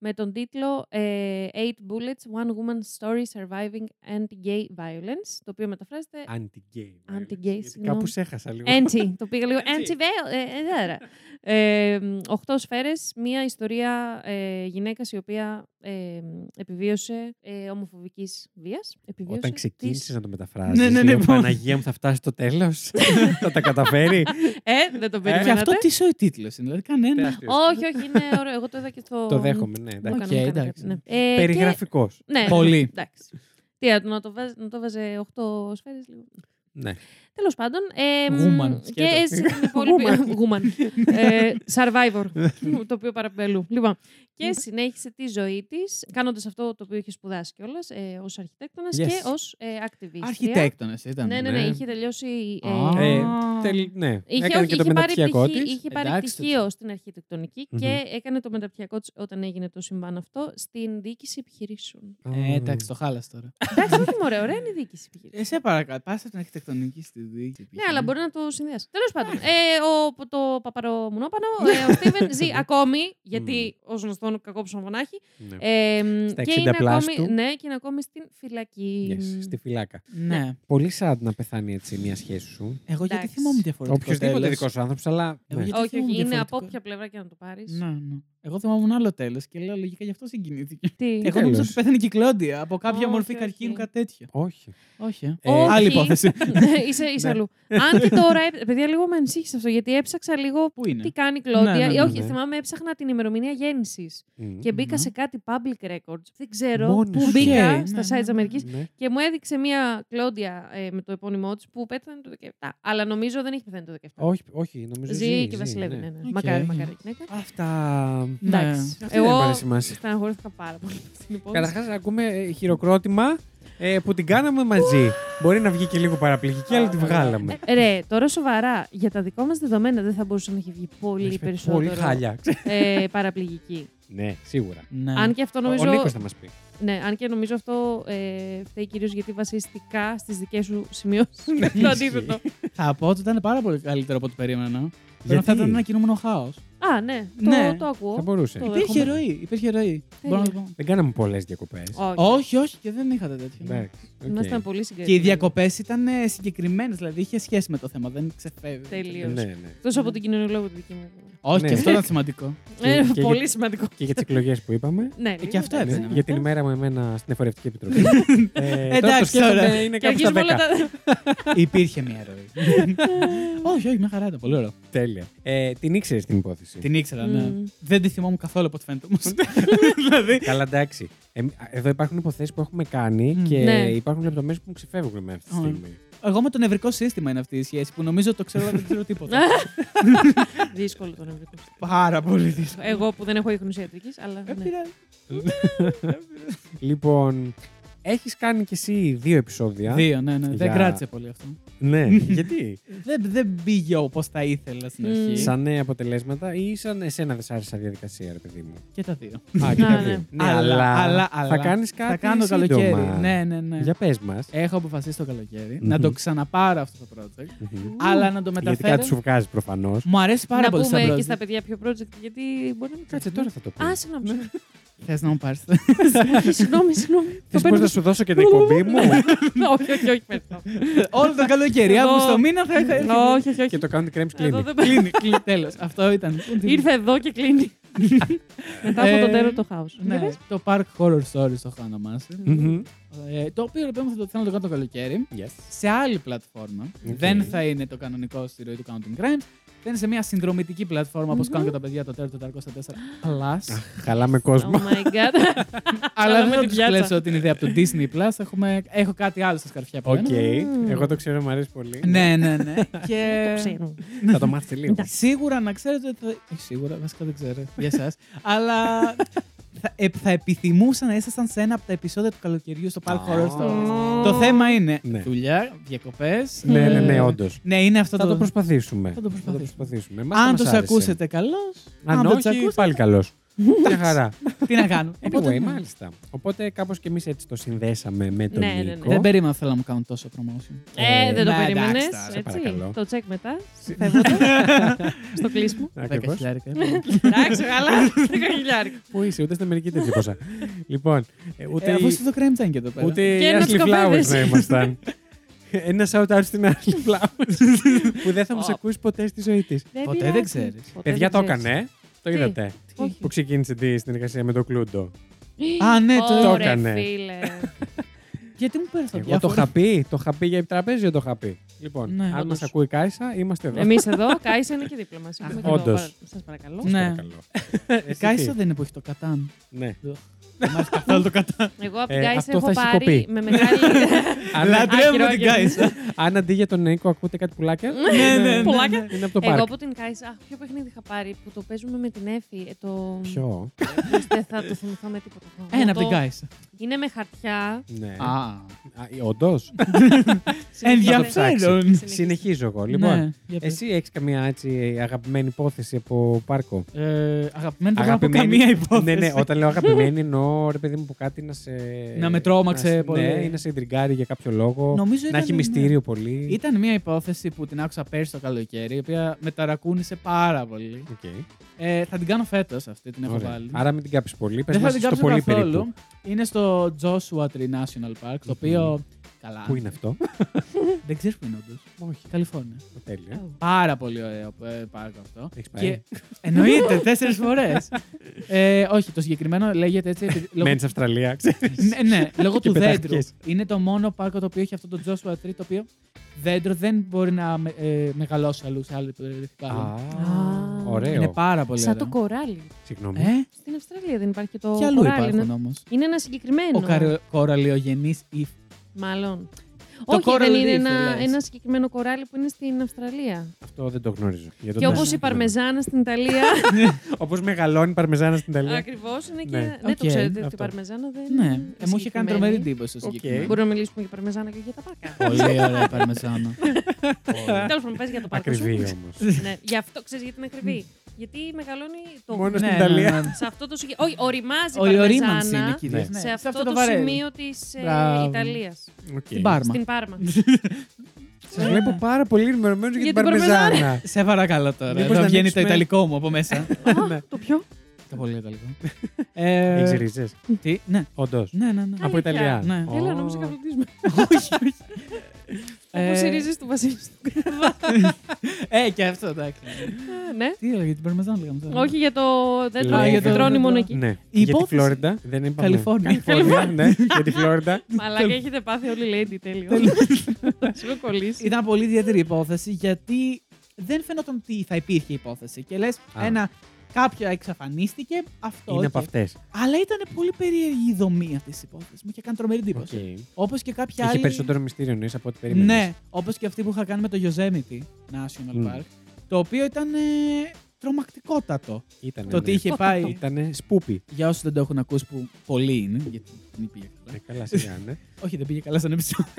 [SPEAKER 2] με τον τίτλο ε, Eight Bullets, One Woman's Story Surviving Anti-Gay Violence, το οποίο μεταφράζεται
[SPEAKER 1] Anti-gay.
[SPEAKER 2] Anti-gay, συγγνώμη.
[SPEAKER 1] Κάπους έχασα λίγο.
[SPEAKER 2] Anti, το πήγα λίγο
[SPEAKER 1] Έτσι.
[SPEAKER 2] anti-veil. ε, ε, δέρα. Ε, μ, Οχτώ σφαίρες, μία ιστορία ε, γυναίκας η οποία ε, μ, επιβίωσε ε, ομοφοβικής βίας. Επιβίωσε
[SPEAKER 1] Όταν
[SPEAKER 2] της-
[SPEAKER 1] ξεκίνησες να το μεταφράζεις.
[SPEAKER 3] Ναι, ναι, ναι,
[SPEAKER 2] λοιπόν.
[SPEAKER 3] πώς.
[SPEAKER 1] Παναγία μου θα φτάσει στο τέλος. Θα τα καταφέρει.
[SPEAKER 2] Ε, δεν το
[SPEAKER 3] Και
[SPEAKER 2] περιμένατε.
[SPEAKER 3] αυτό τι σοϊ τίτλος είναι, δηλαδή κανένα.
[SPEAKER 1] Τεράστιος.
[SPEAKER 2] Όχι, όχι, είναι ωραίο. Εγώ το είδα και στο...
[SPEAKER 1] Το δέχομαι, ναι.
[SPEAKER 2] Το
[SPEAKER 1] εντάξει.
[SPEAKER 2] έκανα,
[SPEAKER 3] Οκ,
[SPEAKER 2] το έκανα,
[SPEAKER 3] εντάξει.
[SPEAKER 2] ναι. Ε, και-
[SPEAKER 1] Περιγραφικός.
[SPEAKER 2] Ναι.
[SPEAKER 3] Πολύ.
[SPEAKER 2] Εντάξει. Τι, να το- να το, βάζ, να το βάζε 8 σφαίρες λίγο.
[SPEAKER 1] Ναι.
[SPEAKER 2] Τέλος πάντων. Ε, μ,
[SPEAKER 3] Woman,
[SPEAKER 2] Και
[SPEAKER 3] σκέτο.
[SPEAKER 2] έζησε την υπόλοιπη. Woman. ε, survivor. το οποίο παραπέλου. Λοιπόν. Και συνέχισε τη ζωή της, κάνοντας αυτό το οποίο είχε σπουδάσει κιόλας ε, ως αρχιτέκτονας
[SPEAKER 1] Yes.
[SPEAKER 2] και ως ε, ακτιβίστρια.
[SPEAKER 3] Αρχιτέκτονας ήταν.
[SPEAKER 2] Ναι, ναι,
[SPEAKER 1] ναι.
[SPEAKER 2] ναι, είχε τελειώσει. ε,
[SPEAKER 3] Α.
[SPEAKER 1] Ε, τελ- Ναι.
[SPEAKER 2] Είχε,
[SPEAKER 1] Έκανε
[SPEAKER 2] όχι,
[SPEAKER 1] και το
[SPEAKER 2] είχε πάρει,
[SPEAKER 1] μεταπτυχιακό
[SPEAKER 2] πτυχί-
[SPEAKER 1] της.
[SPEAKER 2] είχε πάρει
[SPEAKER 3] Εντάξει,
[SPEAKER 2] πτυχίο στην αρχιτεκτονικη
[SPEAKER 1] Μμμ.
[SPEAKER 2] και έκανε το μεταπτυχιακό της όταν έγινε το συμβάν αυτό στην διοίκηση επιχειρήσεων.
[SPEAKER 3] Ε, εντάξει, το χάλασε τώρα.
[SPEAKER 2] Εντάξει, όχι μωρέ, ωραία είναι η διοίκηση επιχειρήσεων.
[SPEAKER 3] Εσύ παρακαλώ, πας από την αρχιτεκτονική στη δίκη.
[SPEAKER 2] Ναι, αλλά μπορεί να το συνδυάσει. Τέλος πάντων, ε, ο, το παπαρομουνόπανο, ε, ο Στίβεν ζει ακόμη, γιατί ως γνωστόν κακόψω μονάχη.
[SPEAKER 1] Ναι.
[SPEAKER 2] Ε,
[SPEAKER 1] Στα
[SPEAKER 2] και
[SPEAKER 1] 60
[SPEAKER 2] είναι
[SPEAKER 1] πλάς
[SPEAKER 2] ακόμη,
[SPEAKER 1] του.
[SPEAKER 2] ναι, και είναι ακόμη στην φυλακή.
[SPEAKER 1] Yes, Στη φυλάκα.
[SPEAKER 3] Ναι.
[SPEAKER 1] Πολύ σαν να πεθάνει έτσι μια σχέση σου.
[SPEAKER 3] Εγώ γιατί
[SPEAKER 2] Εντάξει.
[SPEAKER 3] θυμόμουν διαφορετικό.
[SPEAKER 1] Οποιοδήποτε
[SPEAKER 3] τέλος.
[SPEAKER 1] δικός σου άνθρωπος, αλλά.
[SPEAKER 3] Εγώ
[SPEAKER 1] ναι.
[SPEAKER 3] γιατί-
[SPEAKER 2] Όχι,
[SPEAKER 3] Ήμουν
[SPEAKER 2] όχι, είναι
[SPEAKER 3] διαφορετικό.
[SPEAKER 2] από όποια πλευρά και να το πάρεις.
[SPEAKER 3] Ναι, ναι. Εγώ θυμόμουν άλλο τέλος και λέω λογικά γι' αυτό συγκινήθηκε.
[SPEAKER 2] Τι.
[SPEAKER 3] Εγώ νόμιζα
[SPEAKER 1] τέλος.
[SPEAKER 3] ότι πέθανε κυκλώντια από κάποια
[SPEAKER 2] Όχι,
[SPEAKER 3] μορφή
[SPEAKER 2] όχι.
[SPEAKER 3] καρκίνου, κάτι τέτοιο.
[SPEAKER 1] Όχι.
[SPEAKER 3] Όχι. ε.
[SPEAKER 1] Ε,
[SPEAKER 2] Όχι.
[SPEAKER 3] Άλλη υπόθεση.
[SPEAKER 2] Ναι, είσαι, είσαι
[SPEAKER 1] Ναι.
[SPEAKER 2] αλλού. Αν και τώρα. ε, Παιδιά, λίγο με ανησύχησε αυτό, γιατί έψαξα λίγο
[SPEAKER 3] Πού είναι.
[SPEAKER 2] τι κάνει η Κλόντια.
[SPEAKER 3] Ναι, ναι,
[SPEAKER 2] Ή
[SPEAKER 3] ναι,
[SPEAKER 2] όχι,
[SPEAKER 1] ναι.
[SPEAKER 2] θυμάμαι, έψαχνα την ημερομηνία γέννησης.
[SPEAKER 1] Μμ.
[SPEAKER 2] Και μπήκα
[SPEAKER 3] Ναι.
[SPEAKER 2] σε κάτι public records. Δεν ξέρω
[SPEAKER 1] Μόνη
[SPEAKER 2] πού
[SPEAKER 1] σου.
[SPEAKER 2] μπήκα
[SPEAKER 3] Οκ,
[SPEAKER 2] στα
[SPEAKER 3] ναι,
[SPEAKER 2] sites
[SPEAKER 3] ναι, ναι.
[SPEAKER 2] Αμερικής
[SPEAKER 1] Ναι.
[SPEAKER 2] Και μου έδειξε μία Κλόντια ε, με το επώνυμό της που πέθανε το 17. Αλλά νομίζω δεν έχει πεθάνει το 17.
[SPEAKER 1] Όχι, όχι, νομίζω
[SPEAKER 2] ζει, και βασιλεύει. Ναι,
[SPEAKER 1] ναι.
[SPEAKER 2] ναι.
[SPEAKER 3] Οκ.
[SPEAKER 2] Μακάρι, μακάρι η γυναίκα.
[SPEAKER 1] Αυτά.
[SPEAKER 3] Ναι.
[SPEAKER 2] Εντάξει.
[SPEAKER 1] Αυτή δεν
[SPEAKER 2] Εγώ
[SPEAKER 1] πάρει σημασία.
[SPEAKER 2] στεναχωρήθηκα πάρα πολύ με αυτήν την υπόθεση.
[SPEAKER 1] Καταρχάς, ακούμε ε, χειροκρότημα ε, που την κάναμε μαζί. Μπορεί να βγει και λίγο παραπληκτική, αλλά τη βγάλαμε.
[SPEAKER 2] Ρε, τώρα σοβαρά, για τα δικά μας δεδομένα δεν θα μπορούσε να έχει βγει πολύ
[SPEAKER 1] Μας πει
[SPEAKER 2] περισσότερο
[SPEAKER 1] Πολύ χάλια.
[SPEAKER 2] ε, παραπληγική.
[SPEAKER 1] ναι, σίγουρα.
[SPEAKER 3] Ναι.
[SPEAKER 2] αν και αυτό
[SPEAKER 1] Ο
[SPEAKER 2] νομίζω.
[SPEAKER 1] Νίκος θα μας πει.
[SPEAKER 2] Ναι, αν και νομίζω αυτό ε, φταίει κυρίως γιατί βασιστικά στις δικές
[SPEAKER 1] Ναι,
[SPEAKER 2] σου σημειώσεις. το αντίθετο.
[SPEAKER 3] Θα πω ότι ήταν πάρα πολύ καλύτερο από ό,τι περίμενα. Τώρα
[SPEAKER 1] Γιατί
[SPEAKER 3] θα ήταν ένα κινούμενο χάος.
[SPEAKER 2] Α, ναι, το,
[SPEAKER 3] Ναι.
[SPEAKER 2] το ακούω.
[SPEAKER 1] θα μπορούσε.
[SPEAKER 2] Το
[SPEAKER 3] Υπήρχε
[SPEAKER 2] δέχομαι.
[SPEAKER 3] ροή. Υπήρχε ροή. Μπορώ να το πω.
[SPEAKER 1] Δεν κάναμε πολλές διακοπές.
[SPEAKER 2] Όχι.
[SPEAKER 3] Ε. Όχι, όχι, και δεν είχατε τέτοιο. ναι.
[SPEAKER 1] Εντάξει. οκ.
[SPEAKER 2] Ήμασταν πολύ
[SPEAKER 3] Και οι
[SPEAKER 2] συγκεκριμένοι.
[SPEAKER 3] διακοπές ήταν συγκεκριμένες, δηλαδή είχε σχέση με το θέμα, δεν ξεφεύγει.
[SPEAKER 2] Τέλειο.
[SPEAKER 1] Ναι, ναι.
[SPEAKER 2] Εκτός από την κοινωνιολόγο τη δική μου.
[SPEAKER 3] Όχι,
[SPEAKER 1] Ναι.
[SPEAKER 3] και αυτό ήταν σημαντικό.
[SPEAKER 2] Ε,
[SPEAKER 1] και-
[SPEAKER 2] πολύ σημαντικό.
[SPEAKER 1] Και για τις εκλογές που είπαμε.
[SPEAKER 2] Ναι, λίγο,
[SPEAKER 3] και αυτό
[SPEAKER 2] εντάξει.
[SPEAKER 1] Ναι,
[SPEAKER 3] Ναι.
[SPEAKER 1] για την ημέρα μου εμένα στην Εφορευτική Επιτροπή. ε, τώρα το
[SPEAKER 3] Εντάξει,
[SPEAKER 1] σκέφτομαι,
[SPEAKER 3] ωραία.
[SPEAKER 1] Είναι
[SPEAKER 2] Και
[SPEAKER 1] κάπου στα
[SPEAKER 2] αρχίζουμε όλα
[SPEAKER 1] 10.
[SPEAKER 2] τα.
[SPEAKER 3] Υπήρχε μια ροή. όχι, όχι, μια χαρά ήταν. Πολύ ωραίο.
[SPEAKER 1] Τέλεια. Ε, την ήξερες την υπόθεση.
[SPEAKER 3] Την ήξερα, ναι.
[SPEAKER 2] Μμμ.
[SPEAKER 3] Δεν τη θυμόμουν καθόλου από ό,τι φαίνεται όμως. δηλαδή.
[SPEAKER 1] Καλά, εντάξει. Ε, εδώ υπάρχουν υποθέσεις που έχουμε κάνει
[SPEAKER 3] Μ.
[SPEAKER 1] και
[SPEAKER 2] Ναι. υπάρχουν
[SPEAKER 1] υπάρχουν λεπτομέρειες που μου ξεφεύγουν με αυτή τη
[SPEAKER 3] Ωραία.
[SPEAKER 1] στιγμή.
[SPEAKER 3] Εγώ με το νευρικό σύστημα είναι αυτή η σχέση που νομίζω το ξέρω, αλλά δεν ξέρω τίποτα.
[SPEAKER 2] Δύσκολο το νευρικό. σύστημα.
[SPEAKER 3] Πάρα πολύ δύσκολο.
[SPEAKER 2] Εγώ που δεν έχω γνωσία ιατρικής, αλλά.
[SPEAKER 3] Δεν
[SPEAKER 2] ναι.
[SPEAKER 3] πειράζει.
[SPEAKER 1] λοιπόν, έχεις κάνει κι εσύ δύο επεισόδια.
[SPEAKER 3] Δύο, ναι, ναι. Δεν
[SPEAKER 1] Για-
[SPEAKER 3] κράτησε πολύ αυτό.
[SPEAKER 1] Ναι, γιατί.
[SPEAKER 3] Δεν, δεν πήγε όπως τα ήθελα στην
[SPEAKER 2] Μμ.
[SPEAKER 3] αρχή.
[SPEAKER 1] σαν νέα αποτελέσματα ή σαν εσένα δεν σ' άρεσε η διαδικασία, ρε παιδί μου.
[SPEAKER 3] Και τα δύο.
[SPEAKER 1] Α, και
[SPEAKER 2] Ναι,
[SPEAKER 1] τα
[SPEAKER 2] ναι.
[SPEAKER 1] δύο. Ναι,
[SPEAKER 3] Αλλά- αλλά-
[SPEAKER 1] θα
[SPEAKER 3] αλλά.
[SPEAKER 1] κάνεις κάτι.
[SPEAKER 3] Θα κάνω
[SPEAKER 1] σύντομα.
[SPEAKER 3] καλοκαίρι. Ναι, ναι, ναι.
[SPEAKER 1] Για πες μας.
[SPEAKER 3] Έχω αποφασίσει το καλοκαίρι
[SPEAKER 1] Μμμ.
[SPEAKER 3] να το ξαναπάρω αυτό το project. Αλλά να το
[SPEAKER 1] Γιατί κάτι σου
[SPEAKER 3] μεταφέρω. Ε,
[SPEAKER 1] βγάζει προφανώς.
[SPEAKER 3] Μου αρέσει πάρα
[SPEAKER 2] Να
[SPEAKER 3] πολύ
[SPEAKER 2] πούμε
[SPEAKER 3] σαν
[SPEAKER 2] και
[SPEAKER 3] project.
[SPEAKER 2] στα παιδιά πιο project, γιατί μπορεί να μην
[SPEAKER 1] Κάτσε τώρα θα το πω.
[SPEAKER 2] Α, συγγνώμη. συγγνώμη.
[SPEAKER 3] Θες να μου πάρεις.
[SPEAKER 2] Συγγνώμη, συγγνώμη. Το
[SPEAKER 1] Θες πώς
[SPEAKER 2] παίρνω.
[SPEAKER 1] να σου δώσω και την εκπομπή μου
[SPEAKER 2] Όχι, όχι, όχι. παίρνω.
[SPEAKER 3] Όλο το καλοκαίρι.
[SPEAKER 2] Εδώ-
[SPEAKER 3] Από στο μήνα θα είχα.
[SPEAKER 2] Όχι, όχι,
[SPEAKER 1] και
[SPEAKER 2] όχι.
[SPEAKER 1] το κάνω την κρέμψη
[SPEAKER 2] Εδώ
[SPEAKER 1] κλείνει.
[SPEAKER 2] δεν-
[SPEAKER 3] Κλείνει, κλείνει. Τέλος. Αυτό ήταν.
[SPEAKER 2] Ήρθε εδώ και κλείνει.
[SPEAKER 5] Μετά από
[SPEAKER 3] Ε,
[SPEAKER 5] τον τέρο το χάος.
[SPEAKER 3] ναι, το Park Horror Stories το είχα ονομάσει.
[SPEAKER 1] Μμμ.
[SPEAKER 3] Ε, το οποίο λοιπόν θα το θέλω να το κάνω το καλοκαίρι.
[SPEAKER 1] Yes.
[SPEAKER 3] σε άλλη πλατφόρμα.
[SPEAKER 1] Οκ.
[SPEAKER 3] Δεν θα είναι το κανονικό στη ροή του Counting Crimes. Θα είναι σε μια συνδρομητική πλατφόρμα όπως
[SPEAKER 5] Μμμ.
[SPEAKER 3] κάνουν και τα παιδιά το 4 4 Plus.
[SPEAKER 1] Χαλάμε
[SPEAKER 5] Oh
[SPEAKER 2] Ναι.
[SPEAKER 1] κόσμο.
[SPEAKER 5] my god.
[SPEAKER 3] Αλλά
[SPEAKER 2] Καλά, με
[SPEAKER 3] δεν θα
[SPEAKER 2] την
[SPEAKER 3] του
[SPEAKER 2] πιάτσα.
[SPEAKER 3] κλέψω την ιδέα από το Disney Plus. Έχουμε... Έχω κάτι άλλο στα σκαρφιά από
[SPEAKER 1] Οκ.
[SPEAKER 3] μένα.
[SPEAKER 5] Mm.
[SPEAKER 1] Εγώ το ξέρω, μου αρέσει πολύ.
[SPEAKER 3] Ναι, ναι, ναι. και...
[SPEAKER 5] Το ξέρω.
[SPEAKER 1] Θα το μάθει λίγο.
[SPEAKER 3] Σίγουρα να ξέρετε. ότι Θα... Ε, σίγουρα, βασικά δεν ξέρω. Για εσάς. Αλλά θα, ε, θα επιθυμούσα να ήσασταν σε ένα από τα επεισόδια του καλοκαιριού στο Park Horror
[SPEAKER 1] Α.
[SPEAKER 3] Stories. Το θέμα είναι
[SPEAKER 1] Ναι.
[SPEAKER 3] δουλειά, διακοπές.
[SPEAKER 1] Ναι, ναι, ναι, όντως.
[SPEAKER 3] Ναι, είναι αυτό
[SPEAKER 1] Θα το
[SPEAKER 3] το
[SPEAKER 1] προσπαθήσουμε.
[SPEAKER 3] Θα το προσπαθήσουμε.
[SPEAKER 1] προσπαθήσουμε. Εμάς θα
[SPEAKER 3] Αν
[SPEAKER 1] μας
[SPEAKER 3] του
[SPEAKER 1] άρεσε.
[SPEAKER 3] ακούσετε καλώς.
[SPEAKER 1] Αν
[SPEAKER 3] τους
[SPEAKER 1] όχι,
[SPEAKER 3] ακούσετε.
[SPEAKER 1] πάλι καλώς. Μια χαρά.
[SPEAKER 3] Τι να κάνω.
[SPEAKER 1] Anyway, μάλιστα. Οπότε κάπως και εμείς έτσι το συνδέσαμε με τον
[SPEAKER 2] Ναι, ναι, ναι.
[SPEAKER 1] Νίκο.
[SPEAKER 3] Ε, Δεν περίμενα θέλω να μου κάνουν τόσο promotion.
[SPEAKER 2] Ε, δεν το
[SPEAKER 3] ναι,
[SPEAKER 2] περίμενες.
[SPEAKER 3] εντάξει, τώρα, σε
[SPEAKER 1] παρακαλώ.
[SPEAKER 2] Έτσι. Το τσεκ μετά.
[SPEAKER 1] Συ-
[SPEAKER 2] Στο κλείσιμο.
[SPEAKER 1] Ακριβώς.
[SPEAKER 3] 10.000.
[SPEAKER 2] Εντάξει, αλλά. Δεκαχιλιάρικα.
[SPEAKER 1] Πού είσαι, ούτε στην Αμερική τέτοια ποσά. λοιπόν, ε,
[SPEAKER 3] Ούτε...
[SPEAKER 1] ούτε,
[SPEAKER 3] Ε, αφού
[SPEAKER 1] η-
[SPEAKER 3] είστε το crime tank εδώ πέρα.
[SPEAKER 1] ούτε οι
[SPEAKER 2] Και ένας
[SPEAKER 1] Ashley Flowers
[SPEAKER 2] σκοπεύεις.
[SPEAKER 1] να ήμασταν. Ένα shout out στην Ashley Flowers που δεν θα μας
[SPEAKER 2] Ω.
[SPEAKER 1] ακούσει ποτέ στη ζωή της.
[SPEAKER 3] Ποτέ δεν
[SPEAKER 5] πειράζει.
[SPEAKER 3] ξέρεις.
[SPEAKER 5] Ποτέ
[SPEAKER 1] Παιδιά το
[SPEAKER 5] δεν ξέρεις.
[SPEAKER 1] έκανε, ε. το είδατε.
[SPEAKER 5] Όχι.
[SPEAKER 1] Που ξεκίνησε τη συνεργασία με τον Κλούντο.
[SPEAKER 3] Α, ναι, το-
[SPEAKER 1] το
[SPEAKER 2] Ωρε,
[SPEAKER 1] έκανε.
[SPEAKER 2] φίλε.
[SPEAKER 3] Γιατί μου πέρασε
[SPEAKER 1] Εγώ το είχα πει, το είχα πει για τραπέζι, το είχα πει. Λοιπόν,
[SPEAKER 3] Ναι,
[SPEAKER 1] αν
[SPEAKER 3] όντως.
[SPEAKER 1] μας ακούει η Κάισα, είμαστε εδώ.
[SPEAKER 2] Εμείς εδώ, Κάισα είναι και δίπλα μας.
[SPEAKER 1] όντως.
[SPEAKER 2] Σας παρακαλώ.
[SPEAKER 1] Σας
[SPEAKER 3] Ναι.
[SPEAKER 1] παρακαλώ. Εσύ
[SPEAKER 3] Κάισα
[SPEAKER 1] τι?
[SPEAKER 3] δεν είναι που έχει το κατάν.
[SPEAKER 1] Ναι.
[SPEAKER 3] Δεν μ' άρεσε καθόλου το κατάν.
[SPEAKER 2] Εγώ από
[SPEAKER 1] Ε,
[SPEAKER 2] την Κάισα
[SPEAKER 1] αυτό θα
[SPEAKER 2] έχω
[SPEAKER 1] έχει κοπεί.
[SPEAKER 2] πάρει με μεγάλη.
[SPEAKER 1] Αν-
[SPEAKER 3] Λατρεύουμε
[SPEAKER 2] Άκυρο,
[SPEAKER 3] την
[SPEAKER 2] άκυρο.
[SPEAKER 3] Κάισα.
[SPEAKER 1] Αν αντί για τον Νίκο ακούτε κάτι πουλάκια,
[SPEAKER 3] Ναι, ναι, ναι.
[SPEAKER 2] Πολλά
[SPEAKER 3] ναι.
[SPEAKER 1] είναι από το
[SPEAKER 2] Εγώ
[SPEAKER 1] πάρκ.
[SPEAKER 2] από την Κάισα. Αχ, ποιο παιχνίδι είχα πάρει που το παίζουμε με την Εφη. ε, το...
[SPEAKER 1] Ποιο.
[SPEAKER 2] Δεν θα το θυμηθώ με τίποτα.
[SPEAKER 3] Ένα
[SPEAKER 2] Το-
[SPEAKER 3] από την Κάισα.
[SPEAKER 2] Είναι με χαρτιά.
[SPEAKER 1] Ναι. ε,
[SPEAKER 3] Α.
[SPEAKER 1] Όντω.
[SPEAKER 3] Ενδιαφέρον.
[SPEAKER 2] Συνεχίζει.
[SPEAKER 1] Συνεχίζω εγώ. Λοιπόν,
[SPEAKER 3] Ναι, για πες.
[SPEAKER 1] εσύ έχεις καμία έτσι, αγαπημένη υπόθεση από πάρκο.
[SPEAKER 3] Ε, Αγαπημένη, δεν έχω καμία
[SPEAKER 1] Ναι,
[SPEAKER 3] υπόθεση.
[SPEAKER 1] ναι, όταν λέω αγαπημένη εννοώ ρε παιδί μου που κάτι να σε.
[SPEAKER 3] Να με τρόμαξε
[SPEAKER 1] να σε-
[SPEAKER 3] πολύ.
[SPEAKER 1] Ναι, ή να σε ιντριγκάρει για κάποιο λόγο.
[SPEAKER 3] Νομίζω
[SPEAKER 1] να
[SPEAKER 3] ήταν,
[SPEAKER 1] έχει
[SPEAKER 3] ναι.
[SPEAKER 1] μυστήριο πολύ.
[SPEAKER 3] Ήταν μια υπόθεση που την άκουσα πέρσι το καλοκαίρι, η οποία με ταρακούνησε πάρα πολύ.
[SPEAKER 1] Οκ.
[SPEAKER 3] Ε, θα την κάνω φέτος αυτή, την έχω
[SPEAKER 1] Ωραία.
[SPEAKER 3] βάλει.
[SPEAKER 1] Άρα μην την κάψεις πολύ. Πες
[SPEAKER 3] Δεν θα
[SPEAKER 1] μας
[SPEAKER 3] την
[SPEAKER 1] στο
[SPEAKER 3] κάψω
[SPEAKER 1] πολύ
[SPEAKER 3] καθόλου.
[SPEAKER 1] περίπου.
[SPEAKER 3] Είναι στο Joshua Tree National Park, το οποιο Καλά.
[SPEAKER 1] Πού είναι αυτό.
[SPEAKER 3] Δεν ξέρεις που είναι όντως.
[SPEAKER 1] Όχι.
[SPEAKER 3] Καλιφόρνια.
[SPEAKER 1] Τέλεια.
[SPEAKER 3] Πάρα πολύ ωραίο ε, πάρκο αυτό.
[SPEAKER 1] Έχεις πάει.
[SPEAKER 3] Και εννοείται, τέσσερις φορές. ε, όχι, το συγκεκριμένο λέγεται έτσι. επειδή- λόγω-
[SPEAKER 1] Μένεις Αυστραλία, ξέρεις.
[SPEAKER 3] ναι, ναι, λόγω
[SPEAKER 1] Και
[SPEAKER 3] του δέντρου.
[SPEAKER 1] πετάχτηκες.
[SPEAKER 3] Είναι το μόνο πάρκο το οποίο έχει αυτό το Joshua Tree, το οποίο δέντρο δεν μπορεί να με- ε, μεγαλώσει αλλού σε άλλη περιοχή.
[SPEAKER 1] Α,
[SPEAKER 5] Α.
[SPEAKER 1] Ωραίο.
[SPEAKER 3] Είναι πάρα πολύ
[SPEAKER 2] Σαν
[SPEAKER 3] ωραίο.
[SPEAKER 2] το κοράλι.
[SPEAKER 1] Συγγνώμη.
[SPEAKER 3] Ε,
[SPEAKER 2] Στην Αυστραλία δεν υπάρχει και το
[SPEAKER 3] και αλλού
[SPEAKER 2] κοράλι.
[SPEAKER 3] υπάρχουν
[SPEAKER 2] ναι.
[SPEAKER 3] όμως.
[SPEAKER 2] Είναι ένα συγκεκριμένο.
[SPEAKER 3] Ο καρο- κοραλιογενής ύφ.
[SPEAKER 2] Μάλλον. Όχι,
[SPEAKER 3] coral
[SPEAKER 2] δεν
[SPEAKER 3] reef,
[SPEAKER 2] είναι ένα,
[SPEAKER 3] λες.
[SPEAKER 2] ένα συγκεκριμένο κοράλι που είναι στην Αυστραλία.
[SPEAKER 1] Αυτό δεν το γνώριζα. Για το
[SPEAKER 2] και
[SPEAKER 1] τι
[SPEAKER 2] όπω
[SPEAKER 1] είναι.
[SPEAKER 2] η Παρμεζάνα στην Ιταλία.
[SPEAKER 1] Όπως μεγαλώνει η παρμεζάνα στην Ιταλία.
[SPEAKER 2] Ακριβώς είναι και.
[SPEAKER 1] Ναι.
[SPEAKER 2] Ναι,
[SPEAKER 3] Οκ,
[SPEAKER 2] το ξέρετε ότι
[SPEAKER 1] αυτό.
[SPEAKER 2] η Παρμεζάνα δεν.
[SPEAKER 3] Ναι,
[SPEAKER 2] είναι
[SPEAKER 3] ε, μου είχε
[SPEAKER 2] συγκεκριμένη.
[SPEAKER 3] κάνει τρομερή εντύπωση το
[SPEAKER 1] Οκ.
[SPEAKER 3] συγκεκριμένο.
[SPEAKER 2] Μπορούμε να μιλήσουμε για Παρμεζάνα και για τα πάρκα.
[SPEAKER 3] Πολύ ωραία η παρμεζάνα.
[SPEAKER 2] Τέλος πάντων, πα για το πάρκο. σου.
[SPEAKER 1] Ακριβή όμως.
[SPEAKER 2] ναι, γι' αυτό ξέρεις γιατί είναι ακριβή. γιατί μεγαλώνει το.
[SPEAKER 1] Μόνο
[SPEAKER 3] Ναι,
[SPEAKER 1] στην Ιταλία.
[SPEAKER 2] Σε αυτό το συγκεκριμένο. Όχι, οριμάζει η
[SPEAKER 3] Ο Ιωρίμανς
[SPEAKER 2] Παρμεζάνα.
[SPEAKER 3] είναι κυρίως.
[SPEAKER 1] Ναι.
[SPEAKER 2] σε αυτό, το,
[SPEAKER 3] βαρέλι.
[SPEAKER 2] σημείο της
[SPEAKER 3] Μπράβο.
[SPEAKER 2] Ιταλίας.
[SPEAKER 1] Οκ.
[SPEAKER 3] Στην Πάρμα.
[SPEAKER 2] Στην Πάρμα.
[SPEAKER 1] Σας
[SPEAKER 3] Ε.
[SPEAKER 1] βλέπω πάρα πολύ ενημερωμένους για
[SPEAKER 2] Για
[SPEAKER 1] την
[SPEAKER 2] την
[SPEAKER 1] παρμεζάνα.
[SPEAKER 3] Σε παρακαλώ τώρα.
[SPEAKER 1] Μήπως
[SPEAKER 3] Εδώ
[SPEAKER 1] να
[SPEAKER 3] βγαίνει το
[SPEAKER 1] ανοίξουμε-
[SPEAKER 3] ιταλικό μου από μέσα.
[SPEAKER 1] Ναι.
[SPEAKER 2] το πιο.
[SPEAKER 3] Το πολύ ιταλικό.
[SPEAKER 1] Έχεις
[SPEAKER 3] Ε,
[SPEAKER 1] ρίζες.
[SPEAKER 3] Τι, ναι.
[SPEAKER 1] Όντως.
[SPEAKER 3] Ναι, ναι, ναι.
[SPEAKER 1] Από
[SPEAKER 2] Αλήθεια.
[SPEAKER 1] Ιταλία.
[SPEAKER 3] Ναι.
[SPEAKER 1] Ω.
[SPEAKER 2] Έλα, νόμιζα καπνοτίζουμε.
[SPEAKER 3] Όχι, όχι.
[SPEAKER 2] Όπω
[SPEAKER 3] Ε,
[SPEAKER 2] οι ρίζε του Βασίλη του Καβά.
[SPEAKER 3] Ε, και αυτό, εντάξει.
[SPEAKER 2] Ναι.
[SPEAKER 3] Τι έλεγα για την παρμεζάνα λέγαμε τώρα.
[SPEAKER 2] Όχι για το δέντρο
[SPEAKER 1] Λέει-
[SPEAKER 2] που
[SPEAKER 3] για το
[SPEAKER 2] κεντρώνει μόνο
[SPEAKER 3] δέντρο.
[SPEAKER 2] εκεί.
[SPEAKER 1] Ναι.
[SPEAKER 3] Η
[SPEAKER 1] Για τη
[SPEAKER 3] υπόθεση.
[SPEAKER 1] Φλόριντα. Δεν είπαμε.
[SPEAKER 3] Καλιφόρνια.
[SPEAKER 1] Καλιφόρνια, ναι. Για τη Φλόριντα.
[SPEAKER 3] Ναι.
[SPEAKER 2] Μαλάκα, έχετε πάθει όλοι lady, τέλειο. Σου έχω κολλήσει.
[SPEAKER 3] Ήταν πολύ ιδιαίτερη υπόθεση γιατί δεν φαίνονταν ότι θα υπήρχε υπόθεση. Και λες,
[SPEAKER 1] Α.
[SPEAKER 3] ένα. Κάποιο εξαφανίστηκε, αυτό.
[SPEAKER 1] Είναι
[SPEAKER 3] οκ.
[SPEAKER 1] από αυτές.
[SPEAKER 3] Αλλά ήταν πολύ περίεργη η δομή αυτής της υπόθεσης. Μου είχε κάνει τρομερή
[SPEAKER 1] Οκ.
[SPEAKER 3] εντύπωση. Όπως και κάποια άλλη.
[SPEAKER 1] Έχει περισσότερο μυστήριο εννοείς από ό,τι περίμενες.
[SPEAKER 3] Ναι, όπως και αυτή που είχα κάνει με το Yosemite National
[SPEAKER 1] Μμ.
[SPEAKER 3] Park. Το οποίο ήταν ε, τρομακτικότατο.
[SPEAKER 1] Ήτανε,
[SPEAKER 3] το ότι
[SPEAKER 1] ναι.
[SPEAKER 3] είχε πάει.
[SPEAKER 1] Ήτανε σπούπι.
[SPEAKER 3] Για όσους δεν το έχουν ακούσει, που πολλοί είναι, γιατί δεν πήγε
[SPEAKER 1] Ε,
[SPEAKER 3] καλά.
[SPEAKER 1] Καλά σιγά, ναι.
[SPEAKER 3] Όχι, δεν πήγε καλά σαν επεισόδιο.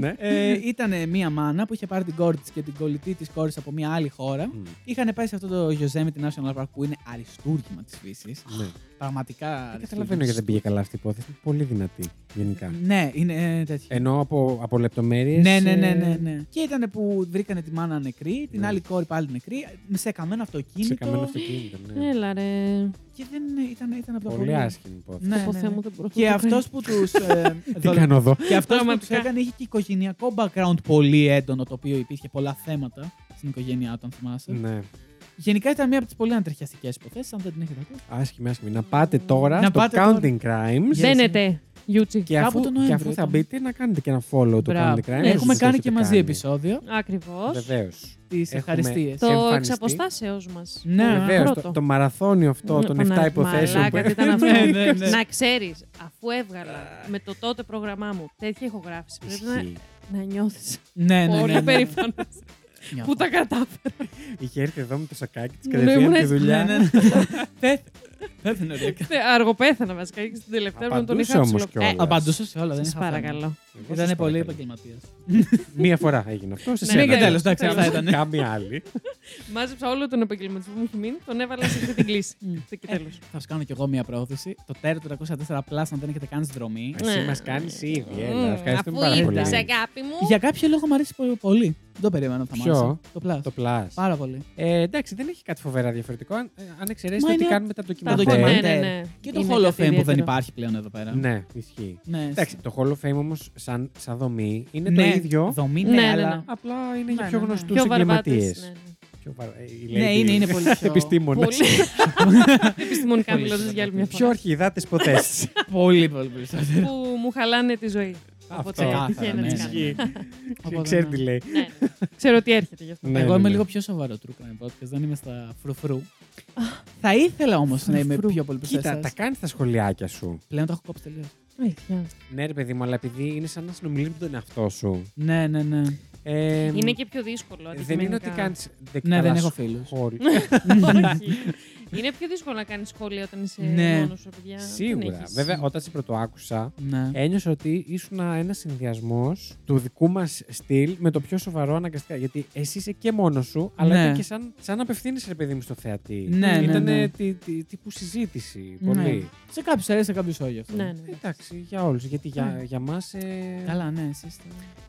[SPEAKER 1] Ναι.
[SPEAKER 3] ε, ήταν μία μάνα που είχε πάρει την κόρη της και την κολλητή της κόρης από μία άλλη χώρα.
[SPEAKER 1] Μμ,
[SPEAKER 3] Είχαν πάει σε αυτό το Yosemite National Park που είναι αριστούργημα της φύσης.
[SPEAKER 1] ναι.
[SPEAKER 3] Πραγματικά.
[SPEAKER 1] Δεν Ε, καταλαβαίνω γιατί δεν πήγε καλά αυτή η υπόθεση. Είναι πολύ δυνατή γενικά.
[SPEAKER 3] Ναι, είναι ε, τέτοιο.
[SPEAKER 1] Ενώ από, από ε, λεπτομέρειες.
[SPEAKER 3] Ναι, ναι, ναι, ναι, ναι. Και ήταν που βρήκανε τη μάνα νεκρή, την
[SPEAKER 1] Ναι.
[SPEAKER 3] άλλη κόρη πάλι νεκρή, σε καμένο
[SPEAKER 1] Σε
[SPEAKER 3] αυτοκίνητο.
[SPEAKER 1] καμένο αυτοκίνητο. Ναι.
[SPEAKER 2] Έλα ρε.
[SPEAKER 3] Και δεν ήταν, ήταν από τα
[SPEAKER 1] Πολύ άσχημη υπόθεση.
[SPEAKER 3] Ναι,
[SPEAKER 2] Το
[SPEAKER 3] ναι,
[SPEAKER 2] Θεό
[SPEAKER 3] ναι.
[SPEAKER 2] μου δεν μπορώ.
[SPEAKER 3] Και αυτό που τους.
[SPEAKER 1] Τι κάνω εδώ.
[SPEAKER 3] και αυτός που τους
[SPEAKER 2] Πραγματικά.
[SPEAKER 3] έκανε είχε και οικογενειακό background πολύ έντονο, το οποίο υπήρχε πολλά θέματα στην οικογένειά του, αν θυμάσαι.
[SPEAKER 1] Ναι.
[SPEAKER 3] Γενικά ήταν μία από τις πολύ αντρεχιαστικέ υποθέσεις, αν δεν την έχετε ακούσει.
[SPEAKER 1] Άσχημη, άσχημη. Να πάτε τώρα
[SPEAKER 3] Να
[SPEAKER 1] στο
[SPEAKER 3] πάτε τώρα.
[SPEAKER 1] Counting Crimes.
[SPEAKER 3] Yes.
[SPEAKER 2] Μπαίνετε, Γιούτσι.
[SPEAKER 1] Και
[SPEAKER 3] Κάπου
[SPEAKER 1] αφού,
[SPEAKER 3] τον
[SPEAKER 1] και
[SPEAKER 3] Νοέμβριο
[SPEAKER 1] αφού θα
[SPEAKER 3] ήταν.
[SPEAKER 1] μπείτε, να κάνετε και ένα follow του
[SPEAKER 3] Μπράβο.
[SPEAKER 1] Counting Crimes.
[SPEAKER 3] Ναι, έχουμε
[SPEAKER 1] Εσείς
[SPEAKER 3] κάνει
[SPEAKER 1] το
[SPEAKER 3] και
[SPEAKER 1] έχετε
[SPEAKER 3] μαζί
[SPEAKER 1] κάνει.
[SPEAKER 3] επεισόδιο
[SPEAKER 2] Ακριβώς.
[SPEAKER 1] Βεβαίως.
[SPEAKER 3] τη ευχαριστία.
[SPEAKER 1] Έχει
[SPEAKER 2] Το
[SPEAKER 1] εμφανιστεί.
[SPEAKER 2] εξ αποστάσεω μας.
[SPEAKER 3] Ναι,
[SPEAKER 1] Βεβαίως.
[SPEAKER 2] πρώτο.
[SPEAKER 1] Το, το μαραθώνιο αυτό των 7 υποθέσεων που
[SPEAKER 2] Μαλάκα, τι ήταν αυτός.
[SPEAKER 3] Ναι, ναι, ναι.
[SPEAKER 2] Να ξέρεις, αφού έβγαλα με το τότε πρόγραμμά μου τέτοια ηχογράφηση, πρέπει να,
[SPEAKER 1] Ισχύει.
[SPEAKER 2] να νιώθεις
[SPEAKER 3] Ναι, ναι, ναι. ναι.
[SPEAKER 2] πολύ περήφανος
[SPEAKER 3] Νιώθω.
[SPEAKER 2] που τα κατάφερα.
[SPEAKER 1] Είχε έρθει εδώ με το σακάκι της
[SPEAKER 2] Ναι,
[SPEAKER 1] κατευθείαν
[SPEAKER 2] ήμουν
[SPEAKER 1] τη
[SPEAKER 2] έτσι.
[SPEAKER 1] δουλειά.
[SPEAKER 3] Ναι, ναι, ναι. Πέφτει. Πέφτει νωρίτερα.
[SPEAKER 2] Αργοπέθανα βασικά. και στην τελευταία μου τον
[SPEAKER 1] Απαντούσε
[SPEAKER 2] είχα
[SPEAKER 1] όμως
[SPEAKER 2] ψηλό.
[SPEAKER 1] κιόλας.
[SPEAKER 2] Ε,
[SPEAKER 3] Απαντούσα σε όλα, δεν
[SPEAKER 2] Σας
[SPEAKER 3] είχα θέμα.
[SPEAKER 2] παρακαλώ.
[SPEAKER 1] Εγώ σας
[SPEAKER 3] Ήταν πολύ
[SPEAKER 1] παρακαλώ.
[SPEAKER 3] επαγγελματίας.
[SPEAKER 1] Μία φορά έγινε αυτό. Σε
[SPEAKER 2] Ναι,
[SPEAKER 1] σένα.
[SPEAKER 3] Ναι, και τέλο,
[SPEAKER 2] τέλος,
[SPEAKER 3] εντάξει,
[SPEAKER 2] τέλος.
[SPEAKER 3] αυτά ήταν.
[SPEAKER 1] Κάμια άλλη.
[SPEAKER 2] Μάζεψα όλο τον επαγγελματισμό που μου έχει μείνει, τον έβαλα σε αυτή την κλίση.
[SPEAKER 3] Μμ.
[SPEAKER 2] Και τέλος.
[SPEAKER 3] Θα σα κάνω κι εγώ μία πρόοδηση. Το Terra 404 Plus, αν δεν έχετε κάνει συνδρομή.
[SPEAKER 1] Εσύ
[SPEAKER 2] Ναι.
[SPEAKER 1] μας κάνεις ήδη. Έλα,
[SPEAKER 2] Μμ,
[SPEAKER 1] ευχαριστούμε
[SPEAKER 2] ε, Αφού
[SPEAKER 1] πάρα πολύ.
[SPEAKER 2] ήρθες, αγάπη μου.
[SPEAKER 3] Για κάποιο λόγο μου αρέσει πολύ- πολύ. Δεν το περίμενα, θα μου
[SPEAKER 1] Ποιο?
[SPEAKER 3] άρεσε. Το Plus.
[SPEAKER 1] Το Plus.
[SPEAKER 3] Πάρα πολύ.
[SPEAKER 1] Ε, εντάξει, δεν έχει κάτι φοβερά διαφορετικό. Αν, ε, αν εξαιρέσετε
[SPEAKER 3] Μα
[SPEAKER 1] ότι
[SPEAKER 3] είναι
[SPEAKER 1] κάνουμε τα
[SPEAKER 3] τα
[SPEAKER 1] ντοκιμαντέρ.
[SPEAKER 3] ντοκιμαντέρ.
[SPEAKER 2] Ναι, ναι, ναι.
[SPEAKER 3] Και το
[SPEAKER 2] Είναι
[SPEAKER 3] Hall of
[SPEAKER 2] κάτι
[SPEAKER 3] Fame που δεν
[SPEAKER 2] ιδιαίτερο.
[SPEAKER 3] υπάρχει πλέον εδώ πέρα.
[SPEAKER 1] Ναι, ισχύει.
[SPEAKER 3] Ναι,
[SPEAKER 1] Εντάξει, το Hall of Fame όμως, σαν, σαν δομή, είναι
[SPEAKER 3] ναι,
[SPEAKER 1] το ίδιο.
[SPEAKER 3] Δομή,
[SPEAKER 2] Ναι,
[SPEAKER 3] ναι,
[SPEAKER 2] ναι,
[SPEAKER 3] αλλά.
[SPEAKER 2] ναι.
[SPEAKER 1] Απλά είναι
[SPEAKER 3] Ναι,
[SPEAKER 1] για πιο
[SPEAKER 3] ναι, ναι.
[SPEAKER 1] γνωστούς
[SPEAKER 2] Πιο ναι, βαρβάτε.
[SPEAKER 1] επαγγελματίε. Πιο βαρα- ε, οι
[SPEAKER 3] Ναι, είναι,
[SPEAKER 1] ladies.
[SPEAKER 3] είναι πολύ πιο.
[SPEAKER 1] Επιστήμονες.
[SPEAKER 2] Πολύ. Επιστημονικά
[SPEAKER 3] Πολύ
[SPEAKER 2] μιλώντας για άλλη μια
[SPEAKER 1] Πιο
[SPEAKER 2] φορά.
[SPEAKER 1] αρχιδάτε ποτέ.
[SPEAKER 3] Πολύ, πολύ περισσότερο.
[SPEAKER 2] Που μου χαλάνε τη ζωή. Οπότε
[SPEAKER 1] Αυτό.
[SPEAKER 3] Ξεκάθαρα,
[SPEAKER 2] τυχαίνει να
[SPEAKER 3] ναι,
[SPEAKER 2] τις
[SPEAKER 3] ναι.
[SPEAKER 2] κάνω.
[SPEAKER 1] Ισχύει.
[SPEAKER 3] Οπότε,
[SPEAKER 1] Ξέρει
[SPEAKER 3] ναι.
[SPEAKER 1] τι λέει.
[SPEAKER 2] Ναι, ναι. Ξέρω ότι έρχεται γι' αυτό.
[SPEAKER 1] Ναι,
[SPEAKER 3] Εγώ
[SPEAKER 1] ναι,
[SPEAKER 3] είμαι
[SPEAKER 1] ναι.
[SPEAKER 3] λίγο πιο σοβαρό true crime podcast, δεν είμαι στα φρουφρού. Θα ήθελα όμως να είμαι
[SPEAKER 2] Φρουφρού.
[SPEAKER 3] πιο πολύ πίσω
[SPEAKER 1] Κοίτα, τα κάνεις τα σχολιάκια σου.
[SPEAKER 3] Πλέον το έχω κόψει τελείως.
[SPEAKER 2] Αλήθεια.
[SPEAKER 1] Ναι, ρε παιδί μου, αλλά επειδή είναι σαν να συνομιλεί με τον εαυτό σου.
[SPEAKER 3] Ναι, ναι, ναι.
[SPEAKER 1] Ε,
[SPEAKER 2] Είναι και πιο δύσκολο.
[SPEAKER 1] Δεν είναι ότι
[SPEAKER 2] αντικειμενικά.
[SPEAKER 1] κάνεις.
[SPEAKER 3] Ναι, δεν έχω φίλους.
[SPEAKER 2] Όχι. Είναι πιο δύσκολο να κάνεις σχόλια όταν είσαι
[SPEAKER 3] Ναι.
[SPEAKER 2] μόνος σου, παιδιά. Δεν
[SPEAKER 1] Σίγουρα.
[SPEAKER 2] έχεις.
[SPEAKER 1] Βέβαια, όταν σε πρωτοάκουσα,
[SPEAKER 3] Ναι.
[SPEAKER 2] Ε.
[SPEAKER 1] ένιωσα ότι ήσουν ένα συνδυασμός του δικού μας στυλ με το πιο σοβαρό αναγκαστικά. Γιατί εσύ είσαι και μόνος σου, αλλά
[SPEAKER 3] Ναι.
[SPEAKER 1] ήταν και σαν, σαν απευθύνεις ρε παιδί μου στο θεατή.
[SPEAKER 3] Ναι, ναι,
[SPEAKER 1] Ήταν
[SPEAKER 3] ναι.
[SPEAKER 1] τύπου συζήτηση.
[SPEAKER 3] Ναι.
[SPEAKER 1] Πολύ.
[SPEAKER 3] Σε κάποιους αρέσει, σε κάποιους όχι αυτό.
[SPEAKER 2] Ναι, ναι. ναι.
[SPEAKER 1] Εντάξει, για όλους. Γιατί για,
[SPEAKER 3] Ναι.
[SPEAKER 1] για μας ε,
[SPEAKER 3] Καλά, ναι, εσεί.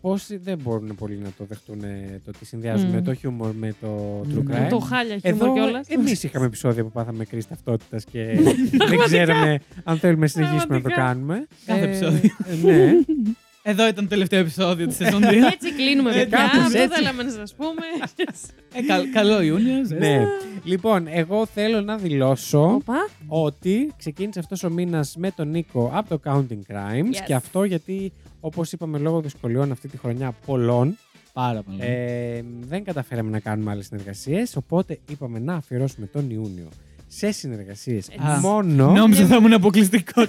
[SPEAKER 1] πόσοι δεν μπορούν πολύ να το δεχτούν ε, το ότι συνδυάζουμε
[SPEAKER 3] Ναι.
[SPEAKER 2] Μμμ.
[SPEAKER 1] το χιούμορ με το
[SPEAKER 3] Μμμ.
[SPEAKER 1] true crime.
[SPEAKER 2] Το χάλια χιούμορ
[SPEAKER 1] Ε, Εδώ
[SPEAKER 2] κιόλας.
[SPEAKER 1] εμείς είχαμε επεισόδια που πάθαμε κρίση ταυτότητας
[SPEAKER 3] Ναι.
[SPEAKER 1] και δεν ξέραμε αν θέλουμε να συνεχίσουμε να το
[SPEAKER 2] Πραγματικά.
[SPEAKER 1] κάνουμε.
[SPEAKER 3] Κάθε
[SPEAKER 1] Ε,
[SPEAKER 3] επεισόδιο.
[SPEAKER 1] ε, Ναι.
[SPEAKER 3] Εδώ ήταν το τελευταίο επεισόδιο της σεζόν 2.
[SPEAKER 2] Έτσι κλείνουμε,
[SPEAKER 3] Ε,
[SPEAKER 2] παιδιά.
[SPEAKER 3] κάπως
[SPEAKER 2] Αυτό
[SPEAKER 3] έτσι.
[SPEAKER 2] θέλαμε να σας πούμε.
[SPEAKER 3] ε, καλ- καλό Ιούνιος.
[SPEAKER 1] ναι. Λοιπόν, εγώ θέλω να δηλώσω
[SPEAKER 2] Οπα.
[SPEAKER 1] ότι ξεκίνησε αυτός ο μήνας με τον Νίκο από το Counting Crimes
[SPEAKER 2] Yes.
[SPEAKER 1] και αυτό γιατί, όπως είπαμε, λόγω δυσκολιών αυτή τη χρονιά πολλών,
[SPEAKER 3] Πάρα πολύ.
[SPEAKER 1] ε, δεν καταφέραμε να κάνουμε άλλες συνεργασίες, οπότε είπαμε να αφιερώσουμε τον Ιούνιο σε συνεργασίες
[SPEAKER 2] Έτσι.
[SPEAKER 1] μόνο...
[SPEAKER 3] Ε,
[SPEAKER 2] Ε.
[SPEAKER 3] Νόμιζα θα ήμουν αποκλειστικό.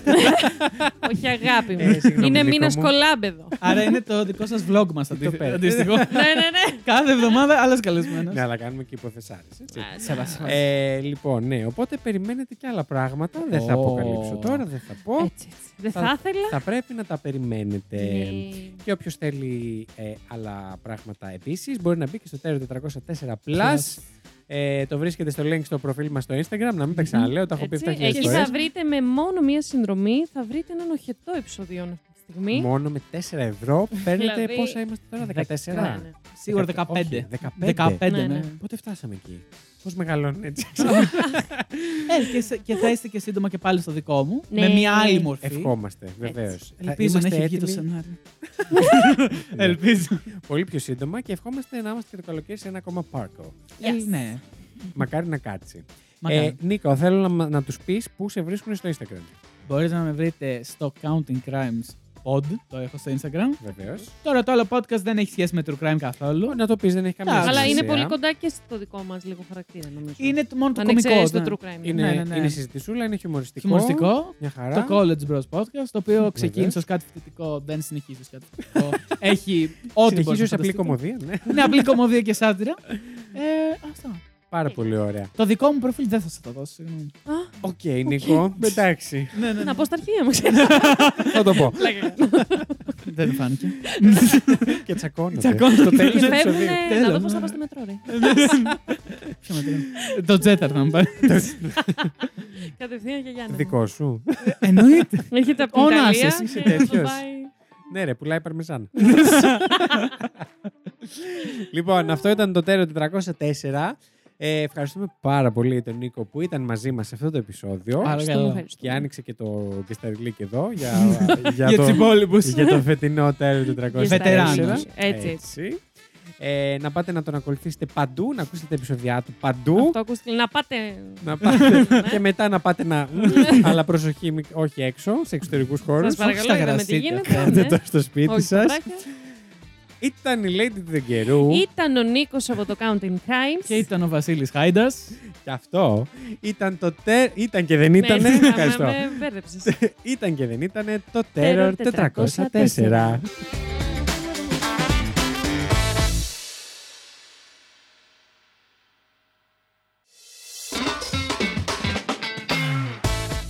[SPEAKER 2] Όχι, αγάπη
[SPEAKER 1] Ε,
[SPEAKER 2] μου.
[SPEAKER 1] συγγνώμη,
[SPEAKER 2] Είναι
[SPEAKER 1] Νίκο
[SPEAKER 2] μήνα
[SPEAKER 1] μου.
[SPEAKER 2] κολάμπεδο.
[SPEAKER 3] Άρα είναι το δικό σας vlog μας
[SPEAKER 1] παίρνω.
[SPEAKER 3] αντίστοιχο.
[SPEAKER 2] Ναι, ναι, ναι.
[SPEAKER 3] Κάθε εβδομάδα άλλο
[SPEAKER 1] Ναι,
[SPEAKER 3] καλεσμένο.
[SPEAKER 1] αλλά κάνουμε και υποθεσάρες, έτσι.
[SPEAKER 3] Σεβασμό.
[SPEAKER 1] Ε, λοιπόν, ναι, οπότε περιμένετε και άλλα πράγματα. Δεν θα
[SPEAKER 3] Ω. Ε,
[SPEAKER 1] αποκαλύψω τώρα, δεν θα πω.
[SPEAKER 2] Έτσι, έτσι. Δεν θα ήθελα.
[SPEAKER 1] Θα Ε, πρέπει να τα περιμένετε.
[SPEAKER 2] Ναι.
[SPEAKER 1] Και όποιος θέλει ε, άλλα πράγματα επίσης, μπορεί να μπει και στο Terror 404 Plus.
[SPEAKER 3] Plus.
[SPEAKER 1] Ε, το βρίσκεται στο link στο προφίλ μας στο Instagram. Να μην τα ξαναλέω, τα έχω πει
[SPEAKER 2] Έτσι,
[SPEAKER 1] 7.000
[SPEAKER 2] Εκεί
[SPEAKER 1] φορές.
[SPEAKER 2] θα βρείτε με μόνο μία συνδρομή, θα βρείτε έναν οχετό επεισοδιών αυτή τη στιγμή. Ναι,
[SPEAKER 1] Μόνο με 4 ευρώ παίρνετε
[SPEAKER 2] Δηλαδή,
[SPEAKER 1] πόσα είμαστε τώρα, 14.
[SPEAKER 2] Ναι, ναι.
[SPEAKER 3] Σίγουρα
[SPEAKER 1] Δεκα-
[SPEAKER 3] 15.
[SPEAKER 1] όχι, 15.
[SPEAKER 3] 15,
[SPEAKER 2] Ναι, ναι.
[SPEAKER 3] ναι.
[SPEAKER 1] Πότε φτάσαμε εκεί. Πώς μεγαλώνουν έτσι.
[SPEAKER 3] Ε, και, σε- και θα είστε και σύντομα και πάλι στο δικό μου.
[SPEAKER 2] Ναι.
[SPEAKER 3] Με μια άλλη μορφή.
[SPEAKER 1] Ευχόμαστε, βεβαίως.
[SPEAKER 3] Ελπίζω να έχει βγει το σενάριο.
[SPEAKER 1] Ναι.
[SPEAKER 3] Ελπίζω.
[SPEAKER 1] πολύ πιο σύντομα και ευχόμαστε να είμαστε και το καλοκαίρι σε ένα ακόμα πάρκο.
[SPEAKER 3] Ε,
[SPEAKER 2] Yes.
[SPEAKER 3] Ναι.
[SPEAKER 1] Μακάρι να κάτσει.
[SPEAKER 3] Μακάρι.
[SPEAKER 1] Ε, Νίκο, θέλω να, μα- να τους πεις πού σε βρίσκουν στο Instagram.
[SPEAKER 3] Μπορείτε να με βρείτε στο Counting Crimes Pod, το έχω στο Instagram.
[SPEAKER 1] Βεβαίως.
[SPEAKER 3] Τώρα το άλλο podcast δεν έχει σχέση με true crime καθόλου.
[SPEAKER 1] Να το πεις, δεν έχει καμία
[SPEAKER 3] Εντάξει.
[SPEAKER 2] Αλλά
[SPEAKER 1] σημασία.
[SPEAKER 2] είναι πολύ κοντά και στο δικό μας λίγο χαρακτήρα, νομίζω.
[SPEAKER 3] Είναι το- μόνο το
[SPEAKER 2] Αν
[SPEAKER 3] κωμικό.
[SPEAKER 2] εξαιρέσεις το
[SPEAKER 3] ναι.
[SPEAKER 2] true crime.
[SPEAKER 1] Είναι,
[SPEAKER 3] Ναι, ναι, ναι.
[SPEAKER 1] είναι συζητησούλα, είναι χιουμοριστικό.
[SPEAKER 3] Χιουμοριστικό.
[SPEAKER 1] Μια χαρά.
[SPEAKER 3] Το College Bros Podcast, το οποίο
[SPEAKER 1] Βεβαίως.
[SPEAKER 3] ξεκίνησε ως κάτι φοιτητικό, δεν συνεχίζει ως κάτι φοιτητικό. έχει ό,τι μπορεί.
[SPEAKER 1] Συνεχίζει
[SPEAKER 3] να
[SPEAKER 1] ως απλή
[SPEAKER 3] φανταστείτε.
[SPEAKER 1] κομμωδία. Ναι.
[SPEAKER 3] Ναι, απλή κομμωδία και σάτυρα. Ε, αυτά.
[SPEAKER 1] Πάρα
[SPEAKER 2] Ε.
[SPEAKER 1] πολύ ωραία.
[SPEAKER 3] Το δικό μου προφίλ δεν θα σα το δώσω, συγγνώμη.
[SPEAKER 2] Α,
[SPEAKER 1] Οκ, Νίκο. Εντάξει.
[SPEAKER 3] Ναι, ναι,
[SPEAKER 2] να
[SPEAKER 3] ναι.
[SPEAKER 2] πω στα αρχεία μου, ξέρεις.
[SPEAKER 1] Θα το πω.
[SPEAKER 3] Δεν φάνηκε.
[SPEAKER 1] και τσακώνονται.
[SPEAKER 3] Τσακώνονται.
[SPEAKER 1] Στο τέλο
[SPEAKER 2] Και
[SPEAKER 1] του
[SPEAKER 2] φεύγουν
[SPEAKER 1] επεισοδίου.
[SPEAKER 2] να δω
[SPEAKER 3] Τέλος.
[SPEAKER 2] πώ θα πα στο μετρό, ρε.
[SPEAKER 3] Ποιο με τρώνε. Το τζέταρ να μου πάρει.
[SPEAKER 2] Κατευθείαν για Γιάννη.
[SPEAKER 1] Δικό σου.
[SPEAKER 3] Εννοείται.
[SPEAKER 2] Έρχεται από την
[SPEAKER 3] Ο
[SPEAKER 2] Ιταλία
[SPEAKER 3] Νάσης, είσαι
[SPEAKER 2] και θα το
[SPEAKER 1] τέτοιος.
[SPEAKER 2] πάει.
[SPEAKER 1] ναι, ρε, πουλάει παρμεζάν. λοιπόν, αυτό ήταν το τέρο 404. Ε, ευχαριστούμε πάρα πολύ τον Νίκο που ήταν μαζί μας σε αυτό το επεισόδιο.
[SPEAKER 3] Πάρα
[SPEAKER 2] Ευχαριστούμε,
[SPEAKER 3] καλά.
[SPEAKER 1] Και
[SPEAKER 2] ευχαριστούμε.
[SPEAKER 1] άνοιξε και το γκεσταριλίκι εδώ για,
[SPEAKER 3] Για του υπόλοιπους.
[SPEAKER 1] για το φετινό Terror 404.
[SPEAKER 3] Βετεράνος.
[SPEAKER 2] Έτσι, έτσι.
[SPEAKER 1] Έτσι. Ε, να πάτε να τον ακολουθήσετε παντού, να ακούσετε τα επεισόδια του παντού.
[SPEAKER 4] Αυτό ακούστηκε. Να πάτε.
[SPEAKER 1] Να πάτε.
[SPEAKER 4] Ναι.
[SPEAKER 1] και μετά να πάτε να. αλλά προσοχή, μη- όχι έξω, σε εξωτερικούς χώρου.
[SPEAKER 4] Σας παρακαλώ,
[SPEAKER 3] στα
[SPEAKER 4] είδαμε τι
[SPEAKER 3] γρασίδια.
[SPEAKER 4] γίνεται.
[SPEAKER 1] Κάντε
[SPEAKER 4] ναι.
[SPEAKER 1] το στο σπίτι
[SPEAKER 4] Όχι
[SPEAKER 1] σας.
[SPEAKER 4] κουτράκια.
[SPEAKER 1] Ήταν η Lady του Καιρού.
[SPEAKER 4] Ήταν ο Νίκος από το Counting Times.
[SPEAKER 3] Και ήταν ο Βασίλης Χάιντας.
[SPEAKER 1] Και αυτό ήταν το τε... Ήταν και δεν ήταν.
[SPEAKER 4] Ναι, είδαμε,
[SPEAKER 1] Ευχαριστώ.
[SPEAKER 4] με μπέρδεψες.
[SPEAKER 1] Ήταν και δεν ήταν το Terror
[SPEAKER 4] Terror
[SPEAKER 1] 404.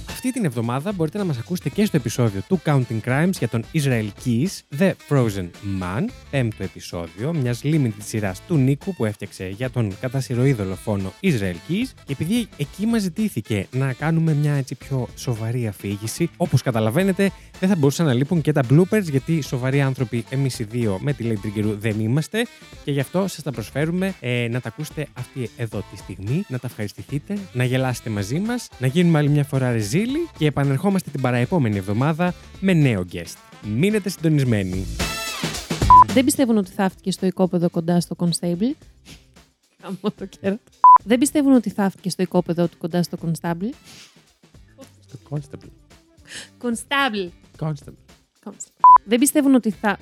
[SPEAKER 1] Αυτή την εβδομάδα μπορείτε να μας ακούσετε και στο επεισόδιο του Counting Crimes για τον Israel Keys, The Frozen Man, πέμπτο επεισόδιο μιας limited σειράς του Νίκου που έφτιαξε για τον κατά συρροή δολοφόνο Israel Keys και επειδή εκεί μας ζητήθηκε να κάνουμε μια έτσι πιο σοβαρή αφήγηση, όπως καταλαβαίνετε δεν θα μπορούσαν να λείπουν και τα bloopers γιατί σοβαροί άνθρωποι εμείς οι δύο με τη Lady Τριγκερού δεν είμαστε και γι' αυτό σας τα προσφέρουμε ε, να τα ακούσετε αυτή εδώ τη στιγμή, να τα ευχαριστηθείτε, να γελάσετε μαζί μας, να γίνουμε άλλη μια φορά ρεζίλη και επανερχόμαστε την παραεπόμενη εβδομάδα με νέο guest. Μείνετε συντονισμένοι.
[SPEAKER 2] Δεν πιστεύουν ότι θαύτηκε στο οικόπεδο κοντά στο Constable. Καμώ το κέρατο. Δεν πιστεύουν ότι θαύτηκε στο οικόπεδο του κοντά στο Constable.
[SPEAKER 1] Στο Constable.
[SPEAKER 2] Constable.
[SPEAKER 1] Constable.
[SPEAKER 2] Constable. Δεν πιστεύουν ότι θα.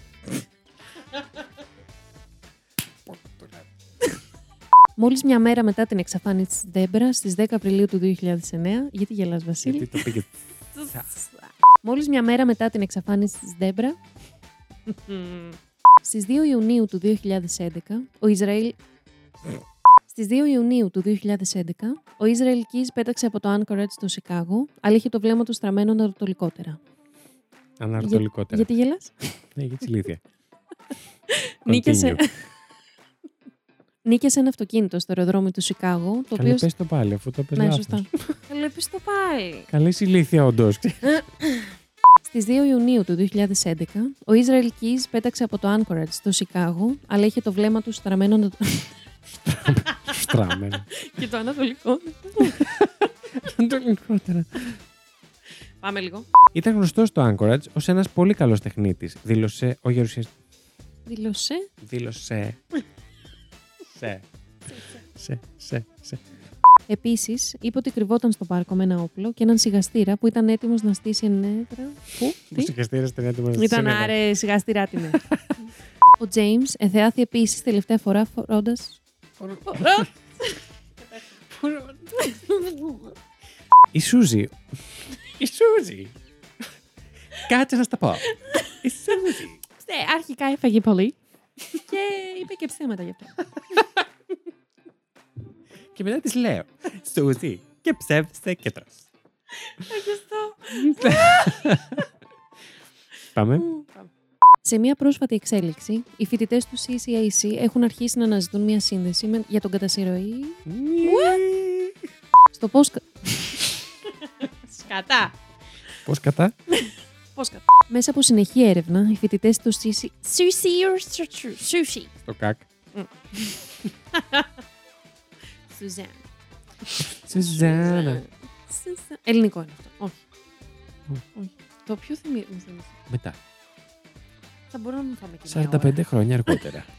[SPEAKER 2] Μόλις μια μέρα μετά την εξαφάνιση της Ντέμπρα στις 10 Απριλίου του 2009, γιατί γελάς Βασίλη,
[SPEAKER 1] Γιατί το πήγε.
[SPEAKER 2] Μόλις μια μέρα μετά την εξαφάνιση της Ντέμπρα,
[SPEAKER 4] Μμμ.
[SPEAKER 2] στις 2 Ιουνίου του 2011, ο Ισραήλ... Στις 2 Ιουνίου του 2011, ο Ισραήλ Keys πέταξε από το Anchorage στο Σικάγο, αλλά είχε το βλέμμα του στραμμένο ανατολικότερα.
[SPEAKER 1] Αναρτολικότερα.
[SPEAKER 2] Γιατί γελάς?
[SPEAKER 1] Ναι, για τη ηλίθεια.
[SPEAKER 2] Νίκιασε.
[SPEAKER 1] Continue.
[SPEAKER 2] Νίκιασε ένα αυτοκίνητο στο αεροδρόμιο του Σικάγο, το
[SPEAKER 1] Καλέ,
[SPEAKER 2] οποίο...
[SPEAKER 1] πες το πάλι, αφού το πες
[SPEAKER 2] Ναι,
[SPEAKER 1] λάθος.
[SPEAKER 2] σωστά. Καλό, πες το πάλι.
[SPEAKER 1] Καλέ ηλίθεια, όντως.
[SPEAKER 2] Στις 2 Ιουνίου του 2011, ο Ισραήλ Keys πέταξε από το Anchorage στο Σικάγο, αλλά είχε το βλέμμα του στραμμένο ανατο-
[SPEAKER 1] Στράμενο.
[SPEAKER 4] Και το ανατολικό.
[SPEAKER 1] Ανατολικότερα.
[SPEAKER 4] Πάμε λίγο.
[SPEAKER 1] Ήταν γνωστό στο Anchorage ως ένας πολύ καλός τεχνίτης, δήλωσε ο γερουσιαστή.
[SPEAKER 2] Δήλωσε.
[SPEAKER 1] Δήλωσε. σε. σε. Σε. Σε.
[SPEAKER 2] Επίσης, είπε ότι κρυβόταν στο πάρκο με ένα όπλο και έναν σιγαστήρα που ήταν έτοιμος να στήσει ενέδρα. Πού?
[SPEAKER 1] Μου
[SPEAKER 2] Τι?
[SPEAKER 1] συγχαστήρες την έτοιμος να
[SPEAKER 4] Ήταν
[SPEAKER 1] συνέβαλε.
[SPEAKER 4] άρε σιγαστήρα την
[SPEAKER 2] Ο Τζέιμ εθεάθη επίσης τελευταία φορά φορώντας.
[SPEAKER 1] Η Σούζη. Η Σούζη. Κάτσε να στα πω. Η Σούζη.
[SPEAKER 2] αρχικά έφαγε πολύ. Και είπε και ψέματα γι' αυτό.
[SPEAKER 1] Και μετά της λέω. Σούζη. Και ψεύδεσαι και τρως.
[SPEAKER 2] Ε.
[SPEAKER 1] Πάμε.
[SPEAKER 2] Σε μια πρόσφατη εξέλιξη, οι φοιτητές του CCAC έχουν αρχίσει να αναζητούν μια σύνδεση με- για τον κατασυρωή. Στο πώς.
[SPEAKER 4] Σκατά.
[SPEAKER 1] Πώς κατά.
[SPEAKER 4] Πώς κατά.
[SPEAKER 2] Μέσα από συνεχή έρευνα, οι φοιτητές του CC.
[SPEAKER 4] Sushi or sushi. Sushi.
[SPEAKER 1] Στο κακ.
[SPEAKER 2] Σουζάν.
[SPEAKER 1] Σουζάνα.
[SPEAKER 2] Σουζάν. Ε, Ελληνικό είναι αυτό. Όχι. Όχι. Το πιο θυμίζει.
[SPEAKER 1] Μετά.
[SPEAKER 2] Θα μπορούμε να φάμε και μια ώρα.
[SPEAKER 1] 45 χρόνια αργότερα.